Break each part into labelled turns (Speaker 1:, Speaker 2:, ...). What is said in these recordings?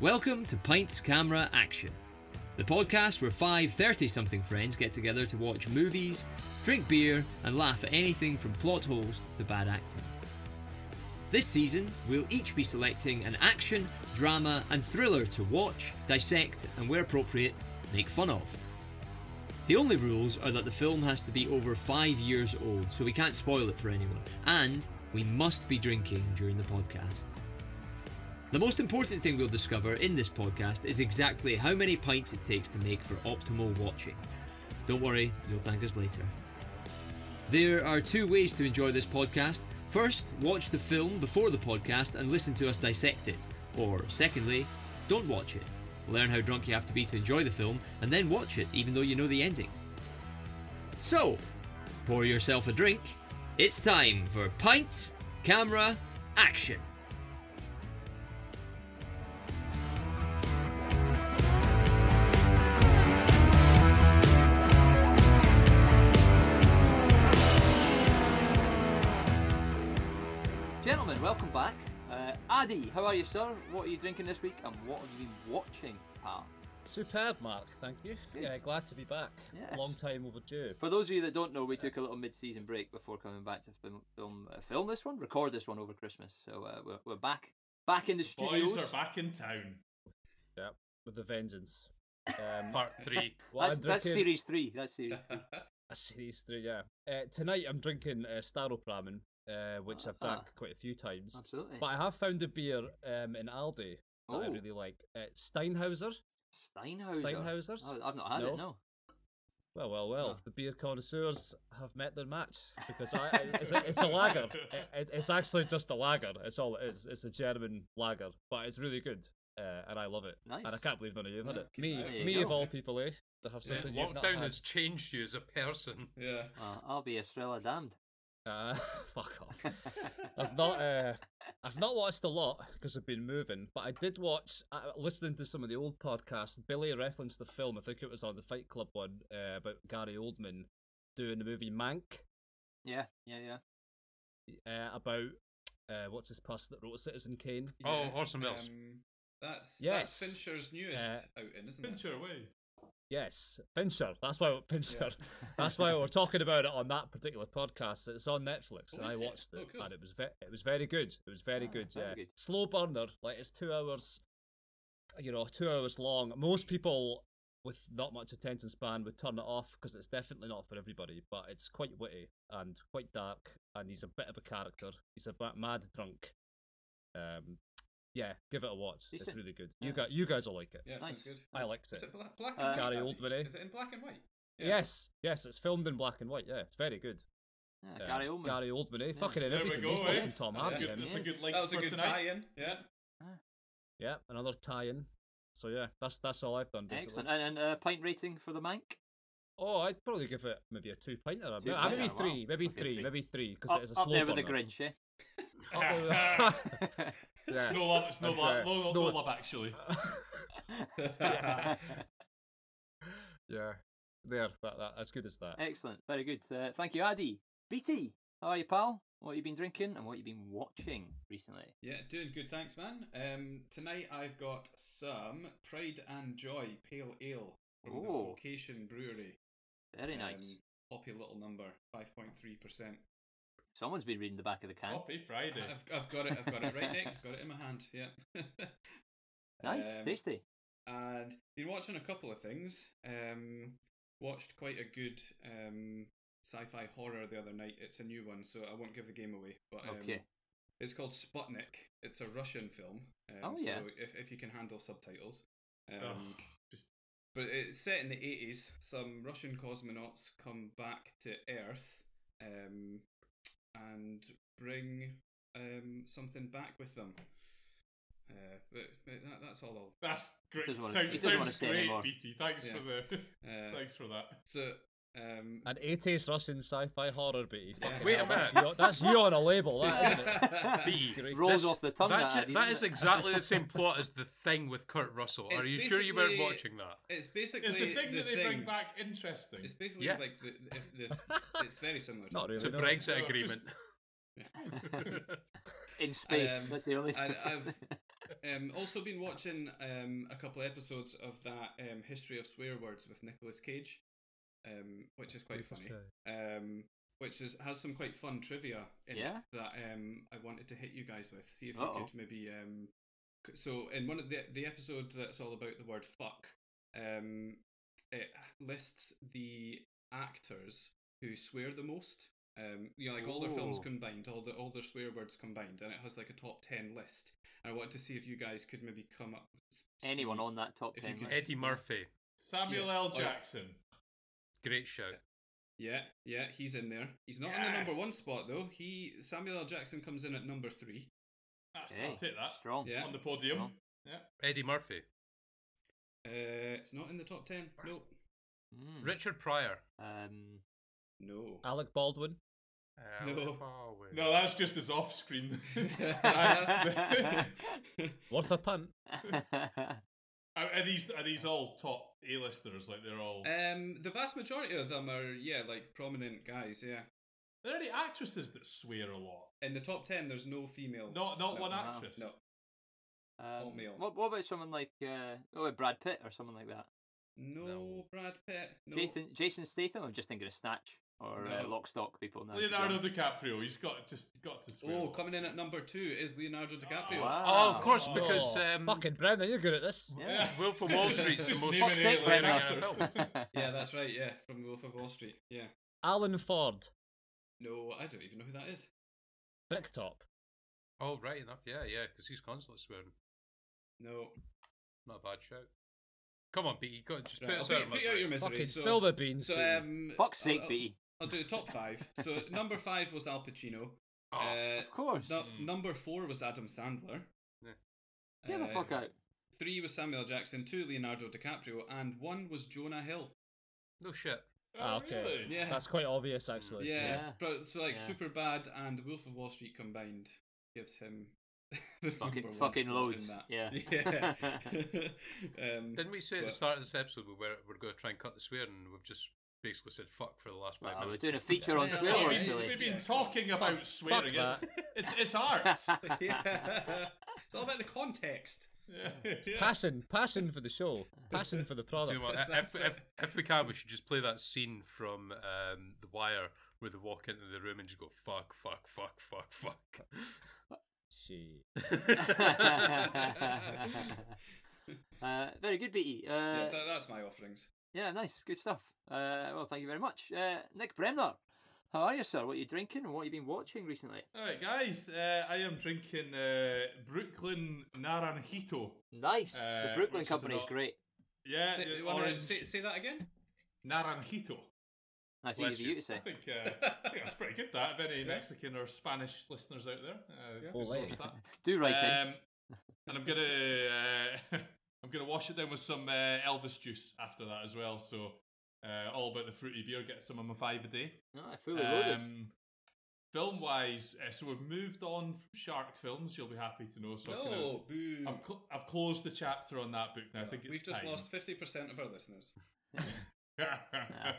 Speaker 1: Welcome to Pints Camera Action, the podcast where five 30 something friends get together to watch movies, drink beer, and laugh at anything from plot holes to bad acting. This season, we'll each be selecting an action, drama, and thriller to watch, dissect, and where appropriate, make fun of. The only rules are that the film has to be over five years old, so we can't spoil it for anyone, and we must be drinking during the podcast. The most important thing we'll discover in this podcast is exactly how many pints it takes to make for optimal watching. Don't worry, you'll thank us later. There are two ways to enjoy this podcast. First, watch the film before the podcast and listen to us dissect it. Or, secondly, don't watch it. Learn how drunk you have to be to enjoy the film, and then watch it even though you know the ending. So, pour yourself a drink. It's time for Pint, Camera, Action.
Speaker 2: Gentlemen, welcome back. Uh, Addy, how are you, sir? What are you drinking this week, and what have you been watching, pal?
Speaker 3: Superb, Mark. Thank you.
Speaker 2: Good.
Speaker 3: Yeah, glad to be back.
Speaker 2: Yes.
Speaker 3: Long time overdue.
Speaker 2: For those of you that don't know, we took a little mid-season break before coming back to film, film, uh, film this one, record this one over Christmas. So uh, we're, we're back, back in the studios.
Speaker 4: Boys are back in town.
Speaker 3: Yeah, with the vengeance. Um,
Speaker 4: Part three.
Speaker 3: what
Speaker 2: That's,
Speaker 3: I'm
Speaker 2: that's
Speaker 3: drinking-
Speaker 2: series three. That's series three.
Speaker 3: a series three. Yeah. Uh, tonight I'm drinking uh, Staropramen, uh, which I've
Speaker 2: Ah.
Speaker 3: drank quite a few times.
Speaker 2: Absolutely.
Speaker 3: But I have found a beer um, in Aldi that I
Speaker 2: Oh.
Speaker 3: really like. Uh, Steinhauser.
Speaker 2: Steinhauser.
Speaker 3: Steinhausers?
Speaker 2: Oh, I've not had it. No.
Speaker 3: No. Well, well, well.
Speaker 2: Ah.
Speaker 3: The beer connoisseurs have met their match because I, I- it's, a, it's a lager. It- it- it's actually just a lager. It's all it is. It's a German lager, but it's really good, uh, and I love it. And I
Speaker 2: Nice.
Speaker 3: can't believe none of you've had it.
Speaker 4: Me-
Speaker 3: Me,
Speaker 4: There
Speaker 2: you
Speaker 3: me
Speaker 2: go.
Speaker 3: of all people, eh? To have
Speaker 4: Yeah,
Speaker 3: something you've not
Speaker 5: Lockdown
Speaker 3: had.
Speaker 5: has changed you as a person.
Speaker 4: Yeah.
Speaker 2: Uh, I'll be Estrella damned.
Speaker 3: Uh, fuck off. I've not. Uh, I've not watched a lot because I've been moving, but I did watch. Uh, listening to some of the old podcasts, Billy referenced the film. I think it was on the Fight Club one uh, about Gary Oldman doing the movie Mank.
Speaker 2: Yeah, yeah, yeah.
Speaker 3: uh, about uh, what's his pus that wrote Citizen Kane.
Speaker 5: Oh, Horse and Mills.
Speaker 6: Um, that's
Speaker 3: Yes.
Speaker 6: that's Fincher's newest
Speaker 3: Uh,
Speaker 6: outing, isn't it?
Speaker 4: Venture away.
Speaker 3: Yes, Fincher. That's why Fincher. That's why we're talking about it on that particular podcast. It's on Netflix,
Speaker 6: Oh,
Speaker 3: and
Speaker 6: is
Speaker 3: I
Speaker 6: it?
Speaker 3: watched it,
Speaker 6: Oh, cool.
Speaker 3: and it was ve- it was very good. It was very
Speaker 2: Ah,
Speaker 3: good.
Speaker 2: very
Speaker 3: yeah,
Speaker 2: good.
Speaker 3: slow burner. Like it's two hours. You know, two hours long. Most people with not much attention span would turn it off because it's definitely not for everybody. But it's quite witty and quite dark, and he's a bit of a character. He's a ba- mad drunk. Um, yeah, give it a watch.
Speaker 2: Decent.
Speaker 3: It's really good. You
Speaker 2: Yeah.
Speaker 3: guys, you guys will like it.
Speaker 6: Yeah,
Speaker 2: Nice.
Speaker 6: sounds good.
Speaker 3: I liked
Speaker 6: Is
Speaker 3: it.
Speaker 6: it black, black
Speaker 2: Uh,
Speaker 6: and
Speaker 3: Gary
Speaker 6: white? Andy?
Speaker 3: Oldman, eh?
Speaker 6: Is it in black and white? Yeah.
Speaker 3: Yes, yes, it's filmed in black and white. Yeah, it's very good.
Speaker 2: yeah
Speaker 3: Uh,
Speaker 2: Gary Oldman.
Speaker 3: Gary Oldman, eh? Fucking in
Speaker 4: There we
Speaker 3: everything.
Speaker 4: go.
Speaker 3: He's
Speaker 4: eh?
Speaker 3: lost in Tom
Speaker 4: that's eh?
Speaker 3: Hardy.
Speaker 4: a
Speaker 3: then.
Speaker 4: good, that's a
Speaker 2: yes.
Speaker 4: good link
Speaker 6: that was a
Speaker 4: for
Speaker 6: good
Speaker 4: tonight.
Speaker 6: tie-in. Yeah.
Speaker 3: Yeah, another tie-in. So yeah, that's that's all I've done. Basically.
Speaker 2: Excellent. And, and uh, pint rating for the Mank.
Speaker 3: Oh, I'd probably give it maybe a two pinter.
Speaker 2: Two
Speaker 3: Uh, maybe
Speaker 2: pinter, wow.
Speaker 3: three, maybe
Speaker 2: Okay,
Speaker 3: three,
Speaker 2: three.
Speaker 3: maybe three, because
Speaker 2: Up,
Speaker 3: it is a
Speaker 2: up
Speaker 3: slow
Speaker 2: there with the eh?
Speaker 3: burner.
Speaker 2: Grinch, eh?
Speaker 3: Up there with-
Speaker 4: It's
Speaker 3: yeah.
Speaker 4: No love. It's no
Speaker 3: And, uh,
Speaker 4: love. No, no,
Speaker 3: Snow-
Speaker 4: love actually.
Speaker 3: yeah, there, that, that as good as that.
Speaker 2: Excellent. Very good. Uh, thank you, Addy. BT, how are you, pal? What have you been drinking and what have you been watching recently?
Speaker 6: Yeah, doing good, thanks, man. Um, tonight I've got some Pride and Joy Pale Ale from the
Speaker 2: Ooh.
Speaker 6: Vocation Brewery.
Speaker 2: Very nice.
Speaker 6: Um, poppy little number, five point three percent.
Speaker 2: Someone's been reading the back of the can.
Speaker 4: Happy Friday.
Speaker 6: I've I've got it. I've got it right, Nick. Got it in my hand. Yeah.
Speaker 2: nice,
Speaker 6: Um,
Speaker 2: tasty.
Speaker 6: and been watching a couple of things. Um, watched quite a good um, sci-fi horror the other night. It's a new one, so I won't give the game away. But um,
Speaker 2: Okay.
Speaker 6: it's called Sputnik. It's a Russian film. Um,
Speaker 2: Oh, yeah.
Speaker 6: So if if you can handle subtitles.
Speaker 4: Ugh,
Speaker 6: Um,
Speaker 4: just
Speaker 6: but it's set in the 80s. Some Russian cosmonauts come back to Earth um, and bring um, something back with them. Uh, but but that, that's all I'll
Speaker 4: that's great.
Speaker 2: doesn't wanna-
Speaker 4: Sounds-
Speaker 2: he doesn't
Speaker 4: sounds
Speaker 2: wanna say
Speaker 4: great,
Speaker 2: anymore.
Speaker 4: BT. Thanks
Speaker 6: Yeah.
Speaker 4: for the.
Speaker 6: Uh,
Speaker 4: thanks for that.
Speaker 6: So, um,
Speaker 3: An 80s Russian sci-fi horror beat.
Speaker 5: Wait a
Speaker 3: That's
Speaker 5: minute.
Speaker 3: you, that's you on a label, that, isn't it?
Speaker 5: B.
Speaker 3: Great.
Speaker 2: Rolls
Speaker 5: This-
Speaker 2: off the tongue.
Speaker 5: that
Speaker 2: That,
Speaker 5: ju-
Speaker 2: Addy,
Speaker 5: that
Speaker 2: doesn't
Speaker 5: is
Speaker 2: it?
Speaker 5: exactly the same plot as the thing with Kurt Russell.
Speaker 6: It's
Speaker 5: Are you sure you weren't
Speaker 6: basically-
Speaker 5: watching that?
Speaker 6: it's basically
Speaker 4: It's the thing that they bring back interesting.
Speaker 6: It's basically
Speaker 5: Yeah.
Speaker 6: like the, if the it's very similar. to
Speaker 3: Not
Speaker 6: that.
Speaker 5: It's
Speaker 3: really,
Speaker 5: a
Speaker 3: no.
Speaker 5: Brexit
Speaker 4: No,
Speaker 5: agreement.
Speaker 2: In space.
Speaker 6: um,
Speaker 2: That's the only
Speaker 6: and
Speaker 2: difference.
Speaker 6: Um, I've- Um, also been watching um, a couple of episodes of that um, history of swear words with Nicolas Cage, um, which is quite
Speaker 3: Nicolas
Speaker 6: funny. Um, which is has some quite fun trivia in
Speaker 2: Yeah?
Speaker 6: it that um, I wanted to hit you guys with. See if
Speaker 2: Uh-oh.
Speaker 6: you could maybe. Um, c- so in one of the the episode that's all about the word fuck, um, it lists the actors who swear the most. Um, you know, like all their films
Speaker 2: Ooh.
Speaker 6: combined, all the all their swear words combined, and it has like a top ten list. And I wanted to see if you guys could maybe come up. s-
Speaker 2: Anyone
Speaker 6: see-
Speaker 2: on that top
Speaker 6: if you
Speaker 2: ten
Speaker 6: could-
Speaker 2: list?
Speaker 5: Eddie Murphy,
Speaker 4: Samuel
Speaker 6: Yeah.
Speaker 4: L.
Speaker 6: Oh, yeah.
Speaker 4: Jackson.
Speaker 5: great shout.
Speaker 6: Yeah, yeah, he's in there. He's not in the number
Speaker 4: Yes.
Speaker 6: one spot though. He Samuel L. Jackson comes in at number three.
Speaker 4: That's,
Speaker 2: Okay,
Speaker 4: I'll take that.
Speaker 2: Strong.
Speaker 6: Yeah.
Speaker 4: On the podium.
Speaker 2: Strong.
Speaker 4: Yeah.
Speaker 5: Eddie Murphy,
Speaker 6: Uh, it's not in the top ten. No,
Speaker 5: Bastard.
Speaker 2: Mm.
Speaker 5: Richard Pryor.
Speaker 2: Um,
Speaker 6: no.
Speaker 3: Alec Baldwin.
Speaker 5: Uh,
Speaker 6: No.
Speaker 5: oh, wait.
Speaker 4: No, that's just his off screen.
Speaker 6: That's the-
Speaker 3: Worth a punt.
Speaker 2: um,
Speaker 4: are are these are these all top A-listers? Like they're all.
Speaker 6: um, the vast majority of them are yeah, like prominent guys. Yeah,
Speaker 4: Are there any actresses that swear a lot?
Speaker 6: in the top ten, there's no female.
Speaker 4: Not not one
Speaker 2: wow.
Speaker 4: actress.
Speaker 6: No,
Speaker 2: um,
Speaker 6: Oatmeal.
Speaker 2: what, what about someone like uh, oh, Brad Pitt or someone like that?
Speaker 6: no,
Speaker 5: No.
Speaker 6: Brad Pitt. No.
Speaker 2: Jason Jason Statham. I'm just thinking of Snatch or uh,
Speaker 6: No.
Speaker 2: Lock Stock people now. to be
Speaker 4: Leonardo
Speaker 2: honest.
Speaker 4: DiCaprio. He's got just got to swear.
Speaker 6: Oh, coming in at number two is
Speaker 4: Ah.
Speaker 6: Leonardo DiCaprio.
Speaker 2: wow.
Speaker 5: Oh, of course,
Speaker 4: Oh.
Speaker 5: because
Speaker 3: Oh,
Speaker 5: um,
Speaker 3: fucking Brendan, you're good at this.
Speaker 2: Yeah.
Speaker 5: Wolf of Wall Street's the
Speaker 4: Just
Speaker 5: most
Speaker 4: naming
Speaker 2: Fuck's sake,
Speaker 5: successful
Speaker 4: A-listers.
Speaker 5: thing in
Speaker 2: Brendan.
Speaker 5: a film.
Speaker 6: Yeah, that's right. Yeah, from Wolf of Wall Street. Yeah.
Speaker 3: Alan Ford,
Speaker 6: No, I don't even know who that is.
Speaker 3: Bricktop.
Speaker 5: Oh, right enough. Yeah, yeah, because he's constantly swearing.
Speaker 6: No.
Speaker 5: Not a bad shout. Come on, Beatty, go just
Speaker 6: Right,
Speaker 5: put
Speaker 6: I'll
Speaker 5: us
Speaker 6: put,
Speaker 5: out of
Speaker 6: put you out
Speaker 5: misery.
Speaker 6: your misery.
Speaker 3: Fucking
Speaker 6: so,
Speaker 3: spill the beans.
Speaker 6: So,
Speaker 3: Beattie.
Speaker 6: um,
Speaker 2: Fuck's
Speaker 6: I'll-
Speaker 2: sake,
Speaker 6: I'll-
Speaker 2: Beatty.
Speaker 6: I'll do the top five. So number five was Al Pacino.
Speaker 5: Oh,
Speaker 6: uh,
Speaker 2: Of course.
Speaker 6: nu-
Speaker 4: Mm.
Speaker 6: number four was Adam Sandler.
Speaker 5: Yeah.
Speaker 2: Get the
Speaker 6: Uh,
Speaker 2: fuck out.
Speaker 6: Three was Samuel L. Jackson. Two Leonardo DiCaprio, and one was Jonah Hill.
Speaker 5: no shit.
Speaker 4: Oh,
Speaker 3: Ah, okay.
Speaker 4: really?
Speaker 6: Yeah,
Speaker 3: That's quite obvious, actually.
Speaker 6: yeah.
Speaker 2: Yeah.
Speaker 6: Pro- so like
Speaker 2: Yeah.
Speaker 6: Super Bad and The Wolf of Wall Street combined gives him the
Speaker 2: Fucking-
Speaker 6: number one
Speaker 2: fucking
Speaker 6: slot in
Speaker 2: loads,
Speaker 6: that.
Speaker 2: yeah.
Speaker 6: Yeah. um,
Speaker 5: Didn't we say at the
Speaker 6: but-
Speaker 5: start of this episode we were, we're going to try and cut the swearing and we've just basically said fuck for the last five
Speaker 2: Wow, we're
Speaker 5: minutes?
Speaker 2: doing a feature on
Speaker 6: Yeah.
Speaker 2: swear
Speaker 4: Well,
Speaker 6: Yeah,
Speaker 4: we've,
Speaker 2: words,
Speaker 6: yeah,
Speaker 4: been-
Speaker 2: Billy.
Speaker 4: we've been
Speaker 6: Yeah,
Speaker 4: talking about swearing.
Speaker 3: fuck
Speaker 4: isn't it? It's it's art.
Speaker 6: yeah. It's all about the context.
Speaker 4: yeah. yeah.
Speaker 3: Passion, passion for the show, passion for the
Speaker 5: Do
Speaker 3: product.
Speaker 5: you know what,
Speaker 6: That's
Speaker 5: if, if, if we can, we should just play that scene from um, The Wire where they walk into the room and just go fuck, fuck, fuck, fuck, fuck.
Speaker 3: Shit.
Speaker 2: uh, very good, Beatty. Uh,
Speaker 6: Yeah, so that's my offerings.
Speaker 2: Yeah, nice, good stuff. Uh, well, thank you very much, uh, Nick Bremner. How are you, sir? What are you drinking and what have you been watching recently?
Speaker 4: All right, guys. Uh, I am drinking uh, Brooklyn Naranjito.
Speaker 2: Nice. the
Speaker 4: Uh,
Speaker 2: Brooklyn
Speaker 4: which is
Speaker 2: Company is
Speaker 4: about-
Speaker 2: great.
Speaker 4: Yeah,
Speaker 6: say,
Speaker 4: the
Speaker 6: wanna
Speaker 4: orange-
Speaker 6: say- say that again.
Speaker 4: Naranjito.
Speaker 2: That's
Speaker 5: Bless
Speaker 2: easy for
Speaker 5: you.
Speaker 2: you to say.
Speaker 4: I think, uh, I think that's pretty good. That if any Mexican or Spanish listeners out there, uh,
Speaker 6: Yeah.
Speaker 4: we'll
Speaker 3: Ole.
Speaker 4: endorse that.
Speaker 2: Do writing.
Speaker 4: Um, and I'm gonna uh, I'm gonna wash it down with some uh, Elvis juice after that as well. So uh, all about the fruity beer. Get some of my five a day.
Speaker 2: Ah, fully loaded.
Speaker 4: film wise, uh, so we've moved on from shark films. You'll be happy to know. So I've, kinda-
Speaker 6: No, boo.
Speaker 4: I've, cl- I've closed the chapter on that book now. I think it's
Speaker 6: We've just
Speaker 4: time.
Speaker 6: lost fifty percent of our listeners.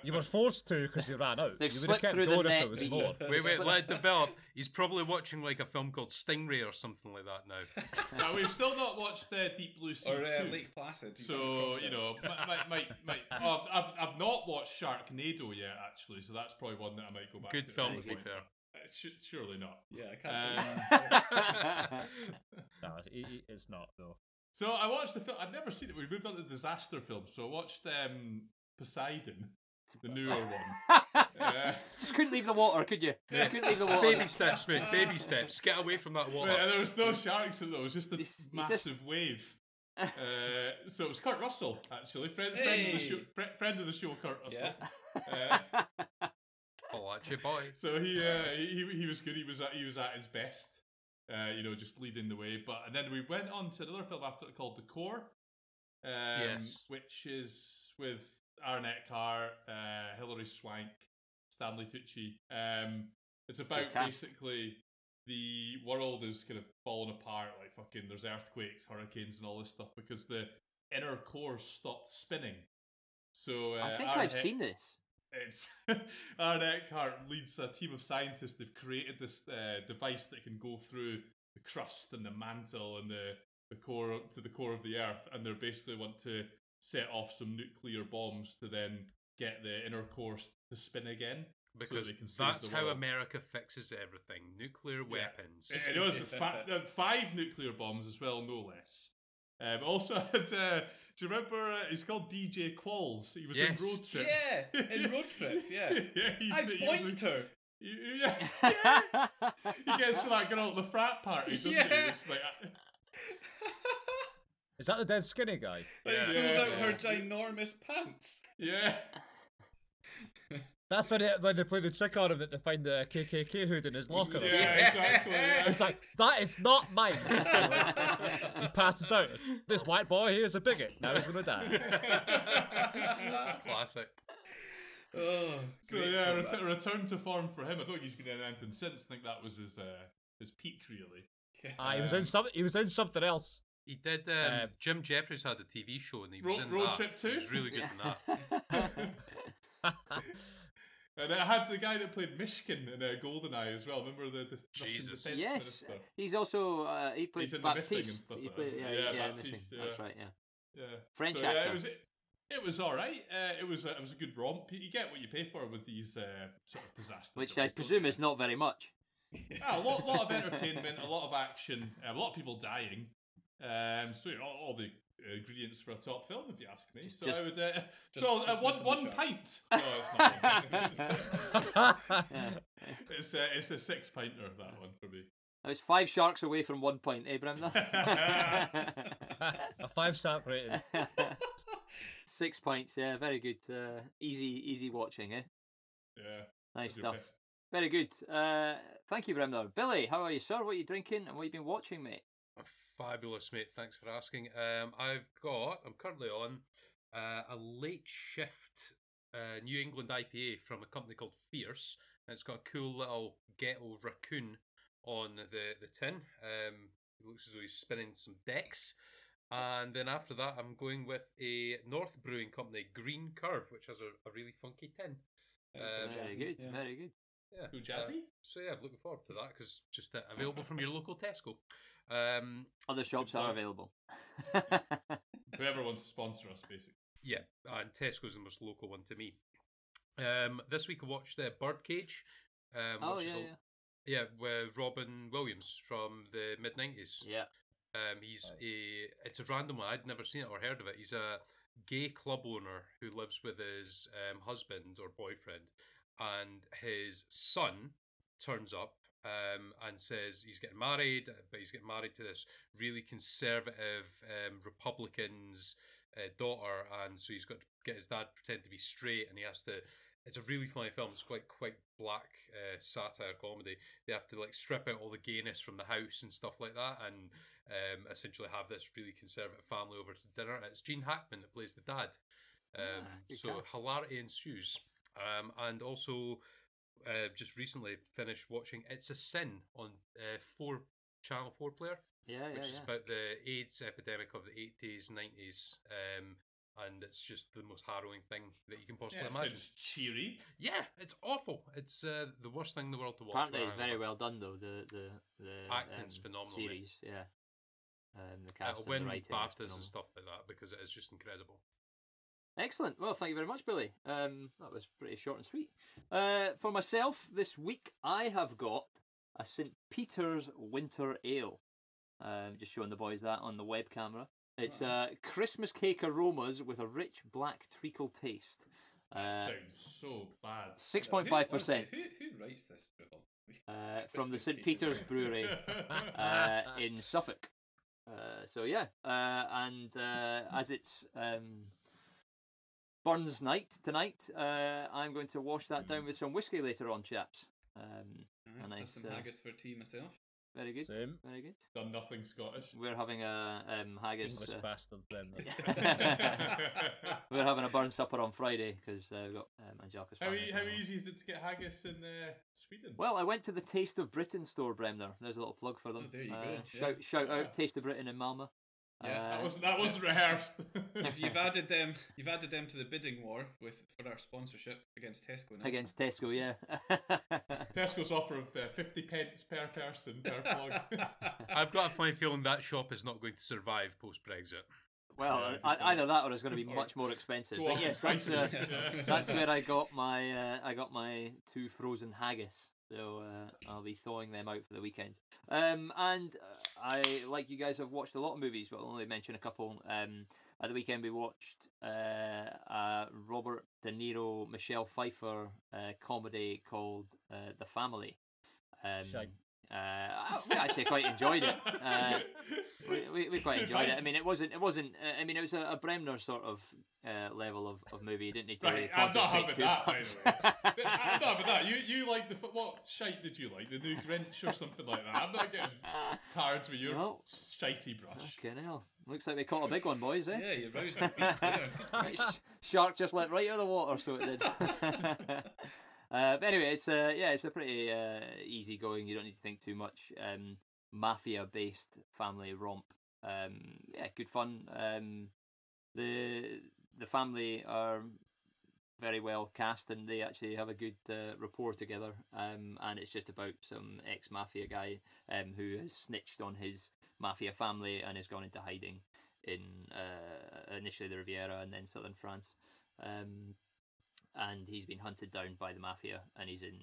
Speaker 3: You were forced to because you ran out.
Speaker 2: They've
Speaker 3: you
Speaker 2: slipped
Speaker 3: would have kept
Speaker 2: through the
Speaker 3: going if
Speaker 2: net,
Speaker 3: there was
Speaker 2: Beatty.
Speaker 3: more.
Speaker 5: wait, wait, let it develop. He's probably watching like a film called Stingray or something like that now.
Speaker 4: Now, we've still not watched uh, Deep Blue Sea
Speaker 6: or uh,
Speaker 4: two.
Speaker 6: Lake Placid. He's
Speaker 4: So
Speaker 6: on the
Speaker 4: you know, might,
Speaker 6: podcast.
Speaker 4: might, might, might oh, I've, I've not watched Sharknado yet, actually. So that's probably one that I might go back.
Speaker 5: Good
Speaker 4: to
Speaker 5: film,
Speaker 4: At
Speaker 5: to
Speaker 4: some
Speaker 5: be
Speaker 4: point.
Speaker 5: fair.
Speaker 4: Uh, su- surely not.
Speaker 6: Yeah, I can't. believe
Speaker 4: Um,
Speaker 6: that.
Speaker 3: No, it- it- it's not though.
Speaker 4: So I watched the film. I've never seen it. We moved on to disaster films. So I watched um, Poseidon, the newer one. Uh,
Speaker 2: Just couldn't leave the water, could you? You couldn't leave the water.
Speaker 5: Baby steps, mate. Baby steps. Get away from that
Speaker 4: Wait, and
Speaker 5: water.
Speaker 4: there was no sharks in those, just a
Speaker 2: He's- he
Speaker 4: massive
Speaker 2: just-
Speaker 4: wave. Uh, so it was Kurt Russell, actually, friend, friend of the
Speaker 6: Hey.
Speaker 4: show, fri- friend of the show, Kurt Russell.
Speaker 6: Yeah.
Speaker 4: Uh,
Speaker 5: Oh, actually, boy.
Speaker 4: so he, uh, he he was good. He was at, he was at his best, uh, you know, just leading the way. But and then we went on to another film after it called The Core, um,
Speaker 5: Yes.
Speaker 4: which is with Aaron Eckhart, uh, Hilary Swank, Stanley Tucci. Um, it's about
Speaker 2: cast.
Speaker 4: basically the world is kind of falling apart. Like fucking, there's earthquakes, hurricanes, and all this stuff because the inner core stopped spinning. So uh,
Speaker 2: I think
Speaker 4: Aaron
Speaker 2: I've
Speaker 4: Eck-
Speaker 2: seen this.
Speaker 4: it's Aaron Eckhart leads a team of scientists. They've created this uh, device that can go through the crust and the mantle and the, the core to the core of the Earth, and they basically want to set off some nuclear bombs to then get the inner core s- to spin again.
Speaker 5: Because
Speaker 4: they can save
Speaker 5: that's
Speaker 4: the
Speaker 5: how
Speaker 4: world.
Speaker 5: America fixes everything: nuclear weapons.
Speaker 4: I- I know it's fa- uh, five nuclear bombs as well, no less. Um, also, had, uh, do you remember? Uh, he's called DJ Qualls. He was
Speaker 5: Yes.
Speaker 4: in Road Trip.
Speaker 6: Yeah, in Road Trip, yeah.
Speaker 4: yeah, he's,
Speaker 6: I
Speaker 4: he was in-
Speaker 6: boinked her.
Speaker 4: he- yeah, yeah. he gets to that girl at the frat party, doesn't he?
Speaker 6: Yeah.
Speaker 4: Just like, uh,
Speaker 3: Is that the dead skinny guy?
Speaker 6: And
Speaker 5: Yeah.
Speaker 6: he pulls out her
Speaker 5: Yeah.
Speaker 6: ginormous pants.
Speaker 4: yeah.
Speaker 3: That's when, it, when they play the trick on him that they find the KKK hood in his locker.
Speaker 4: Yeah,
Speaker 3: or something.
Speaker 4: exactly. Yeah.
Speaker 3: It's like, that is not mine. he passes out. This white boy here is a bigot. Now he's going to die.
Speaker 5: Classic.
Speaker 6: Oh,
Speaker 4: so
Speaker 6: great
Speaker 4: yeah,
Speaker 6: throwback.
Speaker 4: retu- return to form for him. I don't think he's been in anything since. I think that was his uh, his peak, really.
Speaker 6: Yeah.
Speaker 3: Ah, he, was
Speaker 2: Um,
Speaker 3: in some, he was in something else.
Speaker 5: He did. Um,
Speaker 3: Um,
Speaker 5: Jim Jeffries had a TV show, and he was
Speaker 4: Road-
Speaker 5: in
Speaker 4: Road
Speaker 5: that.
Speaker 4: Trip
Speaker 5: He
Speaker 4: 2?
Speaker 5: was really good in that.
Speaker 4: And it had the guy that played Mishkin in uh, Goldeneye as well. Remember the, the Russian
Speaker 5: Jesus.
Speaker 4: defense
Speaker 2: yes,
Speaker 4: minister?
Speaker 2: he's also uh, he played
Speaker 4: He's in the Missing and
Speaker 2: Baptiste.
Speaker 4: stuff
Speaker 2: he
Speaker 4: like that,
Speaker 2: played,
Speaker 4: isn't
Speaker 2: yeah,
Speaker 4: he?
Speaker 2: yeah,
Speaker 4: Yeah,
Speaker 2: Missing.
Speaker 4: Baptiste,
Speaker 2: That's
Speaker 4: yeah.
Speaker 2: right. Yeah.
Speaker 4: Yeah.
Speaker 2: French
Speaker 4: so, yeah,
Speaker 2: actor.
Speaker 4: it was it was all right. Uh, it was a, it was a good romp. You get what you pay for with these uh, sort of disasters.
Speaker 2: Which I
Speaker 4: films, don't
Speaker 2: presume
Speaker 4: you?
Speaker 2: is not very much.
Speaker 4: Ah, a lot, lot of entertainment, a lot of action, uh, a lot of people dying. Um, so you know, all, all the ingredients for a top film, if you ask me.
Speaker 2: Just-
Speaker 4: so
Speaker 2: just-
Speaker 4: I would. Uh, so uh,
Speaker 6: just
Speaker 4: one
Speaker 6: missing the
Speaker 4: one
Speaker 6: sharks.
Speaker 4: pint. No, it's not. one pint.
Speaker 2: Yeah.
Speaker 4: it's, uh, it's a six pinter that one for me.
Speaker 2: I was five sharks away from one point, eh, Abraham.
Speaker 3: a five star rating.
Speaker 2: Six points, yeah, very good. Uh, easy, easy watching, eh?
Speaker 4: Yeah.
Speaker 2: Nice
Speaker 4: do
Speaker 2: stuff.
Speaker 4: best.
Speaker 2: Very good. Uh, thank you, Brimdor. Billy, how are you, sir? What are you drinking and what you been watching, mate?
Speaker 5: Fabulous, mate. Thanks for asking. Um, I've got. I'm currently on uh, a late shift uh, New England IPA from a company called Fierce, and it's got a cool little ghetto raccoon on the the tin. Um, it looks as though he's spinning some decks. And then after that, I'm going with a North Brewing Company Green Curve, which has a, a really funky tin.
Speaker 6: That's
Speaker 5: Uh,
Speaker 6: quite
Speaker 2: Very
Speaker 6: jazzy,
Speaker 2: good,
Speaker 6: yeah.
Speaker 2: very good.
Speaker 5: Yeah.
Speaker 4: Cool
Speaker 5: uh,
Speaker 4: jazzy.
Speaker 5: so yeah, I'm looking forward to that because just uh, available from your local Tesco. Um,
Speaker 2: Other shops
Speaker 5: luck.
Speaker 2: are available.
Speaker 4: Whoever wants to sponsor us, basically.
Speaker 5: Yeah, uh, and Tesco's the most local one to me. Um, this week I watched uh, Birdcage. Um,
Speaker 2: oh,
Speaker 5: which
Speaker 2: yeah,
Speaker 5: is a,
Speaker 2: yeah.
Speaker 5: yeah, where Robin Williams from the mid nineties.
Speaker 2: Yeah.
Speaker 5: Um, he's a it's a random one. I'd never seen it or heard of it. He's a gay club owner who lives with his um, husband or boyfriend, and his son turns up um, and says he's getting married, but he's getting married to this really conservative um, Republican's uh, daughter, and so he's got to get his dad to pretend to be straight, and he has to. It's a really funny film. It's quite quite black uh, satire comedy. They have to like strip out all the gayness from the house and stuff like that, and um, essentially have this really conservative family over to dinner. And it's Gene Hackman that plays the dad. Um,
Speaker 2: Ah, good
Speaker 5: so
Speaker 2: cast.
Speaker 5: hilarity ensues. Um, and also, uh, just recently finished watching It's a Sin on uh, four channel four player
Speaker 2: Yeah, yeah,
Speaker 5: which
Speaker 2: yeah.
Speaker 5: is about the AIDS epidemic of the 80s, 90s, um, and it's just the most harrowing thing that you can possibly
Speaker 4: Yeah,
Speaker 5: imagine.
Speaker 4: sounds cheery.
Speaker 5: Yeah, it's awful. It's uh, the worst thing in the world to watch.
Speaker 2: Apparently,
Speaker 5: with a
Speaker 2: it's very
Speaker 5: hangover.
Speaker 2: well done, though. The the the um,
Speaker 5: Acting's phenomenal, mate.
Speaker 2: Series, yeah. Um, the
Speaker 5: Uh,
Speaker 2: cast
Speaker 5: It'll
Speaker 2: and
Speaker 5: win
Speaker 2: the writing. is
Speaker 5: BAFTAs and
Speaker 2: phenomenal.
Speaker 5: stuff like that because it is just incredible.
Speaker 2: Excellent. Well, thank you very much, Billy. Um, that was pretty short and sweet. Uh, for myself this week, I have got a St Peter's Winter Ale. Um, just showing the boys that on the web camera. It's uh, Christmas cake aromas with a rich black treacle taste. Uh,
Speaker 4: sounds so bad.
Speaker 2: Six
Speaker 6: Who-
Speaker 2: point five percent Uh,
Speaker 6: honestly, Who, who writes this drivel?
Speaker 2: from the
Speaker 6: Christmas
Speaker 2: St
Speaker 6: cake
Speaker 2: Peter's
Speaker 6: aromas.
Speaker 2: Brewery uh, in Suffolk. Uh, so yeah, uh, and uh, as it's um, Burns night tonight, uh, I'm going to wash that down with some whiskey later on, chaps. Um,
Speaker 6: Alright,
Speaker 2: a
Speaker 6: have
Speaker 2: nice,
Speaker 6: some
Speaker 2: uh,
Speaker 6: haggis for tea myself.
Speaker 2: very good,
Speaker 3: Same.
Speaker 2: very good.
Speaker 4: Done nothing Scottish.
Speaker 2: We're having a um, haggis.
Speaker 3: English
Speaker 2: Uh,
Speaker 3: bastard then.
Speaker 4: how,
Speaker 2: we're having a burn supper on Friday because uh, we've got um, Angelica's. family
Speaker 4: e- how
Speaker 2: coming along.
Speaker 4: easy is it to get haggis in uh, Sweden?
Speaker 2: Well, I went to the Taste of Britain store, Bremner. There's a little plug for them.
Speaker 6: Oh, there you
Speaker 2: uh,
Speaker 6: go, yeah.
Speaker 2: Shout, shout
Speaker 4: Yeah.
Speaker 2: out Taste of Britain in Malmo.
Speaker 6: Yeah,
Speaker 4: that
Speaker 2: Uh,
Speaker 4: wasn't that wasn't rehearsed.
Speaker 6: If you've added them, you've added them to the bidding war with for our sponsorship against Tesco. Now.
Speaker 2: against Tesco, yeah.
Speaker 4: Tesco's offer of uh, 50 pence per person per plug.
Speaker 5: I've got a fine feeling that shop is not going to survive post Brexit.
Speaker 2: Well,
Speaker 4: Yeah,
Speaker 2: I,
Speaker 4: good point.
Speaker 2: either that or it's going to be
Speaker 4: Or
Speaker 2: much more expensive.
Speaker 4: Go
Speaker 2: But
Speaker 4: up
Speaker 2: yes,
Speaker 4: in
Speaker 2: that's uh,
Speaker 4: prices. Yeah.
Speaker 2: that's where I got my uh, I got my two frozen haggis. So uh, I'll be thawing them out for the weekend. Um, and uh, I, like you guys, have watched a lot of movies, but I'll only mention a couple. Um, at the weekend, we watched uh, a Robert De Niro, Michelle Pfeiffer uh, comedy called uh, The Family. Um,
Speaker 3: Shite.
Speaker 2: uh, I we actually quite enjoyed it. Uh, we, we, we quite
Speaker 4: Two
Speaker 2: enjoyed it. I mean,
Speaker 4: pints.
Speaker 2: it wasn't. It wasn't. Uh, I mean, it was a, a Bremner sort of uh, level of, of movie. You didn't need to.
Speaker 4: Right,
Speaker 2: really
Speaker 4: I'm not
Speaker 2: concentrate
Speaker 4: having
Speaker 2: too
Speaker 4: that, by
Speaker 2: much.
Speaker 4: Th- I'm not having that. You you like the f- what shite did you like? The new Grinch or something like that. I'm not getting tired with your
Speaker 2: No.
Speaker 4: shitey brush.
Speaker 2: Fucking hell! Looks like we caught a big one, boys. Eh?
Speaker 6: yeah, you roused the beast there.
Speaker 2: Right, sh- shark just let right out of the water, so it did. uh, but anyway, it's uh, yeah, it's a pretty uh, easy going. You don't need to think too much. Um, Mafia based family romp. Um, yeah, good fun. Um, the the family are very well cast and they actually have a good uh, rapport together. Um, and it's just about some ex mafia guy um, who has snitched on his mafia family and has gone into hiding in uh, initially the Riviera and then southern France. Um, and he's been hunted down by the mafia and he's in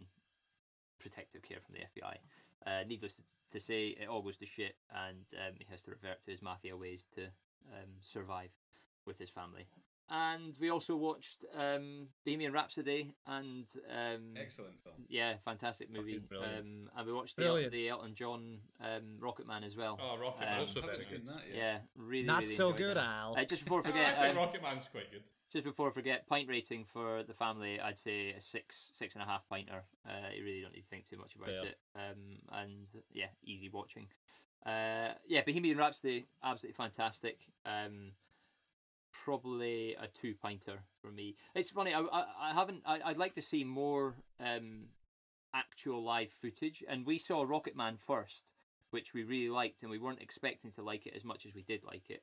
Speaker 2: protective care from the FBI. Uh, needless to- to say, it all goes to shit and um, he has to revert to his mafia ways to um, survive with his family. And we also watched um, Bohemian Rhapsody and um,
Speaker 6: Excellent film.
Speaker 2: yeah, fantastic movie.
Speaker 3: Fucking brilliant.
Speaker 2: Um, and we watched the, El-
Speaker 3: Brilliant.
Speaker 2: the Elton John um, Rocket Man as well.
Speaker 4: Oh, Rocket
Speaker 2: Um,
Speaker 4: Man.
Speaker 5: Also
Speaker 6: I haven't
Speaker 5: very
Speaker 6: seen
Speaker 5: good.
Speaker 6: that
Speaker 2: yeah.
Speaker 6: yet.
Speaker 2: really.
Speaker 3: Not
Speaker 2: really
Speaker 3: so
Speaker 2: enjoyed
Speaker 3: good,
Speaker 2: that.
Speaker 3: Al.
Speaker 2: Uh, just before I
Speaker 4: I
Speaker 2: forget,
Speaker 4: think
Speaker 2: um,
Speaker 4: Rocket Man's quite good.
Speaker 2: just before I forget, pint rating for the family, I'd say a six, six and a half pinter. Uh, you really don't need to think too much about
Speaker 3: Yeah.
Speaker 2: it. Um, and yeah, easy watching. Uh, yeah, Bohemian Rhapsody, absolutely fantastic. Um, probably a two pinter for me. It's funny, I, I, I haven't. I, I'd like to see more um actual live footage, and we saw Rocket Man first, which we really liked, and we weren't expecting to like it as much as we did like it.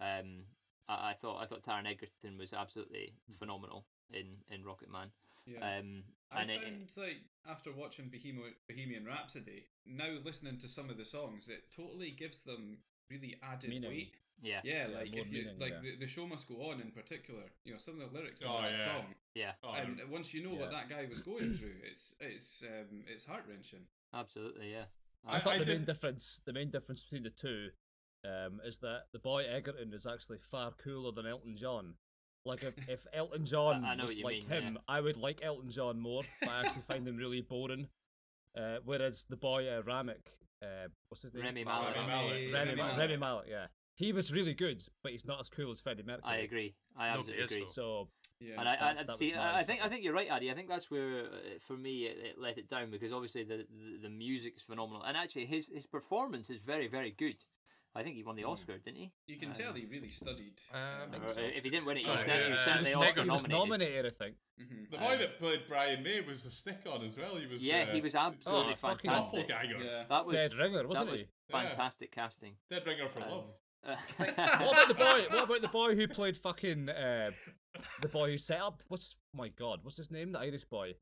Speaker 2: Um, I, I thought I thought Taron Egerton was absolutely phenomenal in in Rocket Man.
Speaker 6: Yeah.
Speaker 2: Um,
Speaker 6: I
Speaker 2: and it,
Speaker 6: found like after watching Bohemo- Bohemian Rhapsody, now listening to some of the songs, it totally gives them really added
Speaker 3: Meaning.
Speaker 6: weight.
Speaker 2: yeah,
Speaker 6: Yeah,
Speaker 3: Yeah,
Speaker 6: like
Speaker 3: more
Speaker 6: if you
Speaker 3: meaning,
Speaker 6: like
Speaker 3: yeah.
Speaker 6: the, the show must go on in particular. You know some of the lyrics in
Speaker 4: Oh,
Speaker 6: that
Speaker 4: yeah.
Speaker 6: song,
Speaker 2: yeah,
Speaker 4: Oh,
Speaker 6: and uh, once you know what
Speaker 3: Yeah.
Speaker 6: that guy was going through, it's it's um, it's heart wrenching.
Speaker 2: absolutely, yeah.
Speaker 3: I, thought
Speaker 4: I
Speaker 3: the main
Speaker 4: did-
Speaker 3: difference, the main difference between the two, um, is that the boy Egerton is actually far cooler than Elton John. Like if, if Elton John
Speaker 2: I- I know
Speaker 3: was
Speaker 2: what you
Speaker 3: like
Speaker 2: mean, yeah.
Speaker 3: him, I would like Elton John more. But I actually find him really boring. Uh, whereas the boy uh, Ramek, uh, what's his name?
Speaker 2: Oh, Remy
Speaker 4: Rami
Speaker 2: Malek.
Speaker 4: Malek.
Speaker 3: Remy,
Speaker 6: Rami
Speaker 3: Ma-
Speaker 6: Malek.
Speaker 3: Remy Malek, yeah, he was really good, but he's not as cool as Freddie Mercury.
Speaker 2: I agree. I
Speaker 5: No, but
Speaker 2: absolutely
Speaker 5: yes,
Speaker 2: agree.
Speaker 5: though.
Speaker 3: So
Speaker 6: Yeah,
Speaker 2: And I, I
Speaker 3: That's-
Speaker 2: I'd
Speaker 3: that
Speaker 2: see,
Speaker 3: was
Speaker 2: I I
Speaker 3: nice.
Speaker 2: think I think you're right, Addy. I think that's where, uh, for me, it, it let it down because obviously the, the the music's phenomenal, and actually his his performance is very very good. I think he won the Oscar, didn't he?
Speaker 6: you can
Speaker 2: Um,
Speaker 6: tell he really studied.
Speaker 5: Um,
Speaker 2: or, uh, if he didn't win it, he was
Speaker 5: Sorry,
Speaker 2: certainly, he was
Speaker 5: uh,
Speaker 3: he
Speaker 2: certainly
Speaker 3: was,
Speaker 5: They
Speaker 3: nom-
Speaker 2: Oscar
Speaker 3: he was
Speaker 2: nominated.
Speaker 3: nominated, I think.
Speaker 6: Mhm.
Speaker 4: the boy
Speaker 2: um,
Speaker 4: that played Brian May was the stick on as well. He was
Speaker 2: Yeah,
Speaker 4: uh,
Speaker 2: he was absolutely
Speaker 3: oh, fucking awful
Speaker 2: fantastic.
Speaker 4: doppelganger.
Speaker 6: Yeah.
Speaker 2: That was
Speaker 3: Dead ringer, wasn't
Speaker 2: that was
Speaker 3: he?
Speaker 4: Yeah.
Speaker 2: fantastic casting.
Speaker 4: Dead ringer for
Speaker 2: Um,
Speaker 4: love.
Speaker 2: Uh,
Speaker 3: What about the boy? What about the boy who played fucking uh, the boy who set up? What's my god? What's his name? The Irish boy.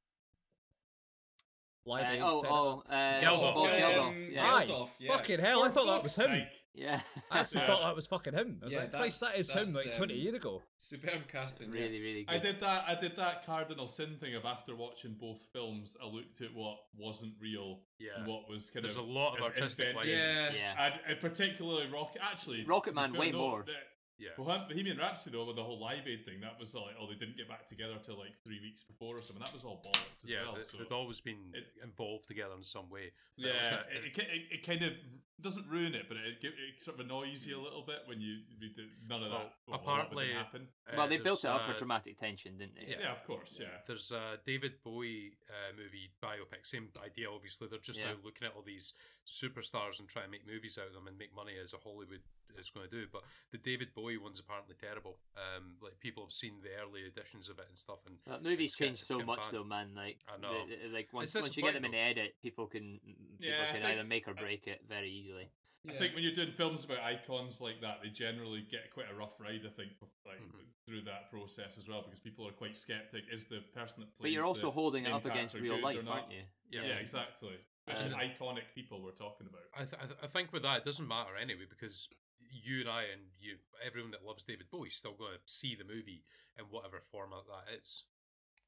Speaker 3: Live
Speaker 2: Uh,
Speaker 3: Aid
Speaker 2: oh,
Speaker 3: set up-
Speaker 2: oh, uh,
Speaker 5: Geldof.
Speaker 2: Bob
Speaker 6: Um,
Speaker 2: Geldof. Yeah,
Speaker 3: Aye.
Speaker 6: Geldof, yeah.
Speaker 3: Fucking hell! I
Speaker 4: For
Speaker 3: thought that was
Speaker 4: fuck's
Speaker 3: him.
Speaker 4: sake.
Speaker 2: yeah.
Speaker 3: I actually
Speaker 4: Yeah.
Speaker 3: thought that was fucking him. I was
Speaker 6: Yeah,
Speaker 3: like, Christ, that
Speaker 6: that's-
Speaker 3: is him.
Speaker 6: that's,
Speaker 3: Like 20
Speaker 6: um,
Speaker 3: years ago.
Speaker 6: Superb casting. yeah.
Speaker 2: really, really good.
Speaker 4: I did that. I did that cardinal sin thing of after watching both films, I looked at what wasn't real
Speaker 5: Yeah.
Speaker 4: and what was kind
Speaker 5: There's a
Speaker 4: of
Speaker 5: lot of
Speaker 4: in-
Speaker 5: artistic
Speaker 4: invented.
Speaker 5: license.
Speaker 6: Yeah.
Speaker 2: Yeah.
Speaker 4: And, and uh, particularly Rocket. Actually,
Speaker 2: Rocket
Speaker 4: to be
Speaker 2: Man
Speaker 4: fair,
Speaker 2: way
Speaker 4: no,
Speaker 2: more.
Speaker 4: the-
Speaker 5: Yeah.
Speaker 4: Bohem- Bohemian Rhapsody though, with the whole Live Aid thing, that was like, oh, they didn't get back together till like three weeks before or something. That was all bollocks as
Speaker 5: Yeah,
Speaker 4: well.
Speaker 5: they-
Speaker 4: so-
Speaker 5: they've always been
Speaker 4: it-
Speaker 5: involved together in some way. But it was
Speaker 4: yeah,
Speaker 5: that-
Speaker 4: it, it, ki- it, it kind of doesn't ruin it, but it, it, it sort of annoys you a little bit when you you did- none of
Speaker 5: Well,
Speaker 4: that. Well,
Speaker 5: apparently-
Speaker 4: did happen.
Speaker 5: uh,
Speaker 2: well, they
Speaker 5: there's,
Speaker 2: built it up for
Speaker 5: uh,
Speaker 2: dramatic tension, didn't they?
Speaker 4: Yeah. of course. Yeah,
Speaker 5: There's a David Bowie uh, movie biopic, same idea. Obviously, they're just
Speaker 2: Yeah.
Speaker 5: now looking at all these superstars and trying to make movies out of them and make money as a Hollywood is going to do. But the David Bowie one's apparently terrible. Um, like people have seen the early editions of it and stuff, and
Speaker 2: That movie's
Speaker 5: It's get-
Speaker 2: changed
Speaker 5: it's
Speaker 2: so
Speaker 5: get
Speaker 2: much,
Speaker 5: bad.
Speaker 2: though, man. Like,
Speaker 5: I know.
Speaker 2: the- the- like once,
Speaker 5: It's
Speaker 2: once you get them in
Speaker 5: disappointing,
Speaker 2: the edit, people can people
Speaker 4: Yeah,
Speaker 2: can
Speaker 4: I think-
Speaker 2: either make or
Speaker 4: I-
Speaker 2: break it very easily.
Speaker 6: Yeah.
Speaker 4: I think when you're doing films about icons like that, they generally get quite a rough ride. I think bef- like
Speaker 3: Mm-hmm.
Speaker 5: Mhm.
Speaker 4: through that process as well, because people are quite skeptic. Is the person that plays?
Speaker 2: But you're also
Speaker 4: the
Speaker 2: holding it
Speaker 4: main
Speaker 2: up against
Speaker 4: character
Speaker 2: real
Speaker 4: good or
Speaker 2: life,
Speaker 4: not?
Speaker 2: aren't you?
Speaker 4: Yeah, exactly. Which
Speaker 2: Uh,
Speaker 4: is iconic people we're talking about.
Speaker 5: I, th- I, th- I think with that it doesn't matter anyway because you and I and you everyone that loves David Bowie is still going to see the movie in whatever format that is.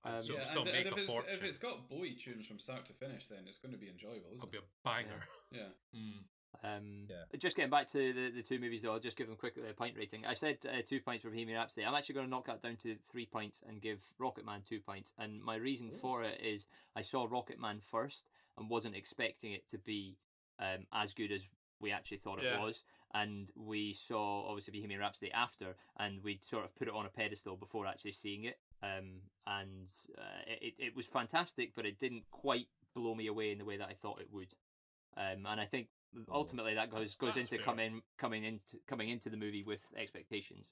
Speaker 5: And
Speaker 2: Um,
Speaker 5: so
Speaker 2: Yeah,
Speaker 5: it'll still
Speaker 6: and,
Speaker 5: make
Speaker 6: and if,
Speaker 5: a
Speaker 6: it's,
Speaker 5: fortune.
Speaker 6: if it's got Bowie tunes from start to finish, then it's going to be enjoyable,
Speaker 5: it'll
Speaker 6: isn't
Speaker 5: be
Speaker 6: it?
Speaker 5: a banger.
Speaker 6: Yeah.
Speaker 4: Mm.
Speaker 2: Um,
Speaker 3: Yeah.
Speaker 2: Just getting back to the, the two movies, though, I'll just give them quick uh, pint rating. I said uh, two pints for Bohemian Rhapsody. I'm actually going to knock that down to three pints and give Rocketman two pints. And my reason for it is I saw Rocketman first and wasn't expecting it to be um, as good as we actually thought it
Speaker 4: Yeah.
Speaker 2: was. And we saw, obviously, Bohemian Rhapsody after, and we'd sort of put it on a pedestal before actually seeing it. Um, and uh, it, it was fantastic, but it didn't quite blow me away in the way that I thought it would. Um, and I think ultimately that goes
Speaker 4: That's-
Speaker 2: goes
Speaker 4: that's
Speaker 2: into
Speaker 4: fair.
Speaker 2: coming coming into coming into the movie with expectations,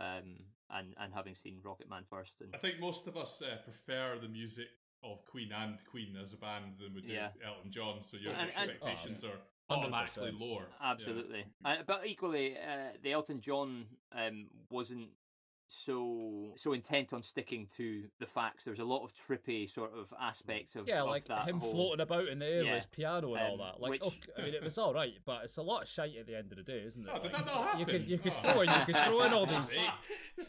Speaker 2: um, and and having seen Rocketman first, and
Speaker 4: I think most of us uh, prefer the music of Queen and Queen as a band than we do
Speaker 2: Yeah.
Speaker 4: Elton John. So your
Speaker 2: And- and-
Speaker 4: expectations
Speaker 3: Oh,
Speaker 4: are automatically
Speaker 3: 100%.
Speaker 4: lower. Yeah.
Speaker 2: absolutely. Uh, but equally, uh, the Elton John um, wasn't so so intent on sticking to the facts. There's a lot of trippy sort of aspects of
Speaker 3: Yeah,
Speaker 2: of
Speaker 3: like
Speaker 2: that
Speaker 3: him
Speaker 2: whole-
Speaker 3: floating about in the air
Speaker 2: Yeah.
Speaker 3: with his piano and all
Speaker 2: Um,
Speaker 3: that. Like,
Speaker 2: which-
Speaker 3: okay, I mean, it was all right, but it's a lot of shite at the end of the day, isn't it?
Speaker 4: Oh, did
Speaker 3: Like,
Speaker 4: that not
Speaker 3: you could
Speaker 4: happen?
Speaker 3: you could
Speaker 4: Oh.
Speaker 3: throw in you could throw in all these.
Speaker 4: Hey,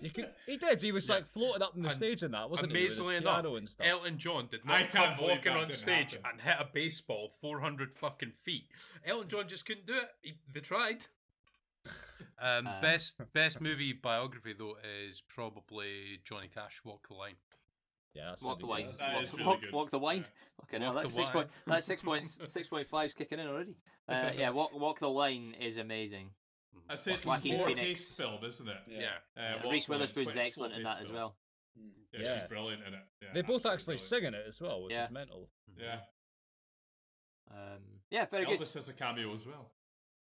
Speaker 3: You could he did. He was
Speaker 5: Yeah.
Speaker 3: like floating up on the
Speaker 5: And
Speaker 3: stage and that, wasn't
Speaker 5: Amazingly
Speaker 3: he? With his
Speaker 5: enough,
Speaker 3: piano and stuff.
Speaker 5: Elton John did
Speaker 4: I
Speaker 5: not
Speaker 4: can't
Speaker 5: come
Speaker 4: believe
Speaker 5: walking
Speaker 4: that
Speaker 5: on
Speaker 4: didn't
Speaker 5: stage
Speaker 4: happen.
Speaker 5: and hit a baseball 400 fucking feet. Elton John just couldn't do it. He, they tried. Um,
Speaker 2: Uh.
Speaker 5: best best movie biography though is probably Johnny Cash Walk the Line.
Speaker 3: yeah, that's
Speaker 2: Walk the
Speaker 3: really
Speaker 2: wine.
Speaker 3: good.
Speaker 4: That
Speaker 2: walk,
Speaker 4: is really
Speaker 2: walk,
Speaker 4: good.
Speaker 2: walk the wine. Okay, now
Speaker 5: Walk
Speaker 2: that's
Speaker 5: the
Speaker 2: six point.
Speaker 5: wine.
Speaker 2: That's six points. Six point five's kicking in already. Uh, yeah, walk walk the line is amazing.
Speaker 4: I'd say it's a
Speaker 2: Joaquin
Speaker 4: poor
Speaker 2: Phoenix.
Speaker 4: taste film, isn't it?
Speaker 5: Yeah.
Speaker 4: Uh,
Speaker 2: Uh, Reese
Speaker 4: Walkman is quite
Speaker 2: Witherspoon's
Speaker 4: a
Speaker 2: excellent in that
Speaker 4: slow-paced
Speaker 2: as
Speaker 4: film.
Speaker 2: well.
Speaker 4: Yeah,
Speaker 3: Yeah.
Speaker 4: she's brilliant in it. Yeah,
Speaker 3: They both
Speaker 4: absolutely
Speaker 3: actually
Speaker 4: brilliant.
Speaker 3: sing in it as well, which
Speaker 2: Yeah.
Speaker 3: is mental.
Speaker 4: Yeah,
Speaker 2: Um, yeah, very good.
Speaker 4: Elvis has a cameo as well.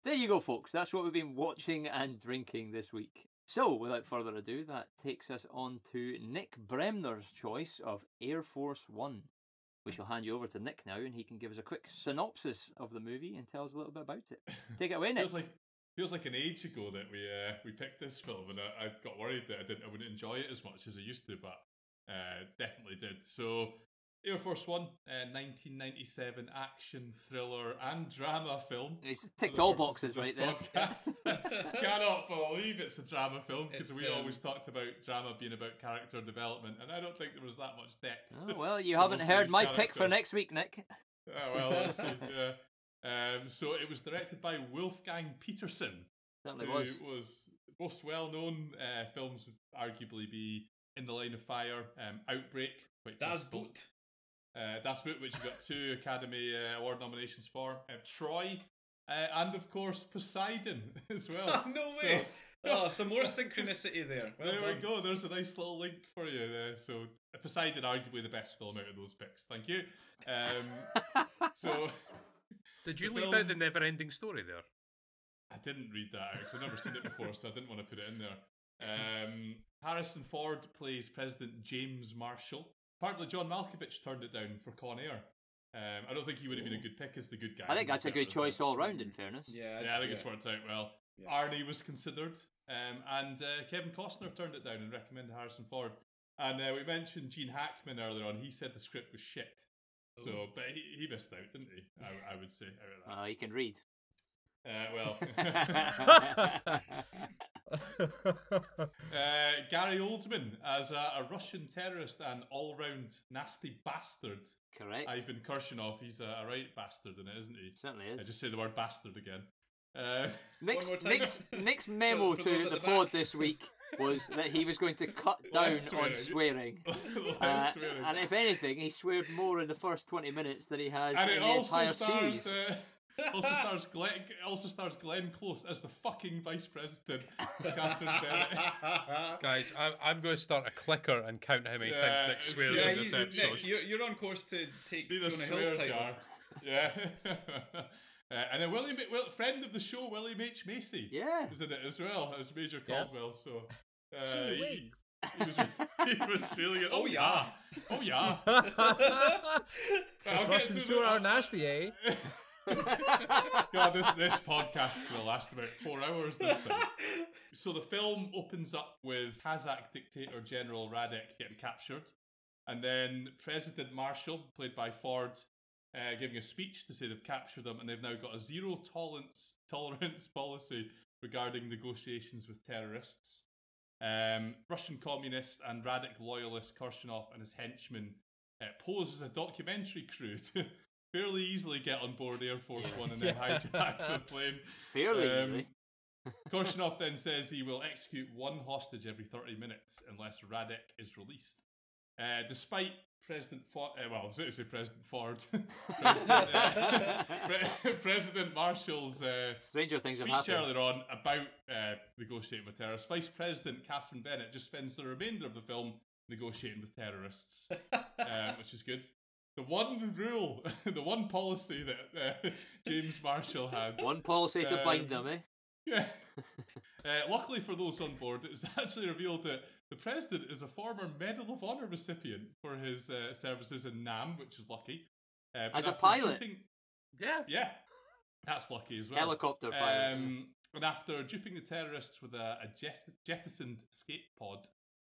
Speaker 2: There you go, folks. That's what we've been watching and drinking this week. So, without further ado, that takes us on to Nick Bremner's choice of Air Force One. We shall hand you over to Nick now, and he can give us a quick synopsis of the movie and tell us a little bit about it. Take it away, Nick.
Speaker 4: Feels like feels like an age ago that we uh, we picked this film, and I, I got worried that I didn't I wouldn't enjoy it as much as I used to, but uh, definitely did. So. Air Force One, uh, 1997 action thriller and drama film.
Speaker 2: He's ticked
Speaker 4: for the
Speaker 2: all
Speaker 4: purposes
Speaker 2: boxes
Speaker 4: of
Speaker 2: right
Speaker 4: this
Speaker 2: there.
Speaker 4: podcast. Cannot believe it's a drama film because
Speaker 6: It's,
Speaker 4: we
Speaker 6: um,
Speaker 4: always talked about drama being about character development, and I don't think there was that much depth.
Speaker 2: Oh, well, you
Speaker 4: to
Speaker 2: haven't
Speaker 4: most of
Speaker 2: heard
Speaker 4: these
Speaker 2: my pick for
Speaker 4: characters.
Speaker 2: next week, Nick.
Speaker 4: Oh well, that's it. Yeah. Um, so it was directed by Wolfgang Peterson,
Speaker 2: Certainly
Speaker 4: who
Speaker 2: was.
Speaker 4: most well known uh, films would arguably be In the Line of Fire, um, Outbreak, quite
Speaker 6: Das
Speaker 4: topical.
Speaker 6: Boot.
Speaker 4: uh, Das Boot, which he got two Academy uh, Award nominations for, uh, Troy, uh, and of course Poseidon as well.
Speaker 6: no
Speaker 4: So-
Speaker 6: way. oh, some more synchronicity there. Well
Speaker 4: there
Speaker 6: done.
Speaker 4: we go. There's a nice little link for you there. So Poseidon, arguably the best film out of those picks. Thank you. Um, so.
Speaker 5: Mm-hmm. Did you
Speaker 4: The
Speaker 5: leave out
Speaker 4: film-
Speaker 5: the never ending story there?
Speaker 4: I didn't read that out 'cause I've never seen it before, so I didn't want to put it in there. Um, Harrison Ford plays President James Marshall. Apparently, John Malkovich turned it down for Con Air. Um, I don't think he would have been a good pick as the good guy.
Speaker 2: I think that's a good choice
Speaker 4: Mm. Yeah,
Speaker 2: all round, in fairness.
Speaker 6: Yeah,
Speaker 4: I think it's worked out well.
Speaker 6: Yeah.
Speaker 4: Arnie was considered, um, and uh, Kevin Costner turned it down and recommended Harrison Ford. And uh, we mentioned Gene Hackman earlier on. He said the script was shit.
Speaker 6: Oh.
Speaker 4: So, but he, he missed out, didn't he? I, I would say. out of
Speaker 2: Uh, you can read.
Speaker 4: that. Uh, well, Uh, Gary Oldman as a, a Russian terrorist and all-round nasty bastard.
Speaker 2: Correct.
Speaker 4: Ivan Kirshunov, he's a, a right bastard in it, isn't he?
Speaker 2: Certainly
Speaker 4: I
Speaker 2: is.
Speaker 4: just say the word bastard again. Uh,
Speaker 2: Nick's,
Speaker 6: One more time.
Speaker 2: Nick's, Nick's memo
Speaker 6: For- for
Speaker 2: to
Speaker 6: those
Speaker 2: the,
Speaker 6: at the
Speaker 2: pod
Speaker 6: back.
Speaker 2: this week was that he was going to cut down
Speaker 4: Less
Speaker 2: on
Speaker 4: swearing.
Speaker 2: swearing. Uh,
Speaker 4: I swear.
Speaker 2: and if anything, he sweared more in the first 20 minutes than he has
Speaker 4: And
Speaker 2: in
Speaker 4: it
Speaker 2: the
Speaker 4: also
Speaker 2: entire
Speaker 4: stars,
Speaker 2: series.
Speaker 4: uh, also stars Glenn, also stars Glenn Close as the fucking vice president, Catherine Bennett.
Speaker 5: Guys, I, I'm going to start a clicker and count how many
Speaker 4: Yeah,
Speaker 5: times Nick
Speaker 4: it's-
Speaker 5: swears
Speaker 4: yeah,
Speaker 5: in this
Speaker 4: you- Nick,
Speaker 5: episode.
Speaker 6: Nick, you're, you're on course to take
Speaker 4: Need a
Speaker 6: Jonah Hill's
Speaker 4: swear
Speaker 6: title.
Speaker 4: jar. Yeah. Uh, and then William, well, friend of the show, William H Macy.
Speaker 2: Yeah.
Speaker 4: is in it as well as Major
Speaker 5: Yeah.
Speaker 4: Caldwell. So uh, he, he was, he was really good.
Speaker 6: Oh,
Speaker 4: Oh yeah,
Speaker 6: yeah.
Speaker 4: oh yeah.
Speaker 3: Those
Speaker 4: I'll get
Speaker 3: Russians
Speaker 4: through
Speaker 3: sure
Speaker 4: the-
Speaker 3: are nasty, eh?
Speaker 4: God, this this podcast will last about four hours. This thing. So the film opens up with Kazakh dictator General Radek getting captured, and then President Marshall, played by Ford, uh, giving a speech to say they've captured them and they've now got a zero tolerance tolerance policy regarding negotiations with terrorists. Um, Russian communist and Radek loyalist Korchinov and his henchmen uh, pose as a documentary crew to fairly easily get on board Air Force One and then hijack the plane.
Speaker 2: Fairly
Speaker 4: Um,
Speaker 2: easily.
Speaker 4: Korchinov then says he will execute one hostage every 30 minutes unless Radek is released. Uh, despite President Ford, uh, well, I was going to say President Ford, President, uh, Pre- President Marshall's uh,
Speaker 2: Stranger things have
Speaker 4: speech
Speaker 2: happened.
Speaker 4: earlier on about uh, negotiating with terrorists, Vice President Catherine Bennett just spends the remainder of the film negotiating with terrorists, um, which is good. The one rule, the one policy that uh, James Marshall had
Speaker 2: One policy to bind
Speaker 4: Um,
Speaker 2: them, eh?
Speaker 4: yeah. Uh, luckily for those on board, it was actually revealed that the president is a former Medal of Honor recipient for his uh, services in Nam, which is lucky. Uh, but
Speaker 2: As a
Speaker 4: after
Speaker 2: pilot?
Speaker 4: duping-
Speaker 5: Yeah.
Speaker 4: yeah, that's lucky as well.
Speaker 2: Helicopter pilot.
Speaker 4: Um, and after duping the terrorists with a, a jes- jettisoned escape pod,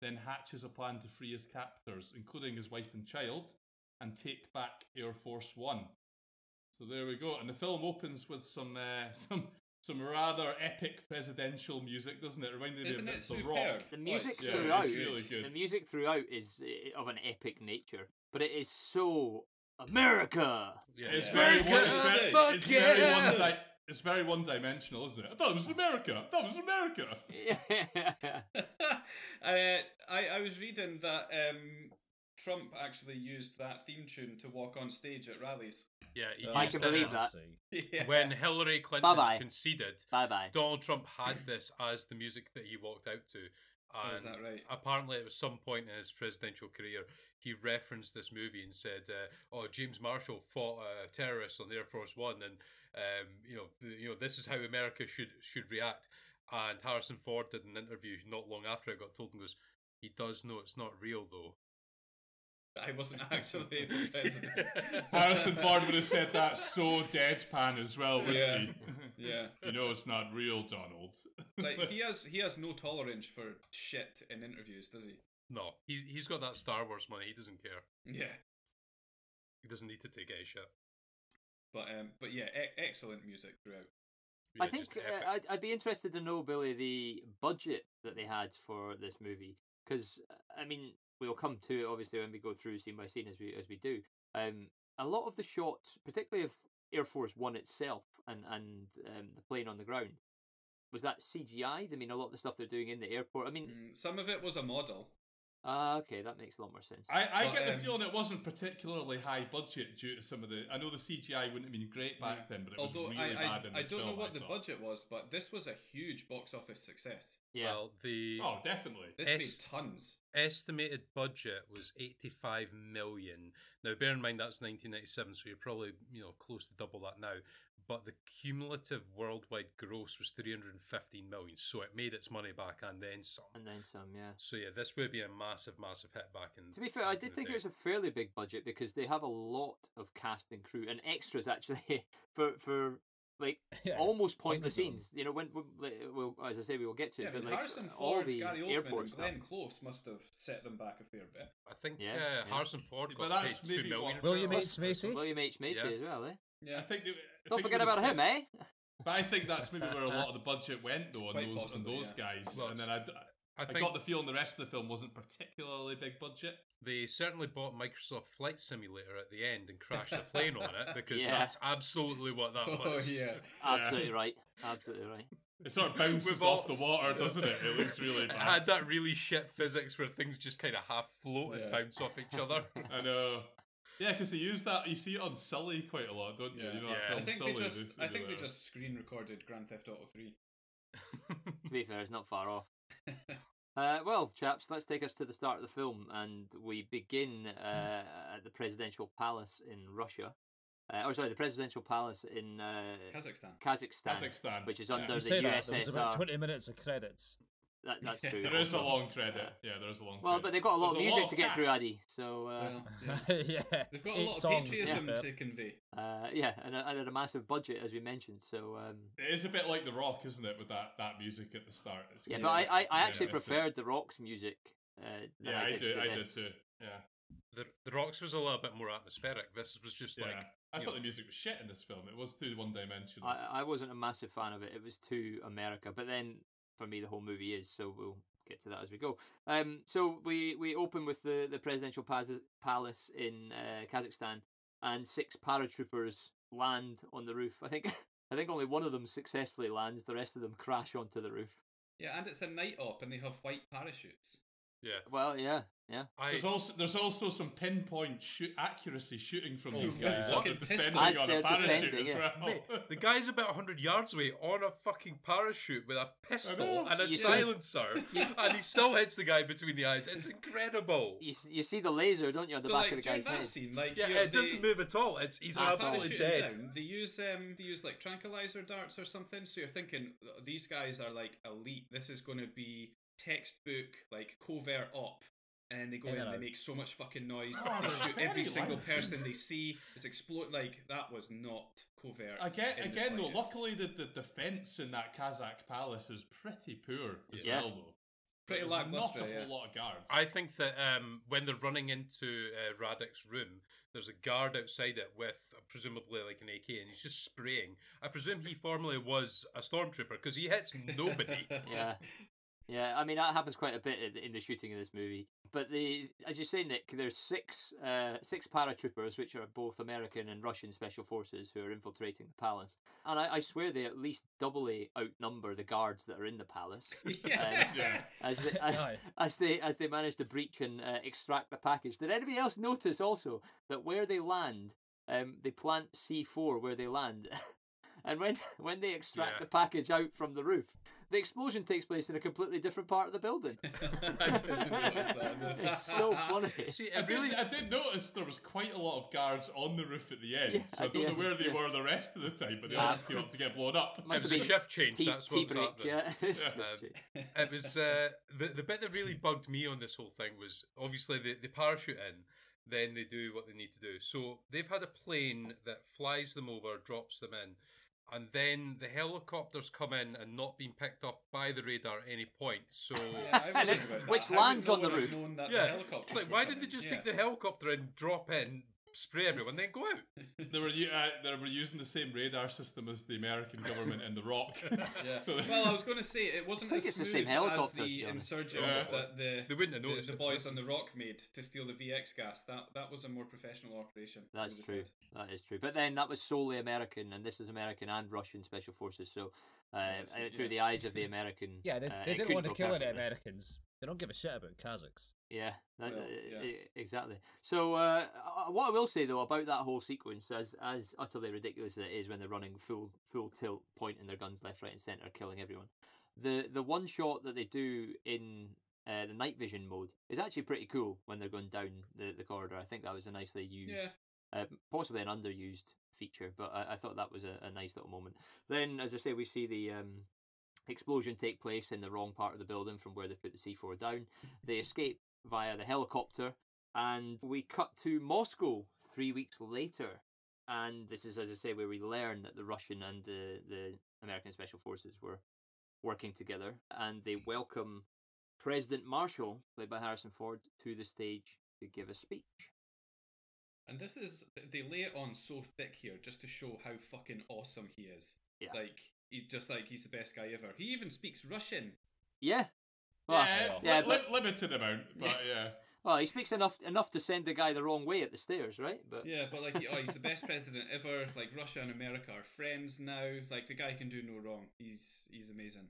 Speaker 4: then hatches a plan to free his captors, including his wife and child, and take back Air Force One. So there we go. And the film opens with some uh, some some rather epic presidential music, doesn't it? Reminding me
Speaker 6: Isn't
Speaker 4: of
Speaker 6: it
Speaker 4: the
Speaker 6: superb?
Speaker 4: rock.
Speaker 2: The music
Speaker 4: yeah, it's
Speaker 2: throughout,
Speaker 4: really good.
Speaker 2: the music throughout is eh, of an epic nature, but it is so America.
Speaker 5: Yeah.
Speaker 4: It's
Speaker 5: yeah.
Speaker 4: very,
Speaker 6: America,
Speaker 4: one, it's very,
Speaker 5: fuck
Speaker 4: it's very
Speaker 5: yeah!
Speaker 4: one di- it's very one dimensional, isn't it? I thought it was America. I thought it was America.
Speaker 6: I, uh, I was reading that um, Trump actually used that theme tune to walk on stage at rallies.
Speaker 5: Yeah, he
Speaker 3: Uh,
Speaker 2: I
Speaker 5: used
Speaker 2: can
Speaker 5: it
Speaker 2: believe that.
Speaker 6: Yeah.
Speaker 5: When Hillary Clinton
Speaker 2: Bye-bye.
Speaker 5: conceded,
Speaker 2: bye bye.
Speaker 5: Donald Trump had this as the music that he walked out to.
Speaker 6: Oh,
Speaker 5: And
Speaker 6: is that right?
Speaker 5: apparently at some point in his presidential career, he referenced this movie and said, uh, "Oh, James Marshall fought uh, terrorists on Air Force One, and um, you know, the, you know, this is how America should should react." And Harrison Ford did an interview not long after it got told and goes, "He does know it's not real, though."
Speaker 6: I wasn't actually the president.
Speaker 4: Harrison Ford would have said that so deadpan as well, wouldn't
Speaker 6: Yeah.
Speaker 4: he?
Speaker 6: Yeah.
Speaker 4: You know it's not real, Donald.
Speaker 6: Like he has he has no tolerance for shit in interviews, does he?
Speaker 5: No, he's he's got that Star Wars money. He doesn't care.
Speaker 6: Yeah.
Speaker 5: He doesn't need to take any shit.
Speaker 6: But um but yeah, e- excellent music throughout.
Speaker 5: Yeah,
Speaker 2: I think
Speaker 5: just epic.
Speaker 2: uh, I'd, I'd be interested to know, Billy, the budget that they had for this movie. Because I mean, we'll come to it obviously when we go through scene by scene as we as we do. Um, a lot of the shots, particularly of Air Force One itself and and um, the plane on the ground, was that CGI'd. I mean, a lot of the stuff they're doing in the airport. I mean,
Speaker 6: Mm, some of it was a model.
Speaker 2: ah, okay, that makes a lot more sense.
Speaker 4: I, I
Speaker 6: But,
Speaker 4: get the
Speaker 6: um,
Speaker 4: feeling it wasn't particularly high budget due to some of the. I know the CGI wouldn't have been great back
Speaker 6: Yeah.
Speaker 4: then, but it was
Speaker 6: Although
Speaker 4: really
Speaker 6: I, I,
Speaker 4: bad in
Speaker 6: I
Speaker 4: this
Speaker 6: don't know
Speaker 4: film,
Speaker 6: what
Speaker 4: I
Speaker 6: the
Speaker 4: thought.
Speaker 6: budget was, but this was a huge box office success.
Speaker 2: yeah,
Speaker 5: Well, the
Speaker 4: Oh, definitely.
Speaker 6: This
Speaker 5: Es-
Speaker 6: made tons.
Speaker 5: estimated budget was 85 million now bear in mind that's 1997 so you're probably you know close to double that now but the cumulative worldwide gross was 315 million so it made its money back and then some
Speaker 2: and then some. Yeah.
Speaker 5: so yeah this would be a massive massive hit back in
Speaker 2: To be fair,
Speaker 5: back
Speaker 2: I
Speaker 5: in
Speaker 2: did
Speaker 5: the
Speaker 2: think
Speaker 5: day.
Speaker 2: it was a fairly big budget because they have a lot of cast and crew and extras actually for for like
Speaker 3: Yeah.
Speaker 2: almost pointless
Speaker 3: underdone.
Speaker 2: scenes. You know, when, when like, well, as I say, we will get to
Speaker 6: Yeah,
Speaker 2: it,
Speaker 6: I
Speaker 2: but
Speaker 6: mean,
Speaker 2: like
Speaker 6: Harrison
Speaker 2: all
Speaker 6: Ford,
Speaker 2: the
Speaker 6: Gary Oldman,
Speaker 2: airport
Speaker 6: and
Speaker 2: stuff.
Speaker 6: Glenn Close must have set them back a fair bit.
Speaker 5: i think
Speaker 2: Yeah,
Speaker 5: uh,
Speaker 2: yeah.
Speaker 5: harrison ford
Speaker 4: But
Speaker 5: got
Speaker 4: that's
Speaker 5: paid 2
Speaker 4: maybe
Speaker 5: million
Speaker 4: what-
Speaker 5: for
Speaker 3: William
Speaker 5: that.
Speaker 3: H Macy.
Speaker 2: William H Macy
Speaker 5: Yeah.
Speaker 2: as well, eh?
Speaker 4: I
Speaker 6: Yeah,
Speaker 4: think. They, I
Speaker 2: Don't
Speaker 4: think
Speaker 2: forget
Speaker 4: it was-
Speaker 2: about him, eh?
Speaker 4: But I think that's maybe where a lot of the budget went though on
Speaker 6: Quite
Speaker 4: those
Speaker 6: possibly,
Speaker 4: on those
Speaker 6: yeah.
Speaker 4: guys,
Speaker 5: Well,
Speaker 4: and
Speaker 5: it's-
Speaker 4: then I, I,
Speaker 5: i think
Speaker 4: got the feeling the rest of the film wasn't particularly big budget.
Speaker 5: they certainly bought microsoft flight simulator at the end and crashed a plane on it because
Speaker 2: Yeah.
Speaker 5: that's absolutely what that
Speaker 6: Oh
Speaker 5: was
Speaker 6: yeah.
Speaker 2: Absolutely right. Absolutely right.
Speaker 4: It sort of bounces
Speaker 5: We've
Speaker 4: off
Speaker 5: all-
Speaker 4: the water, doesn't it? It looks really
Speaker 5: It
Speaker 4: bad.
Speaker 5: had that really shit physics where things just kind of half float and
Speaker 6: Yeah.
Speaker 5: bounce off each other. Uh,
Speaker 4: I know. Yeah, because they use that. You see it on Sully quite a lot, don't you?
Speaker 6: Yeah.
Speaker 4: You know,
Speaker 5: Yeah.
Speaker 4: that film
Speaker 6: I think
Speaker 4: Sully.
Speaker 6: they just
Speaker 4: they
Speaker 6: I think
Speaker 4: do
Speaker 6: they
Speaker 4: that.
Speaker 6: just screen recorded Grand Theft Auto Three.
Speaker 2: To be fair, it's not far off. Uh, well, chaps, let's take us to the start of the film, and we begin uh, at the presidential palace in Russia. Uh, oh, sorry, the presidential palace in uh,
Speaker 6: Kazakhstan.
Speaker 2: Kazakhstan,
Speaker 4: Kazakhstan,
Speaker 2: which is
Speaker 4: yeah.
Speaker 2: under
Speaker 3: You
Speaker 2: the
Speaker 3: say that, there
Speaker 2: USSR.
Speaker 3: was about 20 minutes of credits.
Speaker 2: That, that's true.
Speaker 4: There is a
Speaker 2: also.
Speaker 4: long credit. Yeah, there is a long.
Speaker 2: Well,
Speaker 4: credit.
Speaker 2: but they've got a lot of
Speaker 4: There's
Speaker 2: music to get through,
Speaker 4: cast.
Speaker 2: Addy. So uh,
Speaker 6: Well, yeah.
Speaker 3: yeah.
Speaker 6: They've got a
Speaker 3: eight
Speaker 6: lot of
Speaker 3: songs, to be
Speaker 6: patriotism
Speaker 3: fair.
Speaker 6: to convey.
Speaker 2: uh, yeah, and a, and a massive budget as we mentioned. So um,
Speaker 4: It is a bit like The Rock, isn't it, with that, that music at the start? It's
Speaker 2: yeah,
Speaker 4: quite-
Speaker 2: but I, I, I
Speaker 4: yeah,
Speaker 2: actually
Speaker 4: it's a-
Speaker 2: preferred the Rock's music. Uh, than
Speaker 4: Yeah,
Speaker 2: I
Speaker 4: I
Speaker 2: did
Speaker 4: do.
Speaker 2: To
Speaker 4: I did
Speaker 2: this.
Speaker 4: too. Yeah,
Speaker 5: The, the Rocks was a little bit more atmospheric. This was just
Speaker 4: yeah.
Speaker 5: like
Speaker 4: I
Speaker 5: you
Speaker 4: thought
Speaker 5: know.
Speaker 4: the music was shit in this film. It was too one dimensional.
Speaker 2: I, I wasn't a massive fan of it. It was too America, but then for me the whole movie is. So we'll get to that as we go. Um, so we we open with the the presidential paz- palace in uh, Kazakhstan, and six paratroopers land on the roof. I think I think only one of them successfully lands. The rest of them crash onto the roof.
Speaker 6: Yeah, and it's a night op, and they have white parachutes.
Speaker 5: yeah.
Speaker 2: Well, yeah, yeah.
Speaker 5: I
Speaker 4: There's also there's also some pinpoint shoot accuracy shooting from
Speaker 5: Oh,
Speaker 4: these
Speaker 5: yeah.
Speaker 4: guys. as they're
Speaker 6: Fucking
Speaker 4: descending
Speaker 6: pistols.
Speaker 4: on a
Speaker 2: As they're
Speaker 4: parachute
Speaker 2: descending,
Speaker 4: as
Speaker 2: yeah.
Speaker 4: well.
Speaker 5: Mate, the guy's about 100 yards away on a fucking parachute with a pistol
Speaker 4: know.
Speaker 5: and a
Speaker 2: You see-
Speaker 5: silencer, and he still hits the guy between the eyes. It's incredible.
Speaker 2: You s- you see the laser, don't you, on the
Speaker 6: so
Speaker 2: back
Speaker 6: like
Speaker 2: of the
Speaker 6: during
Speaker 2: guy's
Speaker 6: that
Speaker 2: head?
Speaker 6: scene, like
Speaker 5: Yeah,
Speaker 6: you're-
Speaker 5: it doesn't
Speaker 6: they-
Speaker 5: move at all. It's he's
Speaker 6: they're
Speaker 5: absolutely
Speaker 6: parachuting
Speaker 5: dead.
Speaker 6: Down. They use um, they use like tranquilizer darts or something. So you're thinking these guys are like elite. This is going to be textbook like covert op. And then they go
Speaker 3: Yeah,
Speaker 6: in
Speaker 3: no.
Speaker 6: and they make so much fucking noise.
Speaker 4: Oh,
Speaker 6: they
Speaker 4: they're
Speaker 6: shoot every
Speaker 4: very
Speaker 6: single
Speaker 4: loud.
Speaker 6: person they see. It's explode like that was not covert.
Speaker 4: Again,
Speaker 6: in the
Speaker 4: again though,
Speaker 6: slightest.
Speaker 4: luckily the, the defense in that Kazakh palace is pretty poor as
Speaker 2: Yeah.
Speaker 4: well though.
Speaker 6: Pretty
Speaker 4: There's
Speaker 6: lacklustre,
Speaker 4: Not a
Speaker 6: yeah.
Speaker 4: whole lot of guards.
Speaker 5: I think that um, when they're running into uh, Radek's room, there's a guard outside it with uh, presumably like an AK, and he's just spraying. I presume he formerly was a stormtrooper because he hits nobody.
Speaker 2: yeah. Yeah, I mean that happens quite a bit in- in the shooting of this movie. But the, as you say, Nick, there's six, uh, six paratroopers, which are both American and Russian special forces, who are infiltrating the palace. And I, I swear they at least doubly outnumber the guards that are in the palace,
Speaker 6: yeah.
Speaker 4: Yeah.
Speaker 2: as they, as,
Speaker 3: Aye.
Speaker 2: as they as they manage to breach and uh, extract the package. Did anybody else notice also that where they land, um, they plant C four where they land, and when when they extract
Speaker 5: Yeah.
Speaker 2: the package out from the roof, the explosion takes place in a completely different part of the building.
Speaker 6: I didn't notice that.
Speaker 2: it's so funny.
Speaker 5: E. See,
Speaker 4: I
Speaker 5: it
Speaker 4: did,
Speaker 5: really,
Speaker 4: I did notice there was quite a lot of guards on the roof at the end,
Speaker 2: Yeah,
Speaker 4: so I
Speaker 2: at the
Speaker 4: don't know
Speaker 2: end,
Speaker 4: where they
Speaker 2: yeah.
Speaker 4: were the rest of the time, but they
Speaker 2: Yeah.
Speaker 4: all just came up to get blown up.
Speaker 5: it
Speaker 2: Must
Speaker 5: was
Speaker 2: have
Speaker 5: a
Speaker 2: been
Speaker 5: shift change.
Speaker 2: Tea,
Speaker 5: that's
Speaker 2: tea
Speaker 5: what was
Speaker 2: break,
Speaker 5: happening.
Speaker 2: yeah.
Speaker 5: Um, it was uh, the the bit that really bugged me on this whole thing was obviously they, they parachute in, then they do what they need to do. So they've had a plane that flies them over, drops them in, and then the helicopters come in and not being picked up by the radar at any point. So
Speaker 6: Yeah, I wondered about that.
Speaker 2: Which
Speaker 6: How would
Speaker 2: lands
Speaker 6: no
Speaker 2: on the
Speaker 6: one have
Speaker 2: roof.
Speaker 6: known that the
Speaker 5: yeah,
Speaker 6: helicopters
Speaker 5: it's like
Speaker 6: were
Speaker 5: why
Speaker 6: coming?
Speaker 5: didn't they just
Speaker 6: Yeah.
Speaker 5: take the helicopter and drop in, spray everyone, then go out?
Speaker 4: They were u- uh, they were using the same radar system as the American government in The Rock.
Speaker 6: Yeah.
Speaker 4: So
Speaker 6: well, I was going to say it wasn't
Speaker 2: think
Speaker 6: as
Speaker 2: it's the
Speaker 6: smooth
Speaker 2: same helicopter, to
Speaker 6: as
Speaker 2: be
Speaker 6: the
Speaker 2: honest.
Speaker 6: insurgents
Speaker 4: Yeah.
Speaker 6: that the
Speaker 5: They wouldn't have
Speaker 6: the,
Speaker 5: noticed.
Speaker 6: the
Speaker 5: it,
Speaker 6: boys
Speaker 5: so-
Speaker 6: on the rock made to steal the VX gas. That that was a more professional operation. I
Speaker 2: That's
Speaker 6: would've
Speaker 2: true.
Speaker 6: said.
Speaker 2: That is true. But then that was solely American, and this is American and Russian special forces. So, uh,
Speaker 6: I see,
Speaker 2: uh, through
Speaker 6: yeah.
Speaker 2: the eyes of the American,
Speaker 3: Yeah, they,
Speaker 2: uh,
Speaker 3: they
Speaker 2: it
Speaker 3: didn't
Speaker 2: couldn't
Speaker 3: want to
Speaker 2: go
Speaker 3: kill any
Speaker 2: perfectly.
Speaker 3: Americans. They don't give a shit about Kazakhs.
Speaker 2: Yeah, that,
Speaker 6: Well,
Speaker 2: uh,
Speaker 6: yeah.
Speaker 2: e- exactly. So, uh, uh, what I will say though about that whole sequence, as as utterly ridiculous as it is when they're running full full tilt, pointing their guns left, right, and centre, killing everyone, the the one shot that they do in uh, the night vision mode is actually pretty cool when they're going down the, the corridor. I think that was a nicely used
Speaker 6: Yeah.
Speaker 2: uh, possibly an underused feature, but I, I thought that was a, a nice little moment. Then, as I say, we see the um, explosion take place in the wrong part of the building from where they put the C4 down. they escape via the helicopter, and we cut to Moscow three weeks later. And this is, as I say, where we learn that the Russian and the, the American Special Forces were working together, and they welcome President Marshall, played by Harrison Ford, to the stage to give a speech.
Speaker 6: And this is they lay it on so thick here just to show how fucking awesome he is.
Speaker 2: Yeah.
Speaker 6: Like he's just like he's the best guy ever. He even speaks Russian.
Speaker 2: Yeah. Well,
Speaker 4: yeah,
Speaker 3: well.
Speaker 4: li-
Speaker 2: Yeah,
Speaker 4: li-
Speaker 2: but-
Speaker 4: limited amount, but yeah.
Speaker 2: Well, he speaks enough enough to send the guy the wrong way at the stairs, right? But
Speaker 6: Yeah, but like oh, he's the best president ever. Like Russia and America are friends now. Like the guy can do no wrong. He's he's amazing.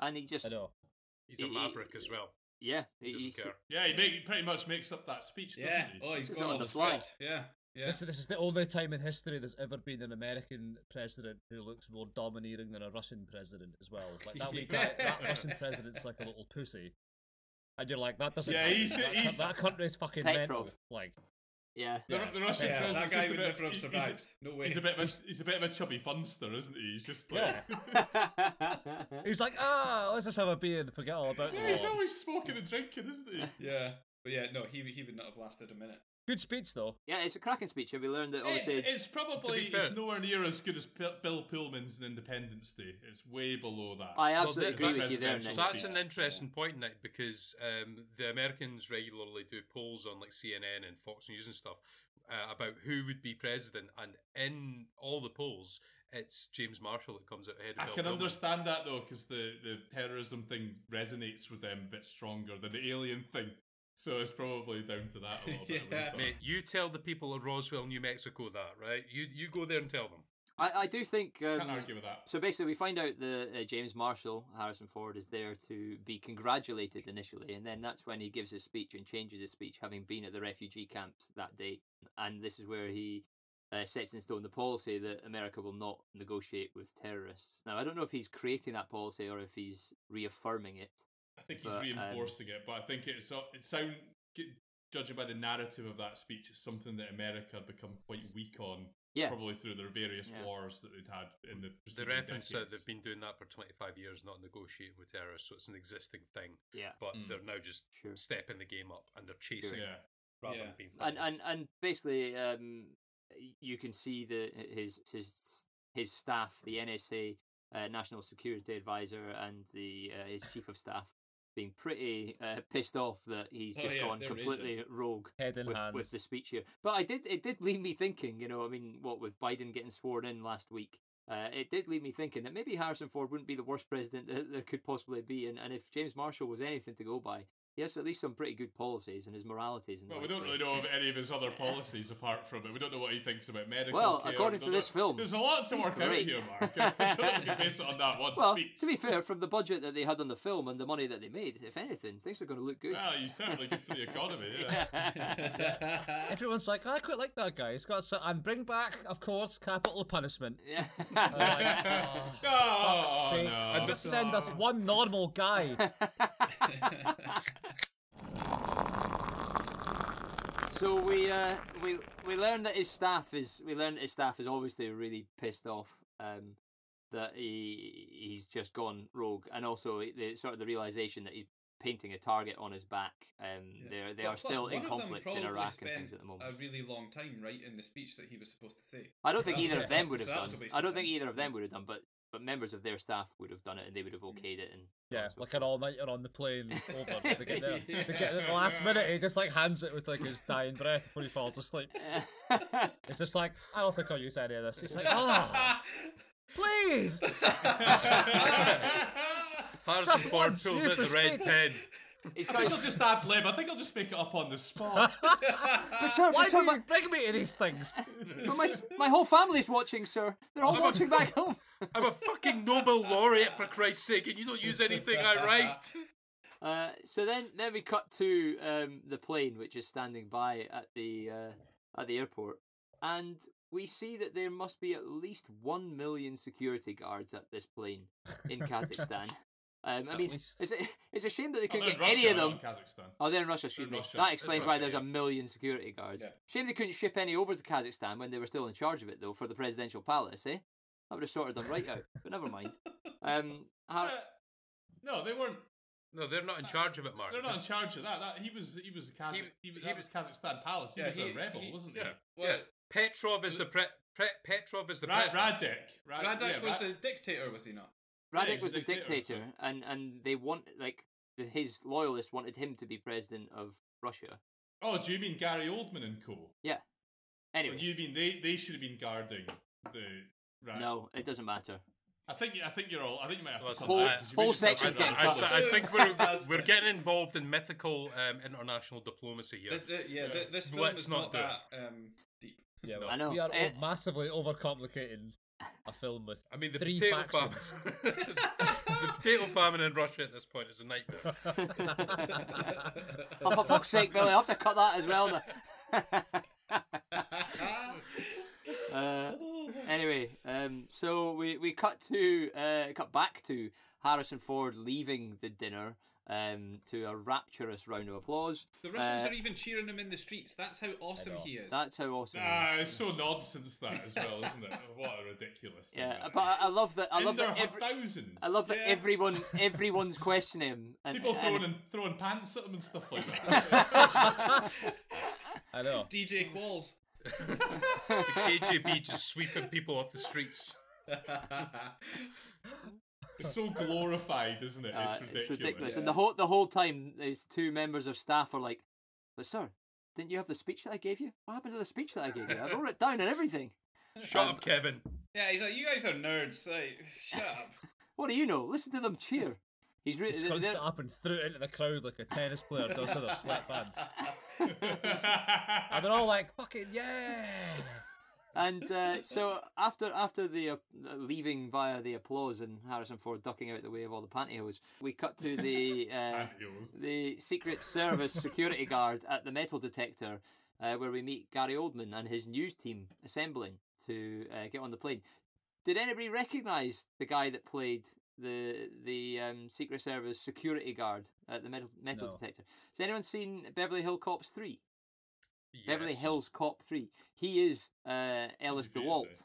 Speaker 2: and he just
Speaker 3: I know.
Speaker 5: He's a
Speaker 2: He- he-
Speaker 5: maverick as well.
Speaker 2: yeah,
Speaker 5: He doesn't
Speaker 2: he's-
Speaker 5: care.
Speaker 4: Yeah, he make, pretty much makes up that speech,
Speaker 6: Yeah.
Speaker 4: doesn't he?
Speaker 6: Oh, he's
Speaker 2: This is
Speaker 6: got
Speaker 2: on
Speaker 6: all
Speaker 2: the
Speaker 6: the
Speaker 2: fly.
Speaker 6: script. Yeah. Yeah.
Speaker 3: This, this is the only time in history there's ever been an American president who looks more domineering than a Russian president as well. Like that wee guy, that Russian president's like a little pussy, and you're like, that doesn't.
Speaker 4: Yeah,
Speaker 3: happen.
Speaker 4: he's-
Speaker 3: that,
Speaker 4: he's-
Speaker 3: that country's fucking
Speaker 2: Petrov.
Speaker 3: mental. Like,
Speaker 2: Yeah.
Speaker 4: The,
Speaker 3: Yeah.
Speaker 4: the Russian
Speaker 6: Yeah,
Speaker 4: president's
Speaker 6: that guy
Speaker 4: just a
Speaker 6: would
Speaker 4: bit-
Speaker 6: never have
Speaker 4: he- he's a-
Speaker 6: survived. No way.
Speaker 4: He's a bit of a he's a bit of a chubby funster, isn't he? He's just like
Speaker 3: Yeah. He's like, ah, let's just have a beer and forget all about
Speaker 4: Yeah, he's
Speaker 3: it.
Speaker 4: always smoking and drinking, isn't he?
Speaker 6: Yeah, but yeah, no, he he would not have lasted a minute.
Speaker 3: Good speech though.
Speaker 2: yeah, it's a cracking speech, and we learned that
Speaker 4: It's,
Speaker 2: obviously.
Speaker 4: it's probably
Speaker 5: fair-
Speaker 4: it's nowhere near as good as P- Bill Pullman's in Independence Day. It's way below that.
Speaker 2: I
Speaker 5: Well,
Speaker 2: absolutely
Speaker 5: that-
Speaker 2: agree with you there,
Speaker 4: that's-
Speaker 2: Nick.
Speaker 5: That's
Speaker 4: speech.
Speaker 5: an interesting point, Nick, because um, the Americans regularly do polls on like CNN and Fox News and stuff uh, about who would be president, and in all the polls, it's James Marshall that comes out ahead. Of
Speaker 4: I
Speaker 5: Bill
Speaker 4: can
Speaker 5: Pullman.
Speaker 4: understand that though, because the, the terrorism thing resonates with them a bit stronger than the alien thing. So it's probably down to that a little bit. I would
Speaker 6: Yeah.
Speaker 4: have thought.
Speaker 5: Mate, you tell the people of Roswell, New Mexico, that right? You you go there and tell them.
Speaker 2: I, I do think. Um,
Speaker 4: Can't argue with that.
Speaker 2: So basically, we find out that uh, James Marshall, Harrison Ford, is there to be congratulated initially, and then that's when he gives his speech and changes his speech, having been at the refugee camps that day. And this is where he uh, sets in stone the policy that America will not negotiate with terrorists. Now, I don't know if he's creating that policy or if he's reaffirming it.
Speaker 4: I think he's
Speaker 2: But, um,
Speaker 4: reinforcing it, but I think it's so- it sound g- judging by the narrative of that speech, it's something that America had become quite weak on,
Speaker 2: Yeah,
Speaker 4: probably through their various
Speaker 2: Yeah.
Speaker 4: wars that they'd had in the
Speaker 5: The
Speaker 4: preceding
Speaker 5: reference that
Speaker 4: decades.
Speaker 5: they've been doing that for 25 years, not negotiating with terrorists, so it's an existing thing,
Speaker 2: yeah,
Speaker 5: but
Speaker 4: Mm.
Speaker 5: they're now just
Speaker 2: sure.
Speaker 5: stepping the game up and they're chasing
Speaker 4: Yeah,
Speaker 5: rather
Speaker 6: Yeah.
Speaker 5: than being.
Speaker 2: and
Speaker 5: friends.
Speaker 2: and and basically um y- you can see the his his his staff the NSA uh, national security advisor and the uh, his chief of staff being pretty uh, pissed off that he's
Speaker 6: Oh,
Speaker 2: just
Speaker 6: yeah,
Speaker 2: gone
Speaker 6: they're
Speaker 2: completely rogue
Speaker 3: Head in
Speaker 2: with,
Speaker 3: hands.
Speaker 2: with the speech here but i did it did leave me thinking you know i mean what with biden getting sworn in last week uh, it did leave me thinking that maybe harrison ford wouldn't be the worst president that there could possibly be and, and if james marshall was anything to go by he has at least some pretty good policies and his morality is in the
Speaker 4: Well, we
Speaker 2: right
Speaker 4: don't really
Speaker 2: place.
Speaker 4: know of any of his other policies apart from it. We don't know what he thinks about medical
Speaker 2: Well,
Speaker 4: care.
Speaker 2: according
Speaker 4: We
Speaker 2: to
Speaker 4: don't
Speaker 2: this
Speaker 4: know-
Speaker 2: film,
Speaker 4: There's a lot to
Speaker 2: he's
Speaker 4: work
Speaker 2: great.
Speaker 4: out here, Mark. I don't think you base it on that one
Speaker 2: Well,
Speaker 4: speech.
Speaker 2: to be fair, from the budget that they had on the film and the money that they made, if anything, things are going to look good.
Speaker 4: Well, he's certainly good for the economy, yeah.
Speaker 6: yeah,
Speaker 3: Everyone's like, "Oh, I quite like that guy. He's got so- and bring back, of course, capital punishment.
Speaker 2: Yeah.
Speaker 3: I'm like, oh,
Speaker 4: No,
Speaker 3: fuck's sake.
Speaker 4: no.
Speaker 3: And just send us one normal guy.
Speaker 2: so we uh, we we learn that his staff is we learn that his staff is obviously really pissed off um, that he he's just gone rogue, and also the sort of the realization that he's painting a target on his back. Um, they're they
Speaker 6: Well,
Speaker 2: are
Speaker 6: plus,
Speaker 2: still
Speaker 6: one
Speaker 2: in
Speaker 6: of them
Speaker 2: conflict in
Speaker 6: probably
Speaker 2: Iraq and
Speaker 6: spent
Speaker 2: things at the moment.
Speaker 6: A really long time writing the speech that he was supposed to say.
Speaker 2: I don't think
Speaker 6: That
Speaker 2: either
Speaker 6: was-
Speaker 2: of them would
Speaker 6: so
Speaker 2: have
Speaker 6: that was
Speaker 2: done.
Speaker 6: a waste
Speaker 2: I
Speaker 6: of
Speaker 2: don't think
Speaker 6: time.
Speaker 2: either of them would have done, but but members of their staff would have done it, and they would have okayed it. And
Speaker 3: Yeah, like an all nighter on the plane over. They get there. They get there at the
Speaker 6: Yeah.
Speaker 3: last minute, he just like hands it with like his dying breath before he falls asleep. It's just like, I don't think I'll use any of this. It's like, ah, please!
Speaker 5: Harrison
Speaker 3: Just
Speaker 5: Ford
Speaker 3: once,
Speaker 5: pulls
Speaker 3: use
Speaker 5: out
Speaker 3: the
Speaker 5: the red
Speaker 3: speech.
Speaker 5: pen.
Speaker 2: it's
Speaker 4: I
Speaker 2: got
Speaker 4: think
Speaker 2: his-
Speaker 4: I'll just ad lib. I think I'll just make it up on the spot.
Speaker 6: uh,
Speaker 2: but sir,
Speaker 3: Why
Speaker 2: but, sir
Speaker 3: do
Speaker 2: my,
Speaker 3: you bring me to these things?
Speaker 2: but my s- my whole family's watching, sir. They're all watching back home.
Speaker 5: I'm a fucking Nobel laureate for Christ's sake, and you don't use anything I write.
Speaker 2: Uh, so then then we cut to um, the plane, which is standing by at the uh, at the airport, and we see that there must be at least one million security guards at this plane in Kazakhstan. Um, I
Speaker 3: At
Speaker 2: mean,
Speaker 3: least.
Speaker 2: it's a, it's a shame that they
Speaker 4: Not
Speaker 2: couldn't
Speaker 4: in
Speaker 2: get any of
Speaker 4: Russia,
Speaker 2: them
Speaker 4: not in Kazakhstan.
Speaker 2: Oh, they're in Russia, excuse
Speaker 4: in
Speaker 2: me.
Speaker 4: Russia.
Speaker 2: That
Speaker 4: It's
Speaker 2: explains
Speaker 4: Russia,
Speaker 2: why there's
Speaker 4: yeah.
Speaker 2: a million security guards.
Speaker 6: Yeah.
Speaker 2: Shame they couldn't ship any over to Kazakhstan when they were still in charge of it, though, for the presidential palace, eh? That would have sorted them right out. But never mind. Um,
Speaker 4: Uh,
Speaker 2: Har-
Speaker 4: no, they weren't.
Speaker 5: No, they're not in charge of it, Mark.
Speaker 4: They're not in charge of that. That he was. He was. Kazakh, he,
Speaker 5: He-
Speaker 4: was
Speaker 5: he-
Speaker 4: that was Kazakhstan palace. He
Speaker 6: Yeah,
Speaker 4: was
Speaker 6: he-
Speaker 4: a rebel,
Speaker 6: he-
Speaker 4: wasn't
Speaker 5: Yeah.
Speaker 6: Well,
Speaker 5: Petrov is the pre- pre- Petrov is the
Speaker 4: he? Ra-
Speaker 5: president.
Speaker 4: Radek. Ra-
Speaker 6: Radek
Speaker 4: yeah,
Speaker 6: was
Speaker 4: Ra-
Speaker 6: a dictator, was he not?
Speaker 4: yeah,
Speaker 2: Radek
Speaker 4: he's
Speaker 2: was
Speaker 4: a
Speaker 2: the
Speaker 4: dictator,
Speaker 2: dictator,
Speaker 4: so-
Speaker 2: and, and they want, like, the, his loyalists wanted him to be president of Russia.
Speaker 4: Oh, do you mean Gary Oldman and Co? Or
Speaker 2: Anyway,
Speaker 4: do you mean they? They should have been guarding the. Ra-
Speaker 2: no, it doesn't matter.
Speaker 4: I think. I think you're all. I think you might have
Speaker 5: Listen,
Speaker 4: to come
Speaker 2: Whole-
Speaker 4: back, 'cause you
Speaker 2: whole
Speaker 4: made yourself
Speaker 2: section's
Speaker 4: sound
Speaker 2: getting
Speaker 4: like
Speaker 5: I,
Speaker 4: a
Speaker 5: I, I
Speaker 4: bully.
Speaker 5: think we're, we're getting involved in mythical um, international diplomacy here.
Speaker 6: Th- th- yeah, th- this film
Speaker 5: Let's
Speaker 6: is not,
Speaker 5: not do
Speaker 6: that um, deep.
Speaker 3: Yeah,
Speaker 5: No.
Speaker 2: I know.
Speaker 3: We are
Speaker 2: Eh.
Speaker 3: all massively overcomplicating a film with
Speaker 5: I mean, the
Speaker 3: three
Speaker 5: potato farm,
Speaker 3: factions.
Speaker 5: the potato farming in Russia at this point is a nightmare.
Speaker 2: Oh, for fuck's sake, Billy, I'll have to cut that as well now. uh, anyway, um, so we, we cut to uh, cut back to Harrison Ford leaving the dinner um, to a rapturous round of applause.
Speaker 6: The Russians
Speaker 2: Uh,
Speaker 6: are even cheering him in the streets. That's how awesome
Speaker 3: know.
Speaker 6: he is.
Speaker 2: That's how awesome. it
Speaker 4: Ah,
Speaker 2: is.
Speaker 4: it's so nonsense that as well, isn't it? What a ridiculous thing.
Speaker 2: Yeah,
Speaker 4: that
Speaker 2: but
Speaker 4: is.
Speaker 2: I- I love that. I
Speaker 4: And
Speaker 2: love
Speaker 4: there
Speaker 2: that.
Speaker 4: have
Speaker 2: Every,
Speaker 4: thousands.
Speaker 2: I love that
Speaker 6: Yeah.
Speaker 2: everyone everyone's questioning him. And,
Speaker 4: people
Speaker 2: and-
Speaker 4: throwing and throwing pants at them and stuff like that.
Speaker 3: I know.
Speaker 6: DJ Qualls.
Speaker 5: The KGB just sweeping people off the streets.
Speaker 4: it's so glorified, isn't it?
Speaker 2: Uh,
Speaker 4: It's ridiculous.
Speaker 2: It's ridiculous. And the whole the whole time, these two members of staff are like, "But sir, didn't you have the speech that I gave you? What happened to the speech that I gave you? I wrote it down and everything.
Speaker 5: Shut up, Kevin.
Speaker 6: Yeah, he's like, you guys are nerds. Like, shut up.
Speaker 2: What do you know? Listen to them cheer." He's re-
Speaker 3: He
Speaker 2: they're-
Speaker 3: scrunched it up and threw it into the crowd like a tennis player does with a sweatband. And they're all like, fucking yeah!
Speaker 2: and uh, so after after the uh, leaving via the applause and Harrison Ford ducking out the way of all the pantyhose, we cut to the uh,
Speaker 4: Pantyhose.
Speaker 2: the Secret Service security guard at the metal detector, uh, where we meet Gary Oldman and his news team assembling to uh, get on the plane. Did anybody recognise the guy that played the the um, Secret Service security guard at the metal metal
Speaker 3: No.
Speaker 2: detector? Has anyone seen Beverly Hill Cops three? Beverly
Speaker 5: Yes.
Speaker 2: Hills Cop 3. He is uh, Ellis
Speaker 4: do,
Speaker 2: DeWalt
Speaker 4: so.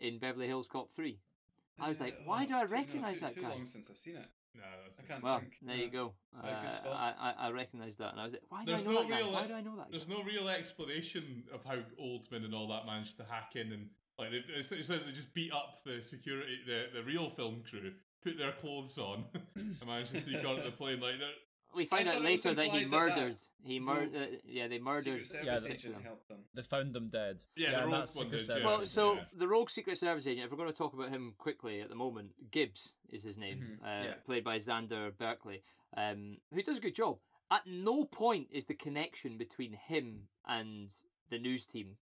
Speaker 2: in Beverly Hills Cop 3. I was like,
Speaker 6: Uh,
Speaker 2: why do I
Speaker 6: too- no,
Speaker 2: recognise
Speaker 6: too-
Speaker 2: that
Speaker 6: too
Speaker 2: guy?
Speaker 6: long since I've seen it.
Speaker 4: Nah, that's
Speaker 6: I can't
Speaker 2: Well,
Speaker 6: think.
Speaker 2: there you
Speaker 6: Yeah.
Speaker 2: go. Uh,
Speaker 6: Uh, good spot.
Speaker 2: I, I, I recognised that and I was like, why do I
Speaker 4: There's
Speaker 2: know
Speaker 4: no
Speaker 2: that guy?
Speaker 4: real-
Speaker 2: Why do I know that guy?
Speaker 4: There's no real explanation of how Oldman and all that managed to hack in and like they, it's, it's like they just beat up the security, the, the real film crew, put their clothes on, and managed to sneak onto the plane. Like they're
Speaker 2: We find
Speaker 6: I
Speaker 2: out
Speaker 6: thought it was
Speaker 2: later that he
Speaker 6: implied that that
Speaker 2: murdered. he murdered.
Speaker 6: rogue
Speaker 2: Uh, yeah, they murdered.
Speaker 6: Secret
Speaker 3: Yeah,
Speaker 2: six
Speaker 6: Service
Speaker 2: of
Speaker 6: agent
Speaker 2: them.
Speaker 6: helped them.
Speaker 3: They found them dead.
Speaker 4: Yeah, the
Speaker 3: and
Speaker 4: rogue
Speaker 3: that's uh,
Speaker 4: one
Speaker 3: Secret
Speaker 4: did, yeah.
Speaker 3: Service.
Speaker 2: Well, so
Speaker 4: Yeah.
Speaker 2: the rogue Secret Service agent, if we're going to talk about him quickly at the moment, Gibbs is his name,
Speaker 6: Mhm,
Speaker 4: Mm-hmm,
Speaker 2: uh,
Speaker 6: yeah.
Speaker 2: played by Xander Berkeley, um, who does a good job. At no point is the connection between him and the news team,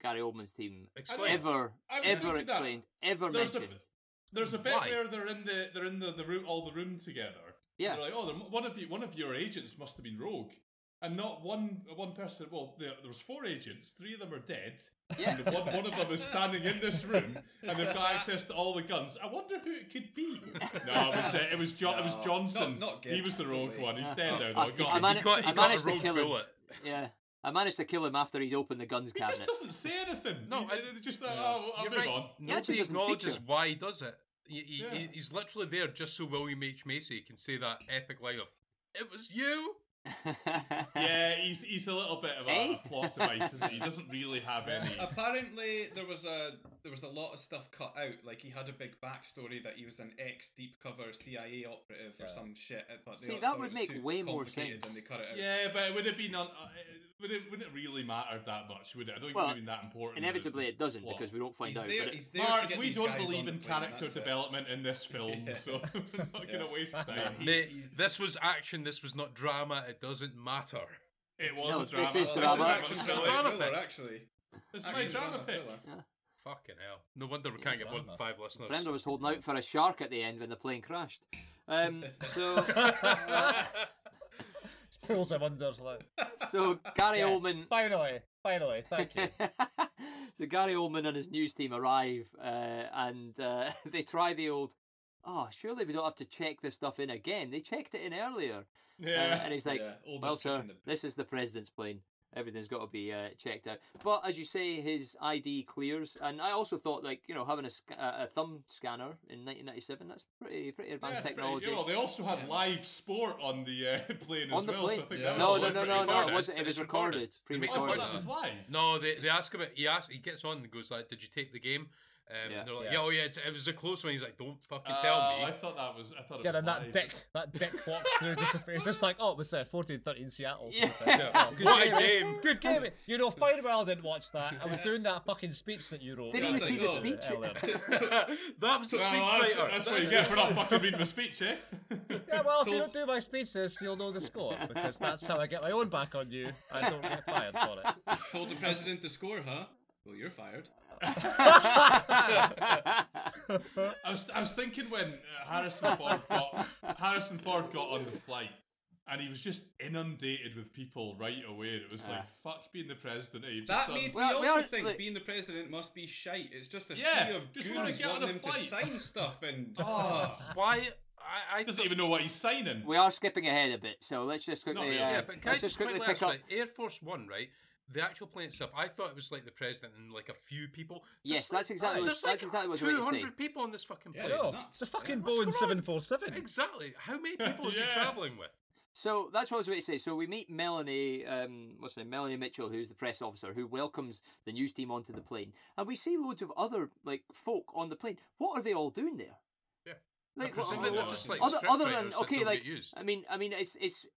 Speaker 2: Gary Oldman's team,
Speaker 5: Explain.
Speaker 2: ever,
Speaker 4: I was
Speaker 2: ever
Speaker 4: thinking that.
Speaker 2: explained, ever
Speaker 4: There's a-
Speaker 2: mentioned.
Speaker 4: There's a bit
Speaker 5: Why?
Speaker 4: where they're in the they're in the, the room all the room together.
Speaker 2: Yeah.
Speaker 4: They're like, oh, they're, one of you, one of your agents must have been rogue, and not one one person. Well, there, there was four agents. Three of them are dead.
Speaker 2: Yeah.
Speaker 4: And the one, one of them is standing in this room, and they've got access to all the guns. I wonder who it could be. No, it was uh, it was, jo- it was
Speaker 6: No,
Speaker 4: Johnson.
Speaker 6: not- not
Speaker 4: he was
Speaker 6: Gibbs,
Speaker 4: the rogue
Speaker 6: really.
Speaker 4: one. He's dead now.
Speaker 2: I-
Speaker 4: Though.
Speaker 2: I
Speaker 4: God,
Speaker 2: man-
Speaker 5: He got,
Speaker 2: I
Speaker 5: he got
Speaker 2: managed
Speaker 5: a
Speaker 2: to
Speaker 5: rogue
Speaker 2: kill him.
Speaker 5: bullet.
Speaker 2: yeah. I managed to kill him after he'd opened the guns
Speaker 4: he
Speaker 2: cabinet.
Speaker 4: just doesn't say anything.
Speaker 5: No,
Speaker 4: No,
Speaker 5: I-
Speaker 4: just like, oh, I'll
Speaker 5: You're
Speaker 4: move
Speaker 5: right.
Speaker 4: on.
Speaker 2: actually
Speaker 5: Nobody
Speaker 2: doesn't
Speaker 5: acknowledges
Speaker 2: feature.
Speaker 5: why he does it. He, he,
Speaker 4: Yeah.
Speaker 5: he- He's literally there just so William H. Macy can say that epic line of, It was you?
Speaker 4: Yeah, he's he's a little bit of a,
Speaker 2: Eh?
Speaker 4: a plot device, isn't he? He doesn't really have any.
Speaker 6: Apparently, there was a there was a lot of stuff cut out. Like he had a big backstory that he was an ex deep cover CIA operative or some shit. But they
Speaker 2: See,
Speaker 6: all
Speaker 2: that
Speaker 6: thought it
Speaker 2: would
Speaker 6: was
Speaker 2: make
Speaker 6: too
Speaker 2: way more
Speaker 6: complicated
Speaker 2: sense.
Speaker 6: And they cut it out.
Speaker 4: Yeah, but it would have been on. Uh, would it wouldn't it really matter that much? Would it? I don't think
Speaker 2: Well,
Speaker 4: it would have been that important.
Speaker 2: Inevitably,
Speaker 4: with
Speaker 2: it doesn't
Speaker 4: plot.
Speaker 2: because we don't find
Speaker 6: He's
Speaker 2: out.
Speaker 6: there.
Speaker 2: but it-
Speaker 6: He's there to
Speaker 4: Mark,
Speaker 6: get
Speaker 4: we
Speaker 6: these
Speaker 4: don't
Speaker 6: guys
Speaker 4: believe
Speaker 6: on
Speaker 4: in
Speaker 6: the plane,
Speaker 4: character
Speaker 6: that's it.
Speaker 4: development in this film,
Speaker 6: Yeah.
Speaker 4: so we're not
Speaker 6: Yeah.
Speaker 4: going to waste time.
Speaker 6: He-
Speaker 5: Mate,
Speaker 6: he's-
Speaker 5: this was action, this was not drama, it doesn't matter.
Speaker 4: It was
Speaker 2: No,
Speaker 4: a
Speaker 2: this
Speaker 4: drama.
Speaker 2: is
Speaker 6: Oh,
Speaker 2: drama.
Speaker 4: This is
Speaker 6: This is
Speaker 5: It's
Speaker 4: my
Speaker 6: actually
Speaker 5: a
Speaker 4: drama.
Speaker 5: drama.
Speaker 6: thriller,
Speaker 5: pick.
Speaker 6: actually.
Speaker 4: This is my
Speaker 6: Actually,
Speaker 4: drama
Speaker 6: it's a
Speaker 4: pick.
Speaker 6: thriller.
Speaker 5: Fucking hell. No wonder we can't get more than
Speaker 3: drama.
Speaker 5: five listeners.
Speaker 2: Brenda was holding out for a shark at the end when the plane crashed. Um, so,
Speaker 3: Just pulls him under. Like,
Speaker 2: so Gary
Speaker 3: yes,
Speaker 2: Oldman.
Speaker 3: Finally, finally, thank you.
Speaker 2: so Gary Oldman and his news team arrive, uh, and uh, they try the old. Oh, surely we don't have to check this stuff in again. They checked it in earlier, Uh,
Speaker 4: Yeah.
Speaker 2: and he's like,
Speaker 6: Yeah, all
Speaker 2: "Well,
Speaker 6: just
Speaker 2: sir,
Speaker 6: in the-
Speaker 2: this is the president's plane. Everything's got to be uh, checked out." But as you say, his ID clears, and I also thought, like, you know, having a, sc- a a thumb scanner in 1997—that's pretty pretty
Speaker 4: Yeah,
Speaker 2: advanced
Speaker 4: it's pretty-
Speaker 2: technology.
Speaker 4: yeah, well, they also had live sport on the uh, plane
Speaker 2: On
Speaker 4: as
Speaker 2: the
Speaker 4: well.
Speaker 2: plane.
Speaker 4: So I think
Speaker 6: Yeah.
Speaker 4: that was
Speaker 2: No,
Speaker 4: all
Speaker 2: no, no, no,
Speaker 4: pre-
Speaker 2: no. It
Speaker 4: recorded.
Speaker 5: was-
Speaker 2: wasn't. It was recorded,
Speaker 5: They make a
Speaker 4: Oh, I
Speaker 5: recorded.
Speaker 2: pre-recorded.
Speaker 4: thought that was live.
Speaker 5: No, they, they ask about he asks he gets on and goes like, Did you tape the game? Um,
Speaker 2: Yeah.
Speaker 5: and they're like,
Speaker 3: Yeah.
Speaker 5: Yeah, oh yeah, it's, it was a close one. He's like, Don't fucking
Speaker 4: Oh,
Speaker 5: tell me.
Speaker 4: I thought that was. I thought it
Speaker 3: Yeah,
Speaker 4: was
Speaker 3: and that
Speaker 4: live.
Speaker 3: dick, that dick walks through just the face. It's like, oh, it was uh, 14 13 Seattle.
Speaker 2: Yeah.
Speaker 5: Yeah. What a game.
Speaker 3: Good game. You know, fine well I didn't watch that. I was doing that fucking speech that you wrote.
Speaker 2: Didn't
Speaker 6: even see the
Speaker 3: oh,
Speaker 2: speech.
Speaker 3: earlier.
Speaker 5: that was a speech
Speaker 4: Well, that's,
Speaker 5: writer.
Speaker 4: that's what you get for not fucking reading my speech, eh?
Speaker 3: yeah, well, if you don't do my speeches, you'll know the score because that's how I get my own back on you. I don't get fired for it.
Speaker 6: Told the president the score, huh? Well, you're fired.
Speaker 4: I was, I was thinking when uh, Harrison Ford got Harrison Ford got on the flight, and he was just inundated with people right away. It was like
Speaker 2: Ah.
Speaker 4: fuck being the president. eh? You've just
Speaker 6: That
Speaker 4: done-
Speaker 6: made
Speaker 2: Well,
Speaker 6: me
Speaker 2: we
Speaker 6: also
Speaker 2: are-
Speaker 6: think
Speaker 2: look-
Speaker 6: being the president must be shite. It's just a
Speaker 4: Yeah,
Speaker 6: sea of
Speaker 4: just wanna
Speaker 6: goons
Speaker 4: get on
Speaker 6: wanting
Speaker 4: a
Speaker 6: him
Speaker 4: flight.
Speaker 6: to sign stuff and. Oh,
Speaker 5: Why I, I
Speaker 4: doesn't
Speaker 5: thought-
Speaker 4: even know what he's signing.
Speaker 2: We are skipping ahead a bit, so let's just quickly.
Speaker 4: really.
Speaker 2: uh,
Speaker 4: Yeah,
Speaker 5: Yeah, but can I
Speaker 2: let's just
Speaker 5: just
Speaker 2: quickly
Speaker 5: quickly
Speaker 2: pick
Speaker 5: ask,
Speaker 2: up.
Speaker 5: like, Air Force One, right? The actual plane itself, I thought it was like the president and like a few people.
Speaker 2: Yes,
Speaker 5: There's
Speaker 2: that's exactly
Speaker 5: like-
Speaker 2: what-
Speaker 5: there's
Speaker 2: that's
Speaker 5: like
Speaker 2: exactly what I was
Speaker 5: Two
Speaker 2: about to say.
Speaker 5: hundred people on this fucking
Speaker 6: Yeah,
Speaker 5: plane.
Speaker 3: I know.
Speaker 6: nuts.
Speaker 3: It's a fucking
Speaker 5: What's going
Speaker 3: Boeing
Speaker 5: on?
Speaker 3: seven four seven.
Speaker 5: Exactly. How many people is
Speaker 4: Yeah.
Speaker 5: he traveling with?
Speaker 2: So that's what I was about to say. So we meet Melanie, um, what's her name? Melanie Mitchell, who's the press officer, who welcomes the news team onto the plane, and we see loads of other like folk on the plane. What are they all doing there?
Speaker 5: Yeah.
Speaker 2: Like,
Speaker 5: I
Speaker 2: what,
Speaker 5: presume
Speaker 4: well,
Speaker 5: that
Speaker 4: well,
Speaker 5: they're just like
Speaker 2: other,
Speaker 5: strip
Speaker 2: other than
Speaker 5: miners that
Speaker 2: okay,
Speaker 5: don't
Speaker 2: like
Speaker 5: get used.
Speaker 2: I mean, I mean, it's it's.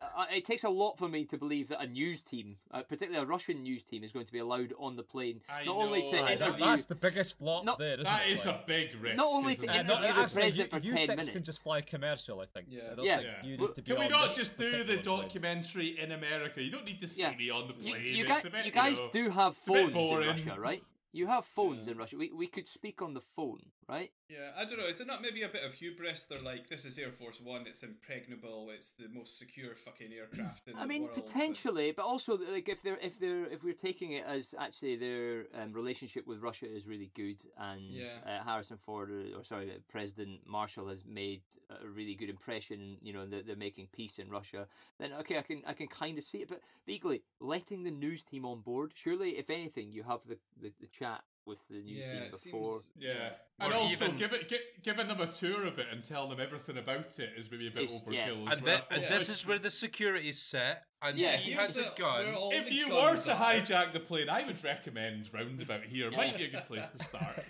Speaker 2: I- I- It takes a lot for me to believe that a news team, uh, particularly a Russian news team, is going to be allowed on the plane.
Speaker 4: I
Speaker 2: not only
Speaker 4: know,
Speaker 2: to
Speaker 4: I know.
Speaker 2: interview,
Speaker 3: That's the biggest flop
Speaker 2: No,
Speaker 3: there, isn't
Speaker 4: That
Speaker 3: it?
Speaker 4: is
Speaker 3: like?
Speaker 4: a big risk.
Speaker 2: Not only
Speaker 4: isn't
Speaker 2: to
Speaker 4: it?
Speaker 3: Uh, no,
Speaker 2: interview the
Speaker 3: actually, you,
Speaker 2: president for
Speaker 3: you
Speaker 2: 10
Speaker 3: six can
Speaker 2: minutes.
Speaker 3: just fly commercial, I think.
Speaker 6: Yeah.
Speaker 3: I don't
Speaker 2: Yeah.
Speaker 3: think
Speaker 4: Yeah.
Speaker 3: you
Speaker 2: Well,
Speaker 3: need to be
Speaker 4: Can we
Speaker 3: on
Speaker 4: not
Speaker 3: this
Speaker 4: just do the
Speaker 3: particular plane.
Speaker 4: documentary in America? You don't need to see
Speaker 2: Yeah.
Speaker 4: me on the
Speaker 2: You,
Speaker 4: plane.
Speaker 2: you,
Speaker 4: It's
Speaker 2: guys,
Speaker 4: a bit,
Speaker 2: you guys
Speaker 4: know-
Speaker 2: do have
Speaker 4: a bit
Speaker 2: phones in
Speaker 4: boring.
Speaker 2: Russia, right? You have phones
Speaker 6: Yeah.
Speaker 2: in Russia. We, we could speak on the phone, right?
Speaker 6: Yeah, I don't know. Is it not maybe a bit of hubris? They're like, this is Air Force One. It's impregnable. It's the most secure fucking aircraft in
Speaker 2: I
Speaker 6: the
Speaker 2: mean,
Speaker 6: world. but-
Speaker 2: potentially, but also like if they're if they're if we're taking it as actually their um, relationship with Russia is really good, and
Speaker 6: Yeah.
Speaker 2: uh, Harrison Ford uh, or sorry, uh, President Marshall has made a really good impression. You know, they're, they're making peace in Russia. Then okay, I can I can kind of see it, but but equally letting the news team on board. Surely, if anything, you have the the, the chat with the news
Speaker 6: yeah,
Speaker 2: team
Speaker 6: it
Speaker 2: before.
Speaker 6: seems-
Speaker 4: Yeah.
Speaker 5: Or
Speaker 4: And also
Speaker 5: even-
Speaker 4: give it gi- giving them a tour of it and telling them everything about it is maybe a bit
Speaker 2: It's-
Speaker 4: overkill.
Speaker 2: yeah.
Speaker 4: as
Speaker 5: And,
Speaker 4: well.
Speaker 5: thi- and
Speaker 6: Yeah.
Speaker 5: this is where the security is set, and
Speaker 2: Yeah,
Speaker 5: he
Speaker 6: Here's
Speaker 5: has a
Speaker 6: the- where
Speaker 5: gun.
Speaker 6: all
Speaker 4: if
Speaker 6: the
Speaker 4: you were
Speaker 6: guns
Speaker 4: to
Speaker 6: are.
Speaker 4: hijack the plane, I would recommend roundabout here. Might be a good place to start.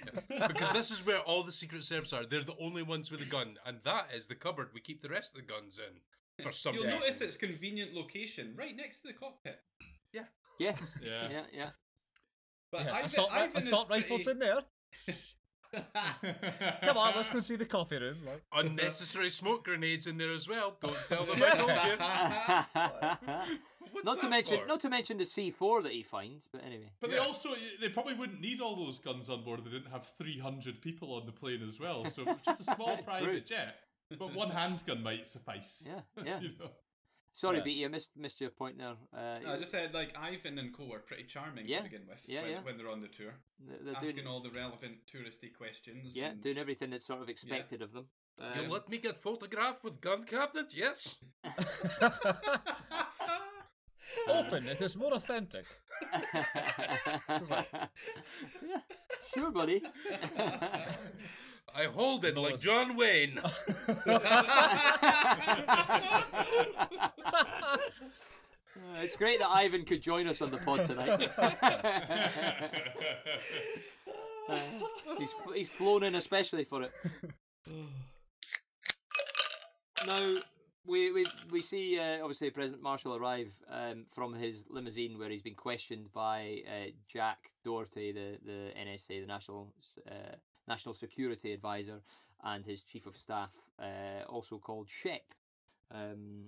Speaker 5: because this is where all the Secret Service are. They're the only ones with a gun, and that is the cupboard we keep the rest of the guns in. For some
Speaker 6: You'll
Speaker 5: reason.
Speaker 6: notice its convenient location, right next to the cockpit.
Speaker 2: Yes.
Speaker 4: Yeah.
Speaker 2: Yeah. Yeah.
Speaker 6: But
Speaker 3: Yeah,
Speaker 6: Ivan,
Speaker 3: assault, ri-
Speaker 6: Ivan is
Speaker 3: assault rifles
Speaker 6: pretty-
Speaker 3: in there. Come on, let's go see the coffee room. Like.
Speaker 5: unnecessary smoke grenades in there as well. Don't tell them I told you. What's
Speaker 2: not to
Speaker 5: that
Speaker 2: mention,
Speaker 5: for?
Speaker 2: not to mention the C four that he finds. But anyway.
Speaker 4: But they
Speaker 5: Yeah.
Speaker 4: also they probably wouldn't need all those guns on board. if They didn't have three hundred people on the plane as well. So just a small
Speaker 2: True.
Speaker 4: private jet, but one handgun might suffice.
Speaker 2: Yeah, yeah.
Speaker 4: you know.
Speaker 2: Sorry,
Speaker 3: Yeah.
Speaker 2: BT, I missed missed your point there. Uh,
Speaker 6: I just said like Ivan and Co are pretty charming
Speaker 2: Yeah,
Speaker 6: to begin with
Speaker 2: yeah,
Speaker 6: when,
Speaker 2: yeah.
Speaker 6: when they're on the tour,
Speaker 2: they're- they're
Speaker 6: asking
Speaker 2: doing,
Speaker 6: all the relevant touristy questions.
Speaker 2: yeah,
Speaker 6: and-
Speaker 2: doing everything that's sort of expected of them.
Speaker 5: You
Speaker 2: Um,
Speaker 5: let me get photographed with gun cabinet? Yes.
Speaker 6: Uh,
Speaker 3: Open, it is more authentic.
Speaker 2: Yeah, sure, buddy. Uh,
Speaker 5: I hold it like John Wayne.
Speaker 2: Uh, it's great that Ivan could join us on the pod tonight. Uh, he's he's flown in especially for it. now we we we see uh, obviously President Marshall arrive um, from his limousine where he's been questioned by uh, Jack Doherty, the the NSA, the National uh, National Security Advisor, and his Chief of Staff, uh, also called Shep. Um,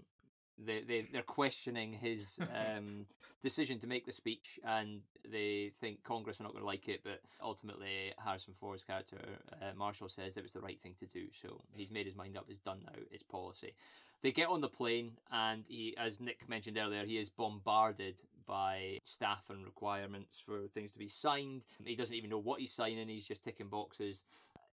Speaker 2: they, they they're questioning his um, decision to make the speech, and they think Congress are not going to like it. But ultimately, Harrison Ford's character uh, Marshall says it was the right thing to do, so he's made his mind up. It's done now. It's policy. They get on the plane, and he, as Nick mentioned earlier, he is bombarded by staff and requirements for things to be signed. He doesn't even know what he's signing. He's just ticking boxes.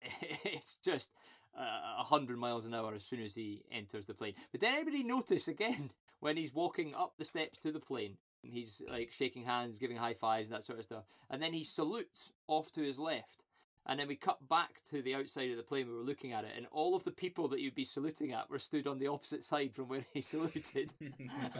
Speaker 2: It's just uh, 100 miles an hour as soon as he enters the plane. But did anybody notice again when he's walking up the steps to the plane? He's like shaking hands, giving high fives, that sort of stuff. And then he salutes off to his left. And then we cut back to the outside of the plane. We were looking at it, and all of the people that you'd be saluting at were stood on the opposite side from where he saluted.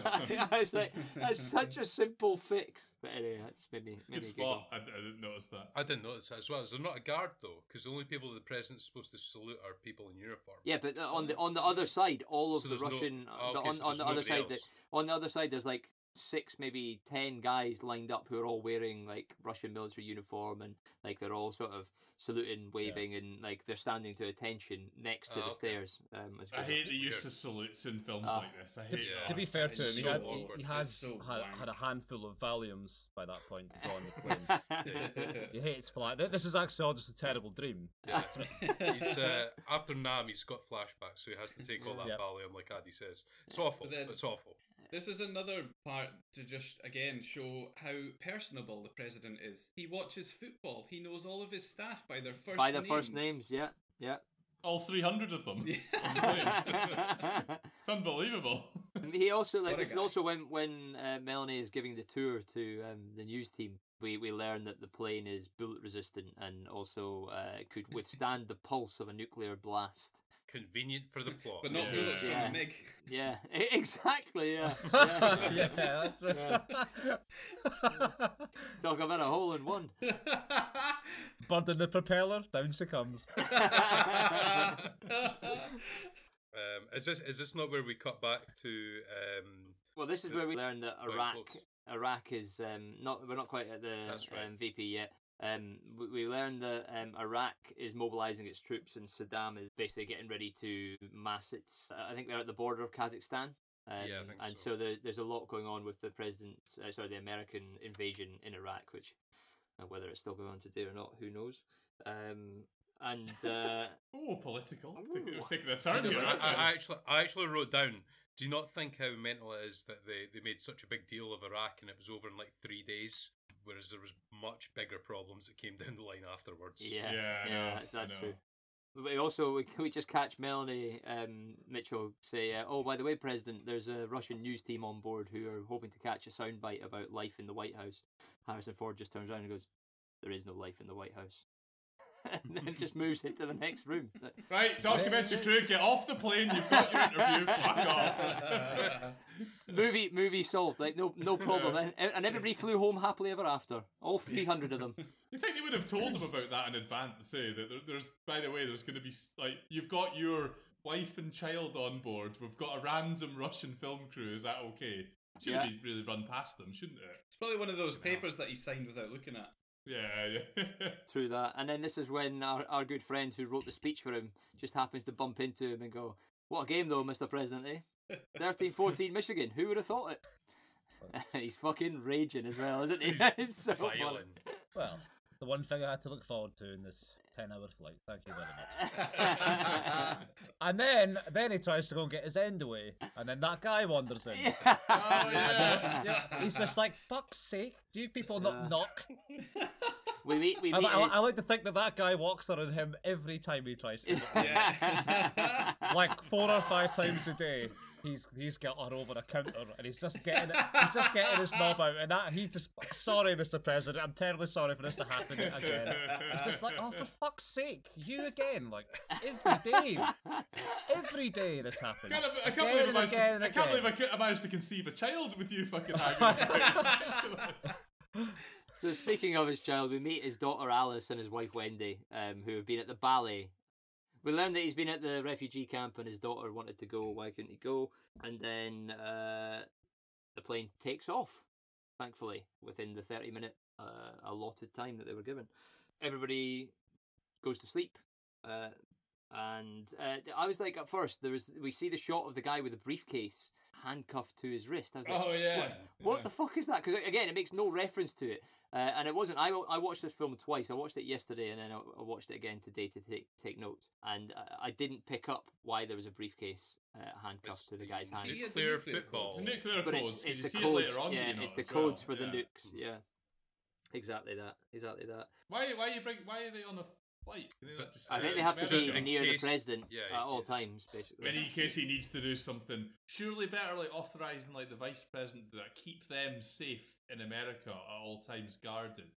Speaker 2: I was like, that's such a simple fix. But anyway, that's made me, made
Speaker 4: Good
Speaker 2: me giggle.
Speaker 4: spot. I, I didn't notice that.
Speaker 5: I didn't notice that as well. Is there not a guard though? Because the only people the president's supposed to salute are people in uniform.
Speaker 2: Yeah, but uh, on the on the other side, all of
Speaker 5: Oh,
Speaker 2: the
Speaker 5: So there's no-
Speaker 2: Russian
Speaker 5: oh,
Speaker 2: but
Speaker 5: okay,
Speaker 2: on,
Speaker 5: so
Speaker 2: on
Speaker 5: there's
Speaker 2: the other
Speaker 5: nobody
Speaker 2: side, the,
Speaker 5: else.
Speaker 2: on the other side, there's like six, maybe ten guys lined up who are all wearing like Russian military uniform and like they're all sort of saluting, waving, and like they're standing to attention next to
Speaker 5: Ah,
Speaker 2: the
Speaker 5: okay.
Speaker 2: stairs. Um, as we
Speaker 4: I
Speaker 2: go.
Speaker 4: hate the
Speaker 5: Weird.
Speaker 4: use of salutes in films
Speaker 2: Ah.
Speaker 4: like this. I
Speaker 3: To,
Speaker 4: hate.
Speaker 5: Yeah.
Speaker 4: that.
Speaker 3: to be fair to him,
Speaker 6: It's
Speaker 3: he,
Speaker 6: so
Speaker 3: had,
Speaker 6: awkward.
Speaker 3: he
Speaker 6: It's
Speaker 3: has
Speaker 6: so
Speaker 3: had,
Speaker 6: wank.
Speaker 3: had a handful of volumes by that point to go on the plane. He hates flight. Th- This is actually all just a terrible dream.
Speaker 5: He's, uh, after Nam, he's got flashbacks, so he has to take all that
Speaker 3: Yeah.
Speaker 5: Valium, like Addy says. It's awful.
Speaker 6: But then-
Speaker 5: It's awful.
Speaker 6: This is another part to just again show how personable the president is. He watches football. He knows all of his staff by their first
Speaker 2: by their first names. Yeah, yeah.
Speaker 4: all 300 of them. it's unbelievable.
Speaker 2: And he also like
Speaker 6: What a
Speaker 2: this is
Speaker 6: guy.
Speaker 2: also when when uh, Melanie is giving the tour to um, the news team. We we learn that the plane is bullet resistant and also uh, could withstand the pulse of a nuclear blast.
Speaker 5: Convenient for the plot.
Speaker 6: But not
Speaker 4: Yeah.
Speaker 6: bullets from
Speaker 2: Yeah.
Speaker 6: the MiG.
Speaker 2: Yeah, e- exactly. Yeah.
Speaker 3: yeah,
Speaker 2: yeah.
Speaker 3: that's right.
Speaker 2: Talk about a hole in one.
Speaker 3: Bird in the propeller, down she comes.
Speaker 5: Um, is this is this not where we cut back to? Um,
Speaker 2: well, this is where we learn that
Speaker 5: Very
Speaker 2: Iraq
Speaker 5: close.
Speaker 2: Iraq is um, not we're not quite at the
Speaker 5: That's right.
Speaker 2: um, VP yet. Um, we, we learned that um, Iraq is mobilizing its troops and Saddam is basically getting ready to mass its. uh, I think they're at the border of Kazakhstan. Um,
Speaker 5: Yeah, I think
Speaker 2: and
Speaker 5: so.
Speaker 2: so, there, there's a lot going on with the president's, uh, sorry, the American invasion in Iraq, which uh, whether it's still going on today or not, who knows. Um, and uh,
Speaker 4: oh, political. Taking,
Speaker 2: Ooh.
Speaker 4: taking a
Speaker 5: do
Speaker 4: turn
Speaker 5: you know,
Speaker 4: here.
Speaker 5: I, I- I
Speaker 4: aren't
Speaker 5: actually I actually wrote down. Do you not think how mental it is that they, they made such a big deal of Iraq and it was over in like three days, whereas there was much bigger problems that came down the line afterwards.
Speaker 2: Yeah,
Speaker 4: Yeah, I know,
Speaker 2: that's-
Speaker 4: I
Speaker 2: that's
Speaker 4: know.
Speaker 2: true. We also we, we just catch Melanie um, Mitchell say, uh, "Oh, by the way, President, there's a Russian news team on board who are hoping to catch a soundbite about life in the White House." Harrison Ford just turns around and goes, "There is no life in the White House," and then just moves into the next room.
Speaker 4: you? Right, documentary crew, get off the plane. You've got your interview. Fuck off.
Speaker 2: movie, movie solved. Like no, no problem. And, and everybody flew home happily ever after. All three hundred of them.
Speaker 4: You think they would have told him about that in advance? Say that there, there's, by the way, there's going to be s- like you've got your wife and child on board. We've got a random Russian film crew. Is that okay? Should
Speaker 2: Yeah.
Speaker 4: be really run past them, shouldn't it?
Speaker 6: It's probably one of those papers that he signed without looking at.
Speaker 4: Yeah, yeah.
Speaker 2: through that. And then this is when our, our good friend who wrote the speech for him just happens to bump into him and go, What a game, though, Mr. President, eh? 13 14 Michigan. Who would have thought it? He's fucking raging as well, isn't he? it's so funny.
Speaker 5: Violent.
Speaker 3: Well, the one thing I had to look forward to in this 10 hour flight. Thank you very much. And then then he tries to go and get his end away, and then that guy wanders in.
Speaker 4: Oh, yeah.
Speaker 3: Yeah, he's just like, fuck's sake, do you people not knock?
Speaker 2: we meet, we
Speaker 3: I,
Speaker 2: meet
Speaker 3: I, I
Speaker 2: his-
Speaker 3: like to think that that guy walks around him every time he tries to.
Speaker 6: Yeah.
Speaker 3: like four or five times a day. He's he's got on over a counter and he's just getting it, he's just getting his knob out and that he just sorry Mr President I'm terribly sorry for this to happen again. It's just like oh for fuck's sake you again like every day every day this happens
Speaker 4: I can't, I can't
Speaker 3: again
Speaker 4: believe I
Speaker 3: and
Speaker 4: managed,
Speaker 3: again and
Speaker 4: I can't believe I,
Speaker 3: again.
Speaker 4: ca- I managed to conceive a child with you fucking hanging.
Speaker 2: So speaking of his child, we meet his daughter Alice and his wife Wendy, um, who have been at the ballet. We learn that he's been at the refugee camp and his daughter wanted to go. Why couldn't he go? And then uh, the plane takes off, thankfully, within the thirty-minute uh, allotted time that they were given. Everybody goes to sleep, uh, and uh, I was like, at first there was we see the shot of the guy with the briefcase handcuffed to his wrist. I was like,
Speaker 4: oh yeah.
Speaker 2: what the fuck is that? Because again, it makes no reference to it, uh, and it wasn't. I wa- I watched this film twice. I watched it yesterday, and then I I watched it again today to take take notes. And I, I didn't pick up why there was a briefcase uh, handcuffed
Speaker 5: It's
Speaker 2: to the
Speaker 5: the-
Speaker 2: guy's hand,
Speaker 5: See,
Speaker 6: See,
Speaker 5: Nuclear
Speaker 6: the nuclear
Speaker 5: football.
Speaker 4: It's
Speaker 6: codes.
Speaker 4: nuclear
Speaker 2: Oh. but
Speaker 4: codes.
Speaker 2: it's
Speaker 4: 'cause
Speaker 2: it's
Speaker 4: you
Speaker 2: the
Speaker 4: see
Speaker 2: codes.
Speaker 4: it later on,
Speaker 2: yeah,
Speaker 4: you know,
Speaker 2: it's the
Speaker 4: as well.
Speaker 2: codes for
Speaker 4: Yeah.
Speaker 2: the nukes. Yeah, exactly that. Exactly that.
Speaker 4: Why? Why you bring? Why are they on a flight? Can they not
Speaker 5: But
Speaker 4: just
Speaker 2: I
Speaker 4: stay
Speaker 2: think
Speaker 4: in
Speaker 2: they have to be
Speaker 4: America?
Speaker 5: in
Speaker 2: near the
Speaker 5: case-
Speaker 2: president
Speaker 5: yeah,
Speaker 2: at all
Speaker 5: it's-
Speaker 2: times,
Speaker 4: But in
Speaker 2: basically.
Speaker 4: case he needs to do something, surely better like authorising like the vice president to like, keep them safe in America at all times guarded,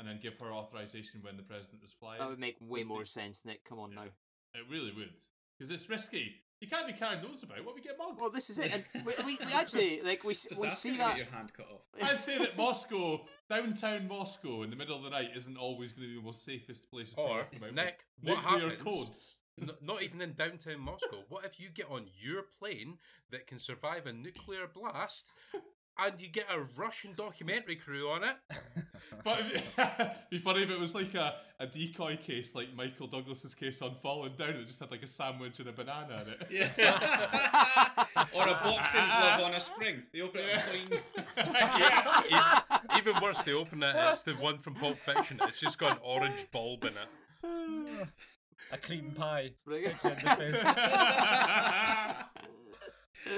Speaker 4: and then give her authorisation when the president is flying.
Speaker 2: That would make way more sense, Nick. Come on now.
Speaker 4: It really would, because it's risky. You can't be carrying those about. What if we get mugged?
Speaker 2: Well, this is it, and we, we, we actually like we s-
Speaker 6: Just
Speaker 2: we
Speaker 6: ask
Speaker 2: see
Speaker 6: him to get
Speaker 2: that.
Speaker 6: your hand cut off.
Speaker 4: I'd say that Moscow, downtown Moscow, in the middle of the night, isn't always going to be the most safest place.
Speaker 5: Or,
Speaker 4: to about
Speaker 5: Nick,
Speaker 4: nuclear
Speaker 5: what happens-
Speaker 4: codes.
Speaker 5: N- not even in downtown Moscow. What if you get on your plane that can survive a nuclear blast, and you get a Russian documentary crew on it?
Speaker 4: But it'd be funny if it was like a, a decoy case, like Michael Douglas's case on Falling Down. It just had like a sandwich and a banana in it.
Speaker 6: Yeah. or a boxing glove on a spring. They open it and boing.
Speaker 5: E- Even worse, they open it. It's the one from Pulp Fiction. It's just got an orange bulb in it.
Speaker 3: a cream pie
Speaker 2: Right.
Speaker 3: in the face.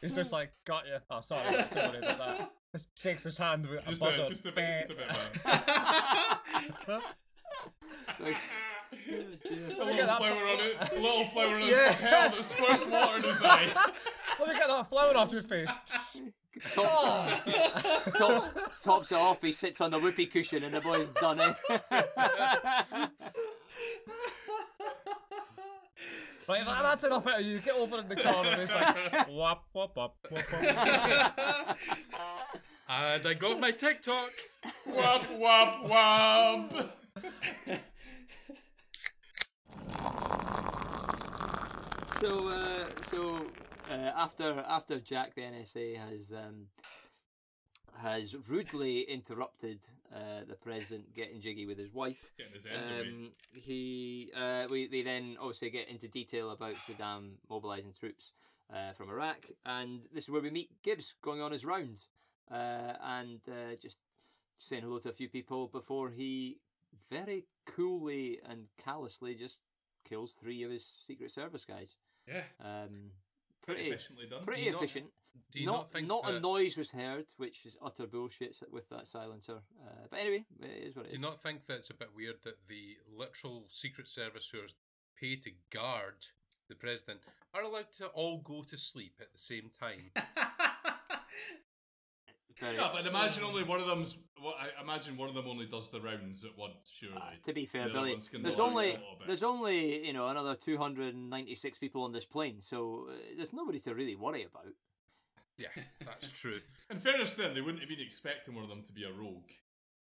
Speaker 3: He's just like got you. Oh sorry, don't worry about that. Just shakes his hand with a
Speaker 4: Just,
Speaker 3: buzzer.
Speaker 4: a, just a bit, just a bit, man.
Speaker 2: Like-
Speaker 3: Look at that
Speaker 4: flower on it. Little flower on his
Speaker 3: Yeah.
Speaker 4: lapel that squirts water in his eye.
Speaker 3: Let me get that flower off your face.
Speaker 2: Top,
Speaker 3: Oh.
Speaker 2: tops, tops it off. He sits on the whoopee cushion, and the boy's done it.
Speaker 3: Right, that, that's enough out of you. Get over in the car and it's like wop wop wop wop. wop.
Speaker 5: And I got my TikTok.
Speaker 4: Womp womp womp.
Speaker 2: so, uh, so uh, after after Jack, the NSA has um, has rudely interrupted uh, the president getting jiggy with his wife.
Speaker 4: Getting his end away.
Speaker 2: Um, he uh, we they then obviously get into detail about Saddam mobilizing troops uh, from Iraq, and this is where we meet Gibbs going on his rounds uh, and uh, just saying hello to a few people before he very coolly and callously just kills three of his Secret Service guys.
Speaker 4: Yeah.
Speaker 2: Um,
Speaker 4: Pretty
Speaker 2: pretty
Speaker 4: efficiently done.
Speaker 2: pretty
Speaker 5: Do you not-
Speaker 2: efficient.
Speaker 5: Do you
Speaker 2: not
Speaker 5: not,
Speaker 2: not,
Speaker 5: think
Speaker 2: a
Speaker 5: that,
Speaker 2: noise was heard, which is utter bullshit s- with that silencer. Uh, but anyway, it is what it
Speaker 5: Do
Speaker 2: is.
Speaker 5: you not think that it's a bit weird that the literal Secret Service who are paid to guard the president are allowed to all go to sleep at the same time?
Speaker 2: Very-
Speaker 4: Yeah, but imagine only one of them's. Well, I imagine one of them only does the rounds at once. Surely.
Speaker 2: Ah, to be fair,
Speaker 4: The other
Speaker 2: Billy,
Speaker 4: ones can
Speaker 2: there's
Speaker 4: relax a
Speaker 2: only
Speaker 4: little bit.
Speaker 2: there's only you know another 296 people on this plane, so uh, there's nobody to really worry about.
Speaker 5: yeah, that's true.
Speaker 4: In fairness, then they wouldn't have been expecting one of them to be a rogue.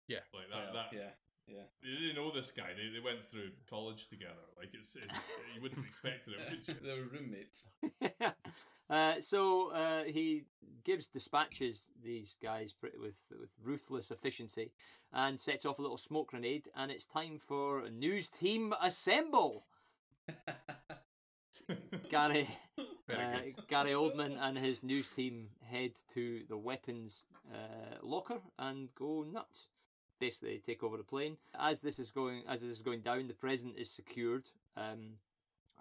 Speaker 5: Yeah.
Speaker 4: Like that. that
Speaker 6: yeah.
Speaker 4: They, they know this guy. They, they went through college together. Like it's, it's you wouldn't have expected it, would you?
Speaker 6: They're roommates.
Speaker 2: uh, so uh, he Gibbs dispatches these guys pr- with with ruthless efficiency, and sets off a little smoke grenade. And it's time for news team assemble. Gary
Speaker 5: Very
Speaker 2: uh,
Speaker 5: good.
Speaker 2: Gary Oldman and his news team head to the weapons uh, locker and go nuts. Basically, take over the plane. As this is going, as this is going down, the president is secured. Um,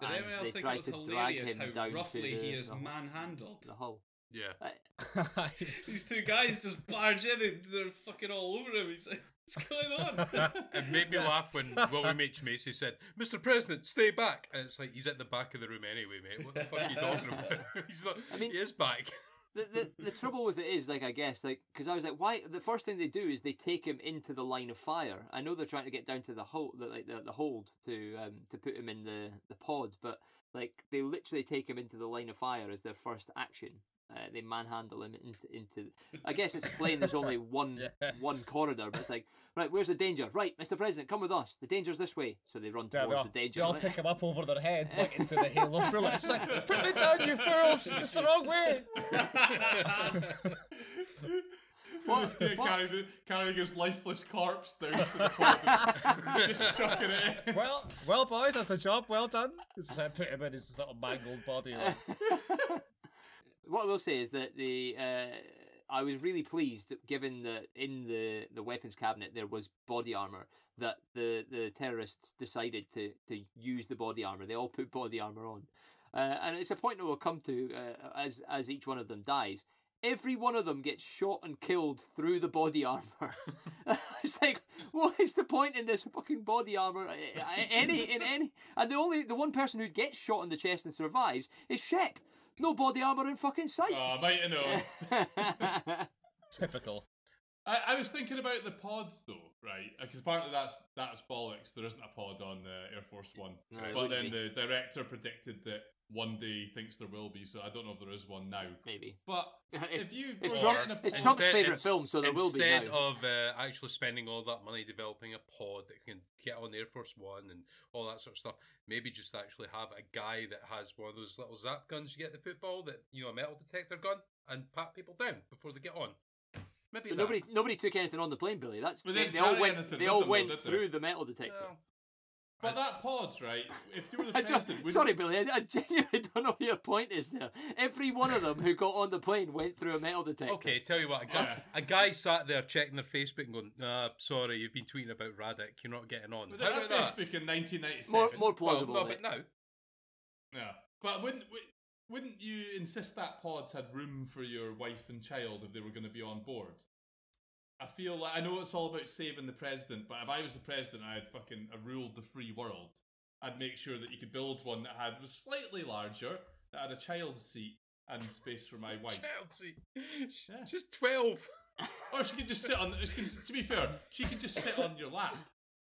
Speaker 6: Did
Speaker 2: and
Speaker 6: anyone else
Speaker 2: they
Speaker 6: think
Speaker 2: try
Speaker 6: it was
Speaker 2: to drag
Speaker 6: hilarious
Speaker 2: him
Speaker 6: how
Speaker 2: down to
Speaker 6: roughly
Speaker 2: the,
Speaker 6: he is
Speaker 2: the,
Speaker 6: manhandled?
Speaker 2: the hull.
Speaker 5: Yeah.
Speaker 2: Uh,
Speaker 6: These two guys just barge in and they're fucking all over him. He's like, what's going on?
Speaker 5: It made me laugh when William H. Macy said, Mr. President, stay back. And it's like, he's at the back of the room anyway, mate. What the fuck are you talking about? he's not,
Speaker 2: I mean-
Speaker 5: he is back.
Speaker 2: the, the the trouble with it is like I guess like because I was like why the first thing they do is they take him into the line of fire. I know they're trying to get down to the hold the, like the, the hold to um to put him in the the pod, but like they literally take him into the line of fire as their first action. Uh, they manhandle him into into. I guess it's a plane. There's only one
Speaker 3: Yeah.
Speaker 2: one corridor, but it's like right. Where's the danger? Right, Mr. President, come with us. The danger's this way. So they run
Speaker 3: Yeah,
Speaker 2: towards
Speaker 3: they all,
Speaker 2: the danger.
Speaker 3: they all
Speaker 2: right?
Speaker 3: pick him up over their heads like into the hail of bullets. It's like, put me down, you fools! It's the wrong way.
Speaker 2: What-
Speaker 4: Yeah,
Speaker 2: what-
Speaker 4: carrying, carrying his lifeless corpse down to the corner, just chucking it. In.
Speaker 3: Well, well, boys, that's a job well done. It's like put him in his little mangled body. Like,
Speaker 2: what I will say is that the uh, I was really pleased, that given that in the, the weapons cabinet there was body armor, that the, the terrorists decided to, to use the body armor. They all put body armor on, uh, and it's a point that we'll come to uh, as as each one of them dies. Every one of them gets shot and killed through the body armor. it's like, what is the point in this fucking body armor? I- I- Any in any, and the only the one person who gets shot in the chest and survives is Shep. No body armor in fucking sight.
Speaker 4: Oh, mate, I know.
Speaker 3: typical.
Speaker 4: I, I was thinking about the pods though, right? Because apparently that's that's bollocks. There isn't a pod on the Air Force One.
Speaker 2: No, it
Speaker 4: but then
Speaker 2: wouldn't
Speaker 4: the director predicted that one day he thinks there will be, so I don't know if there is one now.
Speaker 2: Maybe.
Speaker 4: But
Speaker 2: If-
Speaker 4: if, you
Speaker 2: if
Speaker 4: were
Speaker 2: Trump-
Speaker 4: getting a
Speaker 2: it's
Speaker 4: pod-
Speaker 2: Trump's
Speaker 5: Instead-
Speaker 2: favourite
Speaker 5: ins-
Speaker 2: film, so there will be now.
Speaker 5: Instead of uh, actually spending all that money developing a pod that can get on Air Force One and all that sort of stuff, maybe just actually have a guy that has one of those little zap guns you get at the football that, you know, a metal detector gun and pat people down before they get on.
Speaker 2: But
Speaker 5: Maybe that.
Speaker 2: nobody, nobody took anything on the plane, Billy. That's
Speaker 4: But
Speaker 2: they,
Speaker 4: they
Speaker 2: they all
Speaker 4: carry
Speaker 2: went.
Speaker 4: anything
Speaker 2: They
Speaker 4: with
Speaker 2: all
Speaker 4: them, though,
Speaker 2: went
Speaker 4: did they?
Speaker 2: through the metal detector.
Speaker 5: Well,
Speaker 4: but that pods, right? If you were the
Speaker 2: I don't-
Speaker 4: president, wouldn't-
Speaker 2: sorry, Billy. I, I genuinely don't know what your point is there. Every one of them who got on the plane went through a metal detector.
Speaker 5: Okay, tell you what, a guy, a guy sat there checking their Facebook and going, nah, sorry, you've been tweeting about Radic, you're not getting on.
Speaker 4: But
Speaker 5: How
Speaker 4: then
Speaker 5: about
Speaker 4: that
Speaker 5: that?
Speaker 4: Facebook in 1997.
Speaker 2: more more
Speaker 5: Well,
Speaker 2: plausible.
Speaker 5: no,
Speaker 2: mate.
Speaker 5: but no.
Speaker 4: Yeah, but wouldn't wou- wouldn't you insist that pods had room for your wife and child if they were going to be on board? I feel like I know it's all about saving the president, but if I was the president, I'd fucking I ruled the free world. I'd make sure that you could build one that had was slightly larger, that had a child seat and space for my wife.
Speaker 5: Chelsea. She's 12.
Speaker 4: Or Oh, she could just sit on. She could, to be fair, she could just sit on your lap.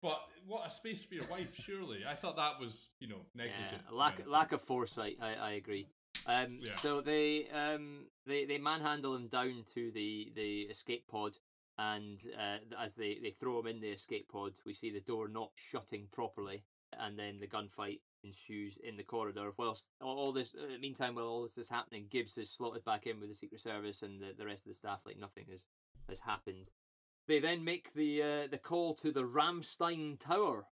Speaker 4: But what a space for your wife, surely. I thought that was, you know, negligent.
Speaker 2: Yeah, lack
Speaker 4: to me.
Speaker 2: lack of foresight. I, I agree. Um,
Speaker 4: Yeah.
Speaker 2: So they um they, they manhandle him down to the, the escape pod, and uh, as they, they throw him in the escape pod, we see the door not shutting properly, and then the gunfight ensues in the corridor. Whilst all, all this uh, meantime, while all this is happening, Gibbs is slotted back in with the Secret Service and the, the rest of the staff like nothing has has happened. They then make the uh, the call to the Ramstein Tower,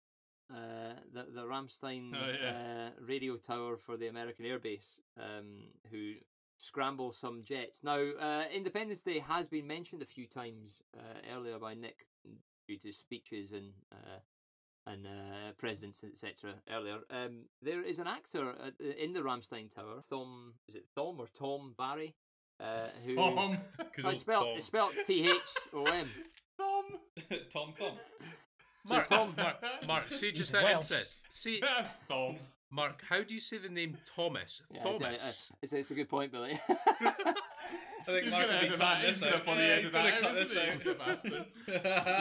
Speaker 2: uh, the the Ramstein
Speaker 4: Oh,
Speaker 2: uh, radio tower for the American Air Base, um, who scramble some jets. Now, uh, Independence Day has been mentioned a few times uh, earlier by Nick due to speeches and uh, and uh, presidents etc. Earlier, um, there is an actor at, in the Ramstein Tower, Thom. Is it Thom or Tom Barry? Uh, who
Speaker 4: Tom,
Speaker 5: Good
Speaker 2: Oh,
Speaker 5: old
Speaker 2: it's spelled
Speaker 5: Tom.
Speaker 2: it's spelled T H O M.
Speaker 4: Tom.
Speaker 6: Tom Thumb.
Speaker 5: Mark,
Speaker 2: Tom-
Speaker 5: Mark, Mark, see just out of
Speaker 3: Welsh.
Speaker 5: interest. See,
Speaker 4: Tom.
Speaker 5: Mark, how do you say the name Thomas?
Speaker 2: Yeah, uh, it's a-
Speaker 5: Thomas.
Speaker 2: It's, a, it's a good point, Billy.
Speaker 6: I think
Speaker 4: He's
Speaker 6: Mark
Speaker 4: gonna
Speaker 6: will
Speaker 4: edit that.
Speaker 6: be cutting
Speaker 4: He's
Speaker 6: this
Speaker 4: gonna
Speaker 6: out.
Speaker 4: bloody
Speaker 6: Yeah,
Speaker 4: edit
Speaker 6: he's
Speaker 4: that
Speaker 6: gonna cut
Speaker 4: out,
Speaker 6: this
Speaker 4: isn't he? You bastards. You,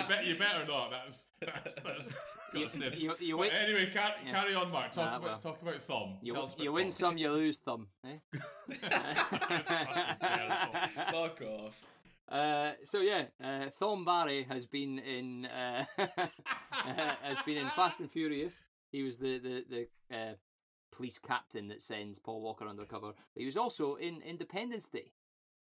Speaker 4: bet, you better not. That's that's, that's got
Speaker 2: you,
Speaker 4: us there.
Speaker 2: you, you
Speaker 4: But
Speaker 2: win,
Speaker 4: anyway, car-
Speaker 2: yeah.
Speaker 4: carry on, Mark. Talk
Speaker 2: Nah,
Speaker 4: about
Speaker 2: well.
Speaker 4: talk about Thom.
Speaker 2: you,
Speaker 4: Tell us about
Speaker 2: you win
Speaker 4: Thom.
Speaker 2: some, you lose some. Eh?
Speaker 4: That's fucking terrible.
Speaker 6: Fuck off.
Speaker 2: Uh, so yeah, uh, Thom Barry has been in uh, has been in Fast and Furious. He was the the the uh, police captain that sends Paul Walker undercover. But he was also in Independence Day.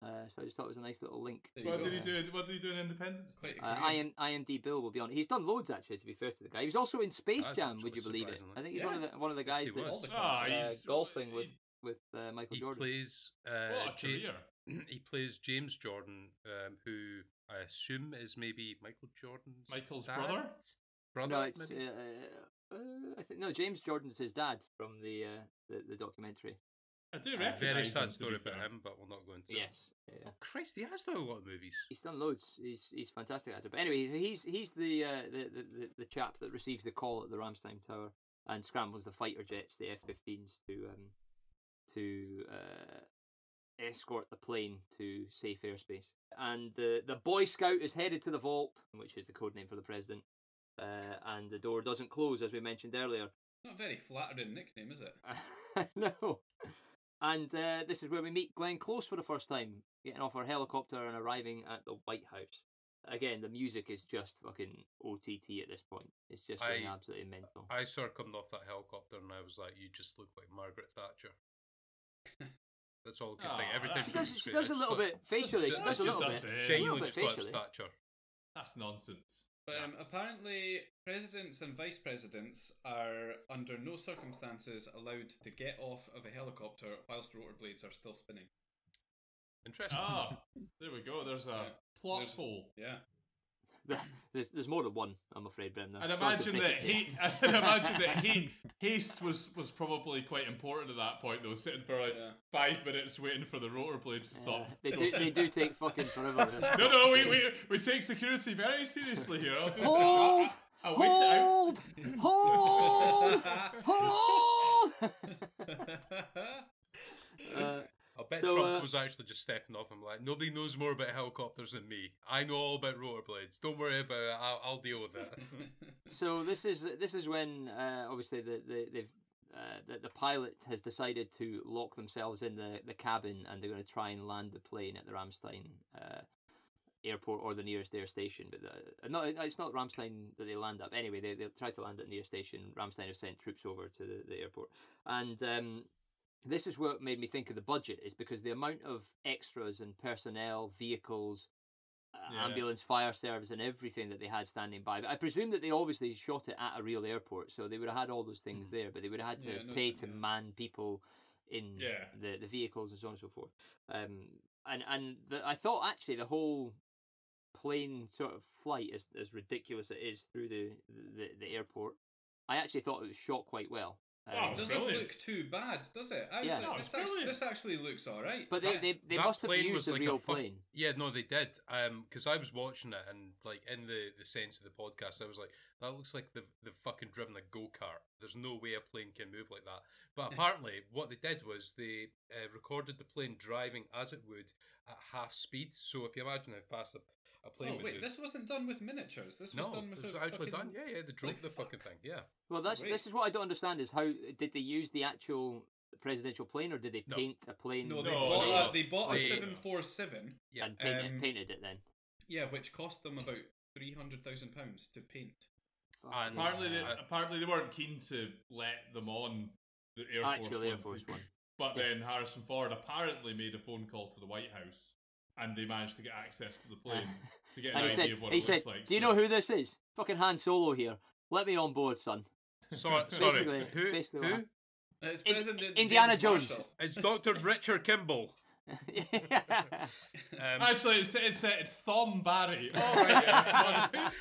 Speaker 2: Uh, so I just thought it was a nice little link. To,
Speaker 6: There
Speaker 4: What
Speaker 6: you go.
Speaker 4: did he do? in- What did he do in Independence? Day?
Speaker 6: Quite a
Speaker 2: Uh,
Speaker 6: career.
Speaker 2: IM, IMD Bill will be on. He's done loads actually. To be fair to the guy, he was also in Space
Speaker 5: That's
Speaker 2: Jam. Would
Speaker 5: actually
Speaker 2: you believe it?
Speaker 5: surprisingly.
Speaker 2: I think he's one of the one of the
Speaker 5: Yes, he
Speaker 2: guys
Speaker 5: was.
Speaker 2: that's
Speaker 4: Ah,
Speaker 2: uh,
Speaker 4: he's-
Speaker 2: golfing with
Speaker 4: he-
Speaker 2: with uh, Michael
Speaker 5: He
Speaker 2: Jordan.
Speaker 5: plays. Uh,
Speaker 4: What a
Speaker 5: Ja-
Speaker 4: career!
Speaker 5: he plays James Jordan, um, who I assume is maybe Michael Jordan's
Speaker 4: Michael's
Speaker 5: dad?
Speaker 4: brother?
Speaker 5: Brother,
Speaker 2: No, it's uh,
Speaker 5: maybe?
Speaker 2: uh, I think no. James Jordan's his dad from the uh, the, the documentary.
Speaker 4: I do
Speaker 5: A Uh, very
Speaker 4: recognise him,
Speaker 5: sad
Speaker 4: to
Speaker 5: story
Speaker 4: be
Speaker 5: about
Speaker 4: fair.
Speaker 5: him, but we'll not go into. it.
Speaker 2: yeah.
Speaker 5: Christ, he has done a lot of movies.
Speaker 2: He's done loads. He's he's fantastic actor. But anyway, he's he's the uh, the, the the- the chap that receives the call at the Ramstein Tower and scrambles the fighter jets, the F-15s, to um to uh, escort the plane to safe airspace. And the the Boy Scout is headed to the vault, which is the code name for the president. Uh, and the door doesn't close, as we mentioned earlier.
Speaker 6: Not a very flattering nickname, is it?
Speaker 2: no. And uh, this is where we meet Glenn Close for the first time, getting off her helicopter and arriving at the White House. Again, the music is just fucking OTT at this point. It's just going
Speaker 5: I-
Speaker 2: absolutely mental.
Speaker 5: I saw her coming off that helicopter, and I was like, "You just look like Margaret Thatcher." That's all I could think.
Speaker 4: Aw,
Speaker 5: Every
Speaker 4: Ah, that's-
Speaker 5: time
Speaker 2: she
Speaker 4: She
Speaker 2: does,
Speaker 5: was
Speaker 2: she
Speaker 5: great, I
Speaker 2: does a
Speaker 5: just
Speaker 2: little
Speaker 5: thought,
Speaker 2: bit facially. She
Speaker 4: that's
Speaker 2: does a
Speaker 4: just
Speaker 2: little
Speaker 4: us,
Speaker 2: bit.
Speaker 4: eh? Yeah,
Speaker 2: A little
Speaker 5: Genuinely
Speaker 2: bit
Speaker 5: just thought it was
Speaker 2: facially.
Speaker 5: Thatcher.
Speaker 4: That's nonsense.
Speaker 6: But um, apparently, presidents and vice presidents are under no circumstances allowed to get off of a helicopter whilst rotor blades are still spinning.
Speaker 5: Interesting.
Speaker 4: Ah, there we go. There's a
Speaker 6: Yeah.
Speaker 4: plot
Speaker 6: There's-
Speaker 4: hole.
Speaker 6: Yeah.
Speaker 2: There's, there's more than one, I'm afraid, Bremner.
Speaker 4: I'd
Speaker 2: Sorry to
Speaker 4: imagine
Speaker 2: break
Speaker 4: that
Speaker 2: it to you.
Speaker 4: he, I'd imagine that he, haste was was probably quite important at that point. Though sitting for like
Speaker 6: Yeah.
Speaker 4: five minutes waiting for the rotor blade to
Speaker 2: Yeah,
Speaker 4: stop.
Speaker 2: they do they do take fucking forever.
Speaker 4: No, no, we, we we take security very seriously here. I'll just,
Speaker 2: Hold!
Speaker 4: I, I, I went out.
Speaker 2: Hold! Hold! Hold! Uh,
Speaker 5: I bet
Speaker 2: So,
Speaker 5: Trump
Speaker 2: uh,
Speaker 5: was actually just stepping off him like, nobody knows more about helicopters than me. I know all about rotor blades. Don't worry about it. I'll, I'll deal with it.
Speaker 2: so this is this is when uh, obviously the, the they've uh, the, the pilot has decided to lock themselves in the, the cabin and they're going to try and land the plane at the Ramstein uh, airport or the nearest air station. But the, uh, no, it- it's not Ramstein that they land up. Anyway, they they try to land at the nearest station. Ramstein have sent troops over to the, the airport, and um, this is what made me think of the budget is because the amount of extras and personnel, vehicles, uh,
Speaker 4: Yeah.
Speaker 2: ambulance, fire service, and everything that they had standing by. But I presume that they obviously shot it at a real airport, so they would have had all those things there. But they would have had to
Speaker 6: Yeah, no
Speaker 2: pay
Speaker 6: doubt,
Speaker 2: to
Speaker 6: yeah.
Speaker 2: man people in
Speaker 4: Yeah.
Speaker 2: the, the vehicles and so on and so forth. Um, and and the, I thought actually the whole plane sort of flight, as as ridiculous it is through the the, the airport, I actually thought it was shot quite well. Um,
Speaker 4: Oh,
Speaker 6: It
Speaker 4: it's
Speaker 6: doesn't
Speaker 4: brilliant.
Speaker 6: look too bad, does it? I was
Speaker 2: Yeah.
Speaker 6: like,
Speaker 4: No, it's
Speaker 6: this, actually,
Speaker 4: brilliant.
Speaker 6: this actually looks all right.
Speaker 2: But they, they, they
Speaker 5: That
Speaker 2: must have
Speaker 5: plane
Speaker 2: used
Speaker 5: was
Speaker 2: the
Speaker 5: like a
Speaker 2: real
Speaker 5: fuck-
Speaker 2: plane.
Speaker 5: Yeah, no, they did. Um, because I was watching it, and like in the the sense of the podcast, I was like, that looks like they've they've fucking driven a go kart. There's no way a plane can move like that. But apparently, what they did was they uh, recorded the plane driving as it would at half speed. So if you imagine how fast a, a plane
Speaker 6: oh
Speaker 5: would
Speaker 6: wait,
Speaker 5: move.
Speaker 6: this wasn't done with miniatures. This was
Speaker 5: no,
Speaker 6: done with
Speaker 5: it was
Speaker 6: a
Speaker 5: actually
Speaker 6: fucking-
Speaker 5: done. Yeah, yeah, they drove the
Speaker 6: fuck.
Speaker 5: fucking thing. Yeah,
Speaker 2: Well, that's
Speaker 6: Wait.
Speaker 2: this is what I don't understand is how did they use the actual presidential plane or did they
Speaker 5: No.
Speaker 2: paint a plane?
Speaker 6: No,
Speaker 5: No,
Speaker 6: they
Speaker 5: no,
Speaker 6: bought
Speaker 5: no.
Speaker 6: a, they bought a
Speaker 5: They-
Speaker 6: seven four seven.
Speaker 5: yeah.
Speaker 2: and paint
Speaker 6: Um,
Speaker 2: it, painted it then.
Speaker 6: Yeah, which cost them about three hundred thousand pounds to paint.
Speaker 2: Fucking
Speaker 5: and-
Speaker 4: Apparently, they,
Speaker 5: Yeah.
Speaker 4: apparently they weren't keen to let them on the Air Force
Speaker 2: actual Air
Speaker 4: One
Speaker 2: Force
Speaker 4: to-
Speaker 2: One.
Speaker 4: But
Speaker 2: Yeah.
Speaker 4: then Harrison Ford apparently made a phone call to the White House, and they managed to get access to the plane to get an
Speaker 2: Uh, and he
Speaker 4: idea
Speaker 2: said,
Speaker 4: of what
Speaker 2: he
Speaker 4: it
Speaker 2: said,
Speaker 4: looks like.
Speaker 2: "Do you know who this is? Fucking Han Solo here. Let me on board, son."
Speaker 5: Sorry,
Speaker 2: Basically-
Speaker 5: sorry. Who?
Speaker 2: basically
Speaker 5: who?
Speaker 2: what-
Speaker 6: It's
Speaker 2: In-
Speaker 6: President
Speaker 2: Indiana
Speaker 6: James
Speaker 2: Jones.
Speaker 6: Marshall.
Speaker 5: It's Doctor Richard Kimball. Um,
Speaker 4: Actually, it's, it's, it's Thom Barry. Oh my God, come on.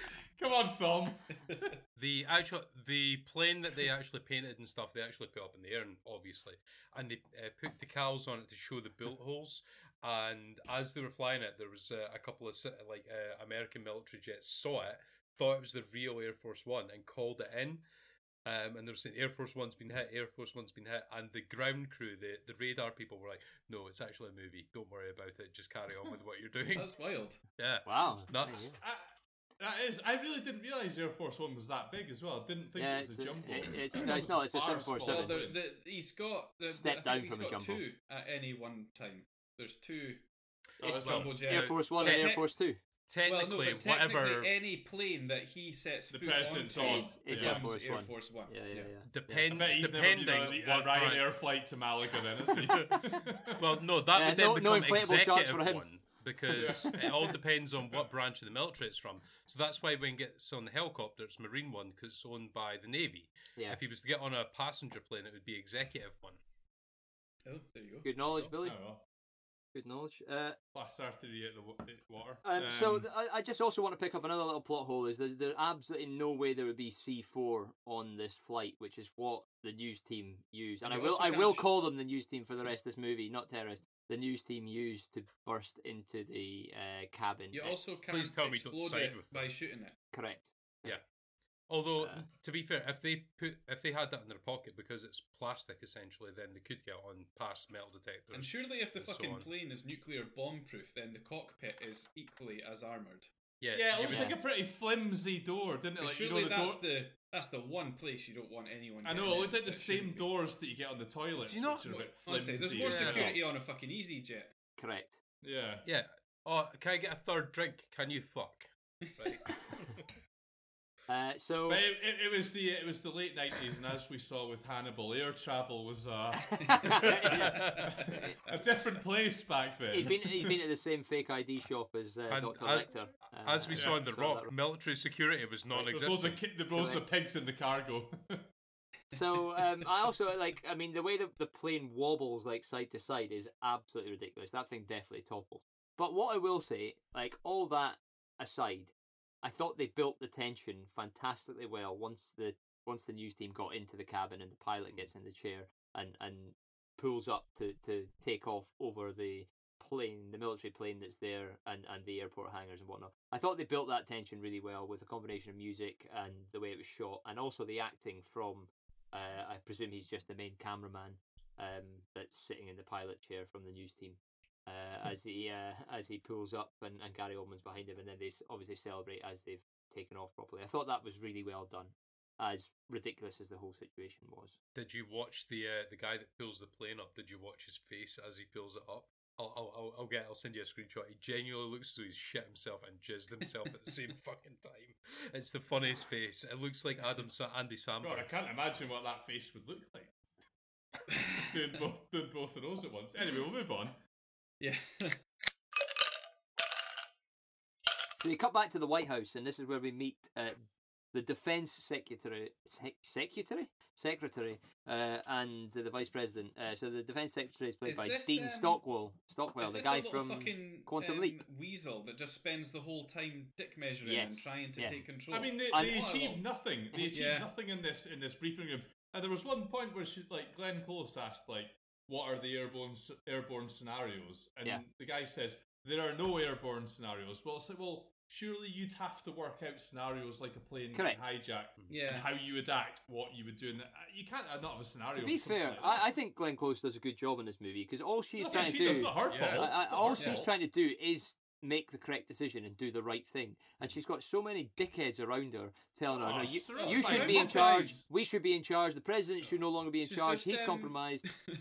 Speaker 4: Come on, Thom.
Speaker 5: The actual the plane that they actually painted and stuff, they actually put up in the air, and obviously, and they uh, put decals on it to show the bullet holes. And as they were flying it, there was uh, a couple of ci- like uh, American military jets saw it, thought it was the real Air Force One, and called it in. Um, and they were saying Air Force One's been hit, Air Force One's been hit, and the ground crew, the the radar people, were like, "No, it's actually a movie. Don't worry about it. Just carry on with what you're doing."
Speaker 6: That's wild.
Speaker 5: yeah,
Speaker 2: Wow,
Speaker 5: it's nuts.
Speaker 4: I, that is. I really didn't realize Air Force One was that big as well. I didn't think
Speaker 2: Yeah,
Speaker 4: it was
Speaker 2: it's
Speaker 4: a
Speaker 2: a-
Speaker 4: jumbo.
Speaker 2: it- it's-
Speaker 4: I
Speaker 2: no, it's not, it's a
Speaker 4: thought it was
Speaker 2: 747.
Speaker 4: far smaller.
Speaker 6: Well, there, Oh, the, he's got the,
Speaker 2: Step
Speaker 6: I think
Speaker 2: down
Speaker 6: he's
Speaker 2: from a
Speaker 6: got
Speaker 2: jumbo.
Speaker 6: two at any one time. There's two
Speaker 4: Oh, that's
Speaker 6: jumbo
Speaker 4: not-
Speaker 6: jets.
Speaker 2: Air
Speaker 5: Yeah,
Speaker 2: Force One and
Speaker 5: techni-
Speaker 2: Air Force Two.
Speaker 5: Technically,
Speaker 6: well, no, but technically
Speaker 5: whatever.
Speaker 6: any plane that he sets
Speaker 4: The
Speaker 6: foot
Speaker 4: president's
Speaker 6: onto
Speaker 4: on.
Speaker 6: becomes
Speaker 4: Is
Speaker 2: Air Force
Speaker 6: Air
Speaker 2: One.
Speaker 6: Force One.
Speaker 2: Yeah, yeah, yeah.
Speaker 4: I
Speaker 5: Depend,
Speaker 4: bet he's never been
Speaker 5: depending
Speaker 4: on a, a
Speaker 5: what brand-
Speaker 4: Ryanair flight to Malaga then, is he?
Speaker 5: Well, no, that
Speaker 2: Uh,
Speaker 5: would then
Speaker 2: no- no
Speaker 5: become
Speaker 2: inflatable sharks
Speaker 5: executive
Speaker 2: for him.
Speaker 5: one because it all depends on what branch of the military it's from. So that's why when he gets on the helicopter, it's Marine one because it's owned by the Navy.
Speaker 2: Yeah.
Speaker 5: If he was to get on a passenger plane, it would be executive one.
Speaker 6: Oh, there you go.
Speaker 2: Good knowledge, Billy.
Speaker 4: Oh, well.
Speaker 2: Good knowledge. Uh,
Speaker 4: Plus artery at the wa- at water.
Speaker 2: Um, so
Speaker 4: Um,
Speaker 2: th- I, I just also want to pick up another little plot hole is there's there absolutely no way there would be C four on this flight, which is what the news team used, and
Speaker 6: You
Speaker 2: I will
Speaker 6: also
Speaker 2: I
Speaker 6: can't
Speaker 2: will
Speaker 6: sh-
Speaker 2: call them the news team for the rest of this movie, not terrorists. The news team used to burst into the uh, cabin.
Speaker 6: You
Speaker 2: Uh,
Speaker 6: also can't
Speaker 5: Please tell me you don't
Speaker 6: explode
Speaker 5: side
Speaker 6: it
Speaker 5: with
Speaker 6: by
Speaker 5: them.
Speaker 6: shooting it.
Speaker 2: correct.
Speaker 5: Although,
Speaker 2: Uh.
Speaker 5: to be fair, if they put if they had that in their pocket because it's plastic essentially, then they could get on past metal detectors.
Speaker 6: And surely, if the
Speaker 5: and so
Speaker 6: fucking
Speaker 5: on.
Speaker 6: plane is nuclear bomb proof, then the cockpit is equally as armored.
Speaker 5: yeah,
Speaker 4: yeah,
Speaker 5: you
Speaker 4: it looked
Speaker 5: would-
Speaker 4: like a pretty flimsy door, didn't it?
Speaker 6: But
Speaker 4: Like you
Speaker 6: surely
Speaker 4: know the
Speaker 6: that's
Speaker 4: door.
Speaker 6: the that's the one place you don't want anyone.
Speaker 4: I know
Speaker 6: getting
Speaker 4: it
Speaker 6: in
Speaker 4: looked like the
Speaker 6: that shouldn't
Speaker 4: same
Speaker 6: be.
Speaker 4: doors that you get on the toilets,
Speaker 5: Do you not-
Speaker 4: which are a bit
Speaker 6: Honestly,
Speaker 4: flimsy.
Speaker 6: there's more
Speaker 4: as well.
Speaker 6: security on a fucking easy jet.
Speaker 2: Correct.
Speaker 4: Yeah.
Speaker 5: Yeah. Oh, can I get a third drink? Can you fuck? Right.
Speaker 2: Uh, so
Speaker 4: But it, it, it was the it was the late nineties, and as we saw with Hannibal, air travel was uh, a different place back then.
Speaker 2: he'd been he'd been at the same fake ID shop as uh,
Speaker 5: And
Speaker 2: Doctor
Speaker 5: as-
Speaker 2: Lecter. Uh,
Speaker 5: As we saw in The
Speaker 2: so
Speaker 5: Rock,
Speaker 2: that-
Speaker 5: military security was
Speaker 4: There's loads of
Speaker 5: non-existent.
Speaker 4: ki- there's loads of pigs in the cargo.
Speaker 2: So um, I also like. I mean, the way the the plane wobbles like side to side is absolutely ridiculous. That thing definitely topples. But what I will say, like all that aside, I thought they built the tension fantastically well once the once the news team got into the cabin and the pilot gets in the chair and and pulls up to to take off over the plane, the military plane that's there, and and the airport hangars and whatnot. I thought they built that tension really well with a combination of music and the way it was shot, and also the acting from. Uh, I presume he's just the main cameraman um, that's sitting in the pilot chair from the news team.
Speaker 6: Hmm.
Speaker 2: Uh, as he uh, as he pulls up and, and Gary Oldman's behind him, and then they s- obviously celebrate as they've taken off properly. I thought that was really well done, as ridiculous as the whole situation was.
Speaker 5: Did you watch the uh, the guy that pulls the plane up? Did you watch his face as he pulls it up? I'll I'll, I'll, I'll get I'll send you a screenshot. He genuinely looks as though he's shit himself and jizzed himself at the same fucking time. It's the funniest face. It looks like Adam Sa- Andy
Speaker 4: God, I
Speaker 5: Samberg.
Speaker 4: can't imagine what that face would look like. doing both doing both of those at once. Anyway, we'll move on.
Speaker 6: Yeah.
Speaker 2: So they cut back to the White House, and this is where we meet uh, the Defense Secretary, sec- Secretary, Secretary, uh, and the Vice President. Uh, so the Defense Secretary is played
Speaker 6: Is
Speaker 2: by
Speaker 6: this,
Speaker 2: Dean
Speaker 6: um,
Speaker 2: Stockwell, Stockwell,
Speaker 6: Is
Speaker 2: the
Speaker 6: this
Speaker 2: guy
Speaker 6: little
Speaker 2: from
Speaker 6: fucking,
Speaker 2: Quantum
Speaker 6: um,
Speaker 2: Leap.
Speaker 6: Weasel that just spends the whole time dick measuring and
Speaker 2: Yes,
Speaker 6: trying to
Speaker 2: yeah.
Speaker 6: take control.
Speaker 4: I mean, they,
Speaker 2: And-
Speaker 4: they achieved
Speaker 6: Well,
Speaker 4: nothing. They achieved
Speaker 6: Yeah.
Speaker 4: nothing in this in this briefing room. And there was one point where she, like, Glenn Close asked, like, what are the airborne s- airborne scenarios? And
Speaker 2: Yeah.
Speaker 4: the guy says there are no airborne scenarios. Well, it's like, well, surely you'd have to work out scenarios like a plane
Speaker 2: Correct. Hmm.
Speaker 4: getting hijacked and
Speaker 6: Yeah.
Speaker 4: how you would act, what you would do. And uh, you can't uh, not have a scenario.
Speaker 2: To be
Speaker 4: for something
Speaker 2: fair,
Speaker 4: like that.
Speaker 2: I, I think Glenn Close does a good job in this movie because all she's
Speaker 4: Nothing
Speaker 2: trying
Speaker 4: she
Speaker 2: to do,
Speaker 4: does, not her
Speaker 5: Yeah.
Speaker 4: fault.
Speaker 5: I-
Speaker 2: I, I,
Speaker 4: It's not
Speaker 2: all
Speaker 4: her
Speaker 2: she's
Speaker 4: fault.
Speaker 2: trying to do is make the correct decision and do the right thing. And she's got so many dickheads around her telling her,
Speaker 4: Oh,
Speaker 2: "No, you,
Speaker 4: throw
Speaker 2: you
Speaker 4: it
Speaker 2: should
Speaker 4: back
Speaker 2: be
Speaker 4: in
Speaker 2: in
Speaker 4: my
Speaker 2: charge.
Speaker 4: face."
Speaker 2: We should be in charge. The president should no longer be in
Speaker 6: She's
Speaker 2: charge.
Speaker 6: just,
Speaker 2: He's
Speaker 6: um,
Speaker 2: compromised." Like-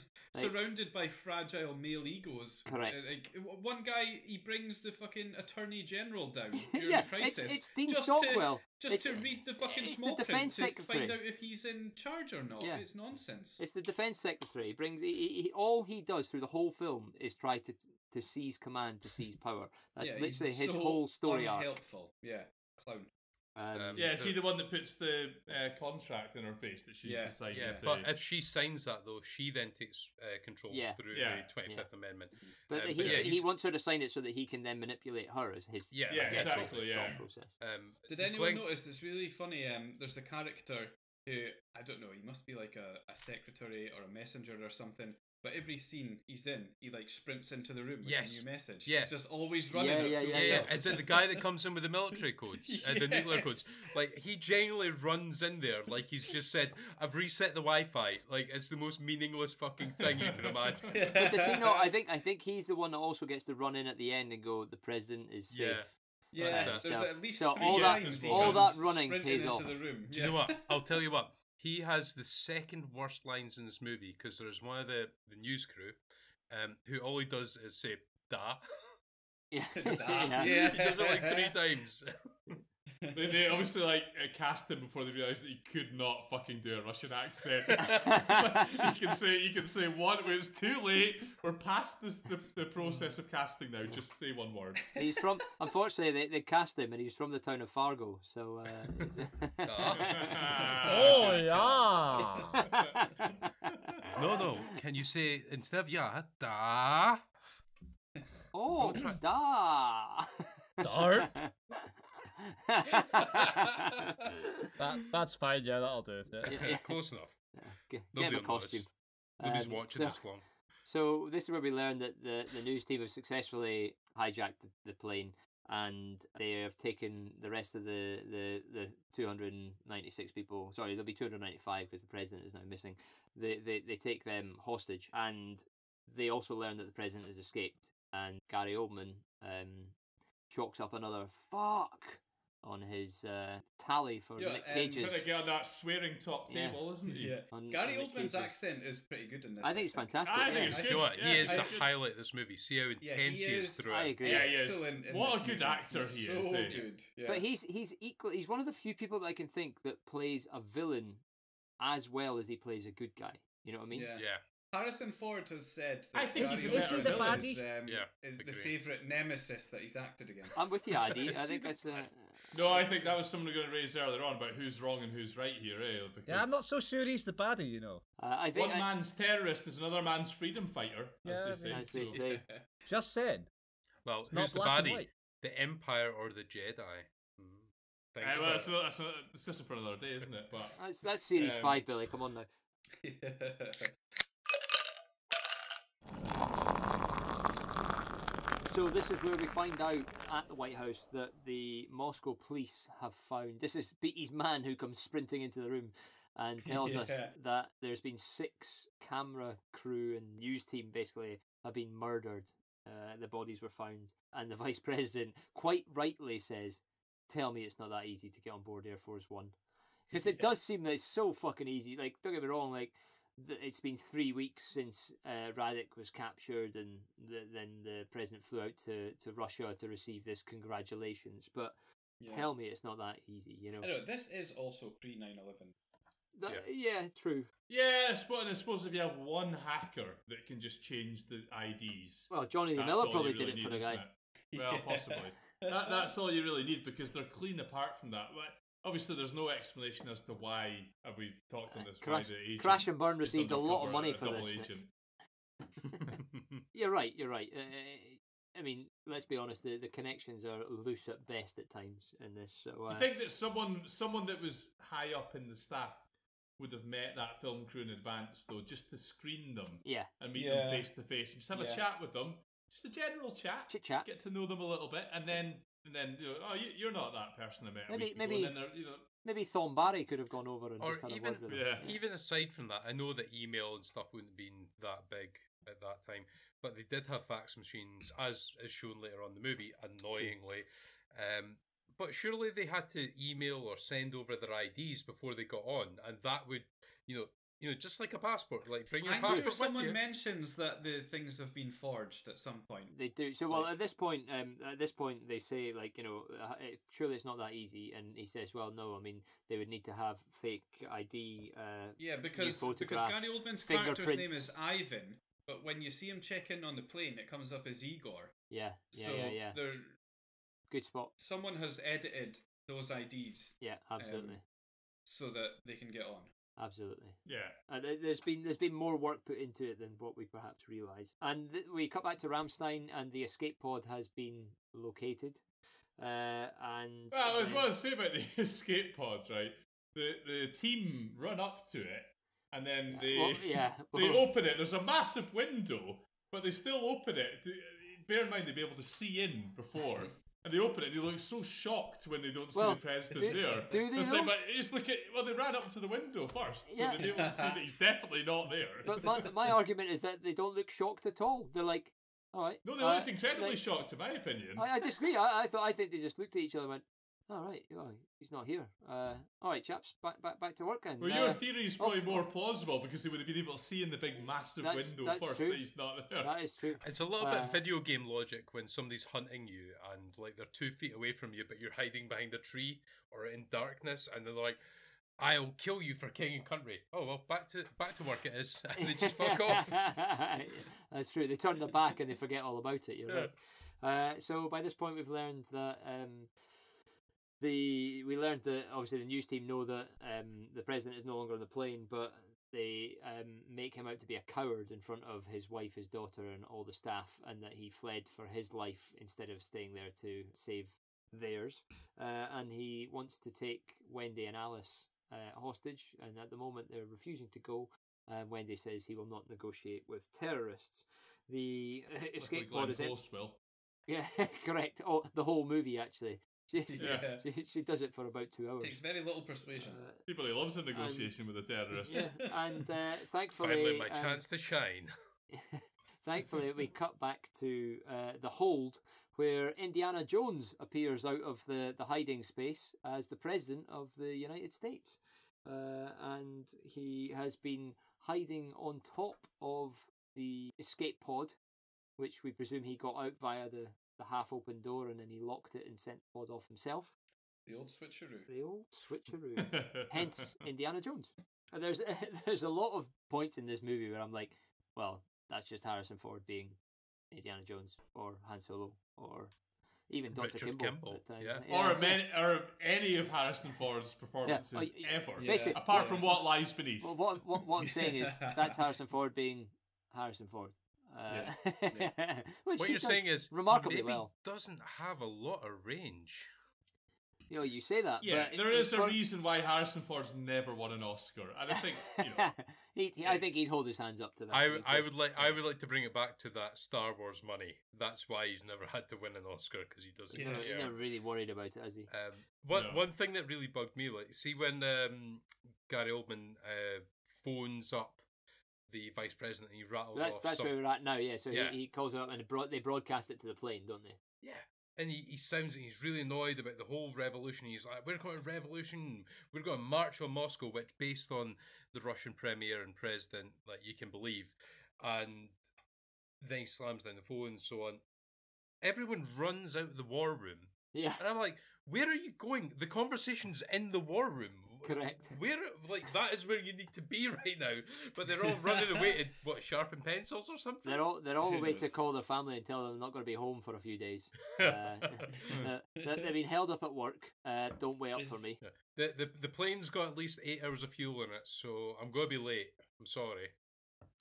Speaker 6: Surrounded by fragile male egos.
Speaker 2: Correct.
Speaker 6: Uh, Like w- one guy, he brings the fucking attorney general down during
Speaker 2: yeah,
Speaker 6: the
Speaker 2: it's
Speaker 6: crisis.
Speaker 2: it's Dean
Speaker 6: just
Speaker 2: Stockwell.
Speaker 6: To, just
Speaker 2: it's,
Speaker 6: to read the fucking
Speaker 2: it's the
Speaker 6: small print
Speaker 2: defence
Speaker 6: to
Speaker 2: secretary.
Speaker 6: find out if he's in charge or not.
Speaker 2: Yeah.
Speaker 6: It's nonsense.
Speaker 2: It's the defense secretary. He brings he, he, he- all he does through the whole film is try to to seize command, to seize power. That's
Speaker 6: Yeah, he's
Speaker 2: literally his
Speaker 6: so
Speaker 2: whole story arc.
Speaker 6: Unhelpful. Yeah, clown.
Speaker 2: Um,
Speaker 5: Um,
Speaker 4: Yeah, is he the one that puts the uh, contract in her face that she's
Speaker 6: Yeah.
Speaker 4: decided
Speaker 5: Yeah,
Speaker 4: to
Speaker 5: but uh,
Speaker 4: say?
Speaker 5: if she signs that though, she then takes uh, control
Speaker 2: Yeah.
Speaker 5: through
Speaker 4: Yeah.
Speaker 5: the Twenty Fifth Amendment.
Speaker 2: But
Speaker 5: Uh,
Speaker 2: he,
Speaker 5: but yeah,
Speaker 2: he
Speaker 5: he's-
Speaker 2: wants her to sign it so that he can then manipulate her as his
Speaker 5: Yeah,
Speaker 4: Yeah,
Speaker 5: I guess so.
Speaker 4: exactly, yeah.
Speaker 2: process.
Speaker 5: Um,
Speaker 6: Did anyone
Speaker 5: Glenn-
Speaker 6: notice? It's really funny. Um, there's a character who I don't know. He must be like a, a secretary or a messenger or something. But every scene he's in, he like sprints into the room with
Speaker 5: Yes.
Speaker 6: a new message.
Speaker 5: Yeah.
Speaker 6: It's just always running.
Speaker 2: Yeah,
Speaker 6: at
Speaker 2: yeah,
Speaker 6: full
Speaker 5: Yeah,
Speaker 2: Yeah.
Speaker 5: yeah.
Speaker 6: tilt.
Speaker 5: Is it the guy that comes in with the military codes, uh, the nuclear codes? Like he genuinely runs in there, like he's just said, "I've reset the Wi-Fi." Like it's the most meaningless fucking thing you can imagine.
Speaker 2: But does he uh, know? I think I think he's the one that also gets to run in at the end and go, "The president is safe."
Speaker 5: Yeah.
Speaker 6: Yeah,
Speaker 5: That's
Speaker 6: there's
Speaker 2: so-
Speaker 6: at least
Speaker 2: so
Speaker 6: three
Speaker 2: all that-
Speaker 6: times he
Speaker 4: all
Speaker 6: comes
Speaker 2: that running
Speaker 6: sprinting
Speaker 2: pays
Speaker 6: into
Speaker 2: off.
Speaker 6: The room.
Speaker 5: Do you know what? I'll tell you what. He has the second worst lines in this movie because there's one of the the news crew, um, who all he does is say "da."
Speaker 2: Yeah.
Speaker 6: Yeah.
Speaker 2: yeah.
Speaker 5: he does it like three times.
Speaker 4: They, they obviously like uh, cast him before they realised that he could not fucking do a Russian accent. you can say you can say one. when It's too late. We're past the, the the process of casting now. Just say one word.
Speaker 2: He's from. Unfortunately, they, they cast him, and he's from the town of Fargo. So. Uh,
Speaker 4: Ah,
Speaker 3: Oh yeah.
Speaker 5: no, no. Can you say instead of "yeah" "da"?
Speaker 2: oh, da.
Speaker 3: Dark. That that's fine. Yeah, that'll do. Yeah.
Speaker 2: Yeah.
Speaker 5: Close enough.
Speaker 2: Get
Speaker 5: Nobody
Speaker 2: him a
Speaker 5: will notice.
Speaker 2: costume.
Speaker 5: Nobody's
Speaker 2: Um,
Speaker 5: watching
Speaker 2: so-
Speaker 5: this long.
Speaker 2: So this is where we learn that the, the news team have successfully hijacked the, the plane and they have taken the rest of the, the, the 296 people. Sorry, there'll be 295 because the president is now missing. They, they they take them hostage and they also learn that the president has escaped and Gary Oldman um, chalks up another fuck on his uh, tally for
Speaker 6: Yeah,
Speaker 2: Nick
Speaker 6: um,
Speaker 2: Cage's.
Speaker 4: Trying to get on that swearing top
Speaker 2: Yeah.
Speaker 4: table, isn't he?
Speaker 6: Yeah.
Speaker 2: on-
Speaker 6: Gary
Speaker 2: on Nick
Speaker 6: Oldman's
Speaker 2: Cage's-
Speaker 6: accent is pretty good in this.
Speaker 2: I think it's fantastic.
Speaker 4: I think
Speaker 2: yeah.
Speaker 4: it's
Speaker 6: I
Speaker 5: You know
Speaker 4: good,
Speaker 5: what?
Speaker 4: yeah,
Speaker 5: he is
Speaker 6: I-
Speaker 5: the
Speaker 6: good.
Speaker 5: highlight of this movie. See how
Speaker 6: Yeah,
Speaker 5: intense he,
Speaker 6: he
Speaker 5: is,
Speaker 6: is-
Speaker 5: through
Speaker 2: I
Speaker 5: it.
Speaker 2: agree.
Speaker 4: Yeah, he is.
Speaker 6: Excellent. in
Speaker 4: What
Speaker 6: this
Speaker 4: a good
Speaker 6: movie.
Speaker 4: actor
Speaker 6: He's
Speaker 4: he
Speaker 6: so
Speaker 4: is, eh?
Speaker 6: good. Yeah.
Speaker 2: But he's he's equal. He's one of the few people that I can think that plays a villain as well as he plays a good guy. You know what I mean?
Speaker 6: Yeah.
Speaker 5: Yeah,
Speaker 6: Harrison Ford has said
Speaker 4: I
Speaker 6: that
Speaker 4: think he's
Speaker 6: Gary
Speaker 4: a better
Speaker 6: Oldman
Speaker 4: villain.
Speaker 6: is, um,
Speaker 5: Yeah,
Speaker 6: is the
Speaker 5: agree.
Speaker 6: favourite nemesis that he's acted against.
Speaker 2: I'm with you, Adi. I
Speaker 5: Is he
Speaker 2: think that's a.
Speaker 4: No, I think that was someone going to raise earlier on about who's wrong and who's right here, eh? Because
Speaker 3: Yeah, I'm not so sure he's the baddie. You know,
Speaker 2: Uh, I
Speaker 4: one
Speaker 2: think. I,
Speaker 4: man's terrorist is another man's freedom fighter,
Speaker 3: Yeah,
Speaker 4: as they say.
Speaker 2: as they
Speaker 4: so-
Speaker 2: say,
Speaker 3: just saying.
Speaker 5: well,
Speaker 3: not
Speaker 5: who's the
Speaker 3: black and
Speaker 5: baddie?
Speaker 3: white.
Speaker 5: The Empire or the Jedi? Hmm. Think
Speaker 4: Eh, well,
Speaker 5: about
Speaker 4: that's,
Speaker 5: it.
Speaker 4: a, that's a discussion for another day, isn't it? But
Speaker 2: that's, that's series
Speaker 4: Um,
Speaker 2: five, Billy. Come on now. So this is where we find out at the White House that the Moscow police have found. This is Beatty's man who comes sprinting into the room and tells us
Speaker 6: Yeah.
Speaker 2: that there's been six camera crew and news team basically have been murdered. Uh, the bodies were found, and the vice president quite rightly says, "Tell me it's not that easy to get on board Air Force One." Because it does seem that it's so fucking easy. Like, don't get me wrong. Like, th- it's been three weeks since uh, Radek was captured, and the, then the president flew out to, to Russia to receive this congratulations. But
Speaker 6: Yeah.
Speaker 2: tell me, it's not that easy, you know?
Speaker 6: I know, this is also pre 9 11.
Speaker 2: That- yeah. true.
Speaker 4: yeah, I suppose, and I suppose if you have one hacker that can just change the IDs,
Speaker 2: Well, Johnny the
Speaker 4: that's
Speaker 2: Miller
Speaker 4: all you
Speaker 2: probably
Speaker 4: really
Speaker 2: did it for
Speaker 4: need,
Speaker 2: the
Speaker 4: isn't
Speaker 2: guy.
Speaker 4: it? Well, possibly. that, that's all you really need because they're clean apart from that. But obviously, there's no explanation as to why have we talked on this.
Speaker 2: Crash,
Speaker 4: why the agent
Speaker 2: Crash and Burn
Speaker 4: is
Speaker 2: received a lot
Speaker 4: undercover
Speaker 2: of money
Speaker 4: and a
Speaker 2: for
Speaker 4: double
Speaker 2: this. Nick.
Speaker 4: agent.
Speaker 2: You're right. You're right. Uh, I mean, let's be honest. The, the connections are loose at best at times in this. So, uh,
Speaker 4: You think that someone, someone that was high up in the staff, would have met that film crew in advance, though, just to screen them
Speaker 2: Yeah.
Speaker 4: and meet
Speaker 6: Yeah.
Speaker 4: them face to face. Just have
Speaker 6: Yeah.
Speaker 4: a chat with them, just a general chat,
Speaker 2: Chit chat.
Speaker 4: get to know them a little bit, and then and then you know, oh, you, you're not that person I met. a
Speaker 2: Maybe-
Speaker 4: week ago,"
Speaker 2: maybe-
Speaker 4: and then they're, you know,
Speaker 2: Maybe Thornbarry could have gone over and
Speaker 5: Or
Speaker 2: just had a
Speaker 5: even-
Speaker 2: word with him.
Speaker 4: Yeah.
Speaker 5: Even aside from that, I know that email and stuff wouldn't have been that big at that time, but they did have fax machines, as is shown later on in the movie, annoyingly. Um, but surely they had to email or send over their IDs before they got on, and that would, you know, you know, just like a passport, like bring your
Speaker 6: I'm
Speaker 5: passport
Speaker 6: sure
Speaker 5: with
Speaker 6: someone
Speaker 5: you.
Speaker 6: mentions that the things have been forged at some point.
Speaker 2: They do so well
Speaker 6: Like-
Speaker 2: at this point. Um, at this point, they say like you know, uh, it- surely it's not that easy. And he says, well, no. I mean, they would need to have fake ID. Uh,
Speaker 6: Yeah, because because
Speaker 2: photographs,
Speaker 6: Gary Oldman's character's name
Speaker 2: fingerprints.
Speaker 6: is Ivan, but when you see him check in on the plane, it comes up as Igor.
Speaker 2: yeah, yeah,
Speaker 6: so
Speaker 2: yeah, yeah.
Speaker 6: there,
Speaker 2: Good spot.
Speaker 6: someone has edited those IDs
Speaker 2: Yeah, absolutely,
Speaker 6: so that they can get on.
Speaker 2: absolutely.
Speaker 4: yeah.
Speaker 2: Uh, there- there's been there's been more work put into it than what we perhaps realise. And th- we cut back to Ramstein, and the escape pod has been located. Uh, and
Speaker 4: Well, I was
Speaker 2: uh,
Speaker 4: going to say about the escape pod, right? The the team run up to it, and then they
Speaker 2: well, yeah,
Speaker 4: they
Speaker 2: well-
Speaker 4: open it. There's a massive window, but they still open it. They- Bear in mind they'd be able to see in before. And they open it, and they look so shocked when they don't see
Speaker 2: Well,
Speaker 4: the president
Speaker 2: do-
Speaker 4: there.
Speaker 2: do they
Speaker 4: it's like,
Speaker 2: though?
Speaker 4: but it's like it, well, they ran up to the window first, so
Speaker 2: Yeah.
Speaker 4: they'd be able to see that he's definitely not there.
Speaker 2: But my, my argument is that they don't look shocked at all. They're like, all right.
Speaker 4: no, they
Speaker 2: uh,
Speaker 4: looked incredibly
Speaker 2: like- oh,
Speaker 4: shocked, in my opinion.
Speaker 2: I, I disagree. I, I thought I think they just looked at each other and went, all right, well, he's not here. Uh, all right, chaps, back back back to work then.
Speaker 4: well,
Speaker 2: Uh,
Speaker 4: your theory is probably
Speaker 2: off-
Speaker 4: more plausible because they would have been able to see in the big, massive
Speaker 2: That's-
Speaker 4: window
Speaker 2: that's
Speaker 4: first
Speaker 2: true.
Speaker 4: that he's not there.
Speaker 2: that is true.
Speaker 5: It's a little bit
Speaker 2: Uh,
Speaker 5: video game logic when somebody's hunting you and like they're two feet away from you, but you're hiding behind a tree or in darkness, and they're like, "I'll kill you for king and country." Oh well, back to back to work it is, and they just fuck off.
Speaker 2: That's true. They turn their back and they forget all about it. You're right. Uh, so by this point, we've learned that um, the we learned that obviously the news team know that um, the president is no longer on the plane, but they um, make him out to be a coward in front of his wife, his daughter, and all the staff, and that he fled for his life instead of staying there to save theirs. Uh, and he wants to take Wendy and Alice uh, hostage, and at the moment they're refusing to go. And Wendy says he will not negotiate with terrorists. The escape pod
Speaker 4: Glenn
Speaker 2: is em-
Speaker 4: Close will.
Speaker 2: yeah, correct. Oh, the whole movie actually. She she,
Speaker 4: Yeah.
Speaker 2: she, she does it for about two hours.
Speaker 6: Takes very little persuasion.
Speaker 2: Uh,
Speaker 4: People who loves a negotiation with a terrorist.
Speaker 2: yeah, and uh, thankfully,
Speaker 5: Finally, my
Speaker 2: um,
Speaker 5: chance to shine.
Speaker 2: thankfully, we cut back to uh, the hold where Indiana Jones appears out of the, the hiding space as the president of the United States, uh, and he has been hiding on top of the escape pod, which we presume he got out via the. The half-open door, and then he locked it and sent the pod off himself.
Speaker 6: The old switcheroo.
Speaker 2: The old switcheroo. Hence Indiana Jones. And there's there's a lot of points in this movie where I'm like, well, that's just Harrison Ford being Indiana Jones or Han Solo or even Doctor
Speaker 5: Richard
Speaker 2: Kimble,
Speaker 5: Kimble,
Speaker 2: at times.
Speaker 5: yeah.
Speaker 4: Or, many, or any of Harrison Ford's performances
Speaker 2: Yeah, I-
Speaker 4: ever,
Speaker 2: basically-
Speaker 4: apart from what lies beneath.
Speaker 2: Well, what what what I'm saying is that's Harrison Ford being Harrison Ford. Uh, which
Speaker 5: What
Speaker 2: he
Speaker 5: you're
Speaker 2: does
Speaker 5: saying is
Speaker 2: remarkably
Speaker 5: maybe
Speaker 2: well.
Speaker 5: Doesn't have a lot of range.
Speaker 2: You know, you say that.
Speaker 4: yeah,
Speaker 2: but
Speaker 4: there
Speaker 2: in
Speaker 4: is a
Speaker 2: front-
Speaker 4: reason why Harrison Ford's never won an Oscar, and I think you know,
Speaker 2: He'd- he- I think
Speaker 4: it's-
Speaker 2: he'd hold his hands up to that.
Speaker 5: I,
Speaker 2: to be
Speaker 5: w- I
Speaker 2: fair.
Speaker 5: would like I would like to bring it back to that Star Wars money. That's why he's never had to win an Oscar because he doesn't
Speaker 6: Yeah.
Speaker 2: Never,
Speaker 5: care.
Speaker 2: never really worried about it, has he?
Speaker 5: Um, one
Speaker 4: No.
Speaker 5: one thing that really bugged me, like, see when um, Gary Oldman uh, phones up the vice president and he rattles
Speaker 2: So that's
Speaker 5: off
Speaker 2: that's
Speaker 5: something.
Speaker 2: where we're at now. Yeah. So
Speaker 5: Oh, Yeah.
Speaker 2: He, he calls it up and it broad, they broadcast it to the plane, don't they?
Speaker 5: Yeah. And he, he sounds like he's really annoyed about the whole revolution. He's like, we're going to revolution. We're going to march on Moscow, which, based on the Russian premier and president, like you can believe. And then he slams down the phone and so on. Everyone runs out of the war room.
Speaker 2: Yeah.
Speaker 5: And I'm like, where are you going? The conversation's in the war room.
Speaker 2: Correct.
Speaker 5: Where, like, that is where you need to be right now. But they're all running away to, what, sharpen pencils or something?
Speaker 2: They're all they're all
Speaker 6: Who
Speaker 2: away to
Speaker 6: knows?
Speaker 2: call their family and tell them they're not going to be home for a few days. Uh, that- that they've been held up at work. Uh, don't wait up for
Speaker 6: Is-
Speaker 2: me.
Speaker 5: Yeah. The, the the plane's got at least eight hours of fuel in it, so I'm gonna be late. I'm sorry.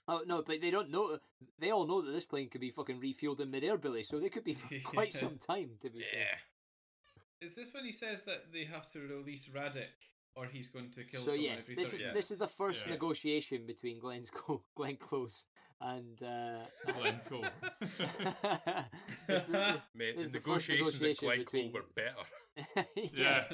Speaker 2: Oh no, but they don't know. They all know that this plane could be fucking refueled in midair, Billy. So they could be for quite some time. To be fair.
Speaker 5: Yeah.
Speaker 6: Is this when he says that they have to release Radic or he's going to kill
Speaker 2: so
Speaker 6: someone
Speaker 2: yes,
Speaker 6: every
Speaker 2: this
Speaker 6: 30
Speaker 2: is
Speaker 5: yeah.
Speaker 2: this is the first
Speaker 4: Yeah.
Speaker 2: negotiation between Glenn's Co- Glenn Close and uh,
Speaker 4: Glencoe.
Speaker 2: it's the- This
Speaker 5: Mate, the
Speaker 2: is the first
Speaker 5: negotiations at
Speaker 2: negotiation
Speaker 5: Glencoe
Speaker 2: between-
Speaker 5: were better.
Speaker 4: yeah.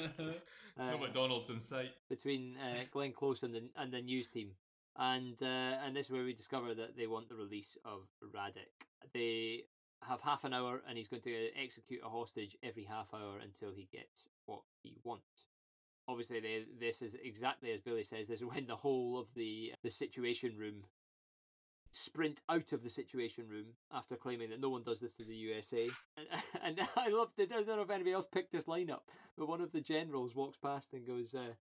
Speaker 2: uh,
Speaker 4: No McDonald's in sight.
Speaker 2: between uh, Glenn Close and the and the news team, and uh, and this is where we discover that they want the release of Radic. They have half an hour, and he's going to execute a hostage every half hour until he gets what he wants. Obviously, they, this is exactly as Billy says. This is when the whole of the the Situation Room sprint out of the Situation Room after claiming that no one does this to the USA. And, and I loved it. I don't know if anybody else picked this line up, but one of the generals walks past and goes, uh,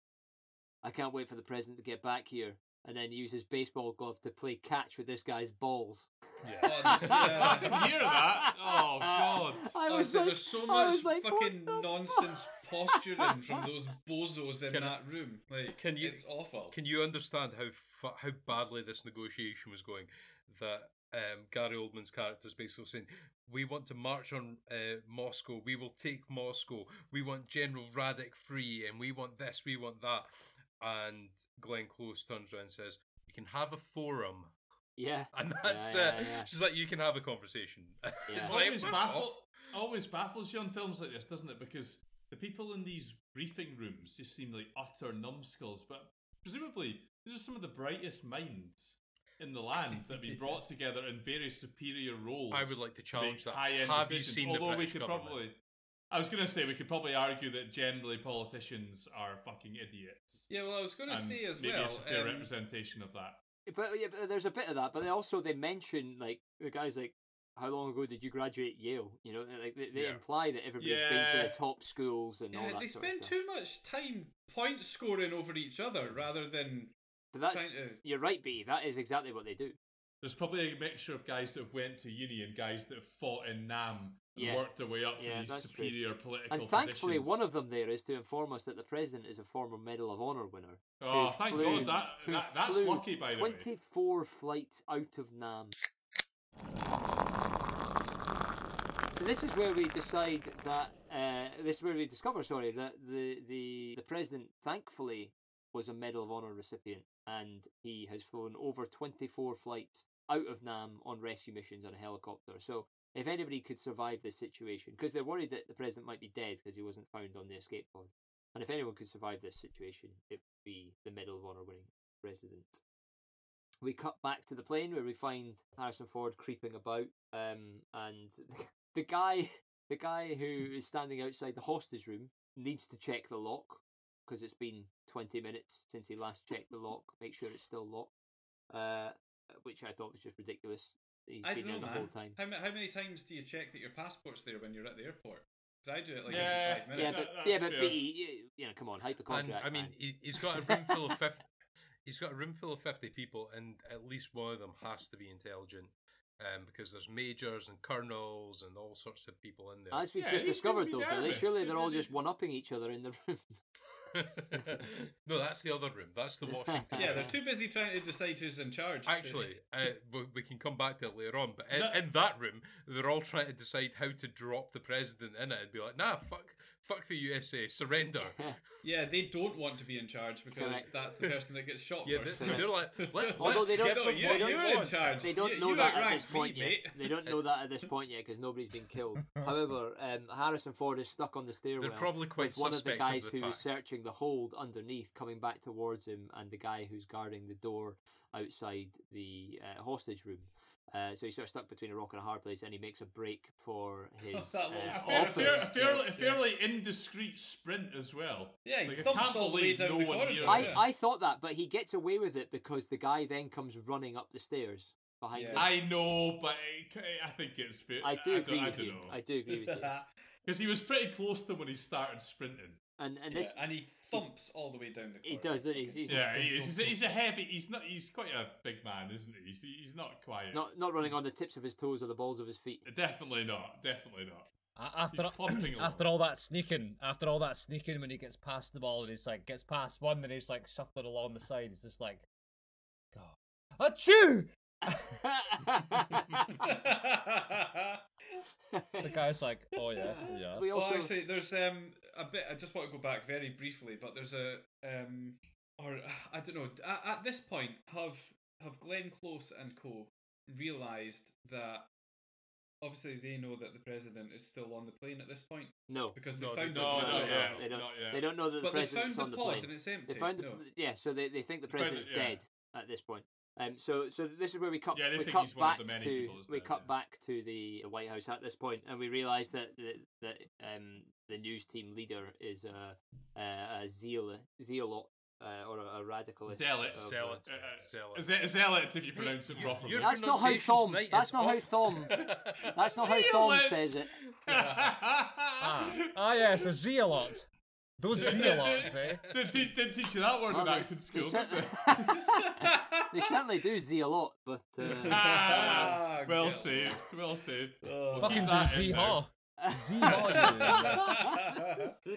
Speaker 2: I can't wait for the president to get back here, and then use his baseball glove to play catch with this guy's balls.
Speaker 6: Oh,
Speaker 4: I
Speaker 6: yeah.
Speaker 4: didn't hear that. Oh God.
Speaker 2: I was
Speaker 6: Honestly,
Speaker 2: like,
Speaker 6: there's so
Speaker 2: I
Speaker 6: much
Speaker 2: was like, what
Speaker 6: fucking
Speaker 2: the
Speaker 6: nonsense
Speaker 2: fuck?
Speaker 6: posturing from those bozos in
Speaker 5: Can-
Speaker 6: that room. Like,
Speaker 5: can you-
Speaker 6: it's awful.
Speaker 5: Can you understand how fu- how badly this negotiation was going? That um, Gary Oldman's character is basically saying, "We want to march on uh, Moscow. We will take Moscow. We want General Radek free, and we want this. We want that." And Glenn Close turns around and says, "You can have a forum."
Speaker 2: yeah.
Speaker 5: And that's
Speaker 2: yeah,
Speaker 5: it.
Speaker 2: yeah.
Speaker 5: She's like, you can have a conversation.
Speaker 2: Yeah.
Speaker 5: it's like,
Speaker 4: always,
Speaker 5: fuck
Speaker 4: baffle,
Speaker 5: off.
Speaker 4: always baffles you on films like this, doesn't it? Because the people in these briefing rooms just seem like utter numbskulls, but presumably these are some of the brightest minds in the land that have been brought together in very superior roles.
Speaker 5: I would like to challenge that.
Speaker 4: high-end
Speaker 5: Have you
Speaker 4: decisions,
Speaker 5: seen the
Speaker 4: Although we
Speaker 5: British
Speaker 4: could
Speaker 5: government?
Speaker 4: probably, I was going to say we could probably argue that generally politicians are fucking idiots.
Speaker 6: Yeah, well, I was going to
Speaker 4: And
Speaker 6: say as
Speaker 4: maybe
Speaker 6: well.
Speaker 4: it's a fair
Speaker 6: um,
Speaker 4: representation of that.
Speaker 2: But yeah, but there's a bit of that. But they also they mention like the guys like, how long ago did you graduate Yale? You know, like they, they
Speaker 5: Yeah.
Speaker 2: imply that everybody's been to
Speaker 4: Yeah.
Speaker 2: the top schools and all
Speaker 6: yeah,
Speaker 2: that.
Speaker 6: they
Speaker 2: sort of
Speaker 6: spend
Speaker 2: stuff.
Speaker 6: too much time point scoring over each other rather than
Speaker 2: But that's,
Speaker 6: trying to.
Speaker 2: you're right, B. That is exactly what they do.
Speaker 4: There's probably a mixture of guys that have went to uni and guys that have fought in Nam and
Speaker 2: Yeah.
Speaker 4: worked their way up to
Speaker 2: Yeah,
Speaker 4: these
Speaker 2: that's true.
Speaker 4: superior political
Speaker 2: And thankfully,
Speaker 4: positions.
Speaker 2: one of them there is to inform us that the president is a former Medal of Honor winner.
Speaker 4: oh,
Speaker 2: who
Speaker 4: thank
Speaker 2: flew-
Speaker 4: God that,
Speaker 2: who
Speaker 4: that that's
Speaker 2: flew
Speaker 4: lucky by the way.
Speaker 2: 24 flights out of Nam. So this is where we decide that uh, this is where we discover, sorry, that the the the president thankfully was a Medal of Honor recipient, and he has flown over 24 flights out of Nam on rescue missions on a helicopter. So if anybody could survive this situation, because they're worried that the president might be dead because he wasn't found on the escape pod, and if anyone could survive this situation, it would be the Medal of Honor winning president. We cut back to the plane where we find Harrison Ford creeping about, um, and the guy, the guy who is standing outside the hostage room, needs to check the lock because it's been twenty minutes since he last checked the lock. Make sure it's still locked, uh, which I thought was just ridiculous. He's
Speaker 6: I
Speaker 2: been
Speaker 6: don't
Speaker 2: there
Speaker 6: know,
Speaker 2: the
Speaker 6: man.
Speaker 2: whole time.
Speaker 6: How, ma- how many times do you check that your passport's there when you're at the airport? Because I do it like
Speaker 4: Yeah.
Speaker 6: every five
Speaker 2: Yeah,
Speaker 6: minutes.
Speaker 2: but
Speaker 4: That-
Speaker 2: yeah,
Speaker 4: that's
Speaker 2: but
Speaker 4: fair.
Speaker 2: B, you know, come on,
Speaker 5: And
Speaker 2: hypochondriac.
Speaker 5: I mean,
Speaker 2: man.
Speaker 5: he, he's got a room full of 50, he's got a room full of fifty people, and at least one of them has to be intelligent, um, because there's majors and colonels and all sorts of people in there.
Speaker 2: As we've
Speaker 4: Yeah,
Speaker 2: just
Speaker 4: he's gonna
Speaker 2: discovered,
Speaker 4: be
Speaker 2: though, Billy,
Speaker 4: nervous.
Speaker 2: surely
Speaker 4: He
Speaker 2: they're all
Speaker 4: really-
Speaker 2: just one upping each other in the room.
Speaker 5: no, that's the other room. That's the Washington.
Speaker 6: yeah. they're too busy trying to decide who's in charge. to-
Speaker 5: Um, Actually, uh, we, we can come back to it later on. But in,
Speaker 4: No.
Speaker 5: in that room, they're all trying to decide how to drop the president in it and be like, "Nah, fuck, fuck the USA, surrender."
Speaker 6: yeah, they don't want to be in charge because
Speaker 2: Correct.
Speaker 6: that's the person that gets shot
Speaker 5: yeah,
Speaker 6: first.
Speaker 5: they, they're like, Let,
Speaker 2: Although
Speaker 5: let's
Speaker 2: they don't-
Speaker 5: get
Speaker 6: No,
Speaker 5: them
Speaker 6: you,
Speaker 5: what
Speaker 2: they
Speaker 5: they
Speaker 6: you're in
Speaker 5: want."
Speaker 6: charge.
Speaker 2: they don't
Speaker 6: You-
Speaker 2: know
Speaker 6: you
Speaker 2: that at this
Speaker 6: outranked
Speaker 2: point
Speaker 6: me,
Speaker 2: yet.
Speaker 6: mate.
Speaker 2: They don't know that at this point yet because nobody's been killed. However, um, Harrison Ford is stuck on the stairwell.
Speaker 5: probably quite
Speaker 2: with one of the
Speaker 5: suspect of
Speaker 2: guys
Speaker 5: the
Speaker 2: who was
Speaker 5: fact.
Speaker 2: searching the hold underneath coming back towards him, and the guy who's guarding the door outside the uh, hostage room. Uh, so he's sort of stuck between a rock and a hard place, and he makes a break for his
Speaker 6: that
Speaker 2: uh,
Speaker 6: little
Speaker 4: A, fair, a,
Speaker 2: office.
Speaker 4: fair, a, fairly,
Speaker 6: yeah.
Speaker 4: a fairly indiscreet sprint as well.
Speaker 6: Yeah, he
Speaker 4: Like, I
Speaker 6: thumps
Speaker 4: can't
Speaker 6: all the way
Speaker 4: believe
Speaker 6: down
Speaker 4: no
Speaker 6: the
Speaker 4: one
Speaker 6: corridor.
Speaker 4: hears
Speaker 2: I,
Speaker 4: it.
Speaker 2: I thought that, but he gets away with it because the guy then comes running up the stairs behind
Speaker 6: Yeah.
Speaker 2: him.
Speaker 4: I know, but it, ca- I think it's fair.
Speaker 2: I do agree
Speaker 4: I
Speaker 2: with
Speaker 4: don't
Speaker 2: you.
Speaker 4: know.
Speaker 2: I do agree with you.
Speaker 4: Because he was pretty close to when he started sprinting.
Speaker 2: And and
Speaker 6: Yeah,
Speaker 2: this
Speaker 6: and he thumps all the way down the
Speaker 2: he
Speaker 6: corridor.
Speaker 2: does, doesn't he? He's-
Speaker 6: Fucking-
Speaker 2: he's
Speaker 4: Yeah, he is. He's, a- he's a heavy. He's not. He's quite a big man, isn't he? He's, he's not quiet.
Speaker 2: not not running on the tips of his toes or the balls of his feet.
Speaker 4: Definitely not. Definitely not.
Speaker 3: A- After,
Speaker 4: clumping
Speaker 3: after
Speaker 4: along.
Speaker 3: all that sneaking, after all that sneaking, when he gets past the ball and he's like gets past one, then he's like shuffling along the side. He's just like, God, achoo, The guy's like, oh yeah, yeah.
Speaker 2: We also
Speaker 6: well, actually, there's um a bit. I just want to go back very briefly, but there's a um or I don't know. At, at this point, have have Glenn Close and Co. realised that obviously they know that the president is still on the plane at this point
Speaker 2: no.
Speaker 6: because they
Speaker 5: No, they
Speaker 6: found
Speaker 4: No,
Speaker 6: the
Speaker 2: no,
Speaker 4: not
Speaker 6: plane.
Speaker 2: no,
Speaker 4: yet.
Speaker 2: they don't-
Speaker 4: Not yet.
Speaker 2: They don't know that the
Speaker 6: But they found
Speaker 2: president's
Speaker 6: the
Speaker 2: on the
Speaker 6: pod
Speaker 2: plane.
Speaker 6: and it's empty.
Speaker 2: They found the
Speaker 6: no.
Speaker 2: yeah, so they, they think the
Speaker 4: They found it,
Speaker 2: president's
Speaker 4: yeah.
Speaker 2: dead at this point. Um, so so this is where we cut
Speaker 4: Yeah, they
Speaker 2: we
Speaker 4: think
Speaker 2: cut
Speaker 4: he's one
Speaker 2: back
Speaker 4: of the many
Speaker 2: to
Speaker 4: people that's
Speaker 2: we
Speaker 4: dead,
Speaker 2: cut
Speaker 4: yeah.
Speaker 2: back to the White House at this point, and we realise that the, that um the news team leader is a a, a zeal zealot uh, or a, a radicalist.
Speaker 4: Zealot.
Speaker 2: of, uh,
Speaker 5: Sell it.
Speaker 4: uh, uh,
Speaker 5: Sell it.
Speaker 4: Ze- Zealots, if you pronounce it
Speaker 5: You-
Speaker 4: properly.
Speaker 5: your
Speaker 2: That's not how
Speaker 5: pronunciation
Speaker 2: Thom-
Speaker 5: tonight
Speaker 2: that's
Speaker 5: is
Speaker 2: not how
Speaker 5: off.
Speaker 2: Thom- That's not how Thom
Speaker 4: Zealots!
Speaker 2: says it.
Speaker 3: Ah, ah yes, a zealot. Those zealots, eh?
Speaker 4: Didn't, te- didn't teach you that word
Speaker 2: Well,
Speaker 4: in
Speaker 2: they-
Speaker 4: acting school.
Speaker 2: They,
Speaker 4: did
Speaker 2: cer-
Speaker 4: they?
Speaker 2: they certainly do zealot, but uh,
Speaker 4: Ah,
Speaker 6: Ah,
Speaker 4: well
Speaker 6: God.
Speaker 4: saved. Well saved.
Speaker 6: Oh.
Speaker 4: Keep
Speaker 3: Fucking do
Speaker 4: that in
Speaker 3: zee
Speaker 4: now.
Speaker 3: haw. Zee haw, you.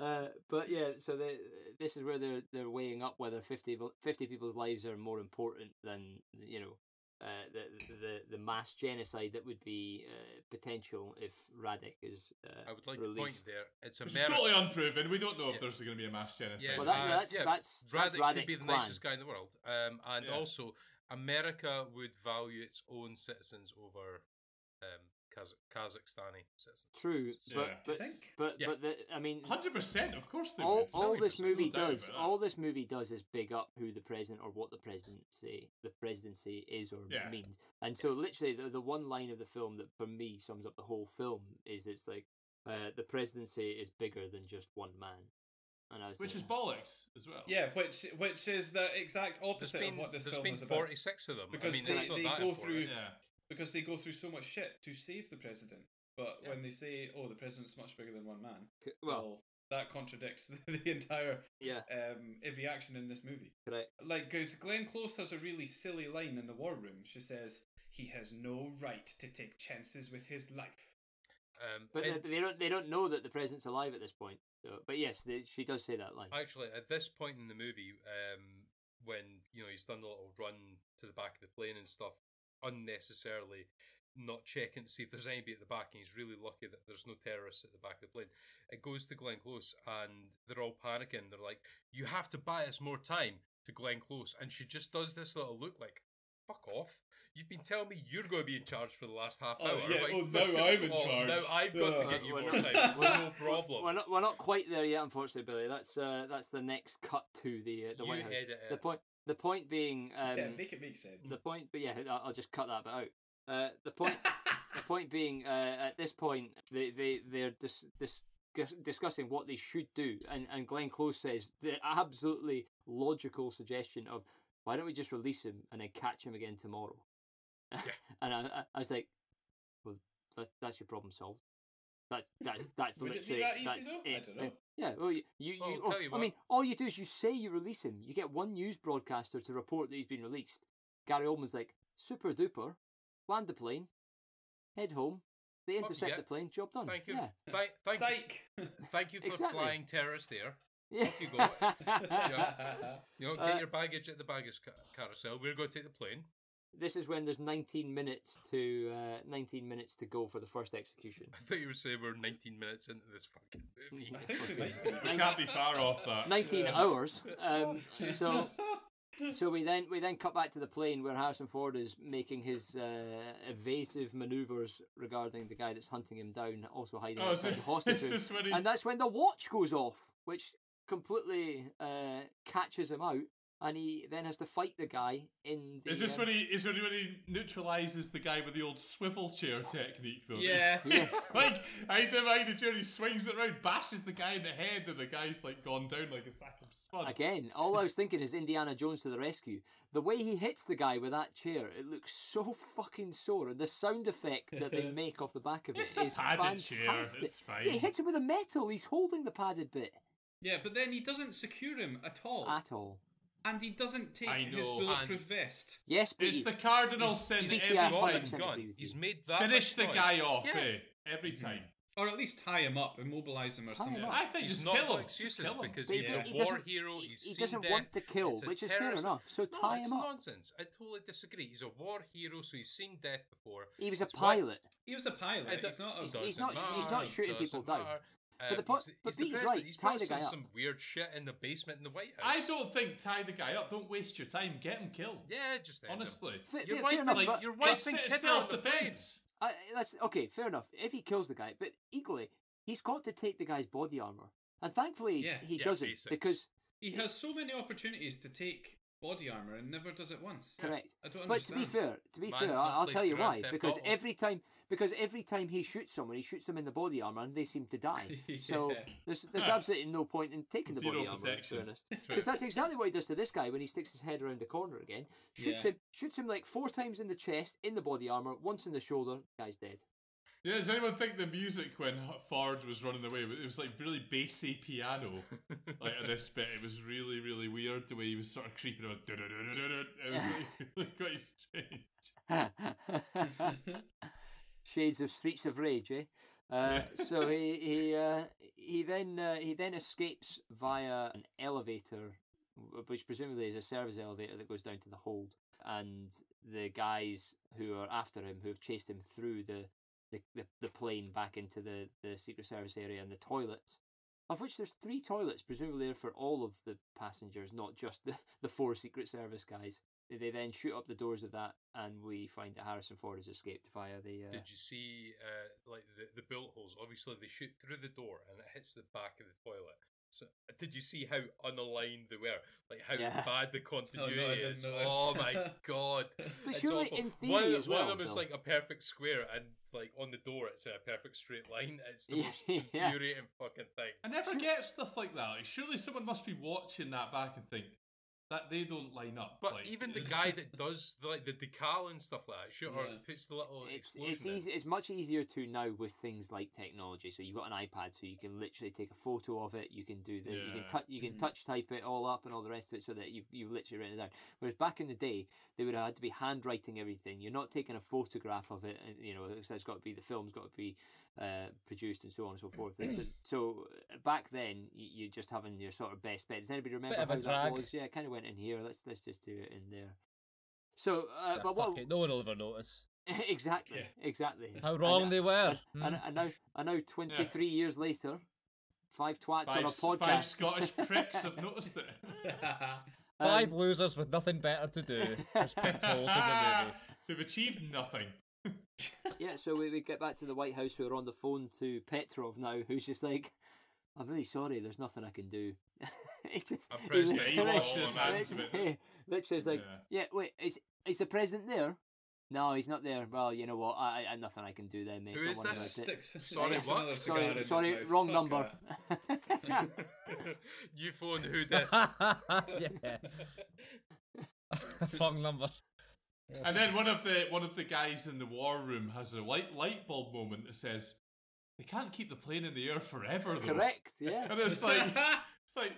Speaker 2: Uh, but yeah, so they, this is where they're they're weighing up whether 50, vo- 50 people's lives are more important than you know uh, the the the mass genocide that would be uh, potential if Radic is uh,
Speaker 5: I would like to point
Speaker 2: released.
Speaker 5: there. It's
Speaker 4: Which is
Speaker 5: Ameri-
Speaker 4: totally unproven. We don't know if
Speaker 5: Yeah.
Speaker 4: there's going to be a mass genocide.
Speaker 5: Yeah,
Speaker 2: Well, that-
Speaker 5: uh,
Speaker 2: that's-
Speaker 5: yeah,
Speaker 2: that's- that's
Speaker 5: Radic could be
Speaker 2: Radic's
Speaker 5: the
Speaker 2: plan.
Speaker 5: nicest guy in the world, um, and
Speaker 4: Yeah.
Speaker 5: also America would value its own citizens over um, Kaz- Kazakhstani citizens.
Speaker 2: True, but
Speaker 4: Yeah.
Speaker 6: I
Speaker 2: but
Speaker 6: think.
Speaker 2: but
Speaker 5: Yeah.
Speaker 2: but the, I mean,
Speaker 4: 100%, of course they
Speaker 2: all
Speaker 4: would.
Speaker 2: all this
Speaker 4: 100%,
Speaker 2: movie
Speaker 4: no doubt
Speaker 2: does
Speaker 4: about that.
Speaker 2: all this movie does is big up who the president or what the presidency the presidency is or
Speaker 4: Yeah.
Speaker 2: means. And so literally the the one line of the film that for me sums up the whole film is it's like uh, the presidency is bigger than just one man. And I was "Ah."
Speaker 4: Which is
Speaker 2: thinking,
Speaker 4: bollocks as well.
Speaker 6: Yeah, which which is the exact
Speaker 5: There's
Speaker 6: opposite
Speaker 5: been,
Speaker 6: of what this
Speaker 5: there's
Speaker 6: film
Speaker 5: been
Speaker 6: is about.
Speaker 5: 46 of them.
Speaker 6: Because
Speaker 5: I mean,
Speaker 6: they-
Speaker 5: that's not
Speaker 6: they
Speaker 5: that
Speaker 6: go
Speaker 5: important.
Speaker 6: through-
Speaker 4: Yeah.
Speaker 6: Because they go through so much shit to save the president, but
Speaker 5: Yeah.
Speaker 6: when they say, "Oh, the president's much bigger than one man,"
Speaker 2: "C- well,
Speaker 6: that contradicts the entire
Speaker 2: yeah,
Speaker 6: um, every action in this movie.
Speaker 2: correct.
Speaker 6: Like, because Glenn Close has a really silly line in the war room. She says, "He has no right to take chances with his life."
Speaker 5: Um,
Speaker 2: But
Speaker 5: in-
Speaker 2: they, they don't they don't know that the president's alive at this point. So, but yes, they, she does say that line.
Speaker 5: Actually, at this point in the movie, um, when you know he's done the little run to the back of the plane and stuff, unnecessarily not checking to see if there's anybody at the back, and he's really lucky that there's no terrorists at the back of the plane. It goes to Glenn Close, and they're all panicking. They're like, "You have to buy us more time." To Glenn Close, and she just does this little look like, "Fuck off." You've been telling me you're going to be in charge for the last half
Speaker 6: Oh,
Speaker 5: hour.
Speaker 6: yeah,
Speaker 5: Like,
Speaker 6: oh, now I'm in
Speaker 5: "Oh, Now
Speaker 6: charge."
Speaker 5: I've got
Speaker 6: Yeah.
Speaker 5: to get you
Speaker 2: We're
Speaker 5: more
Speaker 2: not-
Speaker 5: time.
Speaker 2: we're not-
Speaker 5: No problem.
Speaker 2: We're not we're not quite there yet, unfortunately, Billy. That's uh that's the next cut to the uh, the
Speaker 5: you
Speaker 2: White House.
Speaker 5: edit it.
Speaker 2: The point the point being um,
Speaker 6: yeah, make it make sense.
Speaker 2: the point, but yeah, I'll, I'll just cut that bit out. Uh, the point, the point being, uh, at this point, they they they're dis, dis, gus- discussing what they should do, and and Glenn Close says the absolutely logical suggestion of why don't we just release him and then catch him again tomorrow? and I, I I was like, well, that that's your problem solved. That that's that's
Speaker 6: Would it be
Speaker 2: literally
Speaker 6: that
Speaker 2: that's
Speaker 6: easy, though? I
Speaker 2: it.
Speaker 6: don't know.
Speaker 2: Yeah, well, you, you, you,
Speaker 5: Well,
Speaker 2: oh,
Speaker 5: tell you
Speaker 2: I
Speaker 5: what.
Speaker 2: mean, all you do is you say you release him. You get one news broadcaster to report that he's been released. Gary Oldman's like, super duper, land the plane, head home. They
Speaker 5: Fuck
Speaker 2: intercept
Speaker 5: yeah.
Speaker 2: the plane, job done.
Speaker 5: Thank you.
Speaker 2: Yeah.
Speaker 5: Thank, thank you.
Speaker 6: Psych.
Speaker 5: Thank you for
Speaker 2: Exactly.
Speaker 5: flying terrorist there.
Speaker 2: yeah.
Speaker 5: Off you go. You know, get
Speaker 2: Uh,
Speaker 5: your baggage at the baggage ca- carousel. We're going to take the plane.
Speaker 2: This is when there's 19 minutes to uh, 19 minutes to go for the first execution.
Speaker 5: I thought you were saying we're 19 minutes into this fucking movie.
Speaker 6: I think we might. be.
Speaker 4: We can't be far off that.
Speaker 2: 19
Speaker 6: Yeah.
Speaker 2: hours. Um, so So we then we then cut back to the plane where Harrison Ford is making his uh, evasive manoeuvres regarding the guy that's hunting him down, also hiding
Speaker 4: Oh, so
Speaker 2: outside the hostage
Speaker 4: it's
Speaker 2: room.
Speaker 4: just when he-
Speaker 2: And that's when the watch goes off, which completely uh, catches him out, and he then has to fight the guy in. The,
Speaker 4: Is this
Speaker 2: um,
Speaker 4: when he is when he, when he neutralizes the guy with the old swivel chair technique though?
Speaker 6: Yeah.
Speaker 2: Yes.
Speaker 4: like I think I the chair, he swings it around, bashes the guy in the head, and the guy's like gone down like a sack of spuds.
Speaker 2: Again, all I was thinking is Indiana Jones to the rescue. The way he hits the guy with that chair, it looks so fucking sore, and the sound effect that they make off the back of it
Speaker 4: It's
Speaker 2: is
Speaker 4: a padded
Speaker 2: fantastic.
Speaker 4: chair. It's fine.
Speaker 2: He hits it with a metal. He's holding the padded bit
Speaker 6: yeah, but then he doesn't secure him at all,
Speaker 5: Oh.
Speaker 2: at all.
Speaker 6: and he doesn't take
Speaker 4: Ah. I
Speaker 6: his
Speaker 4: know,
Speaker 6: bulletproof vest.
Speaker 2: Yes, but
Speaker 4: It's
Speaker 2: you-
Speaker 4: the cardinal
Speaker 5: He's-
Speaker 4: sin
Speaker 5: he's
Speaker 2: BTR
Speaker 4: every
Speaker 5: got
Speaker 2: fight.
Speaker 4: time.
Speaker 5: him
Speaker 2: 100%
Speaker 5: gone.
Speaker 2: agree with you.
Speaker 5: He's made that
Speaker 4: Finish
Speaker 5: much
Speaker 4: the
Speaker 5: noise.
Speaker 4: guy off,
Speaker 5: Yeah.
Speaker 2: Mm-hmm.
Speaker 4: eh? Every time.
Speaker 6: or at least tie him up, immobilize him or
Speaker 2: Tie him
Speaker 6: something.
Speaker 2: up.
Speaker 4: I think
Speaker 5: He's
Speaker 4: just
Speaker 5: not
Speaker 4: kill
Speaker 5: got
Speaker 4: him. Just
Speaker 5: excuses
Speaker 4: kill him.
Speaker 5: because
Speaker 2: But he
Speaker 5: he's
Speaker 2: do-
Speaker 5: a
Speaker 2: he
Speaker 5: war
Speaker 2: doesn't-
Speaker 5: hero.
Speaker 2: he-
Speaker 5: He's
Speaker 2: he
Speaker 5: seen
Speaker 2: doesn't
Speaker 5: death,
Speaker 2: want to kill,
Speaker 5: it's a
Speaker 2: which is fair
Speaker 5: terrorist-
Speaker 2: enough, so
Speaker 5: No,
Speaker 2: tie
Speaker 5: it's
Speaker 2: him up.
Speaker 5: nonsense. I totally disagree. He's a war hero, so he's seen death before.
Speaker 2: He was a
Speaker 5: It's why-
Speaker 2: pilot.
Speaker 6: He was a
Speaker 5: I
Speaker 6: pilot.
Speaker 5: don't-
Speaker 6: He's not. A,
Speaker 2: He's-
Speaker 5: doesn't
Speaker 2: not sh- he's not shooting
Speaker 5: doesn't
Speaker 2: people down.
Speaker 5: matter.
Speaker 2: But the
Speaker 5: Um,
Speaker 2: po-
Speaker 5: he's
Speaker 2: but
Speaker 5: he's the
Speaker 2: Beatty's
Speaker 5: president.
Speaker 2: right,
Speaker 5: He's
Speaker 2: tie
Speaker 5: probably
Speaker 2: the guy
Speaker 5: seen
Speaker 2: up.
Speaker 5: some weird shit in the basement in the White House.
Speaker 4: I don't think tie the guy up. Don't waste your time. Get him killed.
Speaker 5: Yeah, just end him.
Speaker 4: honestly.
Speaker 2: Fair,
Speaker 5: Your
Speaker 2: yeah,
Speaker 5: wife
Speaker 2: fair enough,
Speaker 5: like,
Speaker 2: but
Speaker 5: your
Speaker 4: Like
Speaker 5: wife and
Speaker 4: se-
Speaker 5: kids are on the
Speaker 4: self-defense.
Speaker 2: I, that's okay. Fair enough. If he kills the guy, but equally, he's got to take the guy's body armor, and thankfully
Speaker 6: Yeah.
Speaker 2: he
Speaker 5: Yeah,
Speaker 2: doesn't
Speaker 5: basics.
Speaker 2: because
Speaker 6: he has so many opportunities to take body armor and never does it once.
Speaker 2: correct.
Speaker 6: I don't
Speaker 2: But to be
Speaker 6: understand.
Speaker 2: fair, to be
Speaker 5: Man's
Speaker 2: fair,
Speaker 5: not
Speaker 2: I, I'll
Speaker 5: played
Speaker 2: tell you
Speaker 5: Grand
Speaker 2: why.
Speaker 5: Theft
Speaker 2: Because
Speaker 5: Auto.
Speaker 2: every time, because every time he shoots someone, he shoots them in the body armor, and they seem to die. So
Speaker 6: Yeah.
Speaker 2: there's there's absolutely no point in taking the
Speaker 4: Zero
Speaker 2: body armor. In
Speaker 4: protection.
Speaker 2: fairness, because that's exactly what he does to this guy when he sticks his head around the corner again. Shoots
Speaker 6: Yeah.
Speaker 2: him, shoots him like four times in the chest, in the body armor, once in the shoulder. Guy's dead.
Speaker 4: Yeah, does anyone think the music when Ford was running away? It was like really bassy piano. like at this bit, it was really, really weird the way he was sort of creeping. It was, it was like, quite strange.
Speaker 2: Shades of Streets of Rage, eh? Uh, so he he uh, he then uh, he then escapes via an elevator, wh- which presumably is a service elevator that goes down to the hold, and the guys who are after him, who have chased him through the the, the, the plane back into the, the Secret Service area and the toilets, of which there's three toilets, presumably there for all of the passengers, not just the, the four Secret Service guys. They- They then shoot up the doors of that, and we find that Harrison Ford has escaped via the. Uh,
Speaker 5: Did you see uh, like the, the bullet holes? Obviously, they shoot through the door and it hits the back of the toilet. So, did you see how unaligned they were? Like how
Speaker 2: Yeah.
Speaker 5: bad the continuity
Speaker 6: didn't
Speaker 5: is.
Speaker 6: notice.
Speaker 5: Oh my god!
Speaker 2: But
Speaker 5: It's
Speaker 2: surely
Speaker 5: awful.
Speaker 2: in
Speaker 5: one, of
Speaker 2: theory
Speaker 5: the-
Speaker 2: as
Speaker 5: one
Speaker 2: well,
Speaker 5: of them is
Speaker 2: though.
Speaker 5: like a perfect square, and like on the door, it's in a perfect straight line. It's the most
Speaker 2: Yeah.
Speaker 5: infuriating fucking thing.
Speaker 4: I never get stuff like that. Like, surely someone must be watching that back and think that they don't line up.
Speaker 5: But
Speaker 4: like,
Speaker 5: even the guy that does the, like the decal and stuff like that, sure, or
Speaker 6: Yeah.
Speaker 5: puts the little
Speaker 2: it's
Speaker 5: explosion.
Speaker 2: it's
Speaker 5: in.
Speaker 2: easy. It's much easier to now with things like technology. So you've got an iPad, so you can literally take a photo of it. You can do the you can
Speaker 4: Yeah.
Speaker 2: touch you can
Speaker 6: Mhm.
Speaker 2: touch type it all up and all the rest of it, so that you've you've literally written it down. Whereas back in the day, they would have had to be handwriting everything. You're not taking a photograph of it, and you know so it's got to be the film's got to be uh, produced and so on and so forth. And so, so uh, back then, y- you're just having your sort of best bet. Does anybody remember
Speaker 3: of a
Speaker 2: how that
Speaker 3: drag.
Speaker 2: was? Yeah, it kind of went in here. Let's let's just do it in there. So, uh,
Speaker 3: Yeah,
Speaker 2: but
Speaker 3: fuck
Speaker 2: what
Speaker 3: it, no one will ever notice
Speaker 2: exactly, exactly.
Speaker 3: how wrong
Speaker 2: and,
Speaker 3: they were. Hmm.
Speaker 2: And, and, and now, and now, twenty-three years later, five twats
Speaker 4: five,
Speaker 2: on a
Speaker 4: s- five
Speaker 2: podcast.
Speaker 4: Scottish pricks have noticed it.
Speaker 3: Five
Speaker 2: Um,
Speaker 3: losers with nothing better to do. Just picked holes in the movie.
Speaker 4: They've achieved nothing.
Speaker 2: yeah, so we, we get back to the White House, who are on the phone to Petrov now, who's just like, "I'm really sorry, there's nothing I can do." He just,
Speaker 5: I'm
Speaker 2: he
Speaker 5: president,
Speaker 4: you
Speaker 2: literally-
Speaker 4: watch this
Speaker 2: literally-
Speaker 4: answer
Speaker 2: yeah, literally is like,
Speaker 4: Yeah.
Speaker 2: "Yeah, wait, is is the president there?" No, he's not there. Well, you know what? I, I I've nothing I can do there, mate.
Speaker 5: Who
Speaker 2: Don't
Speaker 5: is
Speaker 2: worry
Speaker 5: this?
Speaker 2: about it.
Speaker 6: Sticks,
Speaker 5: Sorry,
Speaker 6: sticks
Speaker 5: what?
Speaker 6: another cigar in
Speaker 2: Sorry,
Speaker 6: his
Speaker 2: sorry,
Speaker 6: mouth.
Speaker 2: wrong
Speaker 6: Fuck
Speaker 2: number.
Speaker 6: that.
Speaker 5: you phone who this?
Speaker 3: yeah. wrong number.
Speaker 4: And then one of the one of the guys in the war room has a light light bulb moment that says, "They can't keep the plane in the air forever, though."
Speaker 2: Correct. Yeah.
Speaker 4: And it's like, it's like,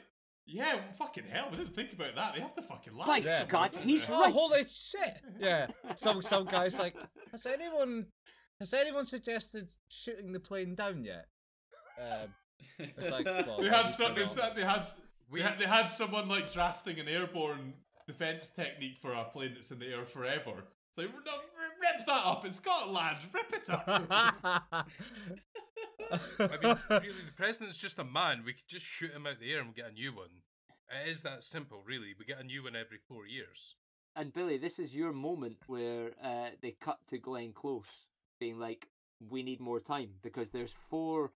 Speaker 4: yeah, well, fucking hell, we didn't think about that. They have to fucking laugh.
Speaker 2: By
Speaker 4: Yeah.
Speaker 2: Scott, he's
Speaker 3: Oh,
Speaker 2: right.
Speaker 3: holy shit! Yeah. Some some guys like, has anyone has anyone suggested shooting the plane down yet? Um, it's like well,
Speaker 4: They had
Speaker 3: obviously
Speaker 4: some, they,
Speaker 3: not.
Speaker 4: said they had
Speaker 5: We-
Speaker 4: they had they had someone like drafting an airborne defense technique for a plane that's in the air forever. It's like no, r- rip that up. It's got land. Rip it up.
Speaker 5: I mean, really, the president's just a man. We could just shoot him out the air and we get a new one. It is that simple, really. We get a new one every four years.
Speaker 2: And Billy, this is your moment where uh, they cut to Glenn Close being like, "We need more time because there's four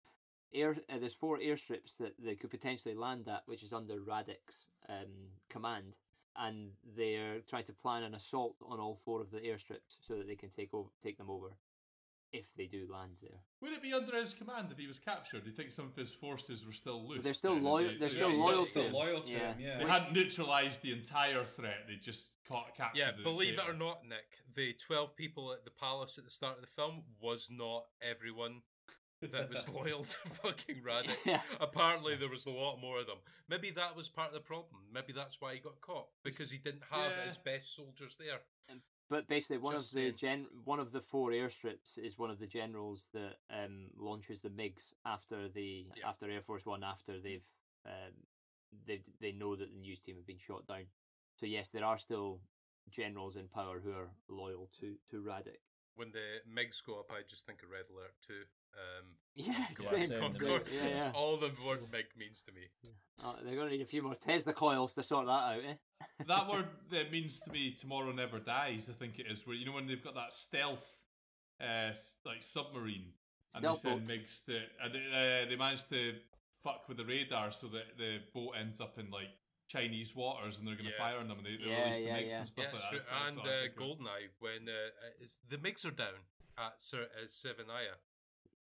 Speaker 2: air uh, there's four airstrips that they could potentially land at, which is under Radek's um, command, and they're trying to plan an assault on all four of the airstrips so that they can take over take them over if they do land there.
Speaker 4: Would it be under his command if he was captured? Do you think some of his forces were still loose?
Speaker 2: They're still
Speaker 4: then?
Speaker 2: loyal.
Speaker 4: They-
Speaker 2: They're
Speaker 4: they-
Speaker 2: still
Speaker 4: they-
Speaker 2: loyal
Speaker 6: still
Speaker 2: to him.
Speaker 6: loyal to him, yeah.
Speaker 4: They had neutralized the entire threat. They just caught captured.
Speaker 5: Yeah,
Speaker 4: the
Speaker 5: believe it
Speaker 4: traitor.
Speaker 5: or not, Nick, the 12 people at the palace at the start of the film was not everyone that was loyal to fucking Radek.
Speaker 2: Yeah.
Speaker 5: Apparently, there was a lot more of them. Maybe that was part of the problem. Maybe that's why he got caught, because he didn't have
Speaker 4: Yeah.
Speaker 5: his best soldiers there.
Speaker 2: But basically, one
Speaker 5: Just
Speaker 2: of the
Speaker 5: saying.
Speaker 2: gen one of the four airstrips is one of the generals that um, launches the MIGs after the
Speaker 5: Yeah. Mm-hmm.
Speaker 2: after Air Force One after they've um, they they know that the news team have been shot down. So yes, there are still generals in power who are loyal to to Radic.
Speaker 5: When the MiGs go up, I just think of Red Alert too. Um,
Speaker 2: Yeah,
Speaker 3: Glass
Speaker 2: same.
Speaker 3: end,
Speaker 2: same,
Speaker 3: right?
Speaker 2: yeah,
Speaker 5: It's
Speaker 2: yeah.
Speaker 5: all the word MiG means to me.
Speaker 2: Uh, they're going to need a few more Tesla coils to sort that out. Eh?
Speaker 4: that word that means to me tomorrow never dies. I think it is where you know when they've got that stealth, uh, s- like submarine,
Speaker 2: Stealth
Speaker 4: and
Speaker 2: boat.
Speaker 4: they send MiGs to, and they, uh, they manage to fuck with the radar so that the boat ends up in like Chinese waters and they're going to
Speaker 5: Yeah.
Speaker 4: fire on them and they, they
Speaker 2: Yeah,
Speaker 4: release
Speaker 2: yeah,
Speaker 4: the MiGs
Speaker 2: yeah.
Speaker 4: and stuff
Speaker 5: yeah,
Speaker 4: like that.
Speaker 5: sure.
Speaker 4: That's- that's
Speaker 5: and
Speaker 4: what I
Speaker 5: uh,
Speaker 4: think of.
Speaker 5: Goldeneye when uh, it's, the MiGs are down at Sir uh, Sevenaya.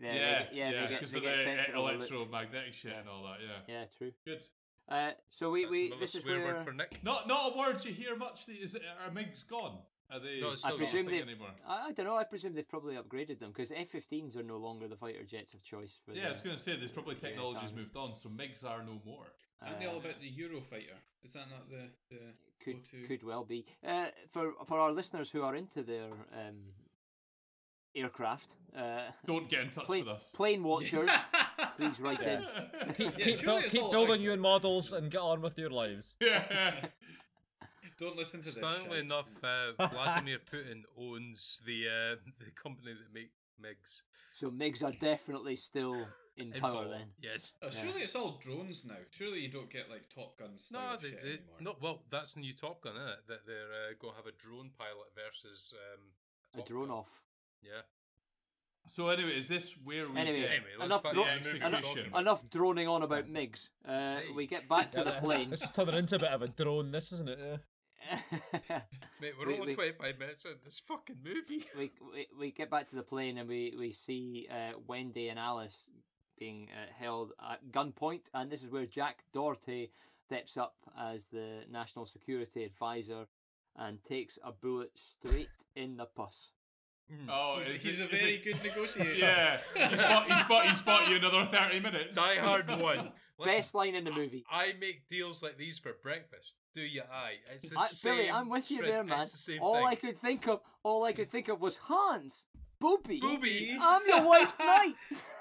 Speaker 2: Yeah,
Speaker 4: Yeah,
Speaker 2: they
Speaker 4: yeah,
Speaker 2: get- yeah, they get,
Speaker 4: because
Speaker 2: they
Speaker 4: of
Speaker 2: get sent
Speaker 4: the
Speaker 2: to
Speaker 4: e-
Speaker 2: go look.
Speaker 4: electromagnetic shit
Speaker 2: Yeah.
Speaker 4: and all that. Yeah,
Speaker 2: Yeah, true.
Speaker 4: good.
Speaker 2: Uh, so we,
Speaker 5: That's
Speaker 2: we
Speaker 5: another
Speaker 2: this is
Speaker 5: swear
Speaker 2: where
Speaker 5: word for Nick.
Speaker 4: Not not a word you hear much. the- Is it, are MiGs gone? Are they?
Speaker 5: No, it's
Speaker 2: I
Speaker 4: not
Speaker 5: still gone.
Speaker 4: a
Speaker 2: presume
Speaker 4: thing
Speaker 2: they've.
Speaker 4: anymore?
Speaker 2: I, I don't know. I presume they've probably upgraded them because F-15s are no longer the fighter jets of choice for.
Speaker 4: Yeah,
Speaker 2: the,
Speaker 4: I was going to say there's probably
Speaker 2: Yeah,
Speaker 4: technology's
Speaker 2: sorry.
Speaker 4: moved on, so MiGs are no more.
Speaker 6: Aren't they
Speaker 2: uh,
Speaker 6: all about the Eurofighter? Is that not the the
Speaker 2: could
Speaker 6: O2?
Speaker 2: could well be uh, for for our listeners who are into their um, aircraft. Uh,
Speaker 4: Don't get in touch
Speaker 2: plane,
Speaker 4: with us.
Speaker 2: plane watchers, please write in.
Speaker 3: Keep,
Speaker 6: Yeah,
Speaker 3: keep,
Speaker 6: surely
Speaker 3: buil-
Speaker 6: it's
Speaker 3: keep
Speaker 6: all
Speaker 3: building
Speaker 6: ice.
Speaker 3: new models and get on with your lives.
Speaker 4: yeah.
Speaker 6: Don't listen to this.
Speaker 5: Stunningly
Speaker 6: shit.
Speaker 5: enough, uh, Vladimir Putin owns the uh, the company that make MiGs.
Speaker 2: So MIGs are definitely still in power
Speaker 5: Involved.
Speaker 2: then.
Speaker 5: Yes.
Speaker 6: Oh, surely it's all drones now. Surely you don't get like Top Gun style
Speaker 5: No, they,
Speaker 6: shit
Speaker 5: they,
Speaker 6: anymore.
Speaker 5: no. Well, that's the new Top Gun, isn't it? That they're uh, going to have a drone pilot versus um,
Speaker 2: A
Speaker 5: Top
Speaker 2: drone
Speaker 5: Gun.
Speaker 2: off.
Speaker 5: Yeah.
Speaker 4: So anyway, is this where we
Speaker 2: Anyway,
Speaker 4: get
Speaker 5: Anyway, let's
Speaker 2: enough
Speaker 5: back
Speaker 4: the
Speaker 5: to
Speaker 2: dro-
Speaker 5: movie we're
Speaker 4: execution?
Speaker 5: talking about.
Speaker 2: Enough droning on about MIGs. Uh,
Speaker 5: Hey.
Speaker 2: We get back to the plane.
Speaker 3: This is turning into a bit of a drone, this isn't it? Yeah.
Speaker 5: Mate, we're
Speaker 2: We-
Speaker 5: only
Speaker 2: we-
Speaker 5: 25 minutes in this fucking movie.
Speaker 2: we, we we get back to the plane and we we see uh, Wendy and Alice being uh, held at gunpoint, and this is where Jack Doherty steps up as the national security advisor and takes a bullet straight in the pus.
Speaker 4: Oh,
Speaker 6: He's,
Speaker 4: is
Speaker 6: he's
Speaker 4: it-
Speaker 6: a
Speaker 4: is
Speaker 6: very
Speaker 4: it-
Speaker 6: good negotiator.
Speaker 4: Yeah, he's bought, he's bought, he's bought you another thirty minutes.
Speaker 5: Die Hard 1. Listen,
Speaker 2: Best line in the movie.
Speaker 5: I make deals like these for breakfast. Do you? I. It's the
Speaker 2: I,
Speaker 5: same
Speaker 2: Billy, I'm with you
Speaker 5: shit.
Speaker 2: there, man.
Speaker 5: It's the same
Speaker 2: all
Speaker 5: thing.
Speaker 2: I could think of, all I could think of was Hans, Booby,
Speaker 5: Booby.
Speaker 2: I'm your white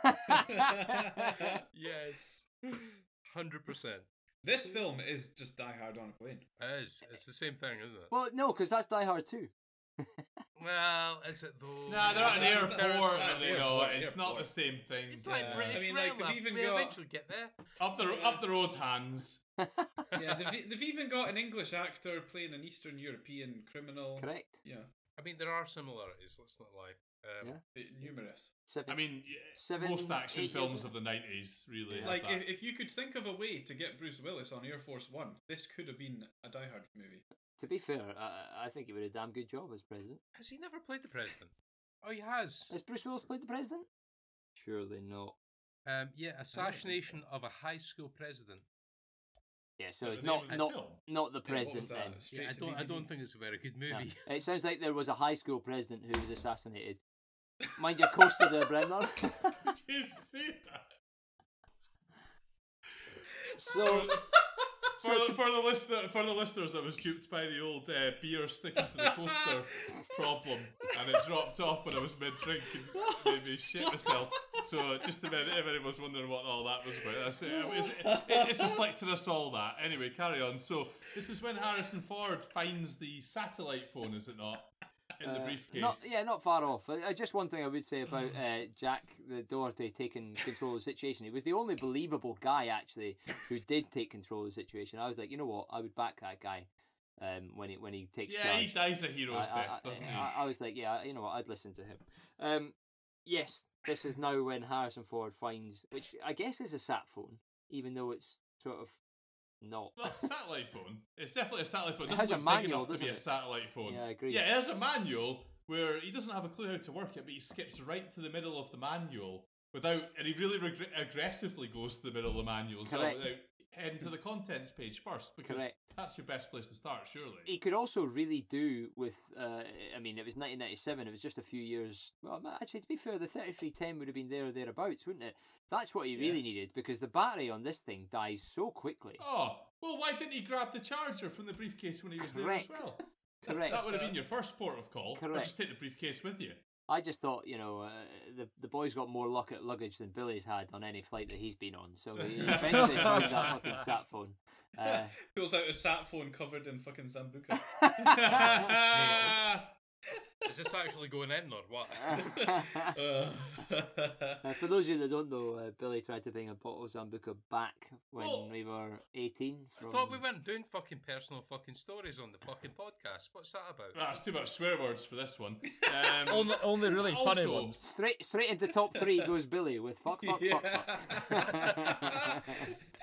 Speaker 2: knight.
Speaker 5: Yes. 100%.
Speaker 6: This film is just Die Hard on a plane.
Speaker 5: It is. It's the same thing, isn't it?
Speaker 2: well, no, because that's Die Hard too.
Speaker 5: Well, is it though?
Speaker 4: Nah, they're at an
Speaker 6: That's-
Speaker 4: airport.
Speaker 6: that's-
Speaker 4: and
Speaker 6: that's
Speaker 4: they know
Speaker 6: airport,
Speaker 4: It's not the
Speaker 6: airport.
Speaker 4: same thing.
Speaker 5: It's like
Speaker 4: Yeah.
Speaker 5: British
Speaker 6: I mean, like,
Speaker 5: Rail.
Speaker 6: they've
Speaker 5: Like,
Speaker 6: even
Speaker 5: we
Speaker 6: got-
Speaker 5: eventually get there.
Speaker 4: Up the ro- up the road, Hans.
Speaker 6: yeah, they've, they've even got an English actor playing an Eastern European criminal.
Speaker 2: Correct.
Speaker 6: Yeah,
Speaker 5: I mean, there are similarities. Let's not lie. Um,
Speaker 2: Yeah.
Speaker 6: the- numerous.
Speaker 2: Seven.
Speaker 4: I mean, yeah,
Speaker 2: Seven,
Speaker 4: most action
Speaker 2: eight years
Speaker 4: films
Speaker 2: ago.
Speaker 4: of the nineties really.
Speaker 6: Like,
Speaker 4: have that.
Speaker 6: if, if you could think of a way to get Bruce Willis on Air Force One, this could have been a Die Hard movie.
Speaker 2: To be fair, I, I think he would have a damn good job as president.
Speaker 5: Has he never played the president? Oh, he has.
Speaker 2: Has Bruce Willis played the president? Surely not.
Speaker 5: Um, yeah, assassination of a high school president.
Speaker 2: Yeah, so
Speaker 4: The
Speaker 2: it's
Speaker 4: name
Speaker 2: not
Speaker 4: of the
Speaker 2: not
Speaker 4: film.
Speaker 2: not the
Speaker 6: Yeah, what was
Speaker 2: president. then.
Speaker 6: that? Straight
Speaker 5: Yeah, I
Speaker 6: to
Speaker 5: don't. I
Speaker 6: DVD.
Speaker 5: don't think it's a very good movie.
Speaker 2: No. It sounds like there was a high school president who was assassinated. Mind your coaster there, Brendan.
Speaker 4: Did you see that?
Speaker 2: so
Speaker 4: For, the, for the listener, for the listeners, I was duped by the old uh, beer sticking to the coaster problem, and it dropped off when I was mid drink and made me shit myself. So just a minute, if anyone's wondering what all that was about, that's it. It, was- it, it's afflicted us all that. Anyway, carry on. So this is when Harrison Ford finds the satellite phone, is it not? In the
Speaker 2: Uh,
Speaker 4: briefcase.
Speaker 2: Not, yeah, not far off. Uh, uh, just one thing I would say about uh, Jack the Doherty taking control of the situation. He was the only believable guy actually who did take control of the situation. I was like, you know what, I would back that guy um, when he when he takes
Speaker 4: Yeah,
Speaker 2: charge.
Speaker 4: he dies a hero's
Speaker 2: I,
Speaker 4: death,
Speaker 2: I,
Speaker 4: doesn't he?
Speaker 2: I, I was like, yeah, you know what, I'd listen to him. Um, yes, this is now when Harrison Ford finds, which I guess is a sat phone, even though it's sort of not.
Speaker 4: Well, it's a satellite phone. It's definitely a satellite phone.
Speaker 2: It
Speaker 4: doesn't
Speaker 2: has a
Speaker 4: look big
Speaker 2: manual,
Speaker 4: enough to
Speaker 2: doesn't
Speaker 4: be a
Speaker 2: it?
Speaker 4: satellite phone.
Speaker 2: Yeah, I agree.
Speaker 4: Yeah, it has a manual where he doesn't have a clue how to work it, but he skips right to the middle of the manual without, and he really reg- aggressively goes to the middle of the manual, as well,
Speaker 2: Correct.
Speaker 4: without heading to the contents page first because
Speaker 2: Correct.
Speaker 4: that's your best place to start, surely.
Speaker 2: he could also really do with. Uh, I mean, it was 1997. It was just a few years. Well, ma- actually, to be fair, the 3310 would have been there or thereabouts, wouldn't it? That's what he really needed because the battery on this thing dies so quickly.
Speaker 4: oh. Well, why didn't he grab the charger from the briefcase when he was there as
Speaker 2: Correct.
Speaker 4: well?
Speaker 2: Correct.
Speaker 4: That would have been your first port of call. Or
Speaker 2: Correct.
Speaker 4: just take the briefcase with you.
Speaker 2: I just thought, you know, uh, the the boy's got more luck at luggage than Billy's had on any flight that he's been on. So he eventually found that fucking sat phone. Uh,
Speaker 6: Pulls out a sat phone covered in fucking Zambuca.
Speaker 4: Ah,
Speaker 5: Is this actually going in or what?
Speaker 6: Uh,
Speaker 2: Uh, for those of you that don't know, uh, Billy tried to bring a bottle of Zambuca back when
Speaker 4: Well,
Speaker 2: we were 18. From...
Speaker 5: Oh! I thought we weren't doing fucking personal fucking stories on the fucking podcast. What's that about?
Speaker 4: That's too much swear words for this one. Um,
Speaker 3: Only, only really funny
Speaker 4: Also-
Speaker 3: ones.
Speaker 2: Straight, straight into top three goes Billy with fuck, fuck, fuck, fuck.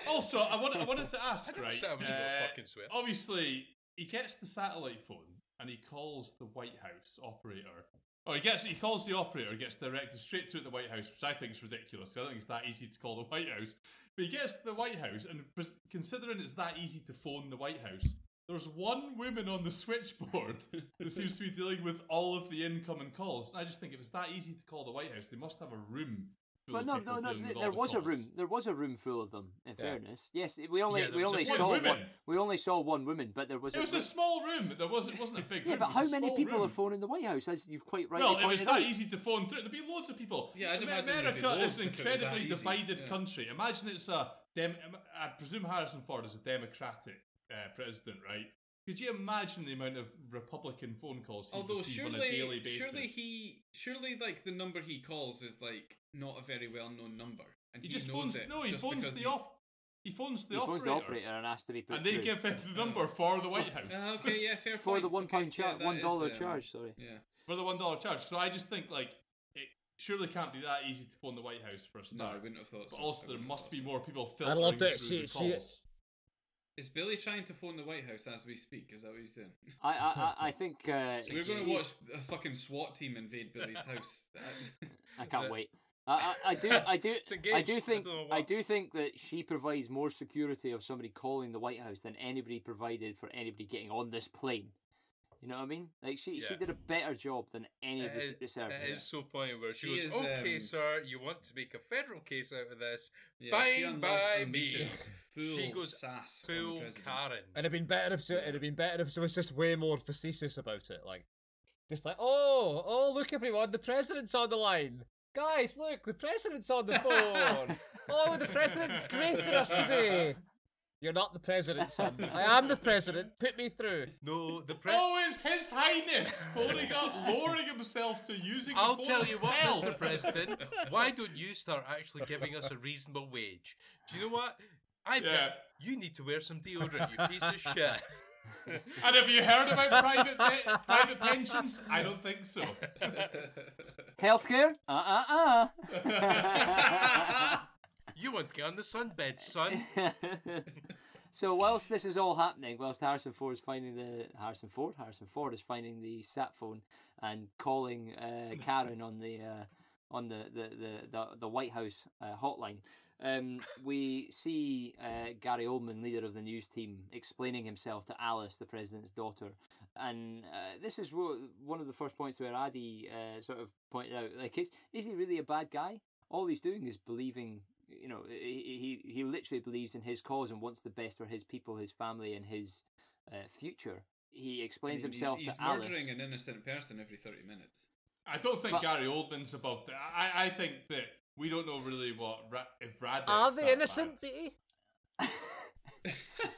Speaker 4: Also, I wanted, I wanted to ask,
Speaker 5: never
Speaker 4: right? uh, oh,
Speaker 5: said I was gonna fucking swear.
Speaker 4: Obviously, he gets the satellite phone and he calls the White House operator. Oh, he gets he calls the operator, gets directed straight to the White House, which I think is ridiculous. 'cause I don't think it's that easy to call the White House. But he gets to the White House, and pres- considering it's that easy to phone the White House, there's one woman on the switchboard that seems to be dealing with all of the incoming calls. And I just think if it's that easy to call the White House, they must have a room. full
Speaker 2: But
Speaker 4: of
Speaker 2: no,
Speaker 4: people
Speaker 2: no, no.
Speaker 4: dealing
Speaker 2: th-
Speaker 4: with all
Speaker 2: There
Speaker 4: the
Speaker 2: was a
Speaker 4: calls.
Speaker 2: room. There was a room full of them. In fairness, yes, we only
Speaker 5: Yeah, there
Speaker 2: we
Speaker 5: was a
Speaker 2: only
Speaker 5: one
Speaker 2: saw
Speaker 4: woman.
Speaker 2: one. We only saw one woman, but there was.
Speaker 4: It was
Speaker 2: a,
Speaker 4: a small room. There was it wasn't a big.
Speaker 2: yeah,
Speaker 4: room.
Speaker 2: but
Speaker 4: It was
Speaker 2: how
Speaker 4: a
Speaker 2: many
Speaker 4: small
Speaker 2: people
Speaker 4: room.
Speaker 2: are phoning the White House? As you've quite rightly
Speaker 4: Well, it was
Speaker 2: pointed
Speaker 4: that
Speaker 2: out.
Speaker 4: easy to phone through. There'd be loads of people.
Speaker 6: Yeah, I'd
Speaker 4: Amer-
Speaker 6: imagine there'd be
Speaker 4: America is
Speaker 6: loads
Speaker 4: an
Speaker 6: if it was that
Speaker 4: incredibly
Speaker 6: easy,
Speaker 4: divided
Speaker 6: yeah.
Speaker 4: country. Imagine it's a dem. I presume Harrison Ford is a Democratic uh, president, right? Could you imagine the amount of Republican phone calls he
Speaker 6: Although
Speaker 4: receives on a daily
Speaker 6: surely,
Speaker 4: basis?
Speaker 6: surely he, surely like the number he calls is like not a very well known number, and
Speaker 4: he
Speaker 6: he
Speaker 4: just
Speaker 6: knows
Speaker 4: phones.
Speaker 6: it.
Speaker 4: No, he
Speaker 6: just
Speaker 4: phones
Speaker 6: because
Speaker 4: the
Speaker 6: he's-
Speaker 4: op. He phones the
Speaker 2: he phones
Speaker 4: operator,
Speaker 2: the operator and asks to be put
Speaker 4: and they
Speaker 2: through
Speaker 4: give him the number for the White House.
Speaker 6: Ah, okay, yeah, fair
Speaker 2: for
Speaker 6: point.
Speaker 2: the one
Speaker 6: okay,
Speaker 2: pound
Speaker 6: yeah,
Speaker 2: charge,
Speaker 6: that
Speaker 2: one
Speaker 6: is,
Speaker 2: dollar
Speaker 6: um,
Speaker 2: charge. Sorry.
Speaker 6: Yeah.
Speaker 4: for the one dollar charge. So I just think like it surely can't be that easy to phone the White House for a
Speaker 6: No, I
Speaker 4: start.
Speaker 6: wouldn't have thought.
Speaker 4: but
Speaker 6: so. I
Speaker 4: also there
Speaker 6: wouldn't have
Speaker 4: must
Speaker 6: thought
Speaker 4: be
Speaker 6: so.
Speaker 4: more people
Speaker 3: I
Speaker 4: filtering
Speaker 3: loved it.
Speaker 4: through
Speaker 3: See,
Speaker 4: the
Speaker 3: see,
Speaker 4: calls.
Speaker 6: Is Billy trying to phone the White House as we speak? Is that what he's doing?
Speaker 2: I, I, I- I think uh,
Speaker 6: We're going
Speaker 2: she's-
Speaker 6: to watch a fucking SWAT team invade Billy's house.
Speaker 2: I can't
Speaker 5: Uh,
Speaker 2: wait. I, I, I do, I do,
Speaker 5: It's
Speaker 2: I
Speaker 5: engaged.
Speaker 2: do
Speaker 5: I
Speaker 2: think,
Speaker 5: don't know
Speaker 2: I
Speaker 5: what-
Speaker 2: do think that she provides more security of somebody calling the White House than anybody provided for anybody getting on this plane. You know what I mean? Like she, she
Speaker 5: Yeah.
Speaker 2: did a better job than any of the
Speaker 5: It-
Speaker 2: Secret
Speaker 5: It is
Speaker 2: Service.
Speaker 5: so funny where she,
Speaker 6: She
Speaker 5: goes,
Speaker 6: is,
Speaker 5: "Okay,
Speaker 6: um,
Speaker 5: sir, you want to make a federal case out of this?
Speaker 6: Yeah, she
Speaker 5: Fine
Speaker 6: unleashed-
Speaker 5: by me."
Speaker 6: unleashes Full
Speaker 5: she goes
Speaker 6: sass on the
Speaker 5: full
Speaker 6: president.
Speaker 5: Karen.
Speaker 3: It'd have been better if she, it'd have been better if she was just way more facetious about it, like just like, oh, oh, look everyone, the president's on the line. Guys, look, the president's on the phone. oh, the president's gracing us today. You're not the president, son. I am the president. Put me through.
Speaker 5: No, the pre-
Speaker 4: Oh, it's His Highness phoning up, lowering himself to using. the
Speaker 5: I'll
Speaker 4: phone
Speaker 5: tell you what,
Speaker 4: himself.
Speaker 5: Mr. President. Why don't you start actually giving us a reasonable wage? Do you know what? I think
Speaker 4: Yeah.
Speaker 5: you need to wear some deodorant, you piece of shit.
Speaker 4: And have you heard about private pe- private pensions? I don't think so.
Speaker 2: Healthcare? Uh uh uh.
Speaker 5: You want to get on the sunbed, son.
Speaker 2: so whilst this is all happening, whilst Harrison Ford is finding the Harrison Ford, Harrison Ford is finding the sat phone and calling uh, Karen on the uh, on the the, the, the, the White House uh, hotline. Um, we see uh, Gary Oldman, leader of the news team, explaining himself to Alice, the president's daughter, and uh, this is wo- one of the first points where Addy uh, sort of pointed out, like, is is he really a bad guy? All he's doing is believing, you know, he he, he literally believes in his cause and wants the best for his people, his family, and his uh, future. He explains
Speaker 6: I mean,
Speaker 2: himself
Speaker 6: he's, he's
Speaker 2: to Alice.
Speaker 6: murdering an innocent person every 30 minutes.
Speaker 4: I don't think
Speaker 2: But-
Speaker 4: Gary Oldman's above that. I, I think that we don't know really what Ra- if Radek's
Speaker 3: Are they
Speaker 4: that
Speaker 3: innocent,
Speaker 4: bad.
Speaker 3: BT?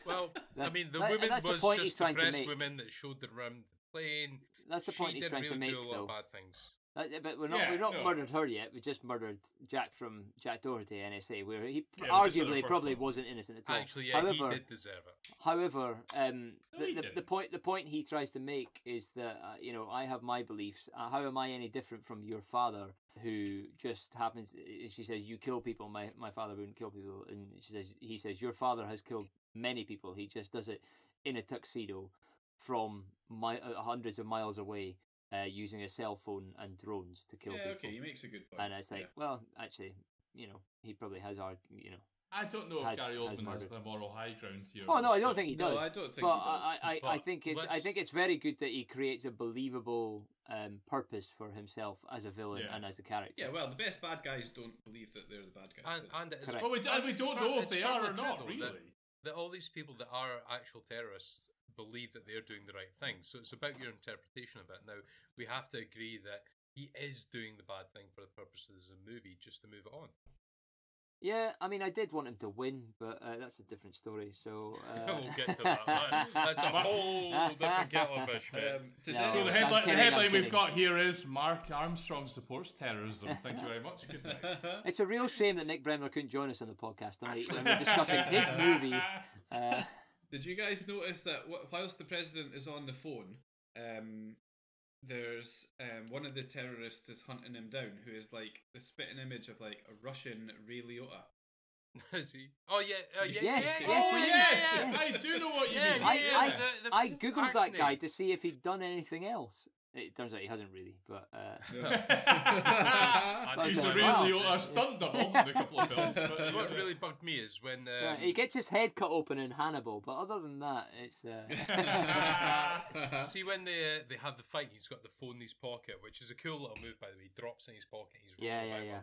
Speaker 5: Well, I
Speaker 2: That's-
Speaker 5: mean, the
Speaker 2: that-
Speaker 5: woman
Speaker 2: that's the
Speaker 5: was
Speaker 2: point he's
Speaker 5: just
Speaker 2: trying to
Speaker 5: depressed
Speaker 2: make.
Speaker 5: woman that showed the round the plane.
Speaker 2: That's the
Speaker 5: she
Speaker 2: point he's
Speaker 5: didn't
Speaker 2: trying
Speaker 5: really
Speaker 2: to make,
Speaker 5: do a lot
Speaker 2: though.
Speaker 5: of bad things.
Speaker 2: Uh, but we're not
Speaker 4: Yeah,
Speaker 2: we're not
Speaker 4: no.
Speaker 2: murdered her yet. We just murdered Jack from Jack Doherty NSA, where he
Speaker 4: Yeah, it was just the
Speaker 2: arguably
Speaker 4: first
Speaker 2: probably
Speaker 4: one.
Speaker 2: wasn't innocent at all.
Speaker 5: Actually, yeah,
Speaker 2: However,
Speaker 5: he did deserve it.
Speaker 2: However, um,
Speaker 4: No, he
Speaker 2: the, the, the
Speaker 4: didn't.
Speaker 2: point the point he tries to make is that uh, you know I have my beliefs. Uh, how am I any different from your father, who just happens? and She says you kill people. My my father wouldn't kill people, and she says he says your father has killed many people. He just does it in a tuxedo from my uh, hundreds of miles away, uh, using a cell phone and drones to kill
Speaker 6: Yeah,
Speaker 2: people.
Speaker 6: okay, he makes a good point.
Speaker 2: and it's like, well, actually, you know, he probably has our you know
Speaker 4: I don't know if
Speaker 2: Has-
Speaker 4: Gary
Speaker 2: has
Speaker 4: Oldman has
Speaker 2: murdered.
Speaker 4: the moral high ground here.
Speaker 2: Oh no, I don't think he
Speaker 6: No,
Speaker 2: does.
Speaker 6: I don't think
Speaker 2: but
Speaker 6: he does.
Speaker 2: I, I, I
Speaker 5: But
Speaker 2: think it's I
Speaker 5: let's-
Speaker 2: think it's very good that he creates a believable um, purpose for himself as a villain
Speaker 4: Yeah.
Speaker 2: and as a character.
Speaker 6: yeah, well, the best bad guys don't believe that they're the bad guys. do
Speaker 5: And,
Speaker 6: they?
Speaker 5: and it is,
Speaker 2: Correct.
Speaker 4: Well, we,
Speaker 5: and
Speaker 4: and we
Speaker 5: it's
Speaker 4: don't
Speaker 5: fair-
Speaker 4: know if
Speaker 5: it's
Speaker 4: they are
Speaker 5: fairly
Speaker 4: or not,
Speaker 5: credible
Speaker 4: really.
Speaker 5: That, that all these people that are actual terrorists believe that they're doing the right thing. So it's about your interpretation of it. Now, we have to agree that he is doing the bad thing for the purposes of the movie just to move it on.
Speaker 2: Yeah, I mean, I did want him to win, but uh, that's a different story. So uh...
Speaker 5: we'll get to that. that- That's a whole different kettle of fish, mate.
Speaker 6: Um, today,
Speaker 2: No.
Speaker 4: So
Speaker 2: I'm
Speaker 4: the headline,
Speaker 2: kidding,
Speaker 4: the
Speaker 2: I'm
Speaker 4: headline we've
Speaker 2: kidding.
Speaker 4: got here is Mark Armstrong supports terrorism. Thank you very much. Good night.
Speaker 2: It's a real shame that Nick Bremner couldn't join us on the podcast tonight when we're discussing his movie. Uh,
Speaker 6: Did you guys notice that wh- whilst the president is on the phone, um, there's um, one of the terrorists is hunting him down, who is like the spitting image of like a Russian Ray Liotta.
Speaker 5: Is he? Oh yeah, uh, yeah,
Speaker 2: Yes,
Speaker 5: yeah,
Speaker 2: yes,
Speaker 4: oh
Speaker 5: yeah,
Speaker 4: yes,
Speaker 5: yeah, yeah.
Speaker 2: yes.
Speaker 4: I do know what you
Speaker 5: Yeah,
Speaker 4: mean.
Speaker 2: I-
Speaker 5: yeah,
Speaker 2: I-
Speaker 5: the- the
Speaker 2: I
Speaker 5: fucking
Speaker 2: googled that
Speaker 5: acne.
Speaker 2: guy to see if he'd done anything else. It turns out he hasn't really, but uh,
Speaker 5: I
Speaker 2: He's
Speaker 4: He's
Speaker 2: a
Speaker 4: a
Speaker 5: know.
Speaker 4: really
Speaker 2: wow.
Speaker 4: a stunt double in a couple of films. But
Speaker 5: Well,
Speaker 4: he's
Speaker 5: What
Speaker 4: a-
Speaker 5: really bugged me is when um,
Speaker 2: yeah, he gets his head cut open in Hannibal. But other than that, it's uh,
Speaker 5: See when they uh, they have the fight, he's got the phone in his pocket, which is a cool little move by the way. He drops it in his pocket. He's
Speaker 2: yeah,
Speaker 5: rolling
Speaker 2: yeah,
Speaker 5: about
Speaker 2: yeah.
Speaker 5: one.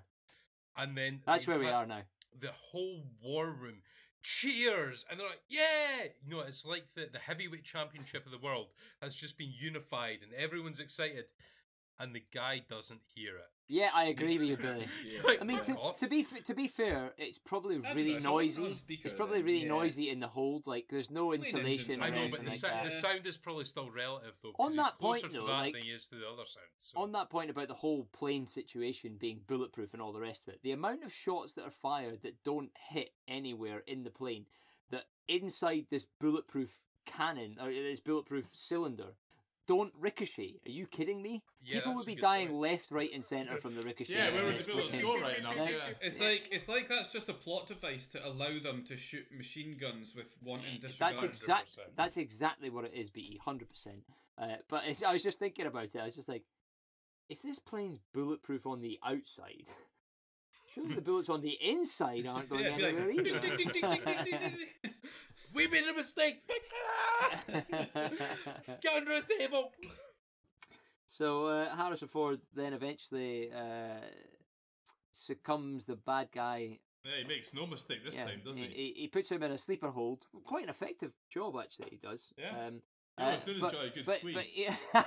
Speaker 5: And then the
Speaker 2: That's where we
Speaker 5: entire-
Speaker 2: are now.
Speaker 5: The whole war room cheers, and they're like, "Yeah!" You know, it's like the the heavyweight championship of the world has just been unified, and everyone's excited, and the guy doesn't hear it.
Speaker 2: Yeah, I agree with you, Billy.
Speaker 6: Yeah.
Speaker 5: You're like,
Speaker 2: I mean,
Speaker 5: "Fuck
Speaker 2: to,
Speaker 5: off."
Speaker 2: to be f- to be fair, it's probably
Speaker 6: don't know,
Speaker 2: really
Speaker 6: if it wasn't on
Speaker 2: noisy.
Speaker 6: speaker,
Speaker 2: It's probably
Speaker 6: then,
Speaker 2: really
Speaker 6: yeah.
Speaker 2: noisy in the hold. Like, there's no
Speaker 6: Clean engines
Speaker 2: insulation or
Speaker 5: I
Speaker 6: around,
Speaker 5: know,
Speaker 2: anything
Speaker 5: but the,
Speaker 2: like
Speaker 5: sou-
Speaker 2: that.
Speaker 5: the sound is probably still relative though.
Speaker 2: On
Speaker 5: 'cause he's
Speaker 2: that point,
Speaker 5: closer to
Speaker 2: though,
Speaker 5: that
Speaker 2: like-
Speaker 5: than he is to the other sound. So.
Speaker 2: on that point about the whole plane situation being bulletproof and all the rest of it, the amount of shots that are fired that don't hit anywhere in the plane, that inside this bulletproof cannon or this bulletproof cylinder don't ricochet. Are you kidding me?
Speaker 5: Yeah,
Speaker 2: People
Speaker 5: that's
Speaker 2: would be
Speaker 5: a good
Speaker 2: dying
Speaker 5: point.
Speaker 2: left, right, and centre from the ricochets.
Speaker 4: yeah, where
Speaker 2: in
Speaker 4: would the
Speaker 2: this
Speaker 4: bullets
Speaker 2: frickin-
Speaker 4: go right now?
Speaker 2: No.
Speaker 4: Yeah.
Speaker 6: It's like it's like that's just a plot device to allow them to shoot machine guns with wanton disregard.
Speaker 2: That's exact.
Speaker 5: 100%.
Speaker 2: That's exactly what it is, BE. Hundred percent. Uh, but it's, I was just thinking about it. I was just like, if this plane's bulletproof on the outside, surely the bullets on the inside aren't going
Speaker 6: Yeah,
Speaker 2: anywhere
Speaker 6: it'd be like, "Ding, ding, ding, ding, ding, ding,
Speaker 2: either.
Speaker 6: ding, ding."
Speaker 5: We made a mistake. Fuck. Get under a table.
Speaker 2: so uh, Harrison Ford then eventually uh, succumbs the bad guy.
Speaker 4: Yeah, he makes no mistake this
Speaker 2: yeah,
Speaker 4: time, does
Speaker 2: he,
Speaker 4: he?
Speaker 2: he? he puts him in a sleeper hold. Quite an effective job, actually. He does.
Speaker 4: Yeah.
Speaker 2: Um,
Speaker 4: He always did
Speaker 2: but-
Speaker 4: enjoy a good
Speaker 2: but,
Speaker 4: squeeze.
Speaker 2: But he,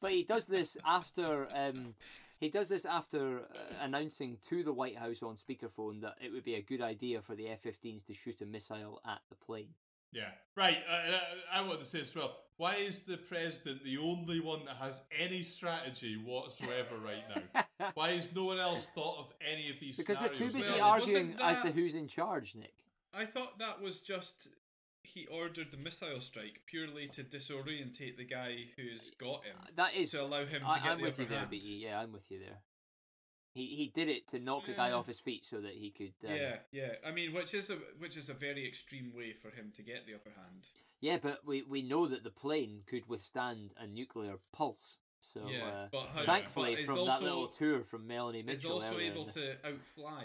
Speaker 2: but he does this after um, he does this after uh, announcing to the White House on speakerphone that it would be a good idea for the F-15s to shoot a missile at the plane.
Speaker 4: Yeah. Right. Uh, I, I want to say as well. Why is the president the only one that has any strategy whatsoever right now? why has no one else thought of any of these?
Speaker 2: Because they're too
Speaker 4: scenarios?
Speaker 2: busy
Speaker 6: Well, it
Speaker 2: arguing
Speaker 6: wasn't
Speaker 2: as to
Speaker 6: that-
Speaker 2: who's in charge, Nick.
Speaker 6: I thought that was just he ordered the missile strike purely to disorientate the guy who's got him.
Speaker 2: That is,
Speaker 6: to allow him to
Speaker 2: I,
Speaker 6: get
Speaker 2: am
Speaker 6: the
Speaker 2: with you
Speaker 6: upper
Speaker 2: there, E.
Speaker 6: hand.
Speaker 2: BE. Yeah, I'm with you there. He he did it to knock the guy
Speaker 4: Yeah.
Speaker 2: off his feet so that he could. Um,
Speaker 6: yeah, yeah. I mean, which is a which is a very extreme way for him to get the upper hand.
Speaker 2: Yeah, but we, we know that the plane could withstand a nuclear pulse. So
Speaker 6: Yeah,
Speaker 2: uh,
Speaker 6: but how-
Speaker 2: thankfully,
Speaker 6: but it's
Speaker 2: from that
Speaker 6: also-
Speaker 2: little tour from Melanie
Speaker 6: He's
Speaker 2: Mitchell,
Speaker 6: also
Speaker 2: earlier in
Speaker 6: able
Speaker 2: the-
Speaker 6: to outfly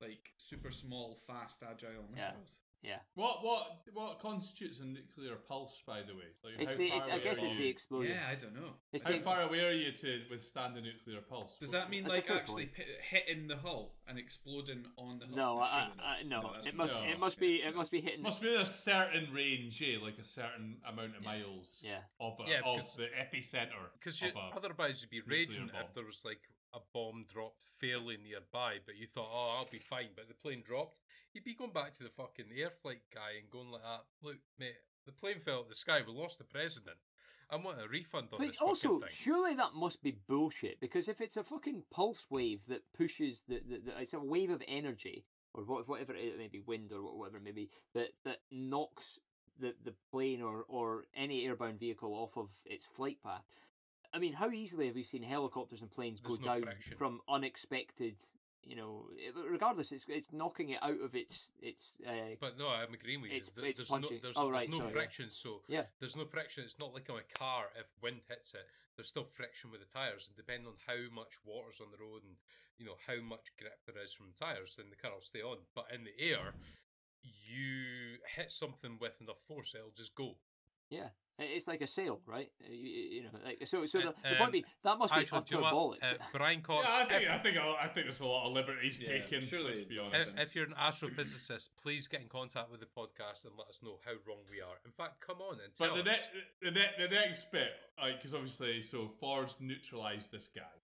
Speaker 6: like super small, fast, agile
Speaker 2: Yeah.
Speaker 6: missiles.
Speaker 2: yeah.
Speaker 4: What what what constitutes a nuclear pulse? By the way, like,
Speaker 2: It's
Speaker 4: how
Speaker 2: the,
Speaker 4: far
Speaker 2: it's, I
Speaker 4: away
Speaker 2: guess
Speaker 4: are
Speaker 2: it's the
Speaker 4: you?
Speaker 6: Yeah,
Speaker 2: explosion.
Speaker 6: I don't know.
Speaker 2: It's
Speaker 4: How
Speaker 2: the-
Speaker 4: far away are you to withstand a nuclear pulse?
Speaker 6: Does that mean
Speaker 2: That's a
Speaker 6: like
Speaker 2: fair
Speaker 6: actually
Speaker 2: point.
Speaker 6: hit, hitting the hull and exploding on the hull?
Speaker 2: No, I,
Speaker 6: surely
Speaker 2: I,
Speaker 6: not.
Speaker 2: I, no,
Speaker 6: that's
Speaker 2: it
Speaker 6: not-
Speaker 2: must
Speaker 4: no.
Speaker 2: it must be it must be hitting.
Speaker 4: must be in a certain range, eh? Like a certain amount of miles
Speaker 2: Yeah.
Speaker 4: of a,
Speaker 5: Yeah,
Speaker 4: of
Speaker 5: because-
Speaker 4: the epicenter.
Speaker 5: Because
Speaker 4: of a-
Speaker 5: otherwise you'd be
Speaker 4: nuclear
Speaker 5: raging
Speaker 4: bomb.
Speaker 5: if there was like a bomb dropped fairly nearby, but you thought, oh, I'll be fine. But the plane dropped. You'd be going back to the fucking air flight guy and going like that. Look, mate, the plane fell out of the sky. We lost the president. I want a refund on
Speaker 2: But
Speaker 5: this
Speaker 2: also,
Speaker 5: fucking thing.
Speaker 2: surely that must be bullshit because if it's a fucking pulse wave that pushes the, the, the it's a wave of energy or what, whatever it may be, wind or wha- whatever it may be, that that knocks the the plane or or any airbound vehicle off of its flight path. I mean, how easily have we seen helicopters and planes
Speaker 5: There's
Speaker 2: go
Speaker 5: no
Speaker 2: down
Speaker 5: friction.
Speaker 2: from unexpected? You know, it- regardless, it's it's knocking it out of its its uh,
Speaker 5: But no, I'm agreeing with you.
Speaker 2: It's-
Speaker 5: There-
Speaker 2: it's
Speaker 5: there's
Speaker 2: punchy.
Speaker 5: no, there's,
Speaker 2: Oh,
Speaker 5: there's
Speaker 2: right,
Speaker 5: no
Speaker 2: sorry, yeah.
Speaker 5: friction, so
Speaker 2: Yeah.
Speaker 5: there's no friction. It's not like on a car. If wind hits it, there's still friction with the tires, and depending on how much water's on the road and you know how much grip there is from tires, then the car will stay on. But in the air, you hit something with enough force, it'll just go.
Speaker 2: Yeah, It- It's like a sale, right? Uh, You, you know, like so. So the,
Speaker 5: Uh,
Speaker 2: the point
Speaker 5: um,
Speaker 2: being that must be
Speaker 5: Actually, do
Speaker 2: utter
Speaker 5: you know what?
Speaker 2: bollocks.
Speaker 5: Uh, Brian Cox,
Speaker 4: yeah, I think
Speaker 5: if-
Speaker 4: I think I think there's a lot of liberties
Speaker 6: Yeah,
Speaker 4: taken.
Speaker 6: surely
Speaker 4: let's be
Speaker 6: not.
Speaker 4: honest.
Speaker 5: if, if you're an astrophysicist, please get in contact with the podcast and let us know how wrong we are. In fact, come on and tell
Speaker 4: But the,
Speaker 5: us.
Speaker 4: ne- the, ne- the next bit, because obviously, so Ford's neutralised this guy.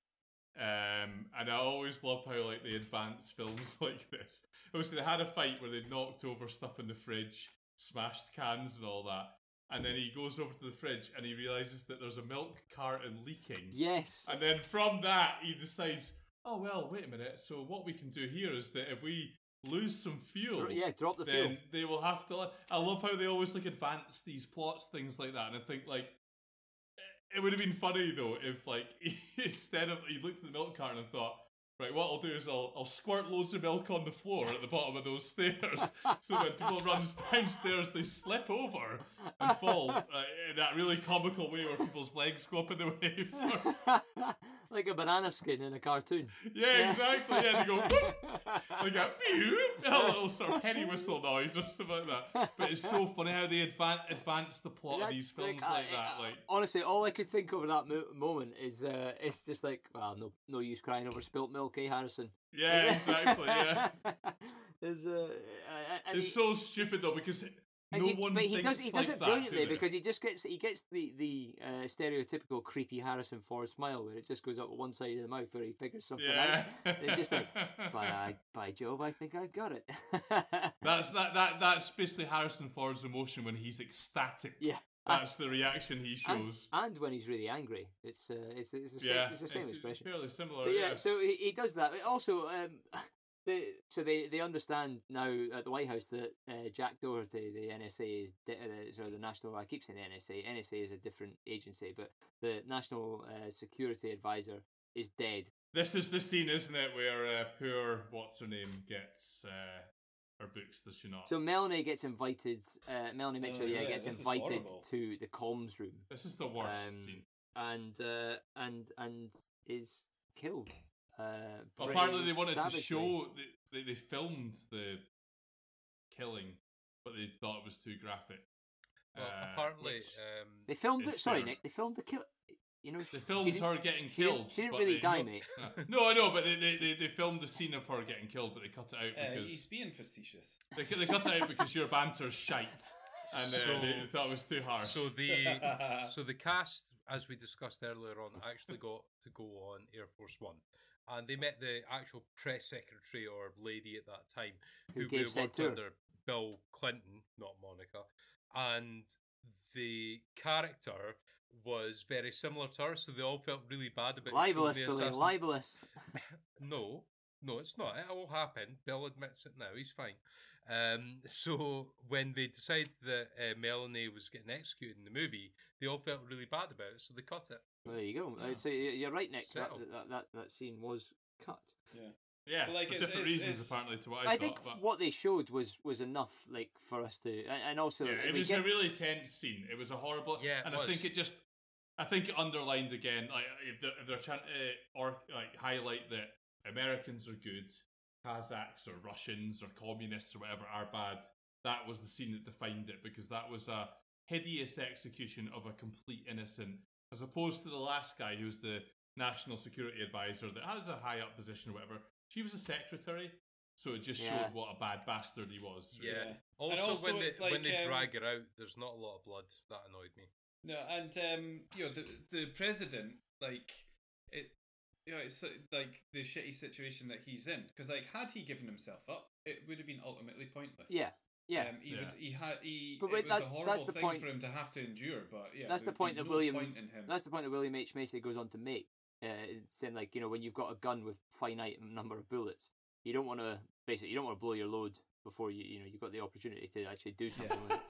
Speaker 4: Um, and I always love how like they advance films like this. Obviously, they had a fight where they knocked over stuff in the fridge, smashed cans and all that. And then he goes over to the fridge and he realizes that there's a milk carton leaking.
Speaker 2: yes.
Speaker 4: And then from that, he decides, oh well, wait a minute. So what we can do here is that if we lose some fuel,
Speaker 2: Dro- yeah. Drop the fuel.
Speaker 4: then they will have to. I love how they always like advance these plots, things like that, and I think like eh, it would have been funny though if like instead of he looked at the milk carton and thought. Right, what I'll do is I'll, I'll squirt loads of milk on the floor at the bottom of those stairs, so when people run downstairs, they slip over and fall uh, in that really comical way where people's legs go up in the way first.
Speaker 2: like a banana skin in a cartoon.
Speaker 4: Yeah, exactly. Yeah, they go whoop, like a, pew, a little sort of penny whistle noise or something like that. But it's so funny how they advan advance the plot of
Speaker 2: That's
Speaker 4: these films
Speaker 2: I-
Speaker 4: like
Speaker 2: I-
Speaker 4: that. Like,
Speaker 2: honestly, all I could think of at that mo- moment is uh, it's just like, well, no, no use crying over spilt milk, eh, Harrison?
Speaker 4: yeah, exactly. Yeah,
Speaker 2: There's, uh, I- I- I mean-
Speaker 4: it's so stupid though because it-
Speaker 2: And
Speaker 4: no
Speaker 2: he,
Speaker 4: one
Speaker 2: but
Speaker 4: thinks
Speaker 2: he does he
Speaker 4: like
Speaker 2: does it
Speaker 4: that,
Speaker 2: brilliantly
Speaker 4: do they?
Speaker 2: because he just gets he gets the the uh, stereotypical creepy Harrison Ford smile where it just goes up one side of the mouth where he figures something
Speaker 4: yeah,
Speaker 2: out. It's just like by I, by Jove, I think I got it.
Speaker 4: that's that that that's basically Harrison Ford's emotion when he's ecstatic.
Speaker 2: yeah.
Speaker 4: That's the reaction he
Speaker 2: And,
Speaker 4: shows.
Speaker 2: and when he's really angry, it's uh, it's it's the same,
Speaker 4: yeah,
Speaker 2: it's the same expression.
Speaker 4: fairly similar.
Speaker 2: But yeah,
Speaker 4: yeah.
Speaker 2: so he, he does that. But Also, um, they, so they, they understand now at the White House that uh, Jack Doherty, the NSA is di- uh, sorry, the national. I keep saying NSA. NSA is a different agency, but the National uh, Security Advisor is dead.
Speaker 4: This is the scene, isn't it, where uh, poor what's her name gets uh, her books that she not.
Speaker 2: So Melanie gets invited. Uh, Melanie Mitchell,
Speaker 6: Oh,
Speaker 2: yeah,
Speaker 6: yeah,
Speaker 2: gets
Speaker 6: this is
Speaker 2: invited
Speaker 6: horrible.
Speaker 2: to the comms room
Speaker 4: this is the worst
Speaker 2: um,
Speaker 4: scene.
Speaker 2: and uh, and and is killed. Uh,
Speaker 4: Well,
Speaker 2: pretty
Speaker 4: apparently, they wanted
Speaker 2: savagely.
Speaker 4: to show they, they they filmed the killing, but they thought it was too graphic.
Speaker 5: well,
Speaker 4: Uh,
Speaker 5: apparently,
Speaker 4: which-
Speaker 5: um,
Speaker 2: They filmed it.
Speaker 4: It's
Speaker 2: Sorry,
Speaker 4: fair.
Speaker 2: Nick. They filmed the kill. You
Speaker 6: uh,
Speaker 2: know,
Speaker 4: they
Speaker 2: she- she
Speaker 4: filmed
Speaker 2: didn't-
Speaker 4: her getting
Speaker 2: she didn't-
Speaker 4: killed.
Speaker 2: she didn't
Speaker 4: but
Speaker 2: really
Speaker 4: they-
Speaker 2: die,
Speaker 4: no,
Speaker 2: mate.
Speaker 4: No, I know, but they, they, they, they filmed the scene of her getting killed, but they cut it out
Speaker 6: Uh,
Speaker 4: because
Speaker 6: he's being facetious.
Speaker 4: they, cu- they cut it out because your banter's shite, and uh,
Speaker 5: So-
Speaker 4: they, they thought it was too harsh.
Speaker 5: so the so the cast, as we discussed earlier on, actually got to go on Air Force One, and they met the actual press secretary or lady at that time
Speaker 2: Who
Speaker 5: who
Speaker 2: gave
Speaker 5: worked
Speaker 2: said tour.
Speaker 5: under Bill Clinton, not Monica, and the character was very similar to her, so they all felt really bad about showing
Speaker 2: Libelous,
Speaker 5: the
Speaker 2: Billy.
Speaker 5: assassin-
Speaker 2: Libelous.
Speaker 5: No, no, it's not. It all happened. Bill admits it now. He's fine. Um, so when they decided that uh, Melanie was getting executed in the movie, they all felt really bad about it, so they cut it.
Speaker 2: Well, there you go. Uh, So you- you're right, Nick. That,
Speaker 5: Settle.
Speaker 2: that, that, that scene was cut.
Speaker 4: yeah,
Speaker 6: Well, like,
Speaker 4: for
Speaker 6: it's-
Speaker 4: different
Speaker 6: it's-
Speaker 4: reasons
Speaker 6: it's-
Speaker 4: apparently to what I,
Speaker 2: I,
Speaker 4: thought.
Speaker 2: think
Speaker 4: but-
Speaker 2: what they showed was was enough, like for us to, and, and also
Speaker 4: Yeah, it
Speaker 2: we
Speaker 4: was
Speaker 2: get-
Speaker 4: a really tense scene. It was a horrible.
Speaker 5: Yeah, it
Speaker 4: and I think
Speaker 5: was.
Speaker 4: it just. I think it underlined again, like if they're, if they're trying to or like highlight that Americans are good, Kazakhs or Russians or communists or whatever are bad. That was the scene that defined it because that was a hideous execution of a complete innocent, as opposed to the last guy who was the national security advisor that has a high up position or whatever. She was a secretary, so it just
Speaker 2: Yeah.
Speaker 4: showed what a bad bastard he was.
Speaker 5: Yeah.
Speaker 6: Yeah.
Speaker 5: Also,
Speaker 6: also
Speaker 5: when they
Speaker 6: it's like,
Speaker 5: when they
Speaker 6: um,
Speaker 5: drag her out, there's not a lot of blood. That annoyed me.
Speaker 6: No, and um, you know the the president, like it, you know, it's uh, like the shitty situation that he's in. Because like, had he given himself up, it would have been ultimately pointless.
Speaker 2: yeah, yeah.
Speaker 6: Um, he
Speaker 4: Yeah.
Speaker 6: would. He had. He.
Speaker 2: But
Speaker 6: it
Speaker 2: wait,
Speaker 6: was
Speaker 2: that's-
Speaker 6: a
Speaker 2: that's
Speaker 6: horrible
Speaker 2: the
Speaker 6: thing
Speaker 2: point-
Speaker 6: for him to have to endure. But yeah,
Speaker 2: That's the
Speaker 6: there'd
Speaker 2: point
Speaker 6: be
Speaker 2: that
Speaker 6: no
Speaker 2: William-
Speaker 6: Point in him.
Speaker 2: That's the point that William H Macy goes on to make, uh, in saying like you know when you've got a gun with finite number of bullets, you don't want to basically you don't want to blow your load before you you know you've got the opportunity to actually do something with it.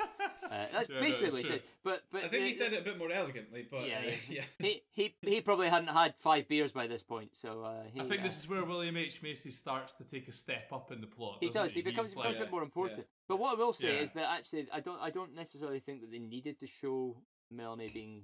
Speaker 2: Uh, that's
Speaker 4: Yeah, no,
Speaker 2: basically
Speaker 4: it's
Speaker 2: what he
Speaker 4: true.
Speaker 2: says. But but
Speaker 6: I think he
Speaker 2: the-
Speaker 6: said it a bit more elegantly, but
Speaker 2: Yeah,
Speaker 6: yeah, uh,
Speaker 2: yeah.
Speaker 6: yeah.
Speaker 2: he he he probably hadn't had five beers by this point, so uh, he,
Speaker 4: I think
Speaker 2: uh,
Speaker 4: this is where William H Macy starts to take a step up in the plot.
Speaker 2: he
Speaker 4: doesn't
Speaker 2: does. He becomes,
Speaker 4: He's
Speaker 2: becomes a
Speaker 4: like-
Speaker 2: bit more important. But what I will say
Speaker 4: Yeah.
Speaker 2: is that actually, I don't I don't necessarily think that they needed to show Melanie being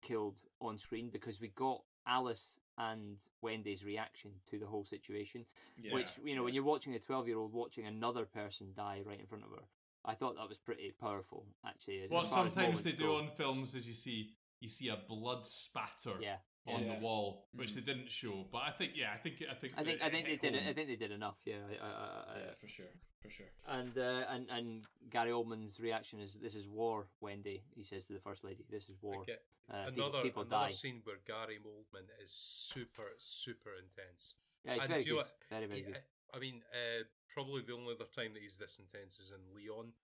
Speaker 2: killed on screen because we got Alice and Wendy's reaction to the whole situation,
Speaker 6: yeah.
Speaker 2: which you know when you're watching a twelve year old watching another person die right in front of her. I thought that was pretty powerful, actually. as-
Speaker 4: What
Speaker 2: as far as
Speaker 4: sometimes they
Speaker 2: moments
Speaker 4: do
Speaker 2: go.
Speaker 4: on films is you see you see a blood spatter
Speaker 2: Yeah. yeah.
Speaker 4: on
Speaker 6: Yeah.
Speaker 4: the wall, which
Speaker 6: Mm.
Speaker 4: they didn't show. But I think yeah, I think I think
Speaker 2: I think
Speaker 4: that
Speaker 2: I
Speaker 4: it
Speaker 2: think they
Speaker 4: hit
Speaker 2: did it. I
Speaker 4: home.
Speaker 2: think they did enough. Yeah. I, I, I, I,
Speaker 6: yeah, for sure, for sure.
Speaker 2: And uh, and and Gary Oldman's reaction is, "This is war, Wendy." He says to the first lady, "This is war."
Speaker 5: Okay.
Speaker 2: Uh, peop-
Speaker 5: another
Speaker 2: people,
Speaker 5: another
Speaker 2: die.
Speaker 5: scene where Gary Oldman is super super intense.
Speaker 2: Yeah, it's
Speaker 5: and
Speaker 2: very
Speaker 5: do you
Speaker 2: good.
Speaker 5: know what?
Speaker 2: Very very
Speaker 5: He-
Speaker 2: good.
Speaker 5: I, I mean, uh, probably the only other time that he's this intense is in Leon,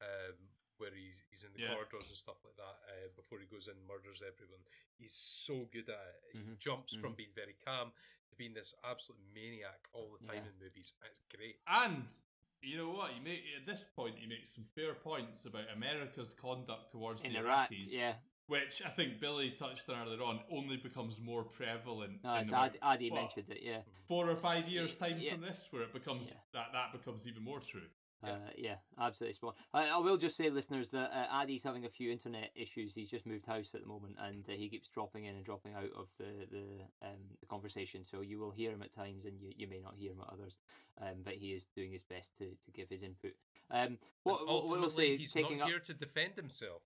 Speaker 5: um, where he's he's in the
Speaker 4: Yeah.
Speaker 5: corridors and stuff like that uh, before he goes in and murders everyone. He's so good at it. He
Speaker 2: Mhm,
Speaker 5: jumps from being very calm to being this absolute maniac all the time
Speaker 2: Yeah.
Speaker 5: in movies. It's great.
Speaker 4: And you know what? He make at this point he makes some fair points about America's conduct towards
Speaker 2: In
Speaker 4: the
Speaker 2: Iraq,
Speaker 4: Iraqis,
Speaker 2: yeah.
Speaker 4: which I think Billy touched on earlier on. Only becomes more prevalent.
Speaker 2: No,
Speaker 4: in
Speaker 2: it's
Speaker 4: about
Speaker 2: Adi, Adi
Speaker 4: what,
Speaker 2: mentioned it. Yeah.
Speaker 4: Four or five years time
Speaker 2: Yeah.
Speaker 4: from this, where it becomes
Speaker 2: Yeah.
Speaker 4: that that becomes even more true.
Speaker 2: Yeah. Uh, yeah, absolutely spot. on. I, I will just say, listeners, that uh, Addy's having a few internet issues. He's just moved house at the moment, and uh, he keeps dropping in and dropping out of the the, um, the conversation. So you will hear him at times, and you, you may not hear him at others. Um, but he is doing his best to, to give his input. Um, what, what
Speaker 5: And ultimately,
Speaker 2: we'll say,
Speaker 5: he's
Speaker 2: taking
Speaker 5: not
Speaker 2: up
Speaker 5: here to defend himself.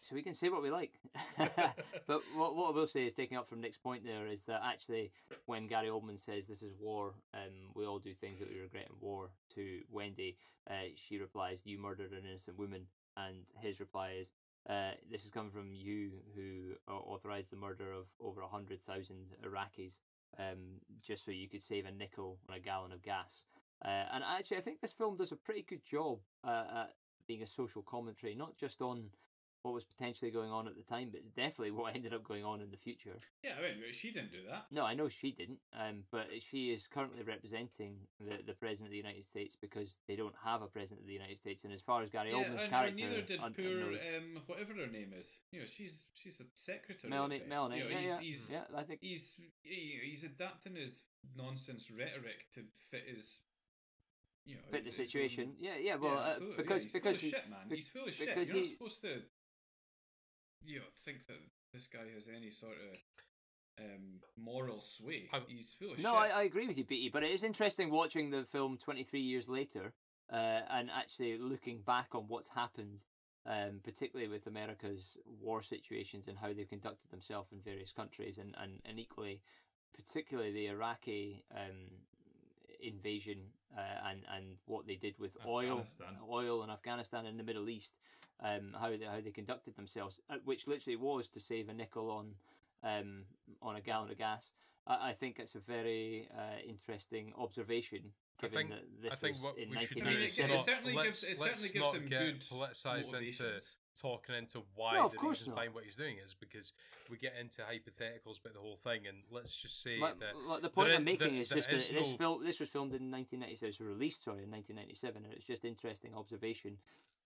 Speaker 2: so we can say what we like. but what, what I will say is, taking up from Nick's point there, is that actually, when Gary Oldman says this is war, um, we all do things that we regret in war, to Wendy, uh, she replies, You murdered an innocent woman. And his reply is, uh, This has come from you who uh, authorized the murder of over 100,000 Iraqis um, just so you could save a nickel on a gallon of gas. Uh, and actually, I think this film does a pretty good job uh, at being a social commentary, not just on what was potentially going on at the time, but it's definitely what ended up going on in the future.
Speaker 6: Yeah, I mean, but she didn't do that.
Speaker 2: No, I know she didn't, um, but she is currently representing the, the president of the United States because they don't have a president of the United States. And as far as Gary
Speaker 6: yeah,
Speaker 2: Oldman's
Speaker 6: and- and
Speaker 2: character,
Speaker 6: neither did
Speaker 2: un-
Speaker 6: poor
Speaker 2: knows-
Speaker 6: um, whatever her name is. You know, she's she's a secretary. at
Speaker 2: Melanie,
Speaker 6: best.
Speaker 2: Melanie,
Speaker 6: You know,
Speaker 2: yeah,
Speaker 6: he's,
Speaker 2: yeah,
Speaker 6: he's,
Speaker 2: yeah, I think
Speaker 6: he's he- he's adapting his nonsense rhetoric to fit his you know
Speaker 2: fit the
Speaker 6: his- his own-
Speaker 2: situation. Yeah, yeah,
Speaker 6: Yeah,
Speaker 2: well, uh,
Speaker 6: absolutely. Yeah,
Speaker 2: because
Speaker 6: he's
Speaker 2: because
Speaker 6: full
Speaker 2: he-
Speaker 6: of shit, man,
Speaker 2: be-
Speaker 6: he's full of shit. You're
Speaker 2: because
Speaker 6: not
Speaker 2: he-
Speaker 6: supposed to you know think that this guy has any sort of um, moral sway.
Speaker 5: I'm-
Speaker 6: he's full of Oh, shit.
Speaker 2: No, I, I agree with you, BT. But it is interesting watching the film 23 years later uh, and actually looking back on what's happened, um, particularly with America's war situations and how they conducted themselves in various countries, and, and, and equally, particularly the Iraqi um, invasion uh, and, and what they did with oil,
Speaker 4: Afghanistan.
Speaker 2: oil in Afghanistan and the Middle East, um, how, they, how they conducted themselves, uh, which literally was to save a nickel on. Um, on a gallon of gas, I, I think it's a very uh, interesting observation,
Speaker 5: I
Speaker 2: given
Speaker 5: think-
Speaker 2: that this
Speaker 5: I think
Speaker 2: was
Speaker 5: what
Speaker 2: in
Speaker 5: we should do
Speaker 6: I mean, it,
Speaker 5: is
Speaker 2: 1997.
Speaker 5: not-
Speaker 6: it certainly
Speaker 5: let's-
Speaker 6: gives it
Speaker 5: let's
Speaker 6: certainly gives
Speaker 5: not
Speaker 6: him
Speaker 5: get
Speaker 6: good
Speaker 5: politicised into
Speaker 6: motivations.
Speaker 5: talking into why
Speaker 2: No, of
Speaker 5: the
Speaker 2: course
Speaker 5: reasons
Speaker 2: not.
Speaker 5: behind what he's doing is because we get into hypotheticals about the whole thing, and let's just say
Speaker 2: Like-
Speaker 5: that
Speaker 2: like the point
Speaker 5: there
Speaker 2: I'm
Speaker 5: i- there-
Speaker 2: making is
Speaker 5: there
Speaker 2: just that
Speaker 5: is
Speaker 2: this
Speaker 5: no-
Speaker 2: film this was filmed in 1997, it was released sorry in 1997, and it's just interesting observation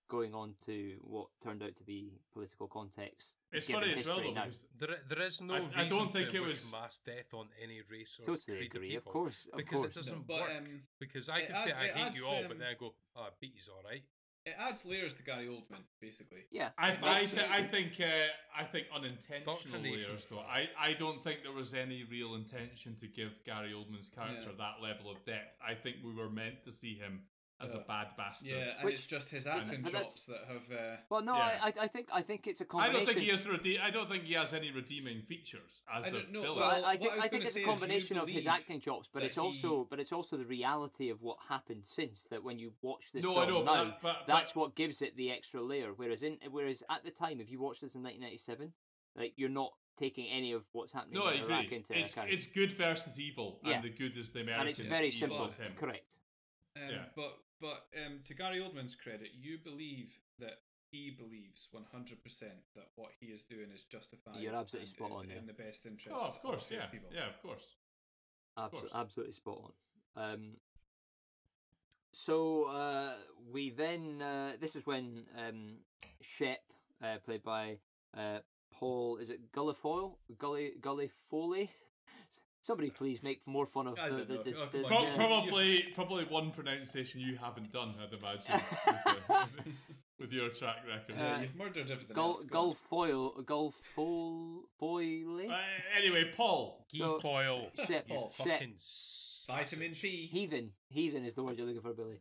Speaker 2: going on to what turned out to be political context.
Speaker 4: It's
Speaker 2: given
Speaker 4: funny as well
Speaker 2: history
Speaker 4: though
Speaker 2: now.
Speaker 4: because
Speaker 5: there, i- there is no
Speaker 4: I- I
Speaker 5: reason
Speaker 4: don't think
Speaker 5: to
Speaker 4: it
Speaker 5: wish
Speaker 4: was-
Speaker 5: mass death on any race or
Speaker 2: Totally
Speaker 5: creed
Speaker 2: agree, of
Speaker 5: people,
Speaker 2: course, of
Speaker 5: because
Speaker 2: course.
Speaker 5: it doesn't
Speaker 6: No, but,
Speaker 5: work.
Speaker 6: um,
Speaker 5: because I
Speaker 6: it
Speaker 5: can say
Speaker 6: adds-
Speaker 5: I
Speaker 6: it
Speaker 5: hate
Speaker 6: adds,
Speaker 5: you all, but
Speaker 6: um,
Speaker 5: then I go, ah, Beatty's all right.
Speaker 6: It adds layers to Gary Oldman, basically.
Speaker 2: Yeah,
Speaker 4: I, I,
Speaker 6: That's-
Speaker 4: th- I think uh, I think unintentional
Speaker 5: Indoctrination.
Speaker 4: layers though. I, I don't think there was any real intention to give Gary Oldman's character
Speaker 6: Yeah.
Speaker 4: that level of depth. I think we were meant to see him as a
Speaker 6: Yeah.
Speaker 4: bad bastard.
Speaker 6: Yeah, and
Speaker 2: Which-
Speaker 6: it's just his
Speaker 2: but-
Speaker 6: acting
Speaker 2: but that's-
Speaker 6: chops that have. Uh,
Speaker 2: well, no,
Speaker 4: Yeah.
Speaker 2: I, I I think I think it's a
Speaker 4: I
Speaker 2: combination.
Speaker 4: don't think he has rede- I don't think he has any redeeming features as
Speaker 6: I
Speaker 4: a
Speaker 6: don't know,
Speaker 4: villain.
Speaker 6: well-
Speaker 2: Well, I, I
Speaker 6: what
Speaker 2: think
Speaker 6: I was
Speaker 2: I think
Speaker 6: gonna
Speaker 2: it's a
Speaker 6: say is you
Speaker 2: combination of his
Speaker 6: believe
Speaker 2: acting chops, but
Speaker 6: that
Speaker 2: it's also
Speaker 6: he-
Speaker 2: but it's also the reality of what happened since that when you watch this
Speaker 4: No, I
Speaker 2: film
Speaker 4: know, but
Speaker 2: now,
Speaker 4: that- but-
Speaker 2: that's
Speaker 4: but-
Speaker 2: what gives it the extra layer. Whereas in whereas at the time, if you watch this in 1997, like you're not taking any of what's happening
Speaker 4: no, I
Speaker 2: in Iraq
Speaker 4: agree.
Speaker 2: into
Speaker 4: It's,
Speaker 2: account,
Speaker 4: it's good versus evil,
Speaker 2: Yeah.
Speaker 4: and the good is the American.
Speaker 2: and it's very
Speaker 6: evil
Speaker 2: simple.
Speaker 4: Is him.
Speaker 2: Correct.
Speaker 6: Um,
Speaker 4: Yeah.
Speaker 6: But but um, to Gary Oldman's credit, you believe that he believes one hundred percent that what he is doing is justified.
Speaker 2: You're absolutely
Speaker 6: and
Speaker 2: spot
Speaker 6: is
Speaker 2: on, yeah.
Speaker 6: In the best interest.
Speaker 4: Oh, of course,
Speaker 6: his
Speaker 4: yeah,
Speaker 6: people.
Speaker 4: yeah, of course.
Speaker 2: Absolutely,
Speaker 4: course.
Speaker 2: absolutely spot on. Um, so uh, we then uh, this is when um, Shep, uh, played by uh, Paul, is it Gullifoyle? Gully Gully Foley? Somebody please make more fun of
Speaker 6: I
Speaker 2: the,
Speaker 6: don't
Speaker 2: the,
Speaker 6: know.
Speaker 2: the,
Speaker 6: Oh,
Speaker 2: the,
Speaker 6: come
Speaker 4: Pro-
Speaker 6: on. Yeah.
Speaker 2: the-
Speaker 4: probably, probably one pronunciation you haven't done, I'd imagine, with, the- with your track record.
Speaker 6: Yeah,
Speaker 2: Uh,
Speaker 6: you've murdered everything.
Speaker 2: Gull
Speaker 6: else, go on.
Speaker 2: Gulfoyle Gulfoyle Boyle.
Speaker 4: Uh, anyway, Paul,
Speaker 5: He
Speaker 2: So-
Speaker 5: foil.
Speaker 2: Shit,
Speaker 5: you
Speaker 2: shit.
Speaker 5: fucking
Speaker 6: Vitamin
Speaker 5: sausage.
Speaker 6: P.
Speaker 2: Heathen, heathen is the word you're looking for, Billy.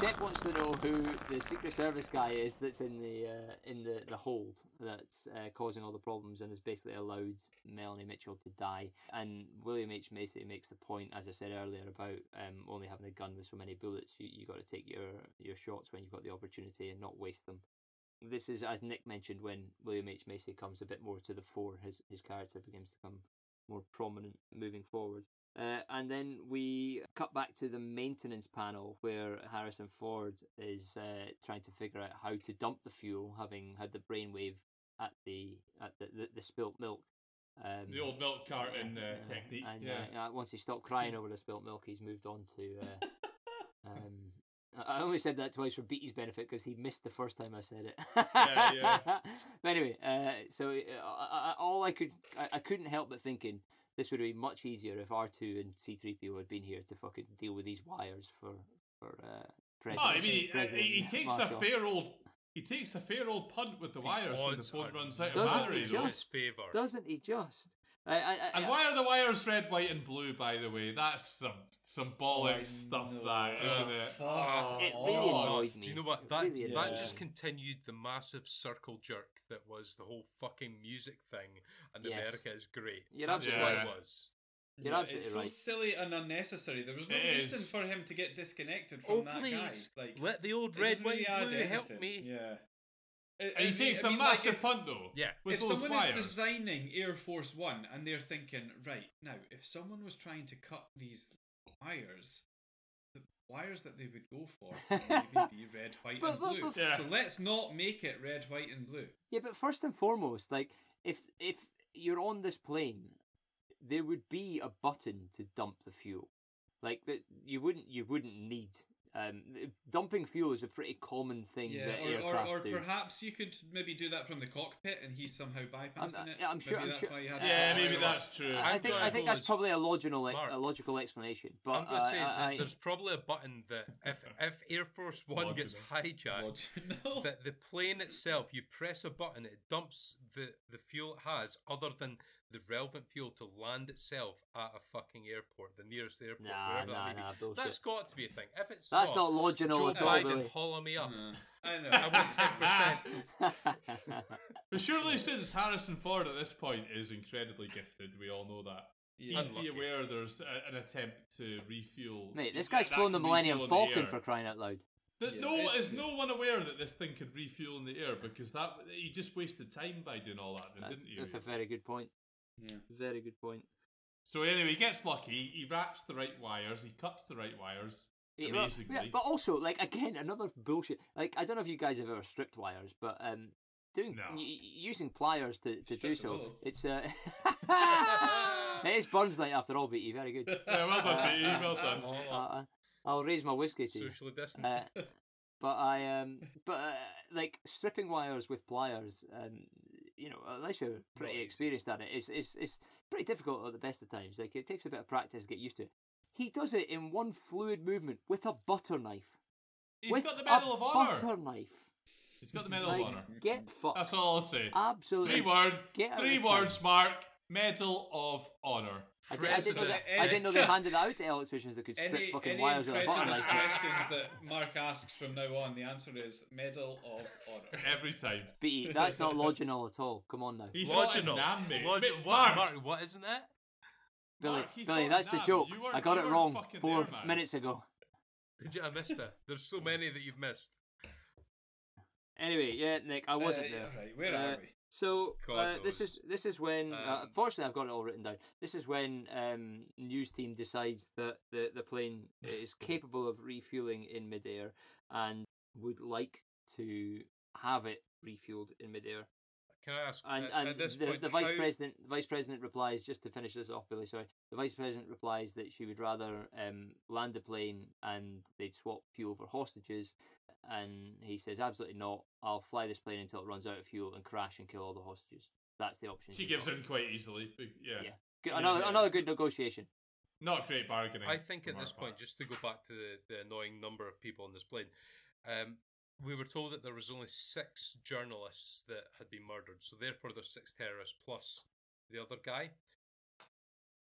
Speaker 2: Shep wants to know who the Secret Service guy is that's in the uh, in the, the hold that's uh, causing all the problems and has basically allowed Melanie Mitchell to die. And William H Macy makes the point, as I said earlier, about um, only having a gun with so many bullets. You you got to take your your shots when you've got the opportunity and not waste them. This is, as Nick mentioned, when William H Macy comes a bit more to the fore. His his character begins to come more prominent moving forward. Uh, and then we cut back to the maintenance panel where Harrison Ford is uh, trying to figure out how to dump the fuel, having had the brainwave at the at the, the, the spilt milk. Um,
Speaker 4: The old milk carton uh, technique.
Speaker 2: And,
Speaker 4: yeah.
Speaker 2: uh, uh, once he stopped crying over the spilt milk, he's moved on to. Uh, um, I I only said that twice for Beatty's benefit because he missed the first time I said it.
Speaker 4: Yeah, yeah.
Speaker 2: but anyway, uh, so uh, I, I, all I could, I, I couldn't help but thinking this would have been much easier if R two and C three PO had been here to fucking deal with these wires for for uh, president.
Speaker 4: oh, I mean, he,
Speaker 2: President
Speaker 4: he, he takes
Speaker 2: Marshall.
Speaker 4: a fair old he takes a fair old punt with the wires when the
Speaker 5: odds
Speaker 4: phone
Speaker 5: are
Speaker 4: runs out of
Speaker 2: Doesn't he
Speaker 4: batteries.
Speaker 5: in
Speaker 2: just-
Speaker 5: his favour.
Speaker 2: Doesn't he just? I, I, I,
Speaker 4: And
Speaker 2: I-
Speaker 4: why are the wires red, white, and blue? By the way, that's some symbolic
Speaker 6: I
Speaker 4: stuff,
Speaker 6: know.
Speaker 4: that isn't
Speaker 5: Oh,
Speaker 4: it?
Speaker 6: fuck. Oh,
Speaker 2: It really
Speaker 4: oh,
Speaker 2: annoyed me.
Speaker 5: Do you know what?
Speaker 2: It
Speaker 5: That
Speaker 2: really
Speaker 5: that
Speaker 2: annoyed
Speaker 5: just
Speaker 2: me.
Speaker 5: continued the massive circle jerk that was the whole fucking music thing. And
Speaker 2: Yes.
Speaker 5: America is great.
Speaker 2: You're
Speaker 5: That's
Speaker 4: absolutely
Speaker 5: what
Speaker 4: right.
Speaker 5: it was.
Speaker 2: You're
Speaker 6: Yeah,
Speaker 2: absolutely
Speaker 6: it's so
Speaker 2: right.
Speaker 6: silly and unnecessary. There was no
Speaker 4: It
Speaker 6: reason
Speaker 4: is.
Speaker 6: for him to get disconnected from
Speaker 5: Oh
Speaker 6: that
Speaker 5: please,
Speaker 6: guy. Like,
Speaker 5: let the old
Speaker 6: it
Speaker 5: red,
Speaker 6: doesn't
Speaker 5: white,
Speaker 6: really add
Speaker 5: blue help
Speaker 6: anything.
Speaker 5: me.
Speaker 6: Yeah. It-
Speaker 4: And he
Speaker 6: I mean-
Speaker 4: takes
Speaker 6: I
Speaker 4: a
Speaker 6: mean, like,
Speaker 4: massive
Speaker 6: if-
Speaker 4: punt though.
Speaker 5: Yeah.
Speaker 4: with
Speaker 6: if
Speaker 4: those
Speaker 6: someone
Speaker 4: wires.
Speaker 6: is designing Air Force One and they're thinking, right now, if someone was trying to cut these wires, the wires that they would go for would maybe be red, white,
Speaker 2: But-
Speaker 6: and
Speaker 2: but-
Speaker 6: blue.
Speaker 2: but-
Speaker 4: Yeah.
Speaker 6: So let's not make it red, white, and blue.
Speaker 2: Yeah, but first and foremost, like if if you're on this plane, there would be a button to dump the fuel. Like that, you wouldn't you wouldn't need. Um, th- dumping fuel is a pretty common thing
Speaker 6: Yeah,
Speaker 2: that
Speaker 6: or, or,
Speaker 2: aircraft
Speaker 6: or
Speaker 2: do.
Speaker 6: perhaps you could maybe do that from the cockpit and he's somehow bypassing
Speaker 2: I'm- uh,
Speaker 6: it.
Speaker 2: I'm sure-
Speaker 6: Maybe
Speaker 2: I'm
Speaker 6: that's
Speaker 2: sure-
Speaker 6: why you had
Speaker 4: yeah,
Speaker 6: to-
Speaker 4: maybe that's true.
Speaker 2: I I think
Speaker 5: got
Speaker 2: I
Speaker 5: it
Speaker 2: think
Speaker 5: all
Speaker 2: that's
Speaker 5: as-
Speaker 2: probably a logical e-
Speaker 5: Mark.
Speaker 2: a logical explanation. But
Speaker 5: I'm gonna
Speaker 2: uh,
Speaker 5: say
Speaker 2: I,
Speaker 5: that
Speaker 2: I-
Speaker 5: there's probably a button that if if Air Force One gets
Speaker 4: eh?
Speaker 5: hijacked,
Speaker 6: Lodge- No.
Speaker 5: that the plane itself, you press a button, it dumps the, the fuel it has, other than the relevant fuel to land itself at a fucking airport, the nearest airport,
Speaker 2: Nah,
Speaker 5: wherever
Speaker 2: nah,
Speaker 5: that may
Speaker 2: nah,
Speaker 5: be.
Speaker 2: bullshit.
Speaker 5: That's got to be a thing. If it's
Speaker 2: that's not
Speaker 5: Joe
Speaker 2: logical at all,
Speaker 5: Biden,
Speaker 2: Billy.
Speaker 5: hollow me up.
Speaker 4: Mm.
Speaker 6: No. I know.
Speaker 5: I want ten percent.
Speaker 4: But surely, since Harrison Ford at this point is incredibly gifted, we all know that.
Speaker 6: Yeah.
Speaker 4: You'd
Speaker 5: Unlucky.
Speaker 4: be aware there's a, an attempt to refuel.
Speaker 2: Mate, this
Speaker 4: that-
Speaker 2: guy's
Speaker 4: that
Speaker 2: flown the
Speaker 4: can
Speaker 2: Millennium
Speaker 4: refuel in the
Speaker 2: Falcon
Speaker 4: air.
Speaker 2: for crying out loud.
Speaker 4: Th-
Speaker 6: Yeah,
Speaker 4: no,
Speaker 6: this-
Speaker 4: is no one aware that this thing could refuel in the air because that he just wasted time by doing all that, then,
Speaker 2: That's,
Speaker 4: didn't he?
Speaker 2: that's a
Speaker 4: really?
Speaker 2: very good point.
Speaker 6: Yeah.
Speaker 2: Very good point.
Speaker 4: so anyway, he gets lucky. He wraps the right wires. He cuts the right wires.
Speaker 2: Yeah, well,
Speaker 4: Amazingly.
Speaker 2: yeah, but also, like again, another bullshit. Like I don't know if you guys have ever stripped wires, but um, doing
Speaker 4: No.
Speaker 2: y- y- using pliers to, to do
Speaker 6: Strip the
Speaker 2: so,
Speaker 6: willow.
Speaker 2: it's uh, it is Burns Light after all, BT. Very good.
Speaker 4: Yeah, well done, Pete. Well done.
Speaker 5: Oh,
Speaker 2: Uh, I'll raise my whiskey to you.
Speaker 5: socially distanced.
Speaker 2: Uh, but I um, but uh, like stripping wires with pliers, um, you know, unless you're pretty experienced at it, it's it's it's pretty difficult at the best of times. Like it takes a bit of practice to get used to it. He does it in one fluid movement with a butter knife.
Speaker 4: He's
Speaker 2: with
Speaker 4: got the Medal
Speaker 2: a
Speaker 4: of Honor.
Speaker 2: butter knife.
Speaker 4: He's got the Medal
Speaker 2: Like,
Speaker 4: of Honor.
Speaker 2: get fucked.
Speaker 4: That's all I'll say.
Speaker 2: Absolutely.
Speaker 4: Three word.
Speaker 2: Get out
Speaker 4: Three
Speaker 2: of the car.
Speaker 4: words, Mark. Medal of Honor.
Speaker 2: I, did, I, didn't know that,
Speaker 5: President.
Speaker 2: I didn't know they handed that out to electricians that could strip
Speaker 6: Any,
Speaker 2: fucking
Speaker 6: any
Speaker 2: wires with a butter
Speaker 6: incredulous
Speaker 2: knife.
Speaker 6: questions that Mark asks from now on, the answer is Medal of Honor.
Speaker 4: Every time.
Speaker 2: Beat it. That's not logical at all. Come on now.
Speaker 4: He thought it
Speaker 5: Loginal.
Speaker 4: Nam, mate.
Speaker 5: Logi-
Speaker 4: Mate,
Speaker 5: what,
Speaker 4: Mark,
Speaker 5: Mark, what isn't that?
Speaker 2: Billy,
Speaker 4: Mark, he
Speaker 2: Billy,
Speaker 4: thought
Speaker 2: that's the
Speaker 4: Nam.
Speaker 2: joke.
Speaker 4: You weren't-
Speaker 2: I got
Speaker 4: you
Speaker 2: it
Speaker 4: weren't
Speaker 2: wrong
Speaker 4: fucking
Speaker 2: four
Speaker 4: there, man.
Speaker 2: minutes ago.
Speaker 5: Did you? I missed that. There's so many that you've missed.
Speaker 2: Anyway, yeah, Nick, I wasn't
Speaker 6: Uh,
Speaker 2: there.
Speaker 6: Right, where
Speaker 2: Uh,
Speaker 6: are we?
Speaker 2: So
Speaker 5: God
Speaker 2: uh, this
Speaker 5: knows.
Speaker 2: is this is when. uh,
Speaker 5: Um,
Speaker 2: unfortunately, I've got it all written down. This is when um, news team decides that the the plane is capable of refueling in midair and would like to have it refueled in midair.
Speaker 5: Can I ask?
Speaker 2: And
Speaker 5: at,
Speaker 2: and
Speaker 5: at this
Speaker 2: the,
Speaker 5: point,
Speaker 2: the vice
Speaker 5: how-
Speaker 2: president the vice president replies just to finish this off, Billy. Sorry, the vice president replies that she would rather um, land the plane and they'd swap fuel for hostages. And he says, "Absolutely not. I'll fly this plane until it runs out of fuel and crash and kill all the hostages." That's the option.
Speaker 4: She
Speaker 2: she's
Speaker 4: gives
Speaker 2: got.
Speaker 4: in quite easily. But yeah.
Speaker 2: Yeah. Good, another
Speaker 4: Yeah.
Speaker 2: another good negotiation.
Speaker 4: Not great bargaining.
Speaker 5: I think at
Speaker 4: on
Speaker 5: this
Speaker 4: our part.
Speaker 5: point, just to go back to the, the annoying number of people on this plane, um, we were told that there was only six journalists that had been murdered, so therefore there's six terrorists plus the other guy.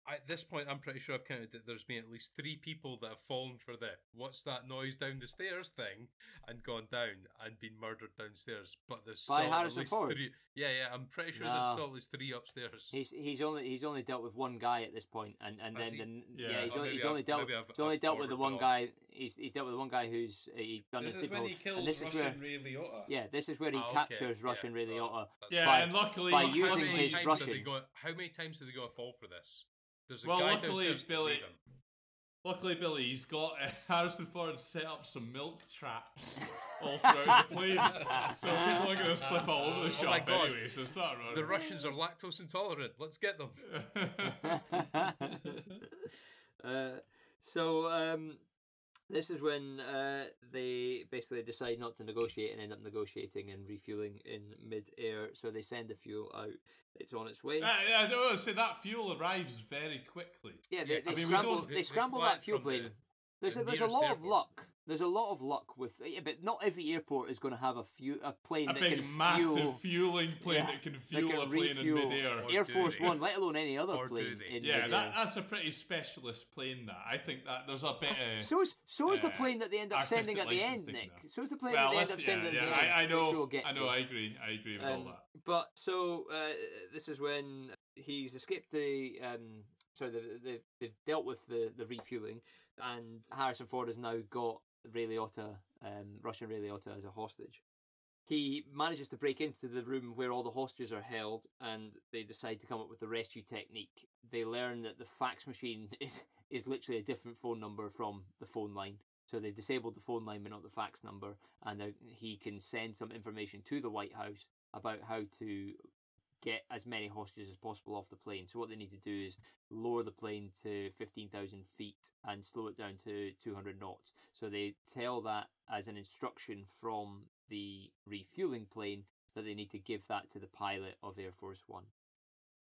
Speaker 5: at this point, I'm pretty sure I've counted that there's been at least three people that have fallen for the what's that noise down the stairs thing and gone down and been murdered downstairs. But there's still
Speaker 2: By
Speaker 5: at
Speaker 2: Harrison
Speaker 5: least
Speaker 2: Ford?
Speaker 5: three. Yeah, yeah, I'm pretty sure there's
Speaker 2: No.
Speaker 5: still at least three upstairs.
Speaker 2: He's he's only he's only dealt with one guy at this point, and and
Speaker 5: Has
Speaker 2: then
Speaker 5: he?
Speaker 2: the, n-
Speaker 4: Yeah.
Speaker 2: yeah, he's
Speaker 5: Oh,
Speaker 2: only
Speaker 5: maybe
Speaker 2: he's
Speaker 5: I've-
Speaker 2: only dealt
Speaker 5: maybe I've-
Speaker 2: he's only
Speaker 5: I've
Speaker 2: dealt with the
Speaker 5: forwarded
Speaker 2: one
Speaker 5: it on.
Speaker 2: guy. He's he's dealt with the one guy who's uh, he done
Speaker 6: This
Speaker 2: his
Speaker 6: is when he
Speaker 2: sleepover, and
Speaker 6: kills
Speaker 2: this is where
Speaker 6: Russian Ray Liotta.
Speaker 2: yeah, this is where he
Speaker 5: Ah, okay,
Speaker 2: captures
Speaker 5: yeah,
Speaker 2: Russian Ray
Speaker 5: got it.
Speaker 2: Liotta.
Speaker 5: That's
Speaker 4: Yeah,
Speaker 5: fine.
Speaker 2: By-
Speaker 4: and luckily
Speaker 2: by
Speaker 4: how
Speaker 2: using
Speaker 5: how
Speaker 4: many
Speaker 5: many
Speaker 2: his
Speaker 5: times
Speaker 4: times-
Speaker 5: are
Speaker 2: Russian.
Speaker 5: They going, how many times are they going to fall for this? There's a
Speaker 4: Well,
Speaker 5: guy
Speaker 4: luckily,
Speaker 5: downstairs who
Speaker 4: Billy-
Speaker 5: made them.
Speaker 4: Luckily, Billy, he's got uh, Harrison Ford set up some milk traps all throughout the plane, so people are going to slip all over the
Speaker 5: Oh my
Speaker 4: shop
Speaker 5: God.
Speaker 4: anyway. So it's not
Speaker 5: The
Speaker 4: right.
Speaker 5: Russians are lactose intolerant. Let's get them.
Speaker 2: uh, so um, this is when uh, they basically decide not to negotiate and end up negotiating and refueling in mid-air. So they send the fuel out. It's on its way.
Speaker 5: Ah,
Speaker 4: I, I don't know, say that fuel arrives very quickly.
Speaker 2: Yeah, they,
Speaker 5: Yeah,
Speaker 2: they
Speaker 4: I mean, we
Speaker 2: scramble.
Speaker 4: don't-
Speaker 5: we-
Speaker 2: They
Speaker 5: we
Speaker 2: scramble
Speaker 5: fly
Speaker 2: that fuel
Speaker 5: from the-
Speaker 2: plane. there's
Speaker 5: the
Speaker 2: a, there's a
Speaker 5: nearest
Speaker 2: lot of
Speaker 5: airport.
Speaker 2: luck. There's a lot of luck with, yeah, but not every airport is going to have a few a plane
Speaker 4: A
Speaker 2: that
Speaker 4: big,
Speaker 2: can
Speaker 4: massive
Speaker 2: fuel.
Speaker 4: fueling plane
Speaker 2: Yeah,
Speaker 4: that can
Speaker 2: that
Speaker 4: fuel
Speaker 2: can
Speaker 4: a plane
Speaker 2: refuel.
Speaker 4: in midair.
Speaker 5: Or
Speaker 2: Air
Speaker 5: do
Speaker 2: Force
Speaker 5: they?
Speaker 2: One, let alone any other
Speaker 5: Or do
Speaker 2: plane.
Speaker 5: they?
Speaker 2: in
Speaker 4: Yeah,
Speaker 2: midair.
Speaker 4: that, that's a pretty specialist plane. That I think that there's a bit of
Speaker 2: So is so is the
Speaker 4: uh,
Speaker 2: plane that they end up sending at
Speaker 4: artistic
Speaker 2: the
Speaker 4: license
Speaker 2: end,
Speaker 4: thing
Speaker 2: Nick.
Speaker 4: there.
Speaker 2: So is the plane
Speaker 4: well,
Speaker 2: that they end
Speaker 4: let's-
Speaker 2: up sending
Speaker 4: yeah,
Speaker 2: at the
Speaker 4: yeah,
Speaker 2: end.
Speaker 4: I, I know,
Speaker 2: which we'll get
Speaker 4: I know,
Speaker 2: to.
Speaker 4: I agree, I agree with all
Speaker 2: Um,
Speaker 4: that.
Speaker 2: But so uh, this is when he's escaped the. Um, sorry, the- they've they've dealt with the the refueling, and Harrison Ford has now got Ray Liotta, um, Russian Ray Liotta, as a hostage. He manages to break into the room where all the hostages are held, and they decide to come up with the rescue technique. They learn that the fax machine is is literally a different phone number from the phone line. So they disabled the phone line, but not the fax number, and they're- he can send some information to the White House about how to get as many hostages as possible off the plane. So what they need to do is lower the plane to fifteen thousand feet and slow it down to two hundred knots. So they tell that as an instruction from the refueling plane that they need to give that to the pilot of Air Force One.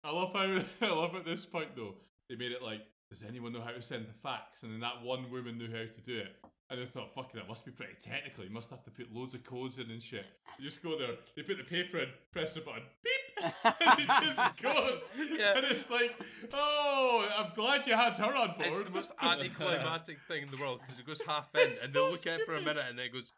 Speaker 4: I love how I love at this point though they made it like, does anyone know how to send the fax? And then that one woman knew how to do it. And I thought, fucking, that must be pretty technical. You must have to put loads of codes in and shit. You just go there, they put the paper in, press the button, beep, and it just goes.
Speaker 5: Yeah.
Speaker 4: And it's like, oh, I'm glad you had her on board.
Speaker 5: It's the most anticlimactic thing in the world because it goes half in
Speaker 4: It's
Speaker 5: and
Speaker 4: so
Speaker 5: they'll look at it for a
Speaker 4: stupid.
Speaker 5: minute and then it goes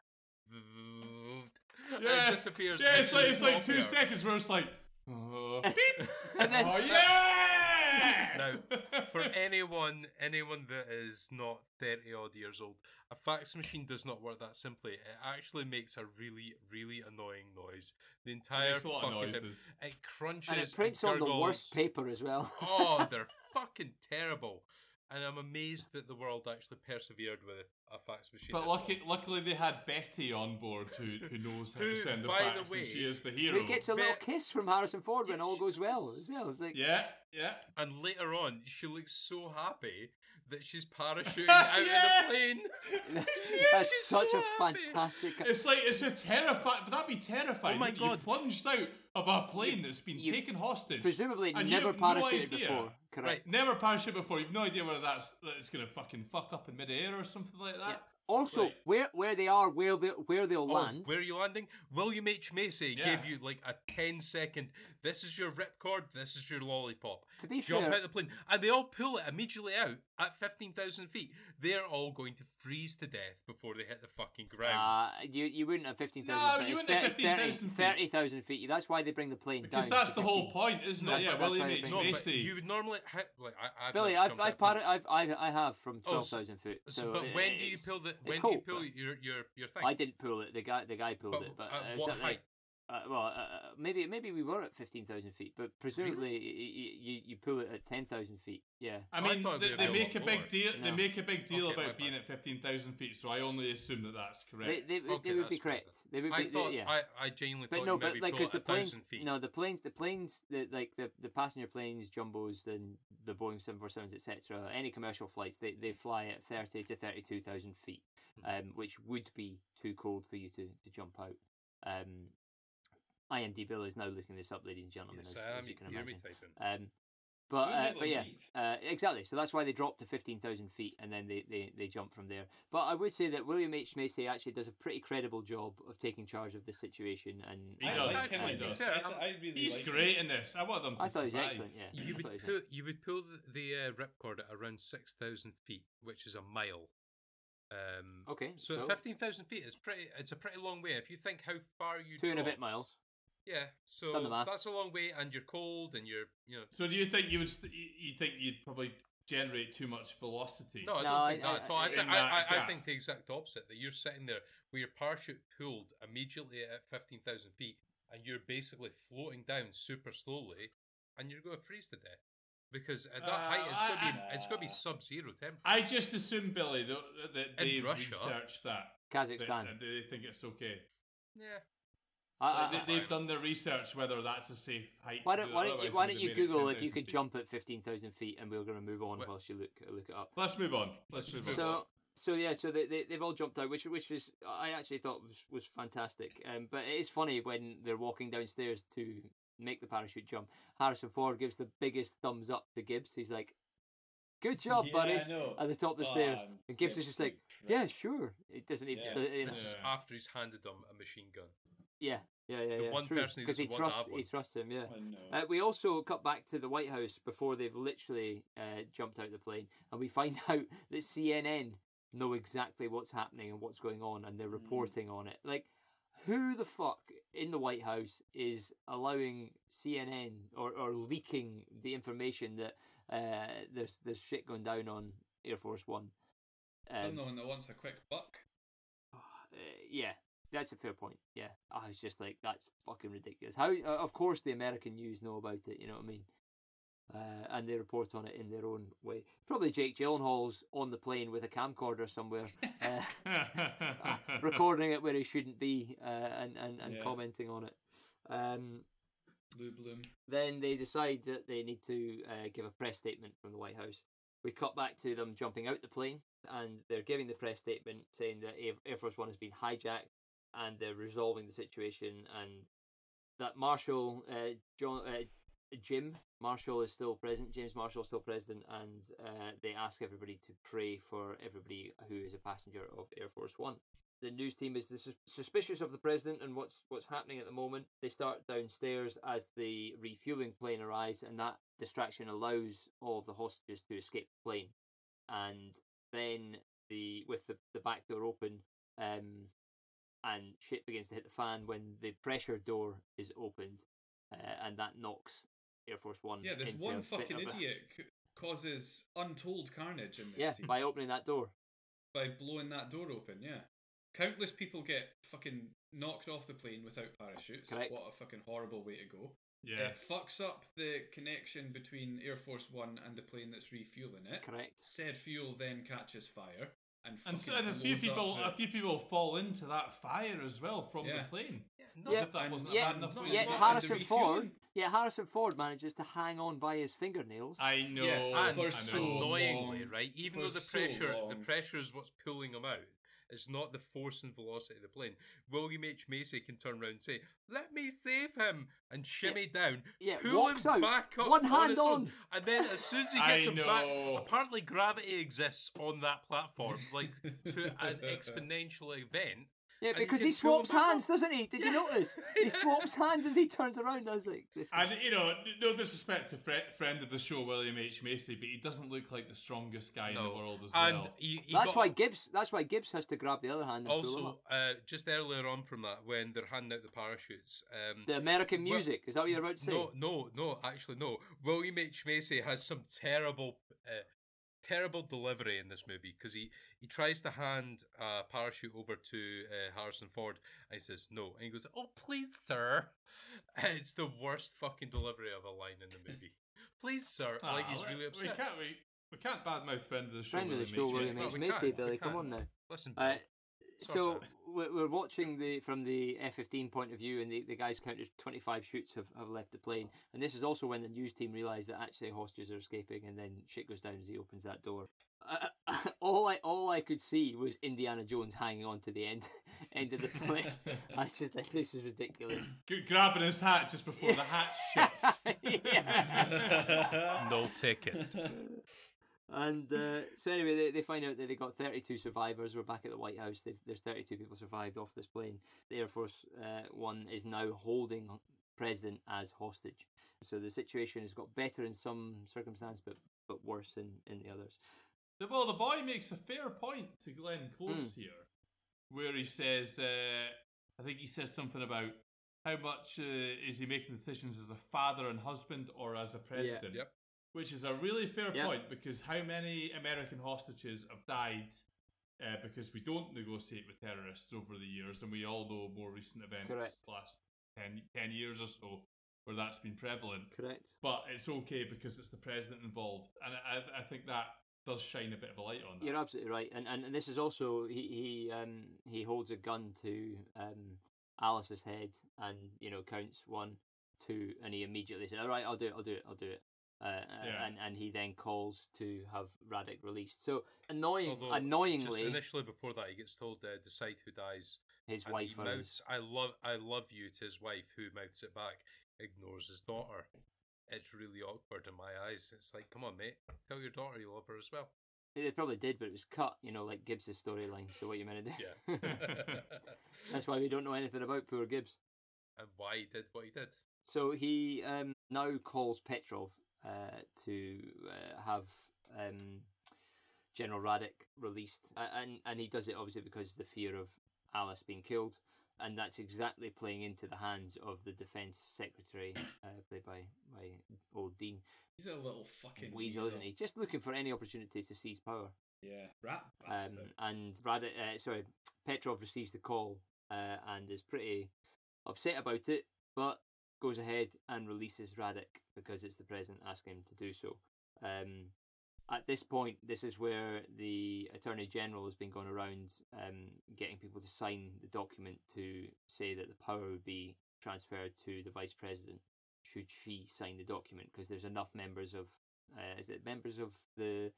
Speaker 4: Yeah.
Speaker 5: and disappears.
Speaker 4: Yeah, it's
Speaker 5: into
Speaker 4: like
Speaker 5: the
Speaker 4: it's like
Speaker 5: top
Speaker 4: two
Speaker 5: there.
Speaker 4: seconds where it's like, oh, beep.
Speaker 2: And then
Speaker 4: oh yes.
Speaker 5: Now, For anyone, anyone that is not thirty odd years old, a fax machine does not work that simply. It actually makes a really, really annoying noise. The entire
Speaker 4: Makes a lot of
Speaker 5: fucking thing-
Speaker 4: noises.
Speaker 5: It crunches.
Speaker 2: And it prints on the worst
Speaker 5: gurgles.
Speaker 2: paper as well.
Speaker 5: oh, they're fucking terrible. And I'm amazed that the world actually persevered with a fax machine.
Speaker 4: But
Speaker 5: this
Speaker 4: lucky,
Speaker 5: long.
Speaker 4: luckily they had Betty on board who, who knows how to
Speaker 5: Who,
Speaker 4: send the
Speaker 5: by the
Speaker 4: fax,
Speaker 5: way,
Speaker 4: and she is the hero.
Speaker 2: Who gets a little
Speaker 5: Bit-
Speaker 2: kiss from Harrison Ford when all goes well as well? It's like,
Speaker 4: yeah, yeah.
Speaker 5: and later on, she looks so happy that she's parachuting out of
Speaker 4: Yeah.
Speaker 5: the plane.
Speaker 2: that's
Speaker 5: she's
Speaker 2: such
Speaker 5: so
Speaker 2: a
Speaker 5: happy.
Speaker 2: fantastic.
Speaker 4: It's like it's a terrifying. But that'd be terrifying.
Speaker 5: Oh my
Speaker 4: wouldn't you?
Speaker 5: God.
Speaker 4: plunged out of a plane that's been
Speaker 2: you-
Speaker 4: taken hostage.
Speaker 2: Presumably
Speaker 4: and you
Speaker 2: never
Speaker 4: have no
Speaker 2: parachuted
Speaker 4: idea.
Speaker 2: before, correct?
Speaker 5: Right.
Speaker 4: Never parachuted before. You've no idea whether that's that it's gonna fucking fuck up in midair or something like that.
Speaker 2: Uh, Also,
Speaker 4: Right.
Speaker 2: where where they are, where they where they'll
Speaker 5: Oh,
Speaker 2: land.
Speaker 5: Where are you landing? William H. Macy
Speaker 4: Yeah.
Speaker 5: gave you like a 10 second, this is your ripcord, this is your lollipop.
Speaker 2: To be
Speaker 5: Jump
Speaker 2: fair-
Speaker 5: out the plane. And they all pull it immediately out at 15,000 feet. They're all going to freeze to death before they hit the fucking
Speaker 2: Uh,
Speaker 5: ground.
Speaker 2: you you wouldn't have fifteen
Speaker 4: No,
Speaker 2: thousand.
Speaker 4: you
Speaker 2: feet.
Speaker 4: wouldn't have 15,000 feet.
Speaker 2: Thirty thousand feet. That's why they bring the plane
Speaker 4: Because
Speaker 2: down.
Speaker 4: that's
Speaker 2: to
Speaker 4: the
Speaker 2: 15.
Speaker 4: whole point, isn't
Speaker 2: No,
Speaker 4: it? Yeah,
Speaker 2: that's- that's
Speaker 4: William
Speaker 2: why they
Speaker 4: H
Speaker 2: bring-
Speaker 5: no, but
Speaker 4: Macy.
Speaker 5: you would normally ha- like I, I've
Speaker 2: Uh, Billy,
Speaker 5: never
Speaker 2: I've
Speaker 5: jumped
Speaker 2: I've,
Speaker 5: out of a
Speaker 2: parrot, I've I I have from
Speaker 5: Oh,
Speaker 2: twelve
Speaker 5: so-
Speaker 2: thousand foot.
Speaker 5: plane. So,
Speaker 2: So,
Speaker 5: but
Speaker 2: it-
Speaker 5: when do you
Speaker 2: it's-
Speaker 5: pull the
Speaker 2: it's
Speaker 5: when
Speaker 2: cool,
Speaker 5: do you pull
Speaker 2: but
Speaker 5: your your your thing?
Speaker 2: I didn't pull it. The guy the guy pulled
Speaker 5: But
Speaker 2: it. But
Speaker 5: at
Speaker 2: uh, it was
Speaker 5: what
Speaker 2: something
Speaker 5: height?
Speaker 2: like- Uh, well, uh, uh, maybe maybe we were at fifteen thousand feet, but presumably y- y- you you pull it at ten thousand feet. Yeah.
Speaker 4: I
Speaker 5: I
Speaker 4: mean,
Speaker 5: thought
Speaker 4: they,
Speaker 5: they'd
Speaker 4: they
Speaker 5: be a
Speaker 4: make a
Speaker 5: lot
Speaker 4: big
Speaker 5: lower.
Speaker 4: deal. They
Speaker 2: No.
Speaker 4: make a big deal
Speaker 5: Okay, my
Speaker 4: about being
Speaker 5: bad.
Speaker 4: at fifteen thousand feet, so I only assume that that's
Speaker 2: They,
Speaker 4: correct.
Speaker 2: they, they
Speaker 5: Okay,
Speaker 2: would
Speaker 5: that's
Speaker 2: be
Speaker 5: fine.
Speaker 2: correct. They would
Speaker 5: I
Speaker 2: be,
Speaker 5: thought
Speaker 2: yeah.
Speaker 5: I, I genuinely
Speaker 2: But
Speaker 5: thought
Speaker 2: no,
Speaker 5: you
Speaker 2: but
Speaker 5: maybe
Speaker 2: like
Speaker 5: pull it
Speaker 2: because
Speaker 5: a
Speaker 2: the planes,
Speaker 5: thousand feet.
Speaker 2: no, the planes, the planes, the like the, the passenger planes, jumbos, and the Boeing seven four sevens, etc. Any commercial flights, they, they fly at thirty to thirty two thousand feet,
Speaker 5: Hmm.
Speaker 2: um, which would be too cold for you to, to jump out. Um, IMDb is now looking this up, ladies and gentlemen,
Speaker 5: Yes,
Speaker 2: as,
Speaker 5: I
Speaker 2: as
Speaker 5: am.
Speaker 2: you can
Speaker 5: Hear me
Speaker 2: imagine.
Speaker 5: typing.
Speaker 2: Um, But
Speaker 4: Wouldn't
Speaker 2: uh,
Speaker 4: that
Speaker 2: but yeah,
Speaker 4: leave?
Speaker 2: uh, exactly. So that's why they dropped to fifteen thousand feet, and then they, they they jump from there. But I would say that William H Macy actually does a pretty credible job of taking charge of this situation, and
Speaker 4: He
Speaker 2: and-
Speaker 4: does,
Speaker 2: and-
Speaker 4: he
Speaker 2: and-
Speaker 4: does.
Speaker 5: Yeah,
Speaker 4: I,
Speaker 5: I'm-
Speaker 4: I really He's
Speaker 6: like
Speaker 4: great
Speaker 6: it.
Speaker 4: in this. I want him to
Speaker 2: I thought he was
Speaker 4: survive.
Speaker 2: excellent. Yeah, I
Speaker 5: You
Speaker 2: thought he
Speaker 5: would
Speaker 2: was
Speaker 5: pull,
Speaker 2: excellent.
Speaker 5: you would pull the, the uh, ripcord at around six thousand feet, which is a mile. Um,
Speaker 2: Okay,
Speaker 5: So,
Speaker 2: so-
Speaker 5: fifteen thousand feet is pretty. It's a pretty long way if you think how far you.
Speaker 2: two and a
Speaker 5: dropped.
Speaker 2: bit miles.
Speaker 5: Yeah, so
Speaker 2: Done the math.
Speaker 5: that's a long way, and you're cold, and you're you know.
Speaker 4: So do you think you would? St- you- you think you'd probably generate too much velocity?
Speaker 5: No,
Speaker 2: No,
Speaker 5: I don't
Speaker 2: I-
Speaker 5: think that
Speaker 2: I-
Speaker 5: at all. I,
Speaker 2: I-
Speaker 5: think
Speaker 4: In
Speaker 5: I, I,
Speaker 4: that
Speaker 5: I
Speaker 4: gap.
Speaker 5: think the exact opposite. That you're sitting there with your parachute pulled immediately at fifteen thousand feet, and you're basically floating down super slowly, and you're going to freeze to death because at that
Speaker 4: Uh,
Speaker 5: height it's going to be
Speaker 4: I-
Speaker 5: it's going to be sub-zero temperature.
Speaker 4: I just assume Billy that, that
Speaker 5: In
Speaker 4: they
Speaker 5: Russia.
Speaker 4: researched that. That,
Speaker 2: Kazakhstan.
Speaker 4: that they think it's okay.
Speaker 5: yeah.
Speaker 2: I- I-
Speaker 4: Like,
Speaker 2: I-
Speaker 4: they, have done their research whether that's a safe height.
Speaker 2: Uh, why
Speaker 4: to
Speaker 2: don't
Speaker 4: do,
Speaker 2: why don't you,
Speaker 4: otherwise
Speaker 2: why
Speaker 4: they
Speaker 2: don't
Speaker 4: would
Speaker 2: you
Speaker 4: have made it
Speaker 2: Google if you
Speaker 4: 10,000
Speaker 2: could
Speaker 4: feet.
Speaker 2: jump at fifteen thousand feet, and we're going to move on
Speaker 5: Wh-
Speaker 2: whilst you look look it up.
Speaker 4: Let's move on. Let's move on.
Speaker 2: So so yeah, so they, they they've all jumped out, which which is I actually thought was was fantastic. Um, but it is funny when they're walking downstairs to make the parachute jump. Harrison Ford gives the biggest thumbs up to Gibbs. He's like, "Good job, Oh,
Speaker 6: Yeah,
Speaker 2: buddy!"
Speaker 6: I know.
Speaker 2: At the top of the
Speaker 6: Oh,
Speaker 2: stairs,
Speaker 6: um,
Speaker 2: and Gibbs
Speaker 6: yeah,
Speaker 2: is just like,
Speaker 6: crap.
Speaker 2: "Yeah, sure." It doesn't even.
Speaker 6: Yeah.
Speaker 2: does- you know,
Speaker 5: This is
Speaker 4: Yeah.
Speaker 5: after he's handed him a machine gun.
Speaker 2: Yeah, yeah, yeah,
Speaker 5: The
Speaker 2: yeah.
Speaker 5: one
Speaker 2: true.
Speaker 5: person who
Speaker 2: because he
Speaker 5: doesn't want to
Speaker 2: trusts
Speaker 5: have
Speaker 2: he
Speaker 5: one.
Speaker 2: trusts him. Yeah.
Speaker 6: I know.
Speaker 2: Uh, we also cut back to the White House before they've literally uh, jumped out the plane, and we find out that CNN know exactly what's happening and what's going on, and they're reporting on it. Like, who the fuck in the White House is allowing CNN or, or leaking the information that uh, there's there's shit going down on Air Force One? Um,
Speaker 6: Someone that wants a quick buck.
Speaker 2: uh, yeah, that's a fair point. Yeah, I was just like, that's fucking ridiculous. How? Uh, of course, the American news know about it. You know what I mean? Uh, and they report on it in their own way. Probably Jake Gyllenhaal's on the plane with a camcorder somewhere, uh, recording it where he shouldn't be, uh, and and, and
Speaker 6: Yeah.
Speaker 2: commenting on it. Um,
Speaker 6: Blue bloom.
Speaker 2: then they decide that they need to uh, give a press statement from the White House. We cut back to them jumping out the plane, and they're giving the press statement saying that Air- Air Force One has been hijacked, and they're resolving the situation, and that Marshall, uh, John, uh, Jim Marshall is still present. James Marshall is still president, and uh, they ask everybody to pray for everybody who is a passenger of Air Force One the news team is sus- suspicious of the president and what's what's happening at the moment. They start downstairs as the refueling plane arrives, and that distraction allows all of the hostages to escape the plane. And then the with the, the back door open, um, and shit begins to hit the fan when the pressure door is opened, uh, and that knocks Air Force One.
Speaker 6: Yeah, this
Speaker 2: into a
Speaker 6: one
Speaker 2: bit
Speaker 6: fucking
Speaker 2: of a-
Speaker 6: idiot c- causes untold carnage in this
Speaker 2: yeah,
Speaker 6: scene
Speaker 2: by opening that door.
Speaker 6: by blowing that door open. Yeah, countless people get fucking knocked off the plane without parachutes.
Speaker 2: Correct.
Speaker 6: What a fucking horrible way to go.
Speaker 4: yeah.
Speaker 6: It fucks up the connection between Air Force One and the plane that's refueling it.
Speaker 2: Correct.
Speaker 6: Said fuel then catches fire and
Speaker 4: And, so,
Speaker 6: fucking
Speaker 4: and a few
Speaker 6: blows up
Speaker 4: people,
Speaker 6: the-
Speaker 4: a few people fall into that fire as well from
Speaker 6: Yeah.
Speaker 4: the plane.
Speaker 5: Not
Speaker 2: Yeah.
Speaker 4: As if that
Speaker 6: And
Speaker 4: wasn't
Speaker 2: yet-
Speaker 4: a bad enough.
Speaker 6: not
Speaker 4: way to
Speaker 2: Yet
Speaker 6: Yeah,
Speaker 4: do it.
Speaker 6: and
Speaker 2: Harrison
Speaker 6: the
Speaker 2: Ford,
Speaker 6: refueling.
Speaker 2: yeah, Harrison Ford manages to hang on by his fingernails.
Speaker 4: I know.
Speaker 5: Yeah, and
Speaker 4: I know.
Speaker 6: for so
Speaker 5: annoyingly,
Speaker 6: long-
Speaker 5: right? Even
Speaker 6: for
Speaker 5: though the
Speaker 6: so
Speaker 5: pressure, the
Speaker 6: long.
Speaker 5: pressure is what's pulling him out. It's not the force and velocity of the plane. William H Macy can turn around and say, "Let me save him," and shimmy down,
Speaker 2: Yeah,
Speaker 5: pull
Speaker 2: walks
Speaker 5: him
Speaker 2: out,
Speaker 5: back up,
Speaker 2: one hand
Speaker 5: his own,
Speaker 2: on.
Speaker 5: and then as soon as he
Speaker 4: I
Speaker 5: gets him back,
Speaker 4: know.
Speaker 5: apparently gravity exists on that platform, like to an exponential event.
Speaker 2: Yeah,
Speaker 5: And you
Speaker 2: because
Speaker 5: can
Speaker 2: he
Speaker 5: pull
Speaker 2: swaps
Speaker 5: them back
Speaker 2: hands,
Speaker 5: up.
Speaker 2: doesn't he? Did you notice? He swaps hands as he turns around. I was like, this. is-
Speaker 4: And you know, no disrespect to fri friend of the show William H Macy, but he doesn't look like the strongest guy in the world as
Speaker 5: and
Speaker 4: well.
Speaker 5: he, he
Speaker 2: that's
Speaker 5: got-
Speaker 2: why Gibbs. That's why Gibbs has to grab the other hand and pull him
Speaker 5: Also,
Speaker 2: up.
Speaker 5: uh, just earlier on from that, when they're handing out the parachutes, um,
Speaker 2: The American
Speaker 5: well,
Speaker 2: music. is that what you're about to say?
Speaker 5: No, no, no. Actually, no. William H Macy has some terrible, uh, terrible delivery in this movie because he he tries to hand a parachute over to uh, Harrison Ford. And he says no, and he goes, "Oh please, sir." it's the worst fucking delivery of a line in the movie. please, sir.
Speaker 4: Ah,
Speaker 5: like he's
Speaker 4: we-
Speaker 5: really
Speaker 4: We
Speaker 5: upset.
Speaker 4: can't, we, we can't badmouth friend of the show.
Speaker 2: Friend of the show,
Speaker 5: Macy.
Speaker 2: William
Speaker 5: It's not
Speaker 2: H.
Speaker 5: we
Speaker 2: Macy,
Speaker 5: can't, we
Speaker 2: Billy. Come
Speaker 5: can't.
Speaker 2: on now.
Speaker 5: Listen,
Speaker 2: Uh,
Speaker 5: Bill,
Speaker 2: so
Speaker 5: sort it out.
Speaker 2: we're, we're watching the from the F-15 point of view, and the, the guys counted 25 shoots have, have left the plane. And this is also when the news team realise that actually hostages are escaping, and then shit goes down as he opens uh, that door. Uh, all I all I could see was Indiana Jones hanging on to the end end of the play. I just think this is ridiculous.
Speaker 4: G- grabbing his hat just before the hat shuts.
Speaker 2: Yeah.
Speaker 5: No ticket.
Speaker 2: And uh, so anyway, they, they find out that they got 32 survivors. We're back at the White House. They've, there's 32 people survived off this plane. The Air Force uh, One is now holding President as hostage. So the situation has got better in some circumstances, but but worse in, in the others.
Speaker 4: The- Well, the boy makes a fair point to Glenn Close
Speaker 2: Hmm.
Speaker 4: here, where he says, uh, I think he says something about how much uh, is he making decisions as a father and husband or as a president,
Speaker 5: Yep.
Speaker 4: which is a really fair
Speaker 2: Yeah.
Speaker 4: point because how many American hostages have died uh, because we don't negotiate with terrorists over the years, and we all know more recent events
Speaker 2: Correct.
Speaker 4: last 10, 10 years or so where that's been prevalent
Speaker 2: Correct.
Speaker 4: but it's okay because it's the president involved, and I, I think that does shine a bit of a light on that.
Speaker 2: You're absolutely right, and and, and this is also he he um he holds a gun to um Alice's head, and you know counts one, two, and he immediately says, "All right, I'll do it, I'll do it, I'll do it." Uh, uh,
Speaker 4: Yeah.
Speaker 2: And and he then calls to have Radek released. So annoying,
Speaker 5: Although, just
Speaker 2: annoyingly,
Speaker 5: initially before that, he gets told uh, decide who dies.
Speaker 2: his
Speaker 5: and
Speaker 2: wife
Speaker 5: he
Speaker 2: is
Speaker 5: mouths, "I love, I love you" to his wife, who mouths it back, ignores his daughter. It's really awkward in my eyes. It's like, come on, mate, tell your daughter you love her as well.
Speaker 2: They probably did, but it was cut. You know, like Gibbs' storyline. So what you meant to do?
Speaker 5: Yeah,
Speaker 2: That's why we don't know anything about poor Gibbs.
Speaker 5: and why he did what he did.
Speaker 2: So he um, now calls Petrov uh, to uh, have um, General Radek released, A- and and he does it obviously because the fear of Alice being killed, and that's exactly playing into the hands of the defense secretary, uh, played by by old Dean
Speaker 6: He's a little fucking
Speaker 2: Weasel, isn't he? Just looking for any opportunity to seize power.
Speaker 6: Yeah, rat
Speaker 2: Um,
Speaker 6: bastard.
Speaker 2: and Radek, uh, sorry, Petrov receives the call uh, and is pretty upset about it, but goes ahead and releases Radek because it's the president asking him to do so. Um, at this point, this is where the attorney general has been going around um, getting people to sign the document to say that the power would be transferred to the vice president should she sign the document because there's enough members of uh, is it members of the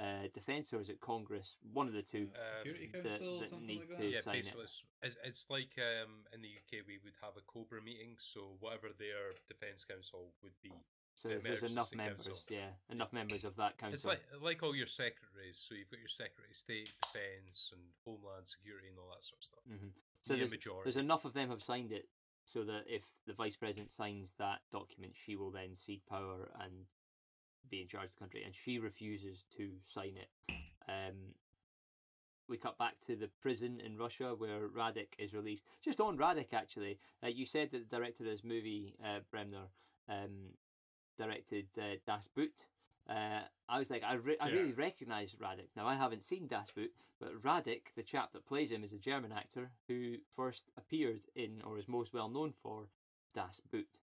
Speaker 2: uh, defense or is it Congress? One of the two.
Speaker 5: Uh,
Speaker 6: Security
Speaker 5: um,
Speaker 2: that-
Speaker 6: Council,
Speaker 2: that
Speaker 6: something
Speaker 2: need
Speaker 6: like that.
Speaker 2: to-
Speaker 5: yeah,
Speaker 2: sign it.
Speaker 5: basically, it's, it's, it's like um, in the UK we would have a Cobra meeting, so whatever their defence council would be,
Speaker 2: so
Speaker 5: the
Speaker 2: if there's
Speaker 5: Emergency
Speaker 2: enough members,
Speaker 5: Council.
Speaker 2: yeah, enough members of that council.
Speaker 5: it's like like all your secretaries. So you've got your Secretary of State, Defence, and Homeland Security, and all that sort of stuff.
Speaker 2: Mhm. So
Speaker 5: Near
Speaker 2: there's,
Speaker 5: majority.
Speaker 2: there's enough of them have signed it, so that if the vice president signs that document, she will then cede power and be in charge of the country. And she refuses to sign it. Um, we cut back to the prison in Russia where Radek is released. Just on Radek, actually, uh, you said that the director of this movie, uh, Bremner, um, directed uh, Das Boot. Uh, I was like, I, re- I
Speaker 4: Yeah.
Speaker 2: really recognise Radek. Now, I haven't seen Das Boot, but Radek, the chap that plays him, is a German actor who first appeared in, or is most well known for, Das Boot.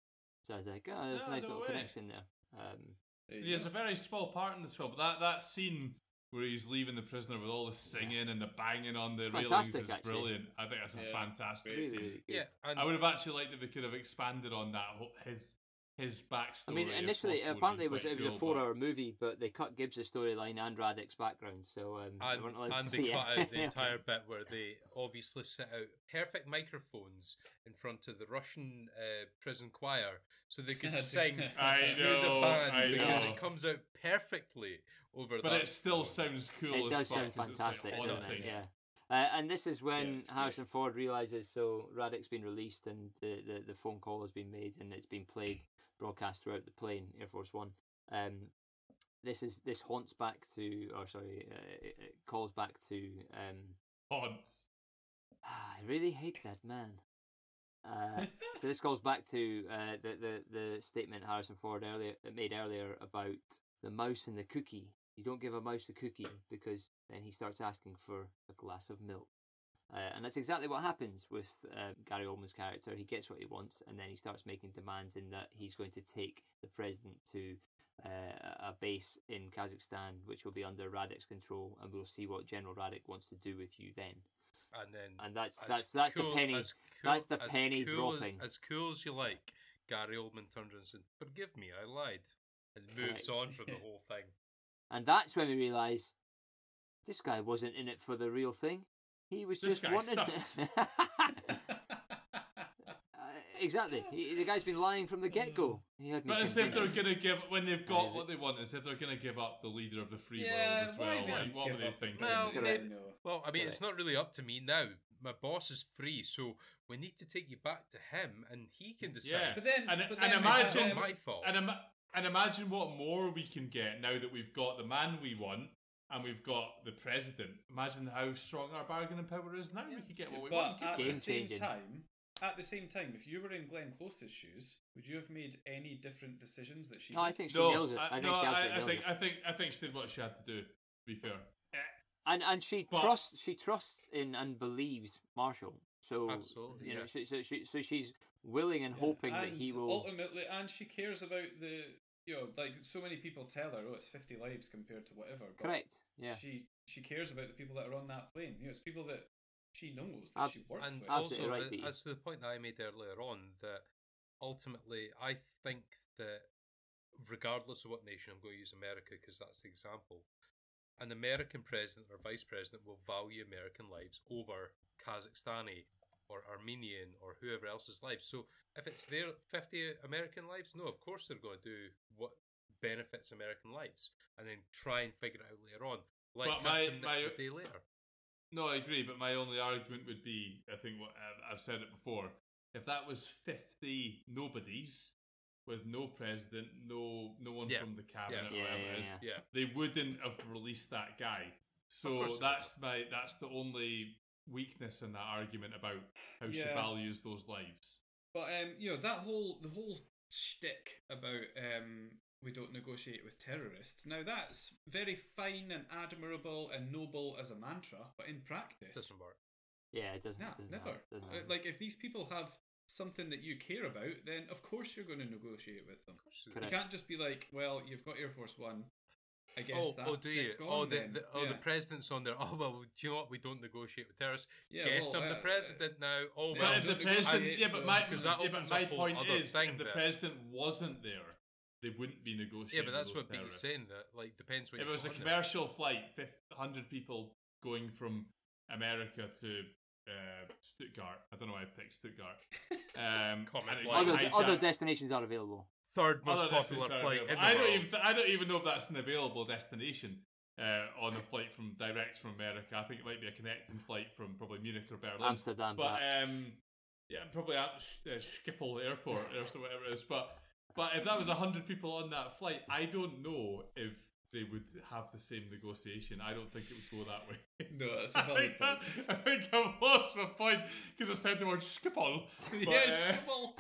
Speaker 2: So I was like, oh, there's a
Speaker 4: Ah,
Speaker 2: nice
Speaker 4: no
Speaker 2: little
Speaker 4: way.
Speaker 2: connection there. Um,
Speaker 6: There
Speaker 4: He
Speaker 6: you
Speaker 4: has
Speaker 6: go.
Speaker 4: a very small part in this film, but that, that scene where he's leaving the prisoner with all the singing and the banging on the
Speaker 2: It's
Speaker 4: railings
Speaker 2: fantastic,
Speaker 4: is
Speaker 2: actually.
Speaker 4: brilliant. I think that's a
Speaker 6: Yeah,
Speaker 4: fantastic
Speaker 6: really,
Speaker 4: scene.
Speaker 2: really, really good.
Speaker 5: Yeah, and
Speaker 4: I would have actually liked if they could have expanded on that whole- his his backstory.
Speaker 2: I mean,
Speaker 4: of
Speaker 2: initially,
Speaker 4: Foster would
Speaker 2: apparently, it
Speaker 4: be
Speaker 2: was
Speaker 4: quite
Speaker 2: it was a
Speaker 4: cool, but-
Speaker 2: four-hour movie, but they cut Gibbs' storyline and Radek's background, so um, I
Speaker 5: And,
Speaker 2: weren't allowed to
Speaker 5: and
Speaker 2: see
Speaker 5: they cut out
Speaker 2: it.
Speaker 5: the entire bit where they obviously set out perfect microphones in front of the Russian uh, prison choir so they could sing
Speaker 4: I
Speaker 5: through
Speaker 4: know,
Speaker 5: the band
Speaker 4: I
Speaker 5: because
Speaker 4: know.
Speaker 5: it comes out perfectly over
Speaker 4: But
Speaker 5: that.
Speaker 4: it still
Speaker 5: phone.
Speaker 4: sounds cool.
Speaker 2: it does
Speaker 4: as fuck
Speaker 2: sound
Speaker 4: 'cause it's, like,
Speaker 2: fantastic,
Speaker 4: on
Speaker 5: doesn't
Speaker 4: the
Speaker 5: it?
Speaker 2: doesn't it?
Speaker 4: thing.
Speaker 2: Yeah. Uh, and this is when
Speaker 6: it's
Speaker 2: Harrison Ford realizes so Radek's been released and the, the, the phone call has been made and it's been played broadcast throughout the plane Air Force One. Um, this is this haunts back to, or sorry, uh, it, it calls back to um,
Speaker 4: Haunts.
Speaker 2: I really hate that man. Uh, so this goes back to uh, the, the the statement Harrison Ford earlier uh, made earlier about the mouse and the cookie. You don't give a mouse a cookie because then he starts asking for a glass of milk, uh, and that's exactly what happens with um, Gary Oldman's character. He gets what he wants, and then he starts making demands in that he's going to take the president to uh, a base in Kazakhstan, which will be under Radek's control, and we'll see what General Radek wants to do with you then.
Speaker 5: And then
Speaker 2: And that's
Speaker 5: as
Speaker 2: that's that's
Speaker 5: cool-
Speaker 2: the penny.
Speaker 5: as
Speaker 2: that's
Speaker 5: cool-
Speaker 2: the
Speaker 5: as
Speaker 2: penny
Speaker 5: cool as-
Speaker 2: dropping.
Speaker 5: As, cool as you like, Gary Oldman turned around and said, "Forgive me, I lied," and moves
Speaker 2: Correct.
Speaker 5: on from the whole thing.
Speaker 2: And that's when we realise this guy wasn't in it for the real thing. He was
Speaker 4: This
Speaker 2: just
Speaker 4: guy
Speaker 2: wanting.
Speaker 4: sucks.
Speaker 2: Uh, exactly. He, the guy's been lying from the get go. He had me
Speaker 4: But as if they're
Speaker 2: convinced.
Speaker 4: gonna give when they've got
Speaker 2: but-
Speaker 4: what they want, as if they're gonna give up the leader of the free
Speaker 6: Yeah,
Speaker 4: world as
Speaker 6: why
Speaker 4: well.
Speaker 6: would
Speaker 4: Like,
Speaker 6: you
Speaker 4: what were
Speaker 6: give
Speaker 4: they
Speaker 6: up
Speaker 4: thinking?
Speaker 5: Well,
Speaker 6: Correct.
Speaker 5: it-
Speaker 6: No.
Speaker 5: Well, I mean, it's not
Speaker 2: Correct.
Speaker 5: really up to me now. My boss is free, so we need to take you back to him, and he can
Speaker 4: Yeah.
Speaker 5: decide.
Speaker 6: But then,
Speaker 4: And-
Speaker 6: but
Speaker 4: and
Speaker 6: then
Speaker 5: It's
Speaker 4: imagine-
Speaker 5: not
Speaker 6: um,
Speaker 5: my fault.
Speaker 4: And, ima- and imagine what more we can get now that we've got the man we want and we've got the president. Imagine how strong our bargaining power is now. We could get what we
Speaker 6: but
Speaker 4: want.
Speaker 6: at the
Speaker 2: Game
Speaker 6: same
Speaker 2: changing.
Speaker 6: time, at the same time, if you were in Glenn Close's shoes, would you have made any different decisions that she?
Speaker 2: No, I
Speaker 6: did?
Speaker 2: think she
Speaker 4: no,
Speaker 2: nails it. I,
Speaker 4: I,
Speaker 2: think
Speaker 4: no,
Speaker 2: she
Speaker 4: I,
Speaker 2: absolutely
Speaker 4: I
Speaker 2: nails
Speaker 4: think
Speaker 2: it.
Speaker 4: I think I think she did what she had to do. To be fair, Eh,
Speaker 2: and and she
Speaker 4: But-
Speaker 2: trusts she trusts in and believes Marshall. So
Speaker 5: Absolutely,
Speaker 2: you know, she,
Speaker 5: yeah.
Speaker 2: so she so she's willing and
Speaker 6: Yeah,
Speaker 2: hoping that
Speaker 6: and
Speaker 2: he will.
Speaker 6: ultimately, and she cares about the you know, like so many people tell her, oh, it's fifty lives compared to whatever. But
Speaker 2: correct. Yeah.
Speaker 6: She she cares about the people that are on that plane. You know, it's people that she knows that
Speaker 2: Ab-
Speaker 6: she works
Speaker 5: and
Speaker 6: with.
Speaker 2: absolutely
Speaker 5: also,
Speaker 2: right,
Speaker 5: uh,
Speaker 2: Pete.
Speaker 5: as to the point that I made earlier on, that ultimately I think that regardless of what nation, I'm going to use America because that's the example. An American president or vice president will value American lives over Kazakhstani or Armenian or whoever else's lives. So if it's their 50 American lives, no, of course they're going to do what benefits American lives and then try and figure it out later on. Like
Speaker 4: But my-
Speaker 5: Captain Nick
Speaker 4: my-
Speaker 5: the day later.
Speaker 4: no, I agree. But my only argument would be, I think what I've- I've said it before. If that was fifty nobodies with no president, no no one
Speaker 5: Yeah.
Speaker 4: from the cabinet,
Speaker 2: Yeah.
Speaker 4: or whatever
Speaker 2: Yeah,
Speaker 4: it is,
Speaker 2: yeah,
Speaker 5: Yeah.
Speaker 4: they wouldn't have released that guy. So
Speaker 5: course they
Speaker 4: that's my that's the only weakness in that argument about how she
Speaker 6: Yeah.
Speaker 4: values those lives.
Speaker 6: But um, you know that whole the whole shtick about um, we don't negotiate with terrorists. Now that's very fine and admirable and noble as a mantra, but in practice,
Speaker 5: Doesn't work.
Speaker 2: yeah, it doesn't.
Speaker 6: no,
Speaker 2: doesn't
Speaker 6: never.
Speaker 2: help, doesn't
Speaker 6: Uh,
Speaker 2: help.
Speaker 6: Like if these people have something that you care about, then of course you're going to negotiate with them.
Speaker 5: Of course it
Speaker 2: Correct.
Speaker 6: You can't just be like, well, you've got Air Force One. I guess
Speaker 5: oh,
Speaker 6: that's
Speaker 5: oh, do
Speaker 6: it,
Speaker 5: you?
Speaker 6: gone
Speaker 5: Oh, the,
Speaker 6: then."
Speaker 5: the, oh
Speaker 6: yeah.
Speaker 5: the president's on there. Oh, well, do you know what? We don't negotiate with terrorists.
Speaker 6: Yeah,
Speaker 5: Guess
Speaker 6: well,
Speaker 5: I'm
Speaker 6: uh,
Speaker 5: the president now. Oh,
Speaker 6: yeah,
Speaker 5: well.
Speaker 4: but if
Speaker 6: don't
Speaker 4: the
Speaker 6: think we'll
Speaker 4: president,
Speaker 6: see it,
Speaker 4: yeah, but
Speaker 6: so-
Speaker 4: my,
Speaker 5: Because that
Speaker 4: yeah, but
Speaker 5: opens
Speaker 4: my
Speaker 5: up a
Speaker 4: point
Speaker 5: whole other
Speaker 4: is,
Speaker 5: thing
Speaker 4: if the
Speaker 5: there.
Speaker 4: president wasn't there, they wouldn't be negotiating.
Speaker 5: yeah, but that's
Speaker 4: with
Speaker 5: what
Speaker 4: those terrorists.
Speaker 5: Pete's saying. That like depends when
Speaker 4: If it
Speaker 5: you
Speaker 4: was a
Speaker 5: go on there.
Speaker 4: commercial flight, flight, hundred people going from America to uh, Stuttgart, I don't know why I picked Stuttgart. Um,
Speaker 5: Common
Speaker 4: and it's
Speaker 5: flight.
Speaker 2: other
Speaker 4: hijacked-
Speaker 2: other destinations are available.
Speaker 5: Third most
Speaker 4: Other
Speaker 5: popular
Speaker 4: destinations are
Speaker 5: flight in the
Speaker 4: available. I
Speaker 5: world.
Speaker 4: don't even I don't even know if that's an available destination uh, on a flight from direct from America. I think it might be a connecting flight from probably Munich or Berlin.
Speaker 2: Amsterdam.
Speaker 4: But
Speaker 2: back.
Speaker 4: um, yeah, probably at Sch- uh, Schiphol Airport or so whatever it is. But but if that was hundred people on that flight, I don't know if they would have the same negotiation. I don't think it would go that way.
Speaker 6: No, that's a
Speaker 4: I
Speaker 6: valid
Speaker 4: think, I,
Speaker 6: point.
Speaker 4: I think I've lost my point because I said the word Schiphol. But,
Speaker 6: yeah,
Speaker 4: uh,
Speaker 6: Schiphol.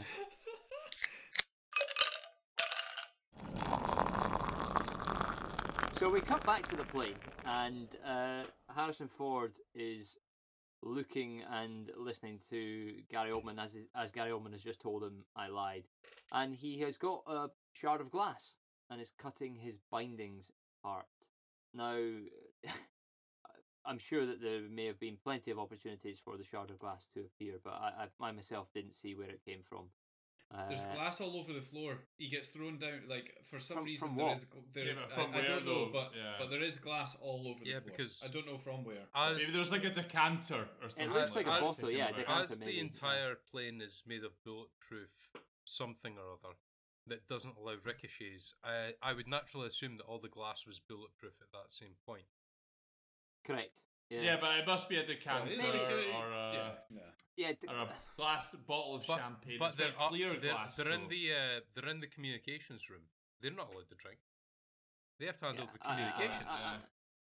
Speaker 2: So we cut back to the plane, and uh, Harrison Ford is looking and listening to Gary Oldman as his- as Gary Oldman has just told him, "I lied," and he has got a shard of glass and is cutting his bindings apart. Now, I'm sure that there may have been plenty of opportunities for the shard of glass to appear, but I, I, I myself didn't see where it came from. Uh,
Speaker 6: There's glass all over the floor. He gets thrown down. Like for some
Speaker 2: From-
Speaker 6: reason,
Speaker 2: from
Speaker 6: there
Speaker 2: what?
Speaker 6: is gl- there.
Speaker 4: Yeah, but from
Speaker 6: I, I
Speaker 4: where
Speaker 6: don't know,
Speaker 4: though?
Speaker 6: but
Speaker 4: Yeah.
Speaker 6: but there is glass all over
Speaker 5: Yeah,
Speaker 6: the floor.
Speaker 5: because-
Speaker 6: I don't know from where.
Speaker 5: I-
Speaker 4: uh, Maybe there's like a decanter or something.
Speaker 2: looks like a
Speaker 4: that.
Speaker 2: bottle, yeah, a
Speaker 4: Something like
Speaker 2: decanter.
Speaker 4: that.
Speaker 5: uh, As
Speaker 2: maybe,
Speaker 5: the
Speaker 2: yeah.
Speaker 5: entire plane is made of bulletproof something or other that doesn't allow ricochets, I, I would naturally assume that all the glass was bulletproof at that same point.
Speaker 2: correct.
Speaker 4: Yeah. but it must be a decanter
Speaker 2: Maybe-
Speaker 4: or a.
Speaker 6: yeah, no.
Speaker 2: yeah. d-
Speaker 4: or a glass bottle of champagne. it's very
Speaker 5: up-
Speaker 4: clear
Speaker 5: they're,
Speaker 4: glass.
Speaker 5: They're in
Speaker 4: though.
Speaker 5: the uh, they're in the communications room. They're not allowed to drink. They have to handle
Speaker 2: Yeah,
Speaker 5: the
Speaker 2: I- I- I-
Speaker 5: communications.
Speaker 2: I- I-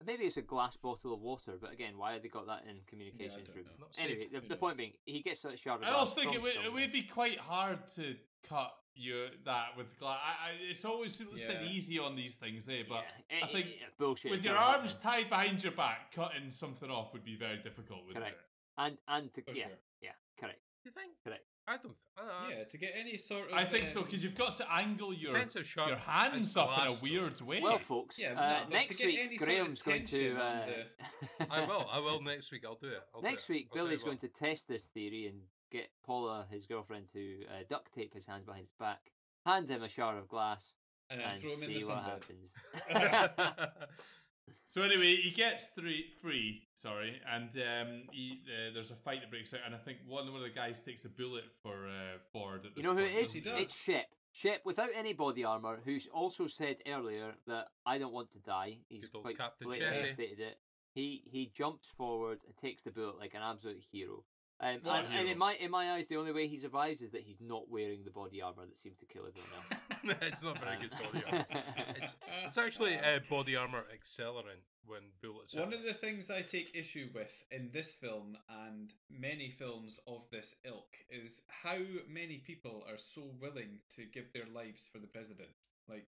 Speaker 2: Maybe it's a glass bottle of water, but again, why have they got that in communications
Speaker 6: don't
Speaker 2: room?
Speaker 6: know.
Speaker 5: Not
Speaker 2: Anyway,
Speaker 5: safe.
Speaker 2: the,
Speaker 6: Who
Speaker 2: the point
Speaker 6: knows?
Speaker 2: being, he gets a shard of
Speaker 4: I
Speaker 2: glass.
Speaker 4: also think
Speaker 2: from
Speaker 4: it would, it
Speaker 2: somewhere.
Speaker 4: would be quite hard to cut your that with glass. I, I, it's always it's
Speaker 6: Yeah.
Speaker 4: been easy on these things, eh? But
Speaker 2: Yeah,
Speaker 4: I think
Speaker 2: eh, eh, bullshit.
Speaker 4: with
Speaker 2: it's
Speaker 4: your
Speaker 2: not
Speaker 4: arms
Speaker 2: happening.
Speaker 4: tied behind your back, cutting something off would be very difficult. Wouldn't
Speaker 2: Correct. and and to
Speaker 6: For
Speaker 2: yeah
Speaker 6: sure.
Speaker 2: yeah correct.
Speaker 5: Do you think?
Speaker 2: Correct.
Speaker 5: I don't. Uh,
Speaker 6: Yeah, to get any sort
Speaker 4: it?
Speaker 6: of.
Speaker 4: I think so
Speaker 6: um,
Speaker 4: because you've got to angle your
Speaker 5: Depends how sharp
Speaker 4: your hands
Speaker 5: it's
Speaker 4: up in a
Speaker 5: glass, though.
Speaker 4: weird way.
Speaker 2: Well, folks,
Speaker 6: Yeah,
Speaker 2: uh,
Speaker 6: no, but to
Speaker 2: next
Speaker 6: get
Speaker 2: week
Speaker 6: any sort of
Speaker 2: Graham's going to.
Speaker 6: tension
Speaker 2: Uh,
Speaker 6: and,
Speaker 5: I will. I will next week. I'll do it. I'll do
Speaker 2: next
Speaker 5: it.
Speaker 2: week,
Speaker 5: I'll tell you
Speaker 2: Billy's
Speaker 5: what.
Speaker 2: going to test this theory and get Paula, his girlfriend, to uh, duct tape his hands behind his back, hand him a shard of glass,
Speaker 6: and, then
Speaker 2: and
Speaker 6: throw him in the
Speaker 2: see what
Speaker 6: sunbed.
Speaker 2: happens.
Speaker 4: So anyway, he gets three free, sorry, and um, he, uh, there's a fight that breaks out, and I think one one of the guys takes a bullet for uh, Ford. At
Speaker 2: You
Speaker 4: this
Speaker 2: know who
Speaker 4: point,
Speaker 2: it is?
Speaker 4: doesn't
Speaker 6: does.
Speaker 2: It's Shep. Shep, without any body armor, who also said earlier that I don't want to die. He's
Speaker 5: Good old
Speaker 2: quite
Speaker 5: Captain
Speaker 2: blatantly
Speaker 5: Chevy.
Speaker 2: stated it. He he jumps forward and takes the bullet like an absolute hero. Um, and,
Speaker 4: What a
Speaker 2: and in
Speaker 4: hero.
Speaker 2: my in my eyes, the only way he survives is that he's not wearing the body armor that seems to kill everyone else.
Speaker 5: it's not very good body armor. It's, it's actually uh, body armor accelerant when bullets.
Speaker 6: One
Speaker 5: hit.
Speaker 6: of the things I take issue with in this film and many films of this ilk is how many people are so willing to give their lives for the president. Like,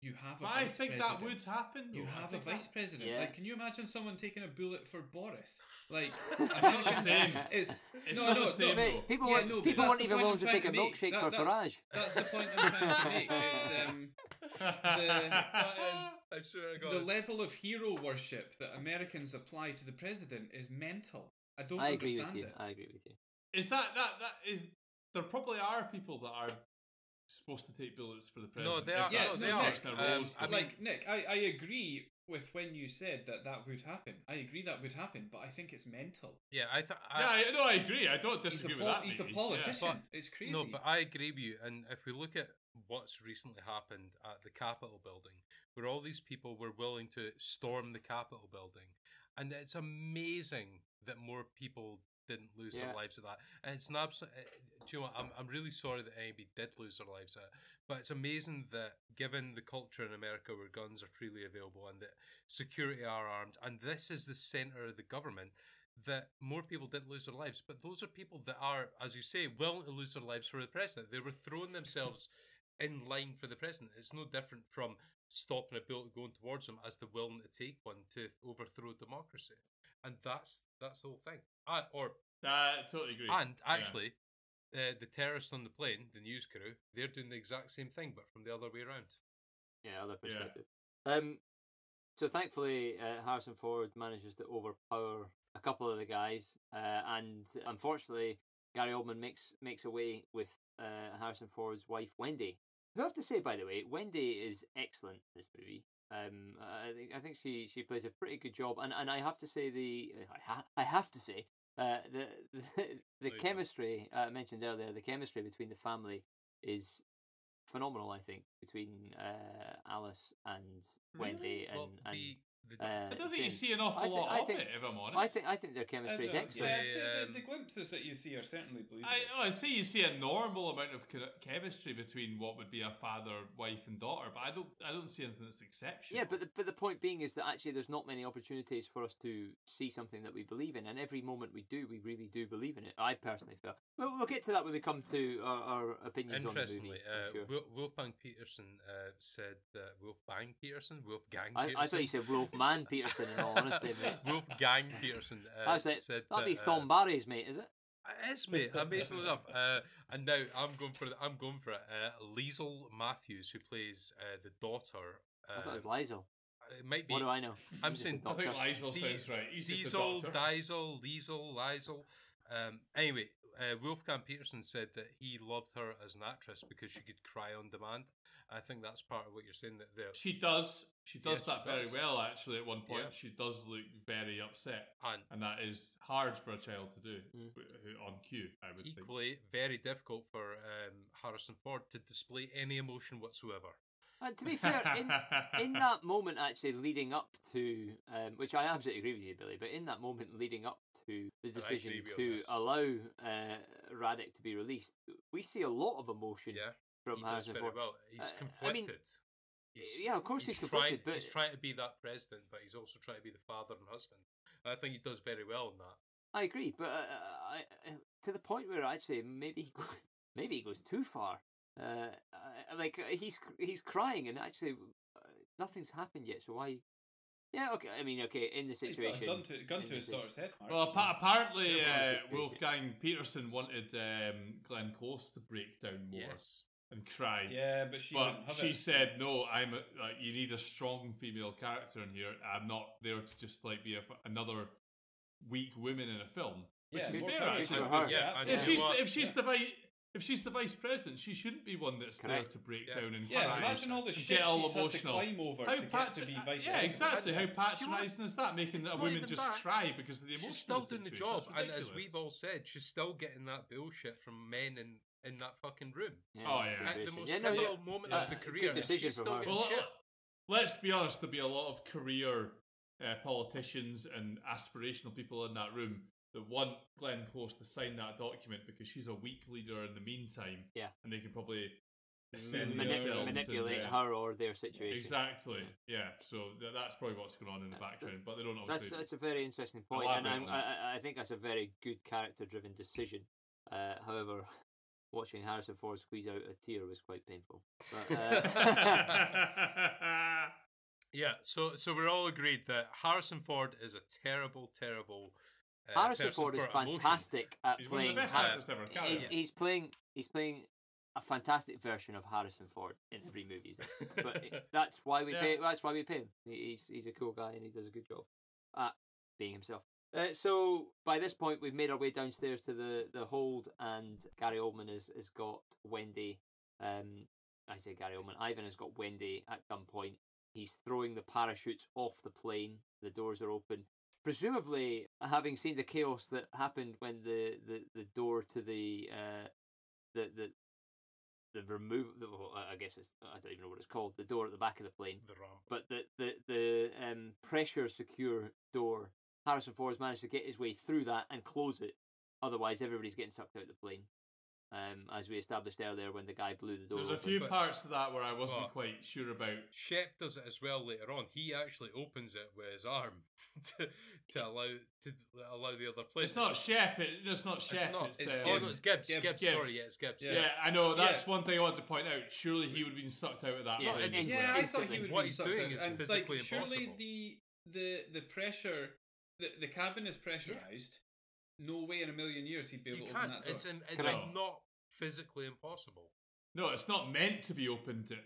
Speaker 6: you have a
Speaker 4: But I
Speaker 6: vice
Speaker 4: think
Speaker 6: president.
Speaker 4: that would happen.
Speaker 6: You
Speaker 4: though. I
Speaker 6: have a
Speaker 4: think
Speaker 6: vice
Speaker 4: that-
Speaker 6: president.
Speaker 2: Yeah.
Speaker 6: Like, can you imagine someone taking a bullet for Boris? Like,
Speaker 2: It's
Speaker 6: I'm
Speaker 4: not the same.
Speaker 6: It's,
Speaker 4: It's
Speaker 6: no,
Speaker 4: not
Speaker 6: no,
Speaker 4: the same.
Speaker 6: no.
Speaker 4: Mate,
Speaker 2: Mate, people
Speaker 6: Yeah,
Speaker 2: weren't,
Speaker 6: no, but
Speaker 2: people
Speaker 6: that's
Speaker 2: weren't
Speaker 6: the
Speaker 2: even
Speaker 6: point
Speaker 2: willing
Speaker 6: I'm
Speaker 2: to
Speaker 6: trying
Speaker 2: take a
Speaker 6: to make.
Speaker 2: milkshake
Speaker 6: That-
Speaker 2: for
Speaker 6: that's-
Speaker 2: Farage.
Speaker 6: That's the point I'm trying to make. It's, um, The-
Speaker 5: um, I swear to God.
Speaker 6: the level of hero worship that Americans apply to the president is mental. I don't
Speaker 2: I agree
Speaker 6: understand
Speaker 2: with you.
Speaker 6: it.
Speaker 2: I agree with you.
Speaker 4: is that that that is? There probably are people that are supposed to take bullets for the
Speaker 5: No,
Speaker 4: president.
Speaker 5: they are.
Speaker 4: if
Speaker 6: Yeah,
Speaker 5: no,
Speaker 4: that's
Speaker 5: they
Speaker 4: the
Speaker 5: are.
Speaker 4: case, their
Speaker 5: Um,
Speaker 4: roles
Speaker 5: I mean,
Speaker 6: like Nick, I, I agree with when you said that that would happen. I agree that would happen, but I think it's mental.
Speaker 5: yeah, I th- I,
Speaker 4: yeah, I, no, I agree. I don't
Speaker 6: He's a,
Speaker 4: disagree with
Speaker 6: pol-
Speaker 4: that.
Speaker 6: he's a
Speaker 4: maybe.
Speaker 6: politician.
Speaker 5: But-
Speaker 6: it's crazy.
Speaker 5: No, but I agree with you. And if we look at what's recently happened at the Capitol building, where all these people were willing to storm the Capitol building, and it's amazing that more people didn't lose
Speaker 2: Yeah.
Speaker 5: their lives at that. And it's an absolute. eh, Do you know? What? I'm I'm really sorry that anybody did lose their lives at. it, But it's amazing that given the culture in America where guns are freely available and that security are armed, and this is the center of the government, that more people didn't lose their lives. But those are people that are, as you say, willing to lose their lives for the president. They were throwing themselves in line for the president. It's no different from stopping a bullet going towards them as the willing to take one to overthrow democracy. And that's that's the whole thing. I, or
Speaker 4: Yeah. I totally agree.
Speaker 5: and
Speaker 4: Yeah.
Speaker 5: actually, uh, the terrorists on the plane, the news crew, they're doing the exact same thing, but from the other way around.
Speaker 2: Yeah, other
Speaker 4: Yeah.
Speaker 2: perspective. Um, so thankfully, uh, Harrison Ford manages to overpower a couple of the guys, uh, and unfortunately, Gary Oldman makes makes away with uh, Harrison Ford's wife Wendy. Who I have to say, by the way, Wendy is excellent in this movie. Um, I think I think she, she plays a pretty good job, and, and I have to say the uh, I, ha- I have to say uh, the the, the
Speaker 5: There you go.
Speaker 2: chemistry uh, mentioned earlier, the chemistry between the family is phenomenal. I think between uh, Alice and Wendy and,
Speaker 5: well,
Speaker 2: and
Speaker 5: the, the,
Speaker 2: uh,
Speaker 4: I don't think
Speaker 2: Jane.
Speaker 4: you see an awful
Speaker 2: I thi-
Speaker 4: lot
Speaker 2: I
Speaker 4: of
Speaker 2: think-
Speaker 4: it. If I'm honest,
Speaker 2: I think I think their chemistry is
Speaker 6: uh, yeah,
Speaker 2: excellent.
Speaker 5: yeah,
Speaker 6: I'd say
Speaker 5: um,
Speaker 6: the, the glimpses that you see are certainly believable.
Speaker 4: I, I'd say you see a normal amount of chemi- chemistry between what would be a father, wife, and daughter, but I don't, I don't see anything that's exceptional.
Speaker 2: Yeah, but the, but the point being is that actually there's not many opportunities for us to see something that we believe in, and every moment we do, we really do believe in it. I personally feel. We'll, we'll get to that when we come to our, our opinions on the movie.
Speaker 5: Interestingly,
Speaker 2: I'm
Speaker 5: uh,
Speaker 2: sure.
Speaker 5: Wil- Wolfgang Peterson uh, said that Wolfgang Peterson, Wolfgang
Speaker 2: I,
Speaker 5: Peterson.
Speaker 2: I thought you said Wolfman Peterson. In all honesty, mate.
Speaker 5: Wolfgang Peterson uh,
Speaker 2: I was like,
Speaker 5: said
Speaker 2: that'd be
Speaker 5: that,
Speaker 2: Thom
Speaker 5: uh,
Speaker 2: Barry's mate, is it?
Speaker 5: it is, mate. Amazingly enough, uh, and now I'm going for I'm going for it. Uh, Liesel Matthews, who plays uh, the daughter.
Speaker 2: I thought
Speaker 5: Uh,
Speaker 2: it was Liesel.
Speaker 5: it might be.
Speaker 2: What do I know?
Speaker 5: I'm
Speaker 2: He's just a
Speaker 5: saying-
Speaker 4: I think
Speaker 2: doctor.
Speaker 4: Lysol
Speaker 5: Di-
Speaker 4: sounds right. He's just a
Speaker 5: Diesel,
Speaker 4: doctor.
Speaker 5: Diesel, Liesel, Liesel. Um, anyway, uh, Wolfgang Peterson said that he loved her as an actress because she could cry on demand. I think that's part of what you're saying that there.
Speaker 4: she does, she does
Speaker 5: Yes, she
Speaker 4: that very
Speaker 5: does.
Speaker 4: well. Actually, at one point,
Speaker 5: Yeah.
Speaker 4: she does look very upset,
Speaker 5: And
Speaker 4: and that is hard for a child to do
Speaker 2: Mm.
Speaker 4: w- who- on cue. I would think.
Speaker 5: equally very difficult for um, Harrison Ford to display any emotion whatsoever.
Speaker 2: And Uh, to be fair, in, in that moment actually leading up to um, which I absolutely agree with you, Billy, but in that moment leading up to the decision
Speaker 5: agree with you on
Speaker 2: to
Speaker 5: this.
Speaker 2: allow uh, Radek to be released, we see a lot of emotion
Speaker 5: Yeah,
Speaker 2: from
Speaker 5: he does
Speaker 2: Harrison
Speaker 5: very
Speaker 2: Ford.
Speaker 5: well. He's
Speaker 2: Uh, I mean,
Speaker 5: conflicted. He's-
Speaker 2: yeah, of course he's
Speaker 5: trying,
Speaker 2: conflicted, but-
Speaker 5: he's trying to be that president, but he's also trying to be the father and husband. I think he does very well in that.
Speaker 2: I agree, but uh, I, I- to the point where actually maybe he go- maybe he goes too far. Uh, I- like uh, he's he's crying, and actually uh, nothing's happened yet. So why? Yeah, okay. I mean, okay, in the
Speaker 6: He's got
Speaker 2: situation,
Speaker 6: a gun uh, to, gun to his
Speaker 2: Interesting.
Speaker 6: daughter's head. Mark.
Speaker 4: Well, appa- apparently,
Speaker 2: Yeah,
Speaker 4: uh,
Speaker 2: well, it's-
Speaker 4: Wolfgang Peterson wanted um, Glenn Close to break down more
Speaker 5: Yes.
Speaker 4: and cry.
Speaker 6: yeah, but she
Speaker 4: but
Speaker 6: wouldn't have
Speaker 4: she
Speaker 6: it.
Speaker 4: said no. I'm a, like, you need a strong female character in here. I'm not there to just like be a, f- another weak woman in a film, which
Speaker 6: Yeah,
Speaker 4: is
Speaker 6: more
Speaker 4: fair
Speaker 6: power to
Speaker 4: actually.
Speaker 2: for
Speaker 6: her.
Speaker 2: her.
Speaker 4: because
Speaker 5: Yeah,
Speaker 6: Yeah,
Speaker 5: and
Speaker 4: if
Speaker 5: you
Speaker 4: she's
Speaker 5: know what?
Speaker 4: if she's
Speaker 6: Yeah.
Speaker 4: the vi- If she's the vice president, she shouldn't be one that's
Speaker 2: Correct.
Speaker 4: there to break
Speaker 5: Yeah.
Speaker 4: down and
Speaker 6: Yeah,
Speaker 4: cry
Speaker 6: imagine all the
Speaker 4: and
Speaker 6: shit
Speaker 4: get all
Speaker 6: she's
Speaker 4: emotional.
Speaker 6: had to climb over
Speaker 4: How
Speaker 6: to get to
Speaker 4: patro-
Speaker 6: be
Speaker 4: uh,
Speaker 6: vice
Speaker 4: yeah,
Speaker 6: president.
Speaker 4: exactly. How patronising is that? Making
Speaker 5: It's
Speaker 4: that a
Speaker 5: not
Speaker 4: woman
Speaker 5: even
Speaker 4: just
Speaker 5: that.
Speaker 4: cry because of the emotion.
Speaker 5: She's still
Speaker 4: of
Speaker 5: doing the
Speaker 4: situation.
Speaker 5: job,
Speaker 4: That's
Speaker 5: and as
Speaker 4: ridiculous.
Speaker 5: we've all said, she's still getting that bullshit from men in in that fucking room.
Speaker 4: Oh, yeah.
Speaker 5: At the
Speaker 2: situation.
Speaker 5: most
Speaker 2: Yeah, no,
Speaker 5: pivotal
Speaker 2: yeah.
Speaker 5: moment
Speaker 2: Yeah.
Speaker 4: Uh,
Speaker 5: of the
Speaker 2: Good
Speaker 5: career,
Speaker 2: decision
Speaker 5: she's
Speaker 2: from
Speaker 5: still
Speaker 2: her.
Speaker 5: getting
Speaker 4: Well,
Speaker 5: shit.
Speaker 4: let's be honest. There'll be a lot of career uh, politicians and aspirational people in that room that want Glenn Close to sign that document because she's a weak leader in the meantime.
Speaker 2: Yeah.
Speaker 4: and they can probably
Speaker 6: Manip-
Speaker 4: ascend
Speaker 2: Manip-
Speaker 4: themselves and,
Speaker 2: manipulate
Speaker 4: uh,
Speaker 2: her or their situation.
Speaker 4: Exactly. Yeah. So th- that's probably what's going on in the background, but they don't
Speaker 2: That's
Speaker 4: obviously.
Speaker 2: that's a very interesting point, and
Speaker 4: elaborate
Speaker 2: I'm,
Speaker 4: on
Speaker 2: I
Speaker 4: that.
Speaker 2: I- I think that's a very good character-driven decision. Uh, however, watching Harrison Ford squeeze out a tear was quite painful. But, uh,
Speaker 5: Yeah, so so we're all agreed that Harrison Ford is a terrible, terrible. Uh,
Speaker 2: Harrison
Speaker 5: person
Speaker 2: Ford is
Speaker 5: for emotion.
Speaker 2: fantastic at
Speaker 4: He's one of the
Speaker 2: playing.
Speaker 4: best
Speaker 2: Har-
Speaker 5: Har-
Speaker 4: actors ever. Carry
Speaker 2: he's,
Speaker 4: on.
Speaker 2: he's playing. He's playing a fantastic version of Harrison Ford in every movie he's in. But it- that's why we
Speaker 4: Yeah.
Speaker 2: pay. That's why we pay him. He- He's he's a cool guy and he does a good job at being himself. Uh, so by this point, we've made our way downstairs to the the hold, and Gary Oldman has has got Wendy. Um, I say Gary Oldman. Ivan has got Wendy at gunpoint. He's throwing the parachutes off the plane. The doors are open. Presumably, having seen the chaos that happened when the, the, the door to the uh, the the the remove the, well, I I guess it's I don't even know what it's called the door at the back of the plane,
Speaker 5: the ramp.
Speaker 2: but the the the um, pressure secure door Harrison Ford has managed to get his way through that and close it. Otherwise, everybody's getting sucked out the plane. Um, as we established earlier, when the guy blew the door,
Speaker 4: There's a
Speaker 2: open.
Speaker 4: few
Speaker 5: but-
Speaker 4: parts to that where I wasn't
Speaker 5: Well-
Speaker 4: quite sure about.
Speaker 5: Shep does it as well later on. He actually opens it with his arm to, to allow to allow the other player.
Speaker 4: It's not Shep. It, it's not
Speaker 5: It's
Speaker 4: Shep. It's,
Speaker 5: not.
Speaker 6: it's
Speaker 4: um,
Speaker 5: oh no, it's Gibbs.
Speaker 6: Gibbs.
Speaker 5: Gibbs.
Speaker 4: Gibbs.
Speaker 5: Sorry, yeah, it's Gibbs.
Speaker 4: Yeah.
Speaker 6: Yeah.
Speaker 4: I know. That's
Speaker 6: Yeah.
Speaker 4: one thing I want to point out. Surely he would have been sucked out of that.
Speaker 2: Yeah,
Speaker 4: plane.
Speaker 5: and-
Speaker 2: and-
Speaker 6: Yeah, I thought
Speaker 2: Instantly.
Speaker 6: he would
Speaker 5: What
Speaker 6: be
Speaker 5: he's
Speaker 6: sucked
Speaker 5: doing
Speaker 6: out.
Speaker 5: is
Speaker 6: and,
Speaker 5: physically
Speaker 6: like, Surely
Speaker 5: impossible.
Speaker 6: the the the pressure, the, the cabin is pressurized. No way in a million years he'd be able
Speaker 5: You
Speaker 6: to
Speaker 5: can't.
Speaker 6: open that door.
Speaker 5: It's in, it's
Speaker 2: Correct.
Speaker 5: not physically impossible.
Speaker 4: no, it's not meant to be opened at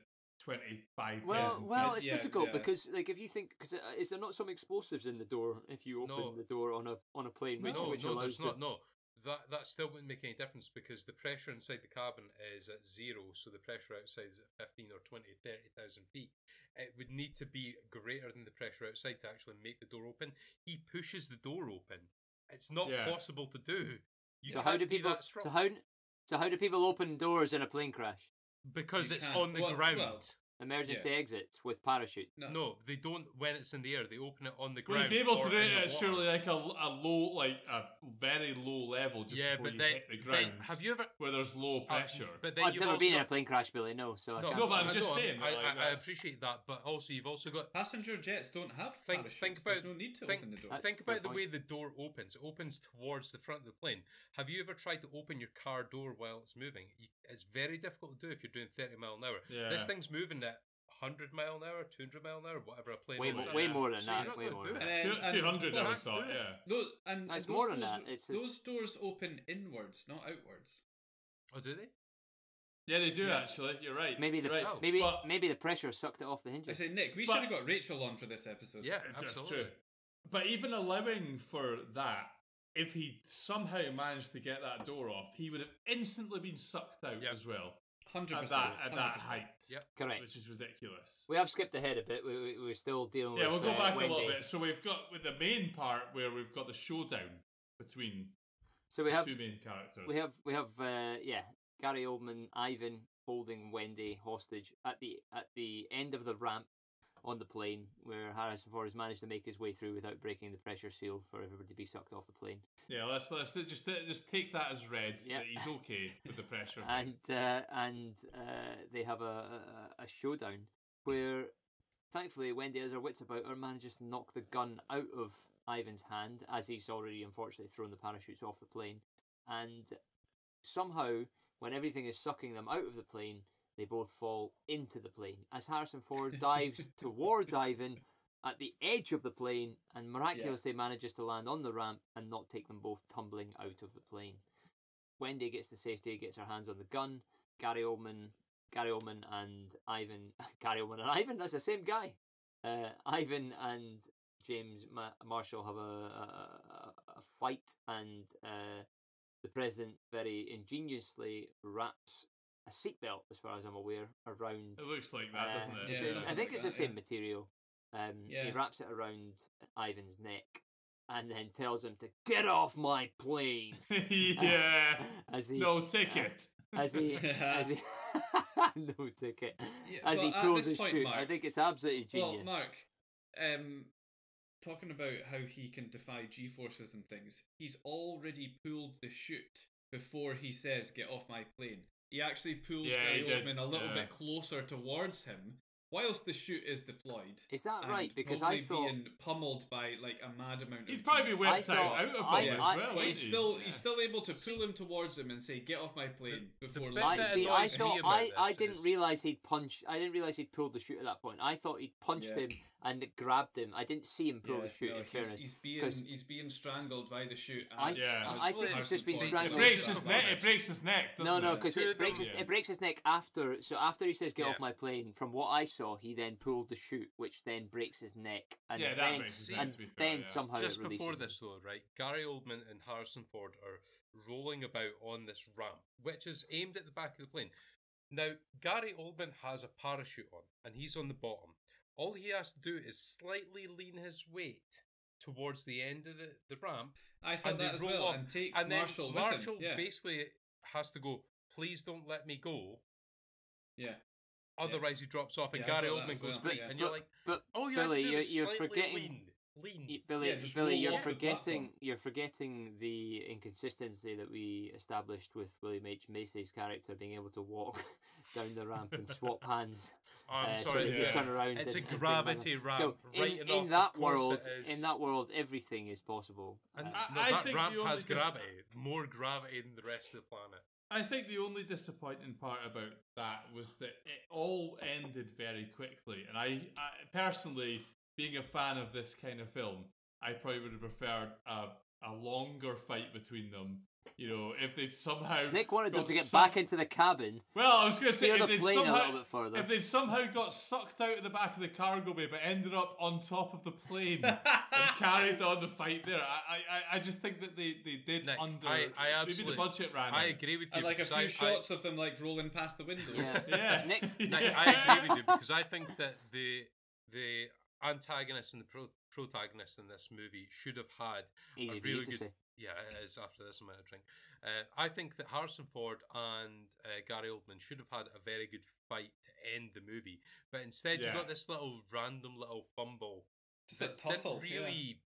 Speaker 4: 25.
Speaker 2: Well,
Speaker 6: Yeah.
Speaker 2: well,
Speaker 6: Yeah,
Speaker 2: it's
Speaker 6: yeah,
Speaker 2: difficult
Speaker 6: yeah.
Speaker 2: because, like, if you think, because is there not some explosives in the door if you open
Speaker 5: No.
Speaker 2: the door on a on a plane, which
Speaker 5: no,
Speaker 2: which
Speaker 5: no,
Speaker 2: allows
Speaker 5: there's
Speaker 2: the,
Speaker 5: not. No, that that still wouldn't make any difference because the pressure inside the cabin is at zero, so the pressure outside is at fifteen or 20, 30,000 feet. It would need to be greater than the pressure outside to actually make the door open. He pushes the door open. It's not
Speaker 4: Yeah.
Speaker 5: possible to do. You
Speaker 2: so how
Speaker 5: can't
Speaker 2: do
Speaker 5: be
Speaker 2: people?
Speaker 5: that strong
Speaker 2: So how so how do people open doors in a plane crash?
Speaker 5: because
Speaker 6: You
Speaker 5: it's
Speaker 6: can't.
Speaker 5: on the
Speaker 6: Well-
Speaker 5: ground.
Speaker 6: well,
Speaker 2: Emergency
Speaker 6: Yeah.
Speaker 2: exits with parachute.
Speaker 6: no,
Speaker 5: no, they don't. When it's in the air, they open it on the
Speaker 4: Well,
Speaker 5: ground.
Speaker 4: you'd be able
Speaker 5: or
Speaker 4: to do
Speaker 5: in
Speaker 4: it
Speaker 5: the
Speaker 4: at
Speaker 5: water.
Speaker 4: surely uh, like a, a low, like a very low level just
Speaker 5: yeah,
Speaker 4: before
Speaker 5: but
Speaker 4: you
Speaker 5: then,
Speaker 4: hit the
Speaker 5: then
Speaker 4: ground.
Speaker 5: have you ever?
Speaker 4: Where there's low
Speaker 5: uh,
Speaker 4: pressure.
Speaker 5: but then
Speaker 2: I've
Speaker 5: you've
Speaker 2: never
Speaker 5: also
Speaker 2: been in
Speaker 5: got-
Speaker 2: a plane crash, Billy. No, so I
Speaker 5: No,
Speaker 2: can't.
Speaker 4: no, but I'm
Speaker 5: I
Speaker 4: just
Speaker 5: know,
Speaker 4: saying that,
Speaker 5: I,
Speaker 4: like,
Speaker 5: I- I
Speaker 4: that's-
Speaker 5: appreciate that, but also you've also got
Speaker 6: passenger jets don't have
Speaker 5: think
Speaker 6: parachutes.
Speaker 5: think about
Speaker 6: There's no need to
Speaker 5: think,
Speaker 6: open the door.
Speaker 2: That's
Speaker 5: think
Speaker 2: the
Speaker 5: about the
Speaker 2: point.
Speaker 5: way the door opens. It opens towards the front of the plane. Have you ever tried to open your car door while it's moving? You, it's very difficult to do if you're doing 30 mile an hour. This
Speaker 4: Yeah.
Speaker 5: thing's moving at 100 mile an hour, 200 mile an hour, whatever a plane
Speaker 2: way,
Speaker 5: is
Speaker 2: mo-
Speaker 5: at.
Speaker 2: way more than
Speaker 5: So you're
Speaker 2: that.
Speaker 5: not
Speaker 2: way
Speaker 5: gonna
Speaker 2: more
Speaker 5: do
Speaker 2: than
Speaker 5: it.
Speaker 2: that.
Speaker 6: And then- and
Speaker 4: 200, I would
Speaker 6: plus-
Speaker 4: have thought,
Speaker 5: do it.
Speaker 4: yeah.
Speaker 6: Those, and
Speaker 2: No, it's
Speaker 6: those
Speaker 2: more than
Speaker 6: doors,
Speaker 2: that, it's just-
Speaker 6: those doors open inwards, not outwards.
Speaker 5: Oh, do they?
Speaker 4: Yeah, they do
Speaker 6: Yeah.
Speaker 4: actually. You're right.
Speaker 2: Maybe the
Speaker 4: You're right.
Speaker 5: Oh.
Speaker 2: maybe
Speaker 4: But-
Speaker 2: maybe the pressure sucked it off the
Speaker 6: I
Speaker 2: hinges.
Speaker 6: say, Nick, we
Speaker 4: But-
Speaker 6: should have got Rachel on for this episode.
Speaker 5: Yeah,
Speaker 4: It's- that's
Speaker 5: absolutely.
Speaker 4: But even allowing for that, if he somehow managed to get that door off, he would have instantly been sucked out
Speaker 5: Yeah.
Speaker 4: as well
Speaker 6: hundred
Speaker 4: at
Speaker 6: percent.
Speaker 4: that at that height,
Speaker 5: Yep.
Speaker 2: Correct.
Speaker 4: which is ridiculous.
Speaker 2: We have skipped ahead a bit. We, we, we're still dealing
Speaker 4: yeah, we'll
Speaker 2: with
Speaker 4: go
Speaker 2: uh,
Speaker 4: back
Speaker 2: Wendy.
Speaker 4: a little bit. So we've got with the main part where we've got the showdown between
Speaker 2: So we
Speaker 4: the
Speaker 2: have
Speaker 4: two main characters.
Speaker 2: We have we have uh, yeah, Gary Oldman, Ivan holding Wendy hostage at the at the end of the ramp on the plane where Harrison Ford has managed to make his way through without breaking the pressure seal for everybody to be sucked off the plane.
Speaker 4: yeah, let's let's just just take that as read
Speaker 2: Yeah.
Speaker 4: that he's okay with the pressure.
Speaker 2: And uh, and uh, they have a, a a showdown where thankfully Wendy has her wits about her manages to knock the gun out of Ivan's hand as he's already unfortunately thrown the parachutes off the plane and somehow when everything is sucking them out of the plane they both fall into the plane as Harrison Ford dives towards Ivan at the edge of the plane and miraculously manages to land on the ramp and not take them both tumbling out of the plane. Wendy gets to safety, gets her hands on the gun. Gary Oldman, Gary Oldman and Ivan, Gary Oldman and Ivan, that's the same guy. Uh, Ivan and James Ma- Marshall have a, a, a- a fight and uh, the president very ingeniously wraps a seatbelt, as far as I'm aware, around.
Speaker 4: It looks like that,
Speaker 2: uh,
Speaker 4: doesn't it?
Speaker 2: it's-
Speaker 6: Yeah,
Speaker 2: it's- I
Speaker 6: something
Speaker 2: think
Speaker 6: like
Speaker 2: it's the
Speaker 6: that,
Speaker 2: same
Speaker 6: yeah.
Speaker 2: material. Um, He
Speaker 6: Yeah.
Speaker 2: wraps it around Ivan's neck and then tells him to get off my plane.
Speaker 4: yeah.
Speaker 2: As he
Speaker 4: No ticket.
Speaker 2: as he as he no ticket
Speaker 6: Uh, Yeah,
Speaker 2: as he
Speaker 6: but at
Speaker 2: pulls
Speaker 6: this
Speaker 2: his
Speaker 6: point,
Speaker 2: shoot. I
Speaker 6: Mark-
Speaker 2: think it's absolutely genius.
Speaker 6: Well, Mark, um, talking about how he can defy G forces and things, he's already pulled the chute before he says, "Get off my plane." He actually pulls
Speaker 4: Yeah,
Speaker 6: Gary
Speaker 4: he did,
Speaker 6: Oldman a little
Speaker 4: yeah.
Speaker 6: bit closer towards him whilst the chute is deployed.
Speaker 2: Is that
Speaker 6: and
Speaker 2: Uh, right? Because
Speaker 6: probably
Speaker 2: I thought
Speaker 6: being pummeled by like a mad amount.
Speaker 4: He'd
Speaker 6: of
Speaker 4: probably be
Speaker 6: Gs.
Speaker 2: I
Speaker 4: whipped out,
Speaker 2: thought-
Speaker 4: out of
Speaker 2: I-
Speaker 4: him as
Speaker 2: I-
Speaker 4: well.
Speaker 6: But
Speaker 2: wouldn't
Speaker 6: he's
Speaker 4: he?
Speaker 6: still
Speaker 4: Yeah.
Speaker 6: he's still able to pull him towards him and say, "Get off my plane."
Speaker 5: the
Speaker 6: Before
Speaker 5: bit
Speaker 2: I
Speaker 5: that
Speaker 2: see. I
Speaker 5: annoys me
Speaker 2: thought
Speaker 5: about
Speaker 2: I, I
Speaker 5: this
Speaker 2: didn't
Speaker 5: is-
Speaker 2: realize he'd punch. I didn't realize he'd pulled the chute at that point. I thought he'd punched
Speaker 6: Yeah.
Speaker 2: him and grabbed him. I didn't see him pull
Speaker 6: Yeah,
Speaker 2: the chute.
Speaker 6: no,
Speaker 2: in
Speaker 6: he's-
Speaker 2: fairness,
Speaker 6: he's being
Speaker 2: 'cause-
Speaker 6: he's being strangled by the chute.
Speaker 2: I-
Speaker 6: as-
Speaker 4: Yeah.
Speaker 6: as
Speaker 2: I think
Speaker 6: the
Speaker 2: he's just been
Speaker 6: person
Speaker 4: It
Speaker 5: strangled.
Speaker 6: pulls
Speaker 4: breaks
Speaker 6: out
Speaker 4: his
Speaker 6: of
Speaker 4: neck.
Speaker 6: this.
Speaker 4: It breaks his neck.
Speaker 2: no,
Speaker 4: doesn't
Speaker 2: no,
Speaker 4: it?
Speaker 2: because
Speaker 5: Two
Speaker 2: it
Speaker 5: of
Speaker 2: breaks
Speaker 5: them-
Speaker 2: his,
Speaker 4: Yeah.
Speaker 2: it breaks his neck after. So after he says "get
Speaker 5: Yeah.
Speaker 2: off my plane," from what I saw, he then pulled the chute, which then breaks his neck, and
Speaker 4: Yeah, that
Speaker 2: then
Speaker 4: breaks
Speaker 5: his neck,
Speaker 2: and
Speaker 4: to be fair,
Speaker 2: then
Speaker 4: yeah.
Speaker 2: somehow
Speaker 5: Just
Speaker 2: it releases
Speaker 5: before
Speaker 2: him.
Speaker 5: this, though, right? Gary Oldman and Harrison Ford are rolling about on this ramp, which is aimed at the back of the plane. Now, Gary Oldman has a parachute on, and he's on the bottom. All he has to do is slightly lean his weight towards the end of the, the ramp,
Speaker 6: I thought
Speaker 5: and they
Speaker 6: that as
Speaker 5: roll
Speaker 6: well,
Speaker 5: off.
Speaker 6: and take
Speaker 5: and then
Speaker 6: Marshall with
Speaker 5: Marshall
Speaker 6: him. Yeah,
Speaker 5: basically has to go, "Please don't let me go."
Speaker 6: yeah.
Speaker 5: Otherwise, he drops off, and
Speaker 6: Yeah, I
Speaker 5: Gary
Speaker 6: thought that as
Speaker 5: Oldman goes,
Speaker 6: well,
Speaker 5: "Wait,"
Speaker 6: yeah.
Speaker 5: and you're
Speaker 2: But-
Speaker 5: like,
Speaker 2: But
Speaker 5: "Oh, you had to
Speaker 2: Billy,
Speaker 5: do
Speaker 2: you're,
Speaker 5: this
Speaker 2: you're
Speaker 5: slightly
Speaker 2: forgetting.
Speaker 5: lean,
Speaker 2: Y-
Speaker 5: lean."
Speaker 2: Billy,
Speaker 6: Yeah, just
Speaker 2: Billy,
Speaker 6: roll
Speaker 2: you're
Speaker 6: off the
Speaker 2: forgetting
Speaker 6: platform.
Speaker 2: you're forgetting the inconsistency that we established with William H Macy's character being able to walk down the ramp and swap hands.
Speaker 5: I'm
Speaker 2: uh,
Speaker 5: sorry,
Speaker 2: so that you
Speaker 4: yeah.
Speaker 2: turn around.
Speaker 5: It's
Speaker 2: and-
Speaker 5: a
Speaker 2: and
Speaker 5: gravity
Speaker 2: turn around. So
Speaker 5: ramp, right
Speaker 2: in,
Speaker 5: enough,
Speaker 2: in
Speaker 5: of
Speaker 2: that
Speaker 5: course it
Speaker 2: world, in
Speaker 5: is.
Speaker 2: that world, everything is possible.
Speaker 5: And
Speaker 2: Um,
Speaker 4: I-
Speaker 5: no, that
Speaker 4: think
Speaker 5: ramp
Speaker 4: the only
Speaker 5: has
Speaker 4: dis-
Speaker 5: gravity, more gravity than the rest of the planet.
Speaker 4: I think the only disappointing part about that was that it all ended very quickly, and I, I personally, being a fan of this kind of film, I probably would have preferred a a longer fight between them. You know, if they'd somehow
Speaker 2: Nick wanted them
Speaker 4: got
Speaker 2: to get
Speaker 4: some-
Speaker 2: back into the cabin.
Speaker 4: Well, I was going to say
Speaker 2: steer
Speaker 4: if
Speaker 2: the
Speaker 4: they'd
Speaker 2: plane a
Speaker 4: somehow
Speaker 2: little bit further.
Speaker 4: if they'd somehow got sucked out of the back of the cargo bay, but ended up on top of the plane and carried on the fight there. I I, I just think that they they did
Speaker 5: Nick,
Speaker 4: under
Speaker 5: I- I
Speaker 4: maybe the
Speaker 5: absolutely-
Speaker 4: budget ran.
Speaker 5: I
Speaker 4: out.
Speaker 5: agree with you.
Speaker 6: And uh, like a
Speaker 5: because
Speaker 6: few
Speaker 5: I,
Speaker 6: shots of them like rolling past the windows.
Speaker 2: Yeah.
Speaker 4: Yeah.
Speaker 2: Nick,
Speaker 5: I, Nick, I agree with you because I think that the the antagonist and the pro- protagonist in this movie should have had
Speaker 2: easy for
Speaker 5: really
Speaker 2: you to
Speaker 5: good-
Speaker 2: say.
Speaker 5: yeah, it is after this amount of drink. Uh, I think that Harrison Ford and uh, Gary Oldman should have had a very good fight to end the movie, but instead you
Speaker 4: Yeah.
Speaker 5: got this little random little fumble
Speaker 6: Just a
Speaker 5: that
Speaker 6: tussle.
Speaker 5: didn't really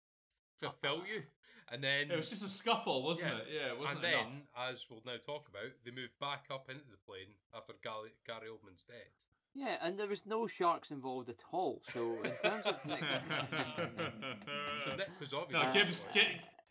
Speaker 5: fulfill you, and then
Speaker 4: It was just a scuffle, wasn't
Speaker 5: Yeah.
Speaker 4: it? Yeah, it
Speaker 5: and
Speaker 4: wasn't
Speaker 5: then,
Speaker 4: enough.
Speaker 5: as we'll now talk about, they move back up into the plane after Gary, Gary Oldman's death.
Speaker 2: Yeah, and there was no sharks involved at all. So in terms of
Speaker 5: So Nick was obviously
Speaker 4: no, Gibbs,
Speaker 5: right.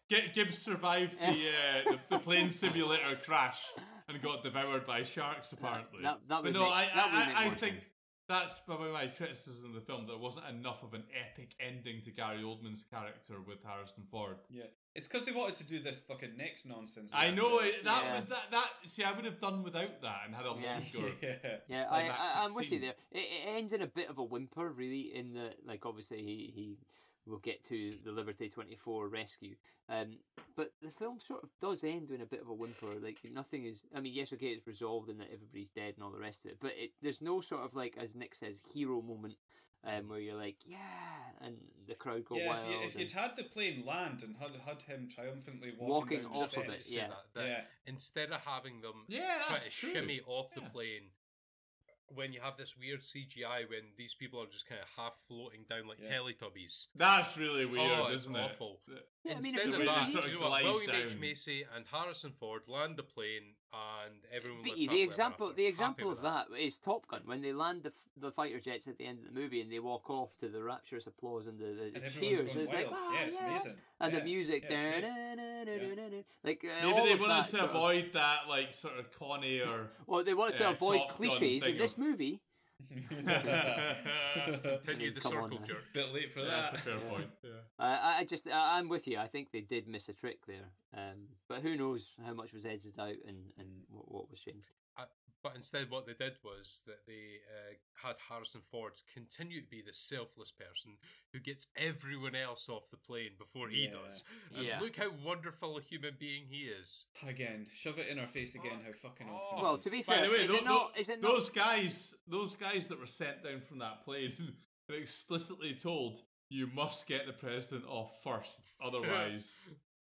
Speaker 4: Gi Gi- Gibbs survived the, uh, the the plane simulator crash and got devoured by sharks apparently.
Speaker 2: that- that
Speaker 4: but
Speaker 2: would
Speaker 4: no,
Speaker 2: make-
Speaker 4: I
Speaker 2: that would
Speaker 4: I,
Speaker 2: make
Speaker 4: I, I
Speaker 2: more
Speaker 4: think
Speaker 2: sense.
Speaker 4: that's probably my criticism of the film. There wasn't enough of an epic ending to Gary Oldman's character with Harrison Ford.
Speaker 6: Yeah. It's because they wanted to do this fucking next nonsense.
Speaker 4: I
Speaker 6: around
Speaker 4: know
Speaker 6: it.
Speaker 4: it, that
Speaker 2: Yeah.
Speaker 4: was that that. See, I would have done without that and had a
Speaker 2: Yeah.
Speaker 4: longer.
Speaker 6: Yeah.
Speaker 2: Yeah, I,
Speaker 4: climactic
Speaker 2: I I'm with you
Speaker 4: scene.
Speaker 2: there. It, it ends in a bit of a whimper, really. In the like, obviously he he will get to the Liberty Twenty Four rescue, um, but the film sort of does end in a bit of a whimper. Like nothing is. I mean, yes, okay, it's resolved and that everybody's dead and all the rest of it, but it there's no sort of like as Nick says hero moment, um, where you're like yeah, and the crowd go
Speaker 6: Yeah,
Speaker 2: wild.
Speaker 6: if, you, if
Speaker 2: and-
Speaker 6: you'd had the plane land and had, had him triumphantly
Speaker 2: Walking
Speaker 6: walking, down the
Speaker 2: off of
Speaker 5: Just
Speaker 2: it,
Speaker 6: steps,
Speaker 5: say
Speaker 2: yeah.
Speaker 5: that- that
Speaker 6: yeah,
Speaker 5: Instead of having them
Speaker 4: Yeah,
Speaker 5: try
Speaker 4: that's
Speaker 5: to
Speaker 4: true.
Speaker 5: shimmy off the
Speaker 4: Yeah.
Speaker 5: plane, when you have this weird CGI when these people are just kind of half floating down like
Speaker 6: Yeah.
Speaker 5: Teletubbies.
Speaker 4: That's really weird,
Speaker 5: Oh, it's
Speaker 4: isn't
Speaker 5: awful.
Speaker 4: it?
Speaker 2: yeah, I mean, if
Speaker 5: Instead
Speaker 2: you
Speaker 5: of
Speaker 4: really
Speaker 2: think
Speaker 5: that,
Speaker 4: just sort of
Speaker 5: you know what,
Speaker 4: glide
Speaker 5: William H.
Speaker 4: down.
Speaker 5: Macy and Harrison Ford land the plane and everyone lives
Speaker 2: Beatty, the
Speaker 5: happily ever
Speaker 2: example,
Speaker 5: after.
Speaker 2: the
Speaker 5: Happy
Speaker 2: example
Speaker 5: with
Speaker 2: of that is Top Gun when they land the, f- the fighter jets at the end of the movie and they walk off to the rapturous applause and the, the, the
Speaker 6: and everyone's
Speaker 2: cheers.
Speaker 6: going
Speaker 2: It's like,
Speaker 6: wild.
Speaker 2: "Wow,
Speaker 6: yeah, it's
Speaker 2: yeah."
Speaker 6: amazing.
Speaker 2: and
Speaker 6: Yeah.
Speaker 2: the music.
Speaker 6: Yeah, it's great.
Speaker 2: da-na-na-na-na-na-na, Like uh,
Speaker 4: Maybe
Speaker 2: all
Speaker 4: they
Speaker 2: of
Speaker 4: wanted
Speaker 2: that
Speaker 4: to
Speaker 2: sort of-
Speaker 4: avoid that, like sort of Connie or.
Speaker 2: Well, they wanted to
Speaker 4: uh,
Speaker 2: avoid
Speaker 4: Top Gun
Speaker 2: cliches in
Speaker 4: thing
Speaker 2: this
Speaker 4: of-
Speaker 2: movie.
Speaker 5: Continue
Speaker 2: mean,
Speaker 5: the
Speaker 2: come on
Speaker 5: circle
Speaker 2: now.
Speaker 5: jerk.
Speaker 6: Bit late for
Speaker 4: that's
Speaker 6: that.
Speaker 4: a fair point. Yeah.
Speaker 2: Uh, I, I just, I, I'm with you. I think they did miss a trick there. Um, but who knows how much was edited out and, and what, what was changed.
Speaker 5: I, But instead, what they did was that they uh, had Harrison Ford continue to be the selfless person who gets everyone else off the plane before he
Speaker 6: Yeah.
Speaker 5: does. And
Speaker 2: Yeah.
Speaker 5: look how wonderful a human being he is.
Speaker 6: Again, shove it in our face again. How fucking
Speaker 5: Oh.
Speaker 6: awesome! it
Speaker 2: Well,
Speaker 6: is.
Speaker 2: to be
Speaker 4: By
Speaker 2: fair,
Speaker 4: the way,
Speaker 2: is,
Speaker 4: tho-
Speaker 2: it not,
Speaker 4: tho-
Speaker 2: is it not?
Speaker 4: those guys, those guys that were sent down from that plane, were explicitly told you must get the president off first, otherwise.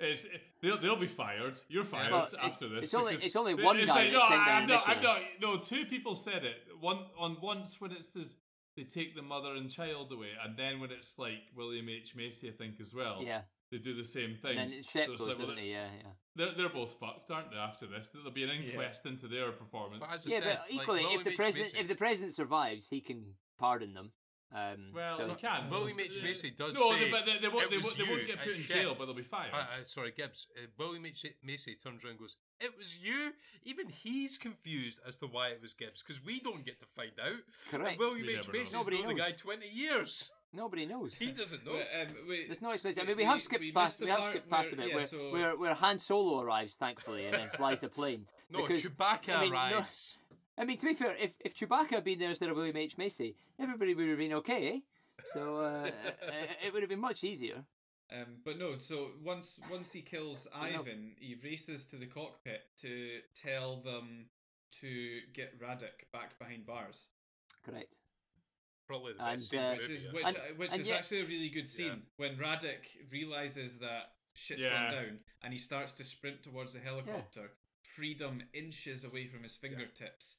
Speaker 4: It's, they'll, they'll be fired. You're fired
Speaker 2: Well, it's-
Speaker 4: after this.
Speaker 2: it's only-
Speaker 4: because
Speaker 2: it's only
Speaker 4: they-
Speaker 2: one
Speaker 4: they
Speaker 2: guy
Speaker 4: say,
Speaker 2: that's
Speaker 4: no,
Speaker 2: sent
Speaker 4: I'm
Speaker 2: down
Speaker 4: not, I'm
Speaker 2: initially."
Speaker 4: not. No, two people said it. One on once when it says they take the mother and child away, and then when it's like William H Macy, I think as well.
Speaker 2: yeah,
Speaker 4: they do the same thing.
Speaker 2: and then it's
Speaker 4: So
Speaker 2: Shep
Speaker 4: it's
Speaker 2: goes,
Speaker 4: like, well,
Speaker 2: doesn't he? Yeah, yeah.
Speaker 4: They're, they're both fucked, aren't they? After this, there'll be an inquest into their performance.
Speaker 5: But as I
Speaker 2: Yeah,
Speaker 5: said,
Speaker 2: but equally,
Speaker 5: like,
Speaker 2: if the president if the president survives, he can pardon them. Um,
Speaker 4: Well,
Speaker 2: so-
Speaker 4: they can.
Speaker 5: William
Speaker 4: because-
Speaker 5: H. Macy does
Speaker 4: No,
Speaker 5: say,
Speaker 4: they, but they, they, won't,
Speaker 5: "It
Speaker 4: they,
Speaker 5: was
Speaker 4: won't, they
Speaker 5: you
Speaker 4: won't get
Speaker 5: at
Speaker 4: put in
Speaker 5: Shep."
Speaker 4: jail, but they'll be fired.
Speaker 5: Uh, uh, sorry, Gibbs. Uh, William H. Macy turns around and goes, It was you? Even he's confused as to why it was Gibbs because we don't get to find out. And
Speaker 2: Correct.
Speaker 5: William
Speaker 4: We
Speaker 5: H.
Speaker 4: never know.
Speaker 5: Macy's
Speaker 2: Nobody
Speaker 5: known the
Speaker 2: knows.
Speaker 5: guy 20 years.
Speaker 2: Nobody knows.
Speaker 5: He doesn't know.
Speaker 6: But, um, we-
Speaker 2: There's no explanation. I mean, we, have skipped
Speaker 6: we missed
Speaker 2: past.
Speaker 6: the
Speaker 2: We have
Speaker 6: part
Speaker 2: skipped past
Speaker 6: where-
Speaker 2: a bit
Speaker 6: yeah,
Speaker 2: where,
Speaker 6: so-
Speaker 2: where where Han Solo arrives, thankfully, and then flies the plane.
Speaker 5: No,
Speaker 2: because,
Speaker 5: Chewbacca
Speaker 2: I mean, no-
Speaker 5: arrives.
Speaker 2: I mean, to be fair, if if Chewbacca had been there instead of William H Macy, everybody would have been okay. eh? So uh, uh, it would have been much easier.
Speaker 6: Um, but no, so once once he kills
Speaker 2: no.
Speaker 6: Ivan, he races to the cockpit to tell them to get Radek back behind bars,
Speaker 2: Correct.
Speaker 5: Probably the
Speaker 2: and,
Speaker 5: best scene
Speaker 2: uh,
Speaker 5: in the
Speaker 6: which is
Speaker 5: movie,
Speaker 6: which
Speaker 5: yeah.
Speaker 2: And-
Speaker 6: which
Speaker 2: and
Speaker 6: is
Speaker 2: yet-
Speaker 6: actually a really good scene
Speaker 5: Yeah.
Speaker 6: when Radek realizes that shit's
Speaker 4: Yeah.
Speaker 6: gone down and he starts to sprint towards the helicopter. Freedom inches away from his fingertips.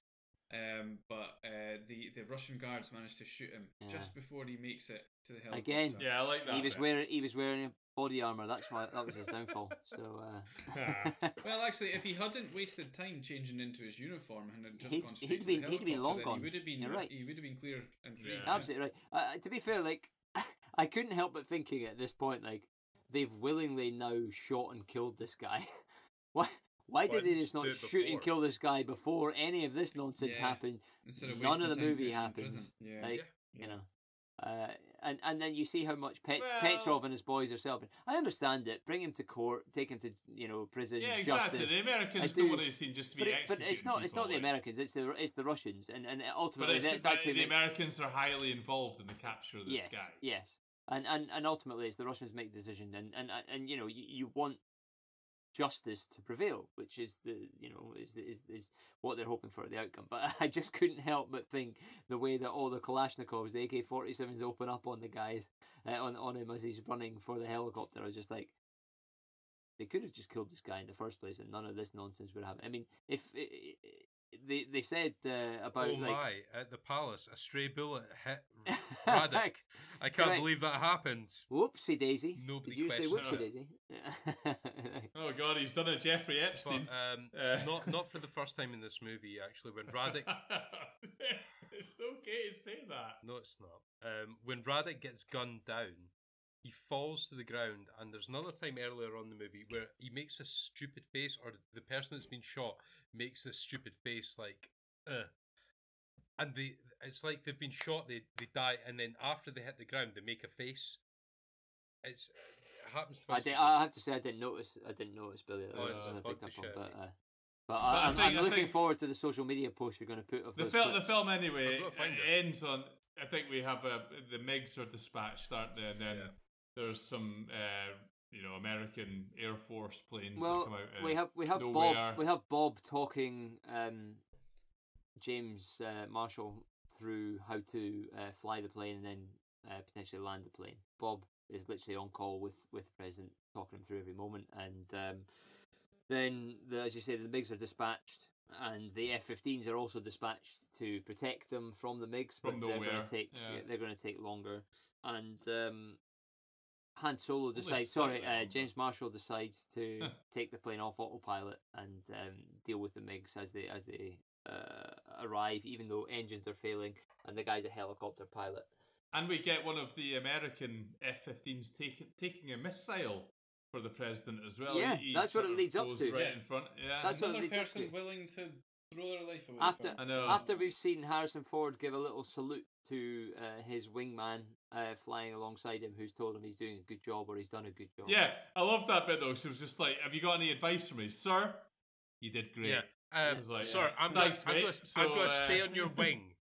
Speaker 6: Um, but uh, the the Russian guards manage to shoot him
Speaker 2: Yeah.
Speaker 6: just before he makes it to the helicopter.
Speaker 2: Again.
Speaker 4: yeah, I like that.
Speaker 2: He was
Speaker 4: bit.
Speaker 2: wearing he was wearing body armor. That's why that was his downfall. So uh,
Speaker 6: Well, actually, if he hadn't wasted time changing into his uniform and had just
Speaker 2: He'd-
Speaker 6: gone
Speaker 2: he'd
Speaker 6: straight to
Speaker 2: been-
Speaker 6: the
Speaker 2: he'd been
Speaker 6: helicopter,
Speaker 2: long
Speaker 6: then
Speaker 2: gone.
Speaker 6: He would have been.
Speaker 2: You're right.
Speaker 6: He would have been clear and free.
Speaker 4: Yeah.
Speaker 2: absolutely right. Uh, to be fair, like I couldn't help but thinking at this point, like they've willingly now shot and killed this guy. why? Why
Speaker 5: Why
Speaker 2: did they
Speaker 5: didn't
Speaker 2: just
Speaker 5: you do
Speaker 2: not
Speaker 5: it
Speaker 2: shoot and
Speaker 5: before?
Speaker 2: kill this guy before any of this nonsense
Speaker 6: Yeah.
Speaker 2: happened?
Speaker 6: Instead of
Speaker 2: None
Speaker 6: wasting
Speaker 2: of the
Speaker 6: time
Speaker 2: movie
Speaker 6: getting in
Speaker 2: happens.
Speaker 6: prison. Yeah.
Speaker 2: Like
Speaker 6: Yeah.
Speaker 2: you know. Uh, and and then you see how much Pet-
Speaker 4: Well-
Speaker 2: Petrov and his boys are celebrating. I understand it. Bring him to court, take him to you know prison.
Speaker 4: Yeah, exactly.
Speaker 2: Justice.
Speaker 4: The
Speaker 2: I
Speaker 4: Americans
Speaker 2: do-
Speaker 4: don't want to see just to be
Speaker 2: but, it- but
Speaker 4: executing
Speaker 2: it's not it's not the
Speaker 4: people, like.
Speaker 2: Americans. It's the it's the Russians, and and
Speaker 4: But
Speaker 2: ultimately
Speaker 4: it's,
Speaker 2: that, that's who
Speaker 4: the
Speaker 2: makes-
Speaker 4: Americans are highly involved in the capture of this
Speaker 2: yes,
Speaker 4: guy.
Speaker 2: Yes, and and and ultimately, it's the Russians make the decision, and and and you know, you, you want justice to prevail, which is the you know is is is what they're hoping for the outcome. But I just couldn't help but think the way that all the Kalashnikovs, the AK forty sevens, open up on the guys uh, on on him as he's running for the helicopter. I was just like. They could have just killed this guy in the first place, and none of this nonsense would happen. I mean, if i i- i- they they said uh, about
Speaker 5: oh
Speaker 2: like
Speaker 5: my, at the palace, a stray bullet hit Radek. I can't
Speaker 2: Correct.
Speaker 5: believe that happened.
Speaker 2: Whoopsie daisy.
Speaker 5: Nobody
Speaker 2: Did you say whoopsie
Speaker 5: questioned
Speaker 2: daisy?
Speaker 4: Oh god, he's done a Jeffrey
Speaker 5: But
Speaker 4: Epstein.
Speaker 5: um,
Speaker 4: Uh,
Speaker 5: not not for the first time in this movie, actually, when Radek
Speaker 4: it's okay to say that.
Speaker 5: No, it's not. Um, when Radek gets gunned down, he falls to the ground, and there's another time earlier on in the movie where he makes a stupid face, or the person that's been shot makes this stupid face, like, uh. and they it's like they've been shot, they they die, and then after they hit the ground, they make a face. It's it happens
Speaker 2: I, uh,
Speaker 5: twice.
Speaker 2: did, I have to say I didn't notice. I didn't notice Billy. That
Speaker 5: Oh,
Speaker 2: was
Speaker 5: it's
Speaker 2: something I
Speaker 5: the
Speaker 2: picked up on,
Speaker 5: bug to
Speaker 2: but.
Speaker 5: show
Speaker 2: Uh, but I,
Speaker 4: I
Speaker 2: I'm,
Speaker 4: think-
Speaker 2: I'm
Speaker 4: I
Speaker 2: looking
Speaker 4: think-
Speaker 2: forward to the social media post you're going to put of
Speaker 4: The
Speaker 2: those
Speaker 4: film, the
Speaker 2: clips.
Speaker 4: film anyway,
Speaker 5: I've gotta
Speaker 4: it
Speaker 5: find it.
Speaker 4: ends on. I think we have a, the MiGs are dispatched, aren't they? And then
Speaker 5: Yeah.
Speaker 4: there's some, uh, you know, American Air Force planes that
Speaker 2: Well,
Speaker 4: come out. uh,
Speaker 2: we have we have
Speaker 4: nowhere.
Speaker 2: Bob we have Bob talking um, James uh, Marshall through how to uh, fly the plane and then uh, potentially land the plane. Bob is literally on call with with the president, talking him through every moment, and um, then the, as you say, the MIGs are dispatched. And the F-15s are also dispatched to protect them from the MiGs, but
Speaker 4: From
Speaker 2: they're going
Speaker 4: nowhere,
Speaker 2: to take
Speaker 4: yeah.
Speaker 2: they're going to take longer. And um, Han Solo
Speaker 4: Only
Speaker 2: decides. Sorry,
Speaker 4: slightly
Speaker 2: uh,
Speaker 4: longer.
Speaker 2: James Marshall decides to take the plane off autopilot and um, deal with the MiGs as they as they uh, arrive, even though engines are failing. And the guy's a helicopter pilot.
Speaker 4: And we get one of the American F-15s taking taking a missile for the president as well.
Speaker 2: Yeah, that's
Speaker 4: sort
Speaker 2: what it
Speaker 4: of
Speaker 2: leads up
Speaker 4: goes
Speaker 2: to.
Speaker 4: Right
Speaker 6: Yeah.
Speaker 4: in front. Yeah,
Speaker 2: That's what
Speaker 6: Another
Speaker 2: leads up
Speaker 6: person
Speaker 2: to.
Speaker 6: willing to throw their life away.
Speaker 2: After
Speaker 6: for
Speaker 4: I know.
Speaker 2: after we've seen Harrison Ford give a little salute to uh, his wingman uh, flying alongside him, who's told him he's doing a good job or he's done a good job.
Speaker 4: yeah, I love that bit though. 'cause it was just like, "Have you got any advice for me, sir?" You did great.
Speaker 5: Yeah, Um,
Speaker 4: It's like,
Speaker 5: sir,
Speaker 4: yeah.
Speaker 5: I'm
Speaker 4: Thanks,
Speaker 5: gonna,
Speaker 4: mate.
Speaker 5: I'm gonna,
Speaker 4: So,
Speaker 5: I'm gonna
Speaker 4: uh,
Speaker 5: stay on your wing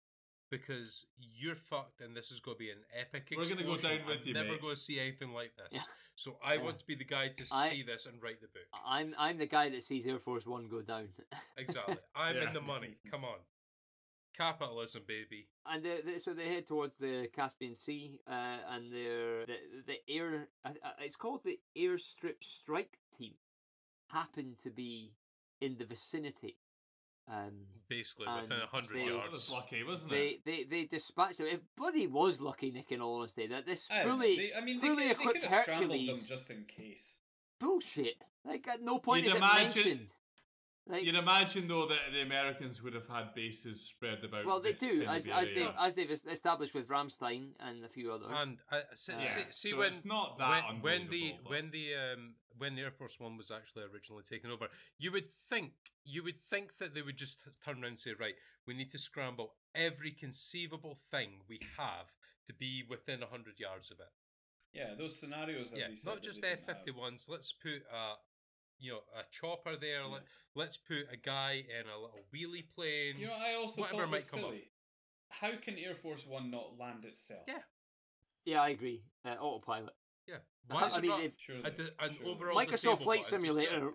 Speaker 5: because you're fucked, and this is gonna be an epic.
Speaker 4: We're gonna go
Speaker 5: explosion.
Speaker 4: down with
Speaker 5: I'm
Speaker 4: you,
Speaker 5: Never
Speaker 4: mate.
Speaker 5: gonna see anything like this.
Speaker 2: Yeah.
Speaker 5: So I
Speaker 2: Yeah.
Speaker 5: want to be the guy to
Speaker 2: I- Uh,
Speaker 5: see this and write the book.
Speaker 2: I'm I'm the guy that sees Air Force One go down,
Speaker 5: Exactly. I'm
Speaker 4: Yeah.
Speaker 5: in the money. Come on, capitalism, baby.
Speaker 2: and they, they, so they head towards the Caspian Sea, uh, and they're the, the air. Uh, uh, it's called the Airstrip Strike Team. Happen to be in the vicinity. Um,
Speaker 5: Basically, within
Speaker 2: And
Speaker 5: a hundred
Speaker 2: they-
Speaker 4: Oh, that
Speaker 5: yards.
Speaker 4: was lucky, wasn't it?
Speaker 2: they, they they dispatched them. It bloody was lucky, Nick. In all honesty, that this
Speaker 6: I don't know,
Speaker 2: fully
Speaker 6: they- I mean,
Speaker 2: fully
Speaker 6: they could,
Speaker 2: equipped
Speaker 6: they could have scrambled
Speaker 2: Hercules.
Speaker 6: them just in case.
Speaker 2: bullshit. Like at no point
Speaker 4: You'd
Speaker 2: is
Speaker 4: imagine-
Speaker 2: it mentioned. Like,
Speaker 4: You'd imagine though that the Americans would have had bases spread about.
Speaker 2: well, they
Speaker 4: this
Speaker 2: do
Speaker 4: kind
Speaker 2: as
Speaker 4: of
Speaker 2: as
Speaker 4: area.
Speaker 2: they as they've es- established with Ramstein and a few others.
Speaker 5: And uh, see,
Speaker 2: Uh,
Speaker 5: see,
Speaker 4: Yeah,
Speaker 5: see
Speaker 4: so
Speaker 5: when
Speaker 4: it's not that
Speaker 5: when, when the
Speaker 4: unbelievable, but-
Speaker 5: when the um, when the Air Force One was actually originally taken over, you would think you would think that they would just turn around and say, right, we need to scramble every conceivable thing we have to be within hundred yards of it.
Speaker 6: Yeah, those scenarios. that
Speaker 5: yeah,
Speaker 6: they said
Speaker 5: not
Speaker 6: that
Speaker 5: just
Speaker 6: they
Speaker 5: F
Speaker 6: didn't have.
Speaker 5: fifty ones. Let's put a you know a chopper there. Let, let's put a guy in a little wheelie plane.
Speaker 6: You know, what I also
Speaker 5: Whatever
Speaker 6: thought
Speaker 5: might
Speaker 6: was
Speaker 5: come up.
Speaker 6: silly. How can Air Force One not land itself?
Speaker 5: Yeah.
Speaker 2: yeah, I agree. Uh, autopilot.
Speaker 5: yeah,
Speaker 2: I
Speaker 5: why is it
Speaker 2: mean,
Speaker 5: not
Speaker 2: if-
Speaker 6: Surely,
Speaker 5: a di- an
Speaker 6: surely.
Speaker 5: overall
Speaker 2: Microsoft
Speaker 5: disabled
Speaker 2: Flight
Speaker 5: button just do it?
Speaker 2: Simulator. uh,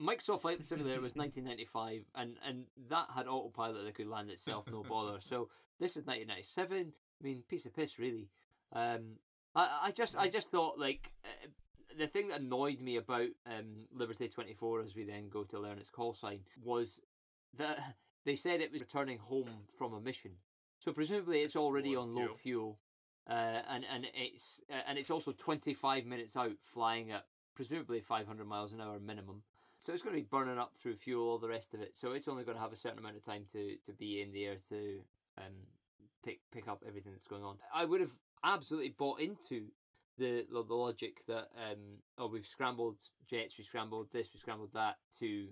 Speaker 2: Microsoft Flight Simulator was 1995, and and that had autopilot that could land itself, no bother. So this is 1997. I mean, piece of piss, really. Um, I I just I just thought like uh, the thing that annoyed me about um Liberty 24, as we then go to learn its call sign, was that they said it was returning home from a mission. So presumably it's
Speaker 5: It's
Speaker 2: already
Speaker 5: low
Speaker 2: on
Speaker 5: on
Speaker 2: low
Speaker 5: fuel.
Speaker 2: fuel, uh, and and it's uh, and it's also 25 minutes out flying at presumably 500 miles an hour minimum. So it's going to be burning up through fuel, all the rest of it. So it's only going to have a certain amount of time to to be in the air to um pick pick up everything that's going on. I would have absolutely bought into the the, the logic that um oh we've scrambled jets, we scrambled this, we scrambled that to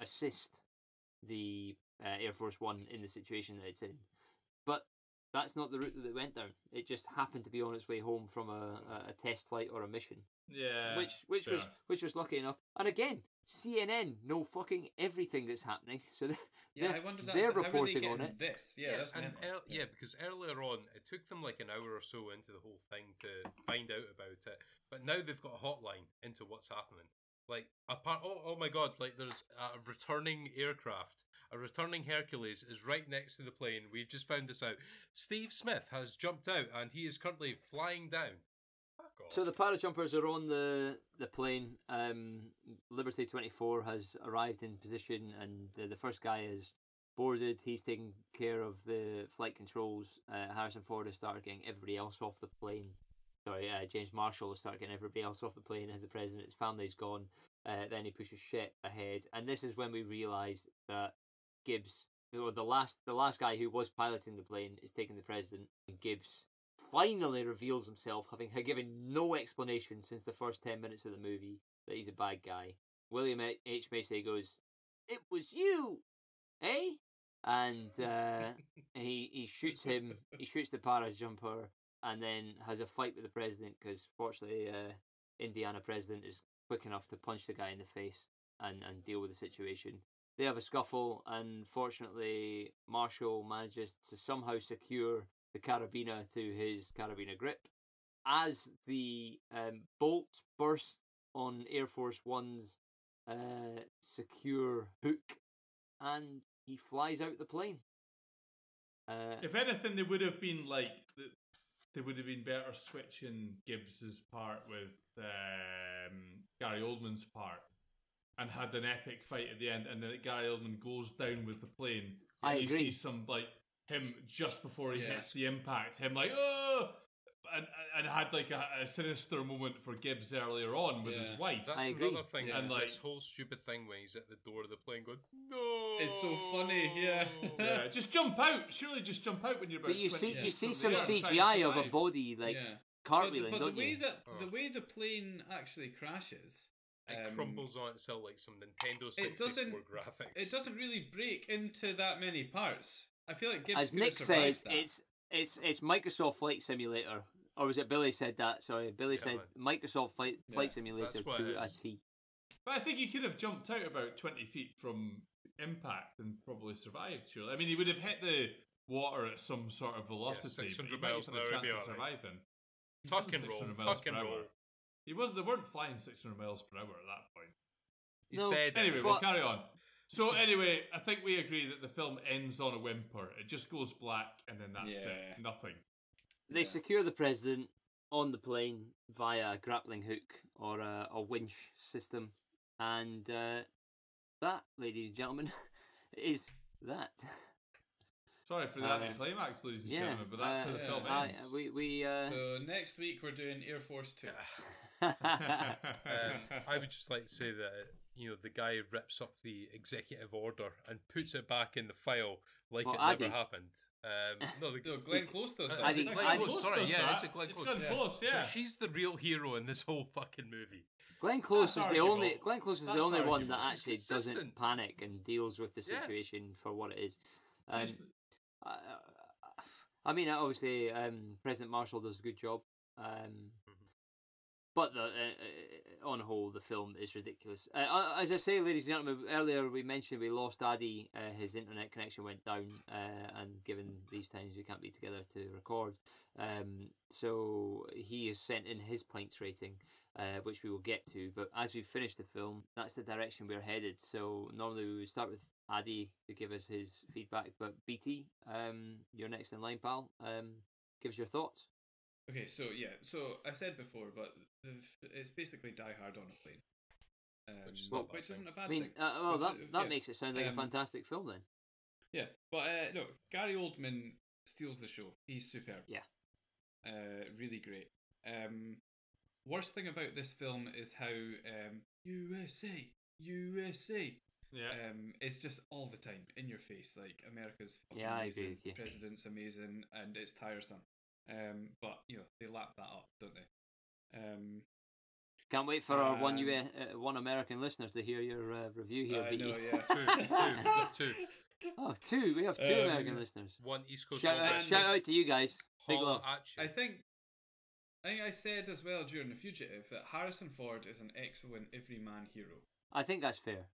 Speaker 2: assist the uh, Air Force One in the situation that it's in. But that's not the route that it went down. It just happened to be on its way home from a, a, a test flight or a mission,
Speaker 4: yeah,
Speaker 2: which which was
Speaker 4: fair.
Speaker 2: which was lucky enough. And again, CNN know fucking everything that's happening, so they,
Speaker 6: Yeah,
Speaker 2: they're,
Speaker 6: I wondered that.
Speaker 2: they're
Speaker 6: so how are they
Speaker 2: reporting on
Speaker 6: getting
Speaker 2: it.
Speaker 6: This, yeah, that's
Speaker 5: and
Speaker 6: mental.
Speaker 5: ear- yeah, because earlier on it took them like an hour or so into the whole thing to find out about it, but now they've got a hotline into what's happening. Like apart, oh, oh my god! Like there's a returning aircraft, a returning Hercules is right next to the plane. We've just found this out. Steve Smith has jumped out and he is currently flying down. Fuck off.
Speaker 2: So the parajumpers are on the the plane. Um, Liberty Twenty Four has arrived in position, and the, the first guy is boarded. He's taking care of the flight controls. Uh, Harrison Ford has started getting everybody else off the plane. Sorry, uh, James Marshall has started getting everybody else off the plane as the president. His family's gone. Uh, then he pushes Shep ahead, and this is when we realise that Gibbs, or the last the last guy who was piloting the plane, is taking the president. And Gibbs finally reveals himself, having had given no explanation since the first 10 minutes of the movie that he's a bad guy. William H. Macy goes, It was you, eh? And uh, he, he shoots him, he shoots the para jumper, and then has a fight with the president because, fortunately, uh, Indiana president is quick enough to punch the guy in the face and, and deal with the situation. They have a scuffle, and fortunately, Marshall manages to somehow secure the carabiner to his carabiner grip. As the um, bolt bursts on Air Force One's uh, secure hook, and he flies out the plane. Uh,
Speaker 4: If anything, they would have been like th- they would have been better switching Gibbs's part with um, Gary Oldman's part, and had an epic fight at the end, and then Gary Oldman goes down with the plane.
Speaker 2: I
Speaker 4: and You
Speaker 2: agree.
Speaker 4: see some like him just before he
Speaker 6: Yeah.
Speaker 4: hits the impact. Him like oh. And, and had like a, a sinister moment for Gibbs earlier on with
Speaker 6: Yeah.
Speaker 4: his wife.
Speaker 5: That's
Speaker 2: I agree.
Speaker 5: another thing.
Speaker 6: Yeah.
Speaker 5: And
Speaker 4: And,
Speaker 5: like,
Speaker 4: like-
Speaker 5: this whole stupid thing when he's at the door of the plane going, "No."
Speaker 6: It's so funny, yeah.
Speaker 4: Yeah, just jump out. Surely, just jump out when you're. About
Speaker 2: but you
Speaker 4: 20
Speaker 2: see,
Speaker 6: yeah,
Speaker 2: you
Speaker 6: it's
Speaker 2: see
Speaker 4: from
Speaker 2: some
Speaker 4: the air, trying to
Speaker 2: CGI of a
Speaker 4: survive.
Speaker 2: body like
Speaker 6: yeah. But the,
Speaker 2: cartwheeling,
Speaker 6: but
Speaker 2: don't
Speaker 6: the way
Speaker 2: you?
Speaker 6: that
Speaker 5: Oh.
Speaker 6: the way the plane actually crashes,
Speaker 5: It
Speaker 6: um,
Speaker 5: crumbles on itself like some Nintendo
Speaker 6: it
Speaker 5: 64
Speaker 6: doesn't-
Speaker 5: graphics.
Speaker 6: It doesn't really break into that many parts. I feel like Gibbs
Speaker 2: As
Speaker 6: could have
Speaker 2: Nick said,
Speaker 6: survived that.
Speaker 2: it's it's it's Microsoft Flight Simulator, or was it Billy said that? Sorry, Billy
Speaker 5: Yeah,
Speaker 2: said Microsoft Flight
Speaker 6: Yeah,
Speaker 2: Flight
Speaker 6: that's
Speaker 2: Simulator
Speaker 5: what
Speaker 2: to
Speaker 5: it
Speaker 2: a
Speaker 5: is.
Speaker 2: T.
Speaker 4: But I think you could have jumped out about 20 feet from impact and probably survived. Surely, I mean, he would have hit the water at some sort of velocity. but he
Speaker 5: 600
Speaker 4: might have
Speaker 5: miles
Speaker 4: had
Speaker 5: an
Speaker 4: a
Speaker 5: hour, he'd
Speaker 4: chance
Speaker 5: be
Speaker 4: of
Speaker 5: all right.
Speaker 4: surviving. He
Speaker 5: Tuck
Speaker 4: wasn't
Speaker 5: and roll,
Speaker 4: 600 miles
Speaker 5: tuck
Speaker 4: per
Speaker 5: and
Speaker 4: hour.
Speaker 5: roll.
Speaker 4: He was. They weren't flying 600 miles per hour at that point.
Speaker 5: He's
Speaker 2: No.
Speaker 5: dead.
Speaker 4: Anyway,
Speaker 5: Anyway,
Speaker 4: we'll
Speaker 2: But-
Speaker 4: carry on. So anyway, I think we agree that the film ends on a whimper. It just goes black, and then that's
Speaker 6: Yeah.
Speaker 4: it. Nothing.
Speaker 2: They
Speaker 6: Yeah.
Speaker 2: secure the president on the plane via a grappling hook or a, a winch system. And uh, that, ladies and gentlemen, is that.
Speaker 4: Sorry for the
Speaker 2: Uh,
Speaker 4: anticlimax, ladies and
Speaker 2: yeah.
Speaker 4: gentlemen, but that's
Speaker 2: uh,
Speaker 4: how the film
Speaker 6: yeah.
Speaker 2: I-
Speaker 4: ends.
Speaker 2: we, we, uh,
Speaker 6: So next week we're doing Air Force Two.
Speaker 5: Ah, um, I would just like to say that you know the guy rips up the executive order and puts it back in the file like
Speaker 2: Well,
Speaker 5: it
Speaker 2: I did.
Speaker 5: never happened. Um, no, the,
Speaker 6: No, Glenn Close does that.
Speaker 5: I
Speaker 2: think-
Speaker 5: Glenn
Speaker 2: I
Speaker 5: Close,
Speaker 2: think-
Speaker 5: sorry,
Speaker 4: does
Speaker 5: yeah,
Speaker 4: that.
Speaker 5: it's a Glenn
Speaker 4: It's
Speaker 5: Close.
Speaker 4: Glenn
Speaker 5: yeah.
Speaker 4: Close, yeah.
Speaker 5: She's the real hero in this whole fucking movie.
Speaker 2: Glenn Close
Speaker 4: That's
Speaker 2: is the only
Speaker 4: arguable.
Speaker 2: Glenn Close is
Speaker 4: That's
Speaker 2: the only one that
Speaker 4: arguable.
Speaker 5: She's
Speaker 2: actually doesn't
Speaker 5: consistent.
Speaker 2: panic and deals with the
Speaker 5: Yeah.
Speaker 2: situation for what it is. Um,
Speaker 4: She's the-
Speaker 2: I, I mean, obviously, um, President Marshall does a good job, um,
Speaker 4: Mm-hmm.
Speaker 2: but the, uh, uh, on whole, the film is ridiculous. Uh, Uh, as I say, ladies and gentlemen, earlier we mentioned we lost Addy. Uh, his internet connection went down, uh, and given these times, we can't be together to record. Um, so he has sent in his points rating, uh, which we will get to. But as we finish the film, that's the direction we're headed. So normally we would start with Addy to give us his feedback, but BT, um, you're next in line, pal. Um, give us your thoughts.
Speaker 6: Okay, so yeah, so I said before, but the, f- it's basically Die Hard on a plane, um,
Speaker 5: Which
Speaker 6: which,
Speaker 5: is
Speaker 6: is
Speaker 5: not a
Speaker 2: I
Speaker 6: not a bad
Speaker 5: bad thing.
Speaker 2: mean,
Speaker 6: thing.
Speaker 2: uh, well,
Speaker 6: Which
Speaker 2: that,
Speaker 6: is-
Speaker 2: that
Speaker 6: yeah.
Speaker 2: makes it sound like a
Speaker 6: Um,
Speaker 2: fantastic film then.
Speaker 6: Yeah, but uh, no, Gary Oldman steals the show. He's superb.
Speaker 2: Yeah.
Speaker 6: uh, really great. Um, worst thing about this film is how um, USA, USA.
Speaker 4: yeah.
Speaker 6: Um, it's just all the time in your face. Like America's fucking
Speaker 2: Yeah, I agree
Speaker 6: amazing,
Speaker 2: with you.
Speaker 6: president's amazing, and it's tiresome. Um, but you know they lap that up, don't they? Um,
Speaker 2: Can't wait for our one
Speaker 6: um,
Speaker 2: US, uh, one American listeners to hear your uh, review here,
Speaker 6: I
Speaker 2: BT.
Speaker 6: know, yeah.
Speaker 5: Two, two, we've got two.
Speaker 2: Oh, two. We have two
Speaker 6: Um,
Speaker 2: American listeners.
Speaker 5: One East Coast.
Speaker 2: Shout
Speaker 5: one
Speaker 2: out,
Speaker 5: West
Speaker 2: shout
Speaker 5: Coast.
Speaker 2: out to you guys. Big
Speaker 5: Holla
Speaker 2: love.
Speaker 5: at you.
Speaker 6: I think, I think I said as well during the fugitive that Harrison Ford is an excellent everyman hero.
Speaker 2: I think that's fair.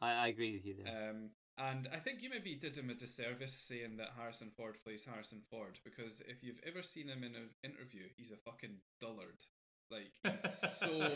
Speaker 2: I, I agree with you there.
Speaker 6: Um, and I think you maybe did him a disservice saying that Harrison Ford plays Harrison Ford because if you've ever seen him in an interview, he's a fucking dullard. Like he's so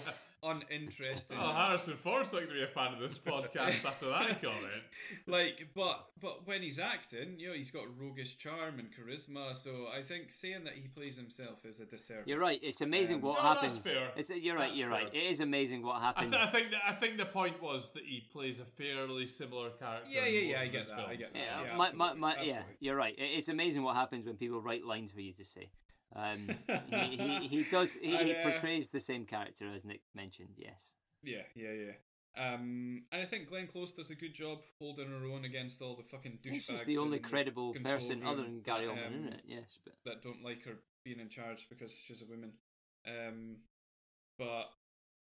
Speaker 6: uninteresting.
Speaker 4: Oh, Harrison Ford's not going to be a fan of this podcast after that comment.
Speaker 6: like but but when he's acting you know he's got roguish charm and charisma so i think saying that he plays himself is a disservice
Speaker 2: You're right. It's amazing
Speaker 6: um,
Speaker 2: what
Speaker 4: No, that's
Speaker 2: happens.
Speaker 4: fair.
Speaker 2: It's you're right.
Speaker 4: That's
Speaker 2: You're right.
Speaker 4: fair.
Speaker 2: It is amazing what
Speaker 4: I,
Speaker 2: happens.
Speaker 4: th- I think that, I think the point was that he plays a fairly similar character.
Speaker 6: Yeah,
Speaker 4: in
Speaker 6: yeah, yeah,
Speaker 4: most
Speaker 6: I
Speaker 4: of
Speaker 6: get
Speaker 4: his
Speaker 6: that, I
Speaker 4: films.
Speaker 6: get that.
Speaker 2: yeah, my,
Speaker 6: Yeah,
Speaker 2: my,
Speaker 6: absolutely,
Speaker 2: my, yeah,
Speaker 6: absolutely.
Speaker 2: you're right. It- It's amazing what happens when people write lines for you to say. Um, he, he, he does. He, he
Speaker 6: I, uh,
Speaker 2: portrays the same character as Nick mentioned. Yes.
Speaker 6: yeah yeah yeah um, and I think Glenn Close does a good job holding her own against all the fucking douchebags.
Speaker 2: This is the only
Speaker 6: in
Speaker 2: credible
Speaker 6: control
Speaker 2: person other than
Speaker 6: room
Speaker 2: Gary
Speaker 6: that,
Speaker 2: Oldman,
Speaker 6: um,
Speaker 2: isn't it? Yes, but
Speaker 6: that don't like her being in charge because she's a woman. Um, but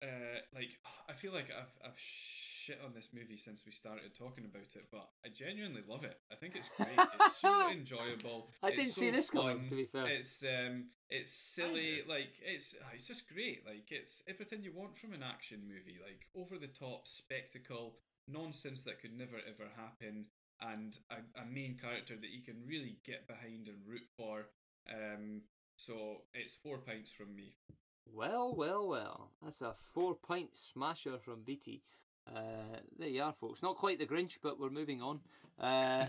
Speaker 6: uh, like I feel like I've I've shit on this movie since we started talking about it, but I genuinely love it. I think it's great. it's so enjoyable.
Speaker 2: I
Speaker 6: It's
Speaker 2: didn't
Speaker 6: so
Speaker 2: see this coming,
Speaker 6: fun.
Speaker 2: to be fair.
Speaker 6: it's um, it's silly.
Speaker 4: did.
Speaker 6: Like it's ah, it's just great. Like it's everything you want from an action movie. Like over the top spectacle nonsense that could never ever happen and a, a main character that you can really get behind and root for. Um, so it's four pints from me.
Speaker 2: well, well, well. That's a four-pint smasher from BT. Uh, there you are, folks. Not quite the Grinch, but we're moving on. Uh,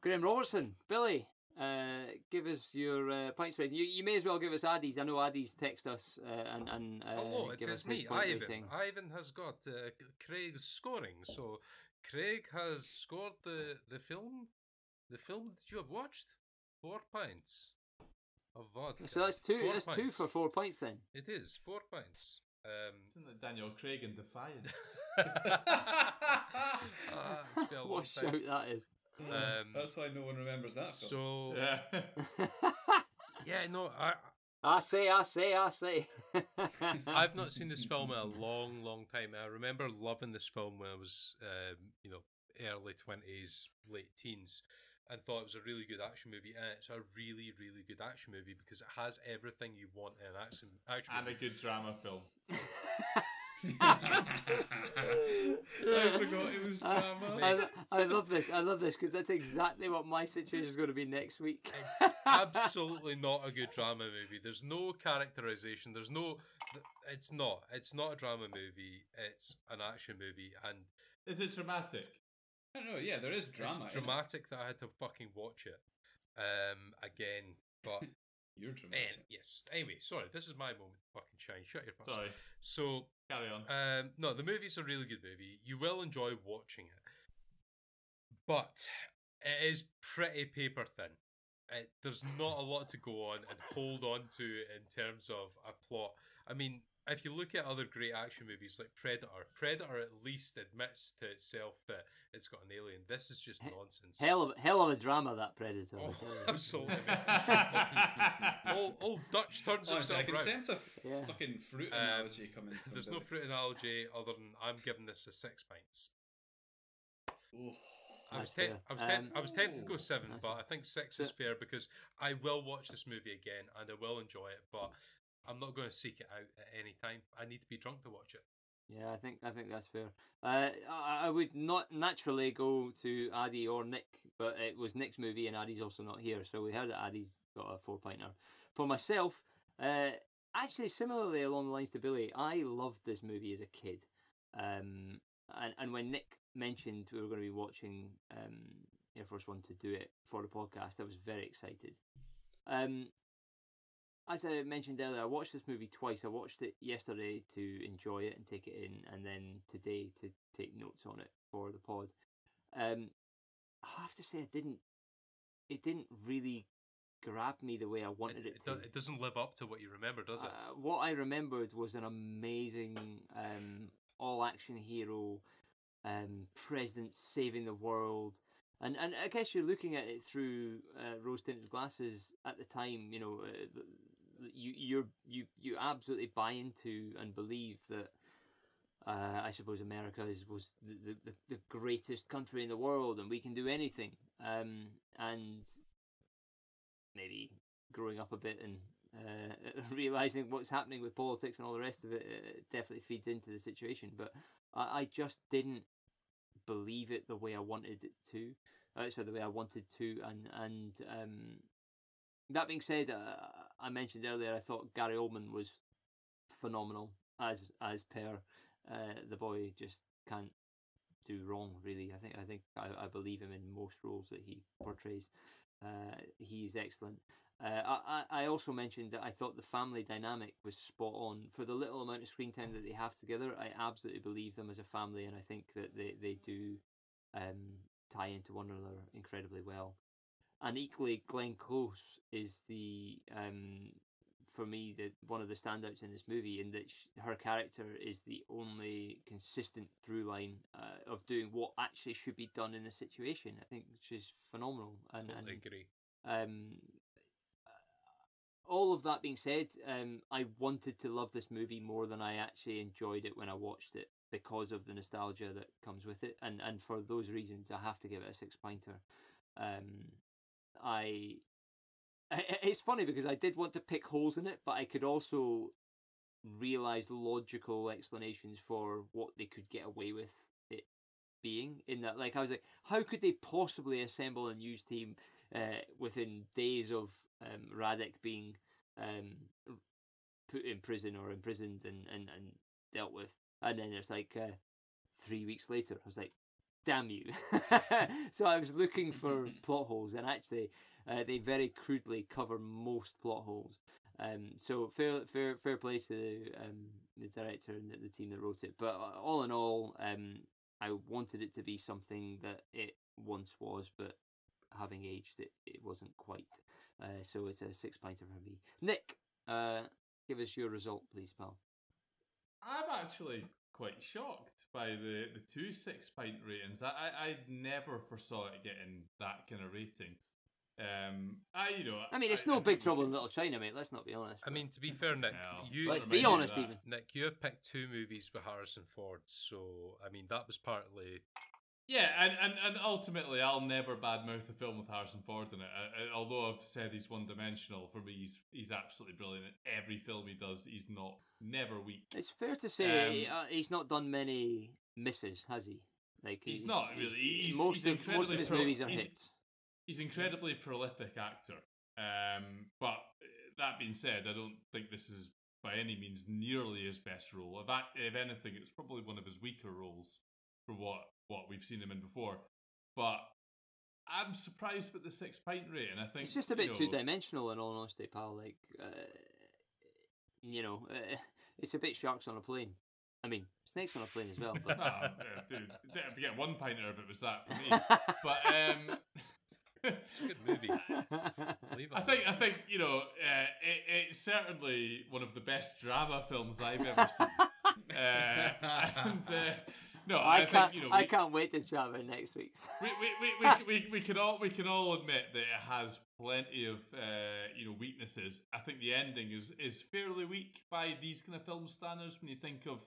Speaker 2: Graham Robertson, Billy, uh, give us your uh, points rating. You, you may as well give us Addy's. I know Addy's text us uh, and and uh,
Speaker 5: Hello, Oh, it
Speaker 2: give
Speaker 5: is
Speaker 2: us his
Speaker 5: me,
Speaker 2: point
Speaker 5: Ivan.
Speaker 2: rating.
Speaker 5: Ivan has got uh, Craig's scoring. So Craig has scored the, the film, the film that you have watched, four pints of vodka.
Speaker 2: So that's two.
Speaker 5: Four
Speaker 2: that's two
Speaker 5: pints.
Speaker 2: for four points then.
Speaker 5: It is four pints. Um,
Speaker 4: Isn't that Daniel Craig in Defiance?
Speaker 5: ah, it's been a long
Speaker 2: What a shout
Speaker 5: time.
Speaker 2: that is!
Speaker 5: Um,
Speaker 6: That's why no one remembers that. film.
Speaker 5: So
Speaker 4: yeah.
Speaker 5: yeah, no, I
Speaker 2: I say, I say, I say.
Speaker 5: I've not seen this film in a long, long time. I remember loving this film when I was, um, you know, early twenties, late teens, and thought it was a really good action movie. And it's a really, really good action movie because it has everything you want in an action action
Speaker 4: and a
Speaker 5: movie.
Speaker 4: good drama film.
Speaker 6: I forgot it was drama.
Speaker 2: I, I love this. I love this because that's exactly what my situation is going to be next week.
Speaker 5: It's absolutely not a good drama movie. There's no characterization. There's no. th- It's not. It's not a drama movie. It's an action movie, and
Speaker 4: Is it dramatic?
Speaker 6: I don't know. Yeah, there is drama. eh? in
Speaker 5: it's
Speaker 6: it.
Speaker 5: dramatic that I had to fucking watch it um again. But
Speaker 6: You're
Speaker 5: eh,
Speaker 6: dramatic.
Speaker 5: yes. Anyway, sorry. This is my moment. to Fucking shine. Shut your mouth.
Speaker 4: Sorry,
Speaker 5: So
Speaker 4: carry on.
Speaker 5: Um, no, the movie's a really good movie. You will enjoy watching it, but it is pretty paper thin. It, there's not a lot to go on and hold on to in terms of a plot. I mean, if you look at other great action movies like Predator, Predator at least admits to itself that it's got an alien. This is just nonsense.
Speaker 2: Hell of hell of a drama that Predator. I
Speaker 5: Oh,
Speaker 2: tell you.
Speaker 5: absolutely. old, old Dutch turns
Speaker 6: Honestly, I
Speaker 5: himself
Speaker 6: can
Speaker 5: round.
Speaker 6: sense a f-
Speaker 2: Yeah.
Speaker 6: fucking fruit
Speaker 5: Um,
Speaker 6: analogy coming. From
Speaker 5: There's no
Speaker 6: Billy.
Speaker 5: fruit analogy other than I'm giving this a six pints.
Speaker 6: Oh.
Speaker 5: I was,
Speaker 2: That's
Speaker 5: te-
Speaker 2: fair.
Speaker 5: I, was temp-
Speaker 2: Um,
Speaker 5: I was tempted to go seven,
Speaker 2: that's
Speaker 5: but
Speaker 2: fair.
Speaker 5: I think six is
Speaker 2: So-
Speaker 5: fair because I will watch this movie again and I will enjoy it, but I'm not going to seek it out at any time. I need to be drunk to watch it.
Speaker 2: Yeah, I think I think that's fair. Uh, I, I would not naturally go to Addy or Nick, but it was Nick's movie, and Addy's also not here, so we heard that Addy's got a four pointer. For myself, uh, actually, similarly along the lines to Billy, I loved this movie as a kid, um, and and when Nick mentioned we were going to be watching um, Air Force One to do it for the podcast, I was very excited. Um, as I mentioned earlier, I watched this movie twice. I watched it yesterday to enjoy it and take it in, and then today to take notes on it for the pod. Um, I have to say, it didn't. It didn't really grab me the way I wanted
Speaker 5: It,
Speaker 2: it,
Speaker 5: it,
Speaker 2: to.
Speaker 5: do- it doesn't live up to what you remember, does it?
Speaker 2: Uh, what I remembered was an amazing um, all action hero, um, president saving the world. And, and I guess you're looking at it through uh, rose tinted glasses at the time. You know, uh, th- th- you you're, you you absolutely buy into and believe that uh, I suppose America is was the, the, the- the greatest country in the world, and we can do anything. Um, and maybe growing up a bit and uh, realizing what's happening with politics and all the rest of it, it definitely feeds into the situation. But I, I just didn't believe it the way I wanted it to. Uh, so the way I wanted to, and and um, that being said, uh, I mentioned earlier I thought Gary Oldman was phenomenal as as per uh, the boy just can't do wrong really. I think I think I, I believe him in most roles that he portrays. Uh, he is excellent. Uh, I I I also mentioned that I thought the family dynamic was spot on for the little amount of screen time that they have together. I absolutely believe them as a family, and I think that they they do um, tie into one another incredibly well. And equally, Glenn Close is the um, for me the one of the standouts in this movie in that sh her character is the only consistent through line uh, of doing what actually should be done in the situation. I think she's phenomenal and, and
Speaker 5: Totally agree.
Speaker 2: um, all of that being said, um, I wanted to love this movie more than I actually enjoyed it when I watched it because of the nostalgia that comes with it, and and for those reasons, I have to give it a six pinter. Um, I I- it's funny because I did want to pick holes in it, but I could also realize logical explanations for what they could get away with it being in that like i was like how could they possibly assemble a news team uh, within days of um, Radek being um, r- put in prison or imprisoned and, and, and dealt with. And then it's like uh, three weeks later, I was like, damn you. so I was looking for plot holes, and actually, uh, they very crudely cover most plot holes. Um, so fair, fair, fair play to the, um, the director and the, the team that wrote it. But uh, all in all, um, I wanted it to be something that it once was, but having aged it, it wasn't quite. Uh, so it's a six pinter for me. Nick, uh, give us your result, please, pal.
Speaker 4: I'm actually quite shocked by the, the two six pint ratings. I, I I never foresaw it getting that kind of rating. Um, I you know.
Speaker 2: I mean, it's no big trouble in Little China, mate. Let's not be honest.
Speaker 5: I
Speaker 2: but-
Speaker 5: mean, to be fair, Nick,
Speaker 4: No.
Speaker 5: you
Speaker 2: let's
Speaker 4: I
Speaker 2: be
Speaker 4: remember
Speaker 2: honest,
Speaker 4: that.
Speaker 2: even.
Speaker 5: Nick, you have picked two movies with Harrison Ford, so I mean that was partly
Speaker 4: Yeah, and, and, and ultimately, I'll never badmouth the film with Harrison Ford in it. I, I, although I've said he's one dimensional, for me, he's he's absolutely brilliant. In every film he does, he's not never weak.
Speaker 2: It's fair to say he-
Speaker 4: um,
Speaker 2: uh, he's not done many misses, has he? Like
Speaker 4: He's not really. He's-
Speaker 2: most
Speaker 4: he's
Speaker 2: of most
Speaker 4: incredibly
Speaker 2: of his
Speaker 4: pro-
Speaker 2: movies are
Speaker 4: he's-
Speaker 2: hits.
Speaker 4: He's an incredibly prolific actor. Um, but uh, that being said, I don't think this is by any means nearly his best role. If, act- if anything, it's probably one of his weaker roles for what, what we've seen him in before. But I'm surprised with the six pint rating. I think
Speaker 2: It's just a
Speaker 4: you
Speaker 2: bit two
Speaker 4: know,
Speaker 2: dimensional, in all honesty, pal. Like, uh, you know, uh, it's a bit sharks on a plane. I mean, snakes on a plane as well. But
Speaker 4: Ah, yeah, dude, I'd get one pinter if it was that for me. But um,
Speaker 5: It's a good movie. Believe
Speaker 4: I
Speaker 5: it.
Speaker 4: think I think you know uh, it, it's certainly one of the best drama films I've ever seen. Uh, and uh, no, I,
Speaker 2: I can't.
Speaker 4: think you know
Speaker 2: I
Speaker 4: we-
Speaker 2: can't wait to chat about next week's.
Speaker 4: we, we, we, we, we, we can all we can all admit that it has plenty of uh, you know weaknesses. I think the ending is is fairly weak by these kind of film standards. When you think of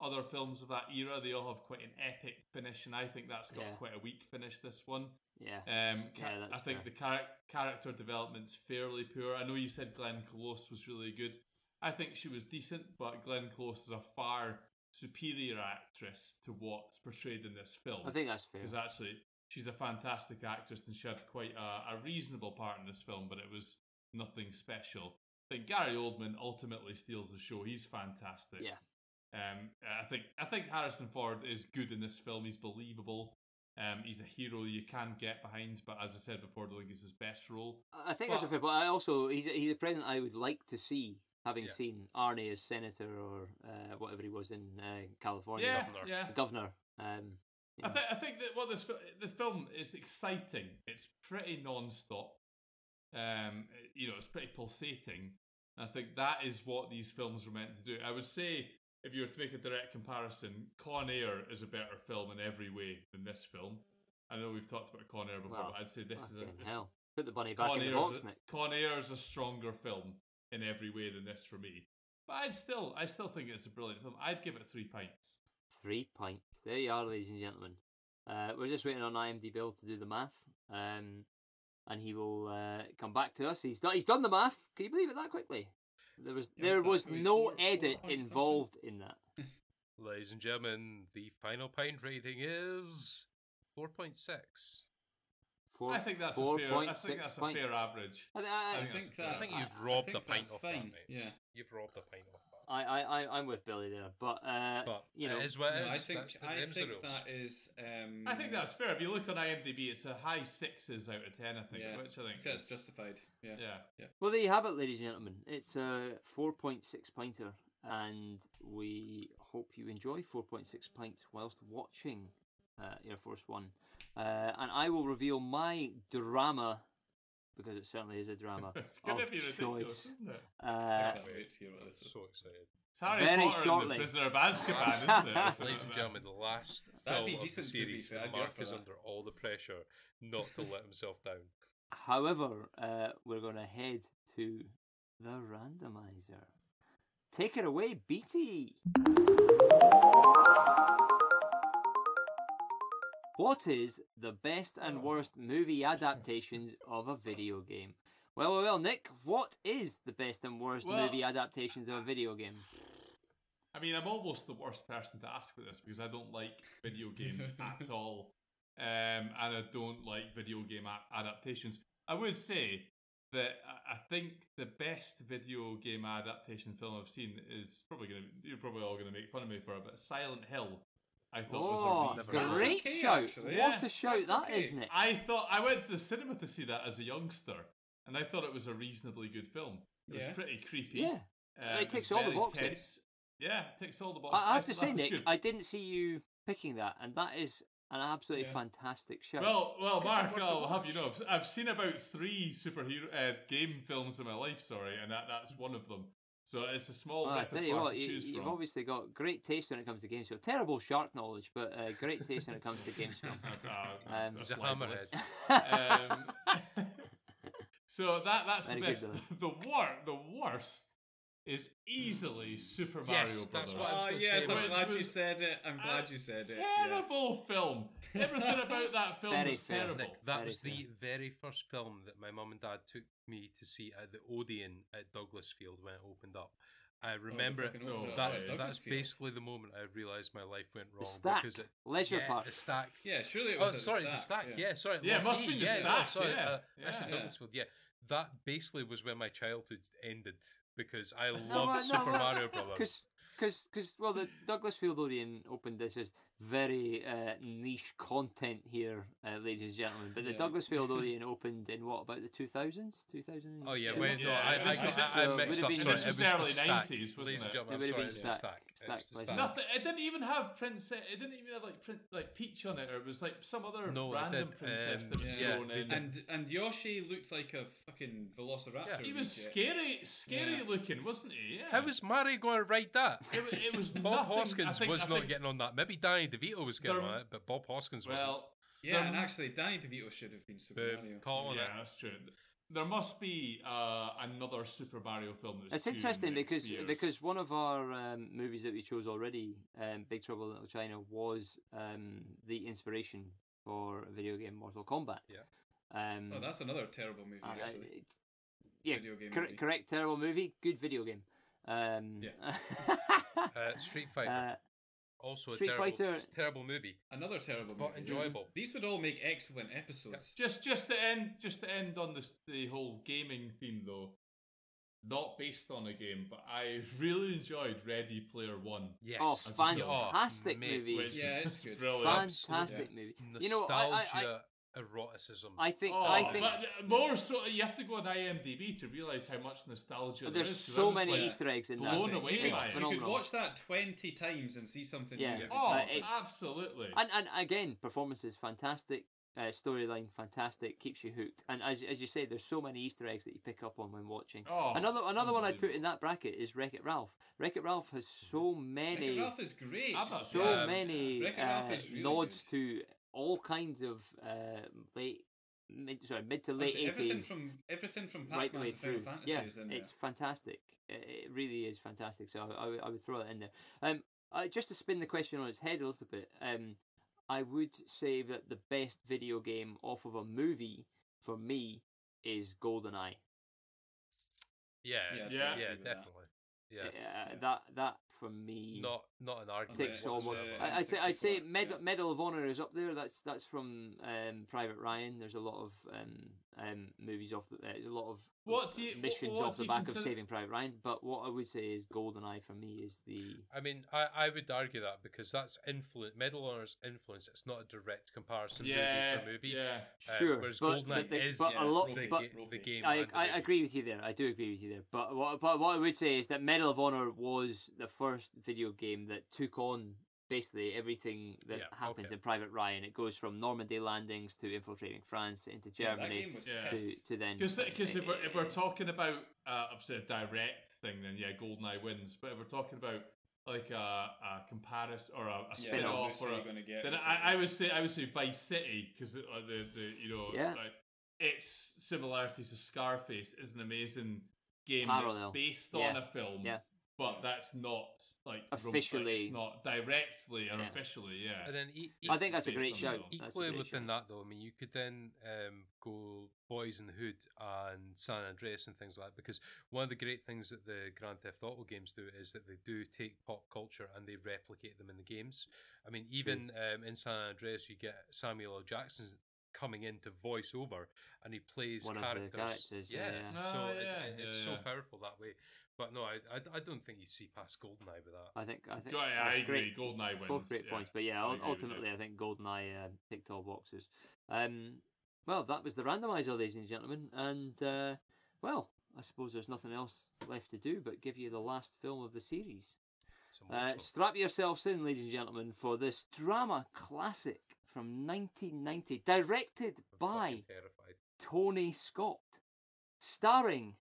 Speaker 4: other films of that era, they all have quite an epic finish, and I think that's got
Speaker 2: Yeah.
Speaker 4: quite a weak finish. This one,
Speaker 2: yeah.
Speaker 4: um, ca-
Speaker 2: Yeah, that's
Speaker 4: I think
Speaker 2: fair.
Speaker 4: the charac character development's fairly poor. I know you said Glenn Close was really good. I think she was decent, but Glenn Close is a far superior actress to what's portrayed in this film
Speaker 2: I think that's fair.
Speaker 4: because actually she's a fantastic actress and she had quite a, a reasonable part in this film, but it was nothing special. I think Gary Oldman ultimately steals the show. He's fantastic.
Speaker 2: Yeah.
Speaker 4: Um, I think I think Harrison Ford is good in this film. He's believable. Um, he's a hero you can get behind, but as I said before, I don't think it's his best role.
Speaker 2: I- I think that's a
Speaker 4: but-
Speaker 2: fair. But I also he's a- he's a president I would like to see, having
Speaker 5: Yeah.
Speaker 2: seen Arnie as senator or uh, whatever he was in uh, California.
Speaker 4: Yeah,
Speaker 5: Governor.
Speaker 4: yeah.
Speaker 2: Governor. Um, you
Speaker 4: I,
Speaker 2: know.
Speaker 4: th- I think that what this fi- the film is exciting. It's pretty non-stop. Um, you know, it's pretty pulsating. I think that is what these films were meant to do. I would say if you were to make a direct comparison, Con Air is a better film in every way than this film. I know we've talked about Con Air before,
Speaker 2: Well,
Speaker 4: but I'd say this is a
Speaker 2: fucking
Speaker 4: this,
Speaker 2: hell. Put the bunny back
Speaker 4: Con
Speaker 2: in the
Speaker 4: Air,
Speaker 2: box,
Speaker 4: is a,
Speaker 2: Nick.
Speaker 4: Con Air is a stronger film in every way than this for me. But I'd still, I still think it's a brilliant film. I'd give it three pints.
Speaker 2: Three pints. There you are, ladies and gentlemen. Uh, we're just waiting on IMD Bill to do the math, um, and he will uh, come back to us. He's done. He's done the math. Can you believe it that quickly? There was
Speaker 6: Yeah,
Speaker 2: there
Speaker 6: it's
Speaker 2: was
Speaker 6: actually
Speaker 2: no
Speaker 6: four- four
Speaker 2: edit
Speaker 6: point something.
Speaker 2: involved in that.
Speaker 5: Ladies and gentlemen, the final pint rating is 4.6.
Speaker 2: Four,
Speaker 4: I think that's a
Speaker 2: four
Speaker 4: fair.
Speaker 2: point
Speaker 4: I think
Speaker 2: six
Speaker 4: that's a
Speaker 2: pints.
Speaker 4: fair average.
Speaker 2: I,
Speaker 4: I
Speaker 2: I,
Speaker 4: think that's
Speaker 6: that
Speaker 4: fair.
Speaker 5: I think
Speaker 6: that's-
Speaker 5: you've robbed
Speaker 6: think
Speaker 5: the pint
Speaker 6: that's
Speaker 5: off that,
Speaker 6: fine.
Speaker 5: mate.
Speaker 6: Yeah.
Speaker 5: You've robbed a pint off that.
Speaker 2: I, I, I, I'm with Billy there, but, uh,
Speaker 5: But
Speaker 2: you know,
Speaker 5: it is what it
Speaker 6: No,
Speaker 5: is.
Speaker 6: I think
Speaker 5: That's the
Speaker 6: I
Speaker 5: game's the
Speaker 6: think
Speaker 5: rules.
Speaker 6: that is. Um,
Speaker 4: I think that's fair. If you look on IMDb, it's a high sixes out of ten. I think,
Speaker 6: Yeah.
Speaker 4: which I think,
Speaker 6: So it's
Speaker 4: is-
Speaker 6: justified. Yeah.
Speaker 4: yeah,
Speaker 2: well, there you have it, ladies and gentlemen. It's a 4.6 pinter, and we hope you enjoy 4.6 pints whilst watching uh, Air Force One. Uh, and I will reveal my drama, because it certainly is a drama
Speaker 4: it's gonna
Speaker 2: of
Speaker 4: be ridiculous,
Speaker 2: choice.
Speaker 4: isn't it?
Speaker 2: Uh,
Speaker 6: Can't wait to hear what
Speaker 5: I'm
Speaker 6: this is.
Speaker 5: so excited.
Speaker 4: It's Harry
Speaker 2: Very
Speaker 4: Potter
Speaker 2: shortly.
Speaker 4: and the Prisoner of Azkaban, isn't it? It's
Speaker 5: Ladies
Speaker 4: about
Speaker 5: and
Speaker 4: that.
Speaker 5: gentlemen, the last
Speaker 6: That'd
Speaker 5: film
Speaker 6: be
Speaker 5: of the
Speaker 6: decent to be
Speaker 5: series,
Speaker 6: fair, I'd be
Speaker 5: Mark
Speaker 6: up for
Speaker 5: is
Speaker 6: that.
Speaker 5: under all the pressure not to let himself down.
Speaker 2: however, uh, we're going to head to the randomizer. Take it away, BT. What is the best and worst movie adaptations of a video game? Well, well, well, Nick, what is the best and worst
Speaker 4: Well-
Speaker 2: movie adaptations of a video game?
Speaker 4: I mean, I'm almost the worst person to ask for this because I don't like video games at all, um, and I don't like video game a- adaptations. I would say that I- I think the best video game adaptation film I've seen is probably gonna you're probably all gonna make fun of me for it, but Silent Hill. I thought
Speaker 2: Oh,
Speaker 4: was a reasonable-
Speaker 5: That's
Speaker 2: great
Speaker 6: okay,
Speaker 2: shout.
Speaker 6: actually,
Speaker 2: What
Speaker 4: yeah.
Speaker 2: a shout
Speaker 6: That's
Speaker 2: that is,
Speaker 6: okay.
Speaker 2: Nick.
Speaker 4: I thought I went to the cinema to see that as a youngster, and I thought it was a reasonably good film. It
Speaker 6: Yeah.
Speaker 4: was pretty creepy.
Speaker 2: Yeah.
Speaker 4: Um,
Speaker 2: It
Speaker 4: was
Speaker 2: ticks all the
Speaker 4: very
Speaker 2: boxes.
Speaker 4: tense. Yeah, it ticks all the boxes.
Speaker 2: I I have to
Speaker 4: thought
Speaker 2: say,
Speaker 4: that was
Speaker 2: Nick,
Speaker 4: good.
Speaker 2: I didn't see you picking that, and that is an absolutely
Speaker 6: Yeah.
Speaker 2: fantastic shout.
Speaker 4: Well, well,
Speaker 6: It's a
Speaker 4: Mark,
Speaker 6: worth a
Speaker 4: I'll have you
Speaker 6: watch.
Speaker 4: know, I've- I've seen about three superhero uh, game films in my life, sorry, and that, that's one of them. So it's a small
Speaker 2: Well, I
Speaker 4: repertoire
Speaker 2: tell you what,
Speaker 4: to
Speaker 2: you,
Speaker 4: choose
Speaker 2: you've
Speaker 4: from.
Speaker 2: obviously got great taste when it comes to games film. Terrible shark knowledge, but uh, great taste when it comes to games film.
Speaker 4: Ah,
Speaker 2: Um,
Speaker 4: that's
Speaker 5: He's a
Speaker 4: libelous.
Speaker 5: hammerhead.
Speaker 4: um, so that that's
Speaker 2: Very
Speaker 4: the
Speaker 2: good,
Speaker 4: best. the wor- the worst is easily Super Mario
Speaker 5: Yes,
Speaker 4: Brothers.
Speaker 5: that's what I was
Speaker 6: Oh
Speaker 5: gonna
Speaker 6: yes,
Speaker 5: say,
Speaker 6: I'm
Speaker 5: which
Speaker 6: glad you
Speaker 4: was
Speaker 6: said it. I'm glad
Speaker 4: a
Speaker 6: you said it. yeah.
Speaker 4: Terrible film. Everything about that film
Speaker 2: Very
Speaker 4: was
Speaker 2: fair.
Speaker 4: terrible.
Speaker 5: Nick, that
Speaker 2: Very
Speaker 5: was the very first film that my mum and dad took me to see at the Odeon at Douglas Field when it opened up. I remember it.
Speaker 6: Oh, fucking
Speaker 4: no,
Speaker 6: opened up
Speaker 4: that-
Speaker 6: at
Speaker 5: That,
Speaker 4: yeah.
Speaker 5: that's
Speaker 6: Douglas Field.
Speaker 5: basically the moment I realised my life went wrong.
Speaker 2: The stack.
Speaker 5: Because it,
Speaker 2: Leisure
Speaker 5: yeah,
Speaker 2: Park.
Speaker 5: The stack.
Speaker 6: Yeah, surely it
Speaker 5: Oh,
Speaker 6: was. at
Speaker 5: sorry,
Speaker 6: the
Speaker 5: the stack. Yeah, sorry.
Speaker 4: Yeah, it
Speaker 5: Loch
Speaker 4: must
Speaker 5: Nee,
Speaker 4: have been the
Speaker 5: yeah,
Speaker 4: stack,
Speaker 5: sorry,
Speaker 4: yeah,
Speaker 5: uh, I said
Speaker 4: yeah.
Speaker 5: Douglasfield. Yeah, that basically was where my childhood ended because I loved
Speaker 2: I- no,
Speaker 5: Super
Speaker 2: I-
Speaker 5: Mario Brothers.
Speaker 2: Because, because, because, well, the Douglas Field Odeon opened this as very uh, niche content here, uh, ladies and gentlemen. But the
Speaker 6: Yeah.
Speaker 2: Douglas Field Odeon opened in what about the two thousands? Two thousand.
Speaker 5: Oh yeah,
Speaker 4: Yeah,
Speaker 5: wait,
Speaker 4: yeah,
Speaker 5: no, I,
Speaker 4: it
Speaker 5: I,
Speaker 4: was just-
Speaker 5: I, I
Speaker 2: so it
Speaker 5: mixed
Speaker 2: would've
Speaker 5: up.
Speaker 2: been-
Speaker 5: Sorry,
Speaker 4: This
Speaker 5: it was
Speaker 4: was
Speaker 5: the
Speaker 4: early
Speaker 5: stack.
Speaker 4: 90s, wasn't it?
Speaker 5: Ladies and
Speaker 2: It
Speaker 5: gentlemen, I'm
Speaker 2: would've
Speaker 5: sorry,
Speaker 2: been
Speaker 5: it's the
Speaker 2: stack.
Speaker 5: stack. It
Speaker 2: Stack,
Speaker 5: was the
Speaker 2: like-
Speaker 5: stack.
Speaker 4: Nothing. It didn't even have princess. It didn't even have like print, like peach on it, or it was like some other
Speaker 5: No, it
Speaker 4: random
Speaker 5: did,
Speaker 4: princess
Speaker 5: um,
Speaker 4: that was
Speaker 5: yeah,
Speaker 4: thrown
Speaker 5: they
Speaker 4: in.
Speaker 5: did.
Speaker 6: And and Yoshi looked like a fucking velociraptor.
Speaker 5: Yeah.
Speaker 4: he was
Speaker 6: reject.
Speaker 4: scary, scary
Speaker 6: Yeah.
Speaker 4: looking, wasn't he? Yeah.
Speaker 5: How was Mario going to write that?
Speaker 4: it, wa- it was
Speaker 5: Bob
Speaker 4: nothing- I
Speaker 5: Hoskins
Speaker 4: think-
Speaker 5: was
Speaker 4: I
Speaker 5: not
Speaker 4: think-
Speaker 5: getting on that. Maybe Danny DeVito was getting
Speaker 4: There-
Speaker 5: on it, but Bob Hoskins wasn't.
Speaker 4: Well,
Speaker 6: Yeah,
Speaker 4: Um,
Speaker 6: and actually, Danny DeVito should have been Super
Speaker 5: Boom.
Speaker 6: Mario.
Speaker 5: Call on
Speaker 4: yeah,
Speaker 5: it.
Speaker 4: that's true. There must be uh, another Super Mario film. That's
Speaker 2: It's
Speaker 4: due
Speaker 2: interesting
Speaker 4: next
Speaker 2: because
Speaker 4: year.
Speaker 2: because one of our um, movies that we chose already, um, Big Trouble in Little China, was um, the inspiration for video game Mortal Kombat.
Speaker 5: Yeah.
Speaker 2: Um,
Speaker 6: Oh, that's another terrible movie.
Speaker 2: I- I-
Speaker 6: actually.
Speaker 2: it's- Uh, yeah,
Speaker 6: Video game
Speaker 2: cor-
Speaker 6: movie.
Speaker 2: correct. Terrible movie. Good video game. Um,
Speaker 6: Yeah.
Speaker 5: Uh, Street
Speaker 2: uh,
Speaker 5: Fighter. also, a
Speaker 2: Street
Speaker 5: terrible,
Speaker 2: Fighter- Oh,
Speaker 5: it's a terrible movie.
Speaker 6: Another terrible
Speaker 5: But
Speaker 6: movie.
Speaker 5: enjoyable.
Speaker 6: These would all make excellent episodes.
Speaker 4: Just just to end just to end on this the whole gaming theme though. Not based on a game, but I really enjoyed Ready Player One.
Speaker 5: Yes.
Speaker 2: Oh,
Speaker 5: As a
Speaker 2: fantastic
Speaker 5: mate,
Speaker 2: movie.
Speaker 4: Which
Speaker 6: Yeah,
Speaker 4: was
Speaker 6: it's good.
Speaker 4: Brilliant.
Speaker 2: fantastic movie.
Speaker 5: Nostalgia,
Speaker 2: You know, I, I, I,
Speaker 5: eroticism.
Speaker 2: I think
Speaker 4: Oh,
Speaker 2: I think
Speaker 4: but more so, you have to go on IMDb to realize how much nostalgia there
Speaker 2: there's
Speaker 4: is, 'cause I
Speaker 2: so
Speaker 4: was
Speaker 2: many
Speaker 4: like,
Speaker 2: Easter eggs in that.
Speaker 4: blown
Speaker 2: thing.
Speaker 4: away
Speaker 2: it's
Speaker 4: by it.
Speaker 6: You could
Speaker 2: phenomenal.
Speaker 6: watch that twenty times and see something.
Speaker 2: Yeah.
Speaker 6: new every
Speaker 4: Oh,
Speaker 2: Uh,
Speaker 6: single
Speaker 2: it's-
Speaker 6: time.
Speaker 4: absolutely.
Speaker 2: And and again, performances fantastic, uh, storyline fantastic, keeps you hooked. And as as you say, there's so many Easter eggs that you pick up on when watching.
Speaker 4: Oh,
Speaker 2: another another one I'd put in that bracket is Wreck It Ralph. Wreck It Ralph has so
Speaker 6: Wreck-It
Speaker 2: many,
Speaker 6: Ralph is great.
Speaker 4: I'm not
Speaker 2: so
Speaker 5: Yeah.
Speaker 2: many
Speaker 6: Wreck-It Ralph
Speaker 2: uh,
Speaker 6: is really
Speaker 2: nods
Speaker 6: good.
Speaker 2: to all kinds of uh, late, mid, sorry, mid to late
Speaker 6: Honestly, everything
Speaker 2: eighties.
Speaker 6: from everything from
Speaker 2: Right the
Speaker 6: Pac-Man
Speaker 2: way
Speaker 6: to Final
Speaker 2: through,
Speaker 6: Fantasy
Speaker 2: yeah,
Speaker 6: is in there.
Speaker 2: it's fantastic. It it really is fantastic. So I, I, would- I would throw that in there. Um, uh, just to spin the question on its head a little bit, um, I would say that the best video game off of a movie for me is GoldenEye.
Speaker 5: yeah,
Speaker 6: Yeah,
Speaker 5: yeah,
Speaker 4: Yeah.
Speaker 5: yeah,
Speaker 6: agree with that.
Speaker 5: definitely. Yeah.
Speaker 2: Uh, that that for me
Speaker 5: Not not an argument.
Speaker 2: takes
Speaker 6: what's,
Speaker 2: almost.
Speaker 5: whatsoever.
Speaker 6: uh,
Speaker 2: I, I'd say I'd say
Speaker 6: N64,
Speaker 2: Med-
Speaker 6: yeah.
Speaker 2: Medal of Honor is up there. That's that's from um, Private Ryan. There's a lot of um, um, movies off the, uh, a lot of
Speaker 4: What do you- wh-
Speaker 2: missions
Speaker 4: what
Speaker 2: off
Speaker 4: do
Speaker 2: the
Speaker 4: you
Speaker 2: back of
Speaker 4: consider-
Speaker 2: Saving Private Ryan. But what I would say is GoldenEye for me is the
Speaker 5: I mean, I, I would argue that because that's influence. Medal of Honor's influence. It's not a direct comparison
Speaker 4: yeah,
Speaker 5: movie for movie.
Speaker 4: yeah.
Speaker 5: Um,
Speaker 2: sure,
Speaker 5: whereas
Speaker 2: but,
Speaker 5: Goldeneye
Speaker 2: but, the-
Speaker 5: is
Speaker 2: but a
Speaker 6: yeah,
Speaker 2: lot.
Speaker 5: the,
Speaker 2: But
Speaker 5: ga- the game.
Speaker 2: I,
Speaker 5: and the
Speaker 2: I
Speaker 5: movie.
Speaker 2: agree with you there. I do agree with you there. But what but what I would say is that Medal of Honor was the first video game that took on basically everything that
Speaker 5: Yeah,
Speaker 2: happens
Speaker 5: okay.
Speaker 2: in Private Ryan. It goes from Normandy landings to infiltrating France into
Speaker 6: Yeah,
Speaker 2: Germany
Speaker 6: That game was
Speaker 4: Yeah.
Speaker 2: to
Speaker 6: tense.
Speaker 2: to then
Speaker 4: Because because if, we're- if we're
Speaker 2: Uh,
Speaker 4: talking about uh, obviously a direct thing, then yeah, GoldenEye wins. But if we're talking about like a, a comparison or a, a
Speaker 6: Yeah,
Speaker 4: spin off
Speaker 6: obviously
Speaker 4: or a,
Speaker 6: you're gonna get
Speaker 4: then
Speaker 6: with
Speaker 4: I, I
Speaker 6: it.
Speaker 4: would say I would say Vice City because the, uh, the the you know
Speaker 2: Yeah.
Speaker 4: like, its similarities to Scarface is an amazing game that's
Speaker 2: Parallel.
Speaker 4: based on
Speaker 2: Yeah.
Speaker 4: a film,
Speaker 2: Yeah.
Speaker 4: but that's not like rom- like,
Speaker 2: Officially.
Speaker 4: it's not directly or
Speaker 2: Yeah.
Speaker 4: officially, yeah.
Speaker 5: And then e-
Speaker 2: I think that's a
Speaker 4: based
Speaker 2: great
Speaker 4: on
Speaker 2: shout.
Speaker 4: that.
Speaker 2: That's a
Speaker 5: equally
Speaker 2: great
Speaker 5: within
Speaker 2: shout.
Speaker 5: that though, I mean, you could then um, go Boys in the Hood and San Andreas and things like that because one of the great things that the Grand Theft Auto games do is that they do take pop culture and they replicate them in the games. I mean, even um, in San Andreas, you get Samuel L. Jackson coming in to voice over and he plays
Speaker 2: One of the
Speaker 5: characters.
Speaker 2: characters, yeah, yeah.
Speaker 5: so
Speaker 4: Ah,
Speaker 5: it's,
Speaker 4: yeah,
Speaker 5: it- it's
Speaker 4: yeah,
Speaker 5: so
Speaker 4: yeah.
Speaker 5: powerful that way. But no, I, I, I don't think you see past Goldeneye with that.
Speaker 2: I think I think
Speaker 4: Yeah, I
Speaker 2: that's
Speaker 4: agree.
Speaker 2: great.
Speaker 4: GoldenEye wins.
Speaker 2: both great
Speaker 4: yeah.
Speaker 2: points. But yeah,
Speaker 4: I
Speaker 2: ul-
Speaker 4: agree with you.
Speaker 2: ultimately, I think GoldenEye uh, ticked all boxes. Um, well, that was the randomizer, ladies and gentlemen. And uh, well, I suppose there's nothing else left to do but give you the last film of the series.
Speaker 5: Some
Speaker 2: Uh,
Speaker 5: awesome.
Speaker 2: strap yourselves in, ladies and gentlemen, for this drama classic from 1990, directed
Speaker 5: I'm
Speaker 2: by
Speaker 5: fucking terrified.
Speaker 2: Tony Scott, starring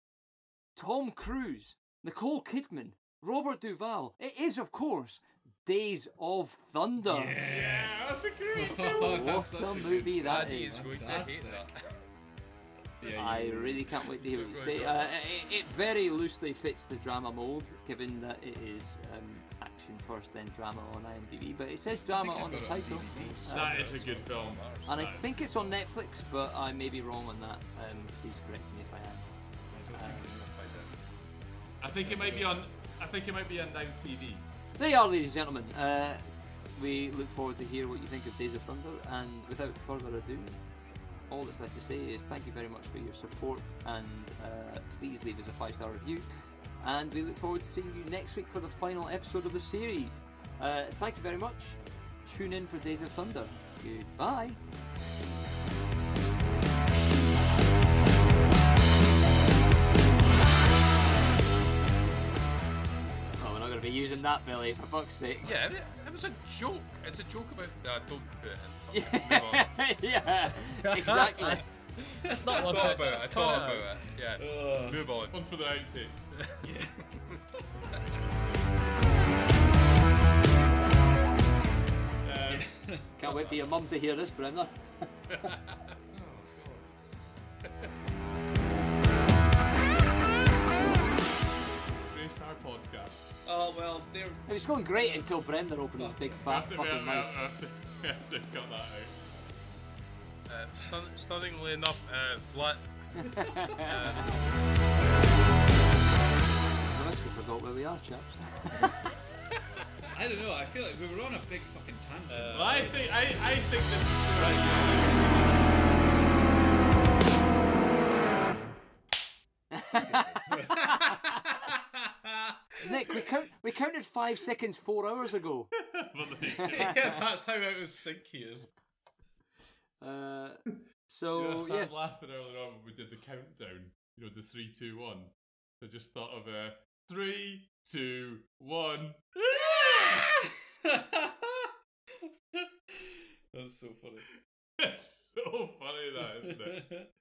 Speaker 2: Tom Cruise, Nicole Kidman, Robert Duvall. It is, of course, Days of Thunder.
Speaker 4: Yeah, that's a great
Speaker 6: Oh,
Speaker 4: film.
Speaker 2: What
Speaker 6: that's such
Speaker 2: a
Speaker 6: good
Speaker 2: movie that
Speaker 5: Andy
Speaker 2: is.
Speaker 5: is going to hate
Speaker 6: fantastic.
Speaker 5: that.
Speaker 6: Yeah,
Speaker 2: I
Speaker 6: you-
Speaker 2: really can't wait to hear what you
Speaker 5: Right,
Speaker 2: say.
Speaker 5: right.
Speaker 2: Uh, it, it very loosely fits the drama mold, given that it is um, action first, then drama on IMDb. But it says drama
Speaker 6: I've
Speaker 2: on the
Speaker 6: got it on
Speaker 2: title,
Speaker 6: DVD.
Speaker 2: Um,
Speaker 4: That is a good film.
Speaker 2: and I
Speaker 4: That-
Speaker 2: think it's on Netflix. But I may be wrong on that. Um, please correct me if I am.
Speaker 4: I think it might be on. I think it might be on Now TV.
Speaker 2: There you are, ladies and gentlemen. Uh, we look forward to hear what you think of Days of Thunder. And without further ado, all that's left to say is thank you very much for your support, and uh, please leave us a five star review. And we look forward to seeing you next week for the final episode of the series. Uh, thank you very much. Tune in for Days of Thunder. Goodbye. Oh, we're not going to be using that, Billy, for fuck's sake.
Speaker 5: Yeah, it, it was a joke. It's a joke about. Nah, don't put it in. Move on.
Speaker 2: yeah, exactly.
Speaker 3: It's not
Speaker 5: I
Speaker 3: one
Speaker 5: thought
Speaker 3: bit.
Speaker 5: about it. I
Speaker 3: Come
Speaker 5: thought
Speaker 3: on.
Speaker 5: about it. Yeah.
Speaker 4: Ugh.
Speaker 5: Move on.
Speaker 4: One for the outtakes. Um,
Speaker 2: Can't wait for your mum to hear this, Brenda.
Speaker 4: Grace our podcast.
Speaker 6: Oh well, they're
Speaker 2: It was going great until Brenda opened his big
Speaker 4: We
Speaker 2: fat
Speaker 4: have to- we
Speaker 2: fucking mouth.
Speaker 4: have- we have to cut that out.
Speaker 5: Uh, stun- stunningly enough, uh, Vlad.
Speaker 2: I actually forgot where we are, chaps.
Speaker 6: I don't know. I feel like we were on a big fucking tangent.
Speaker 4: Well, I think I, I think this is the right.
Speaker 2: Nick, we count we counted five seconds four hours ago.
Speaker 6: yeah, that's how it was syncy. Is
Speaker 2: Uh,
Speaker 4: You know, I
Speaker 2: so yeah,
Speaker 4: started laughing earlier on when we did the countdown. You know, the three, two, one. So I just thought of a three, two, one.
Speaker 6: that's so funny.
Speaker 4: It's so funny that, isn't it?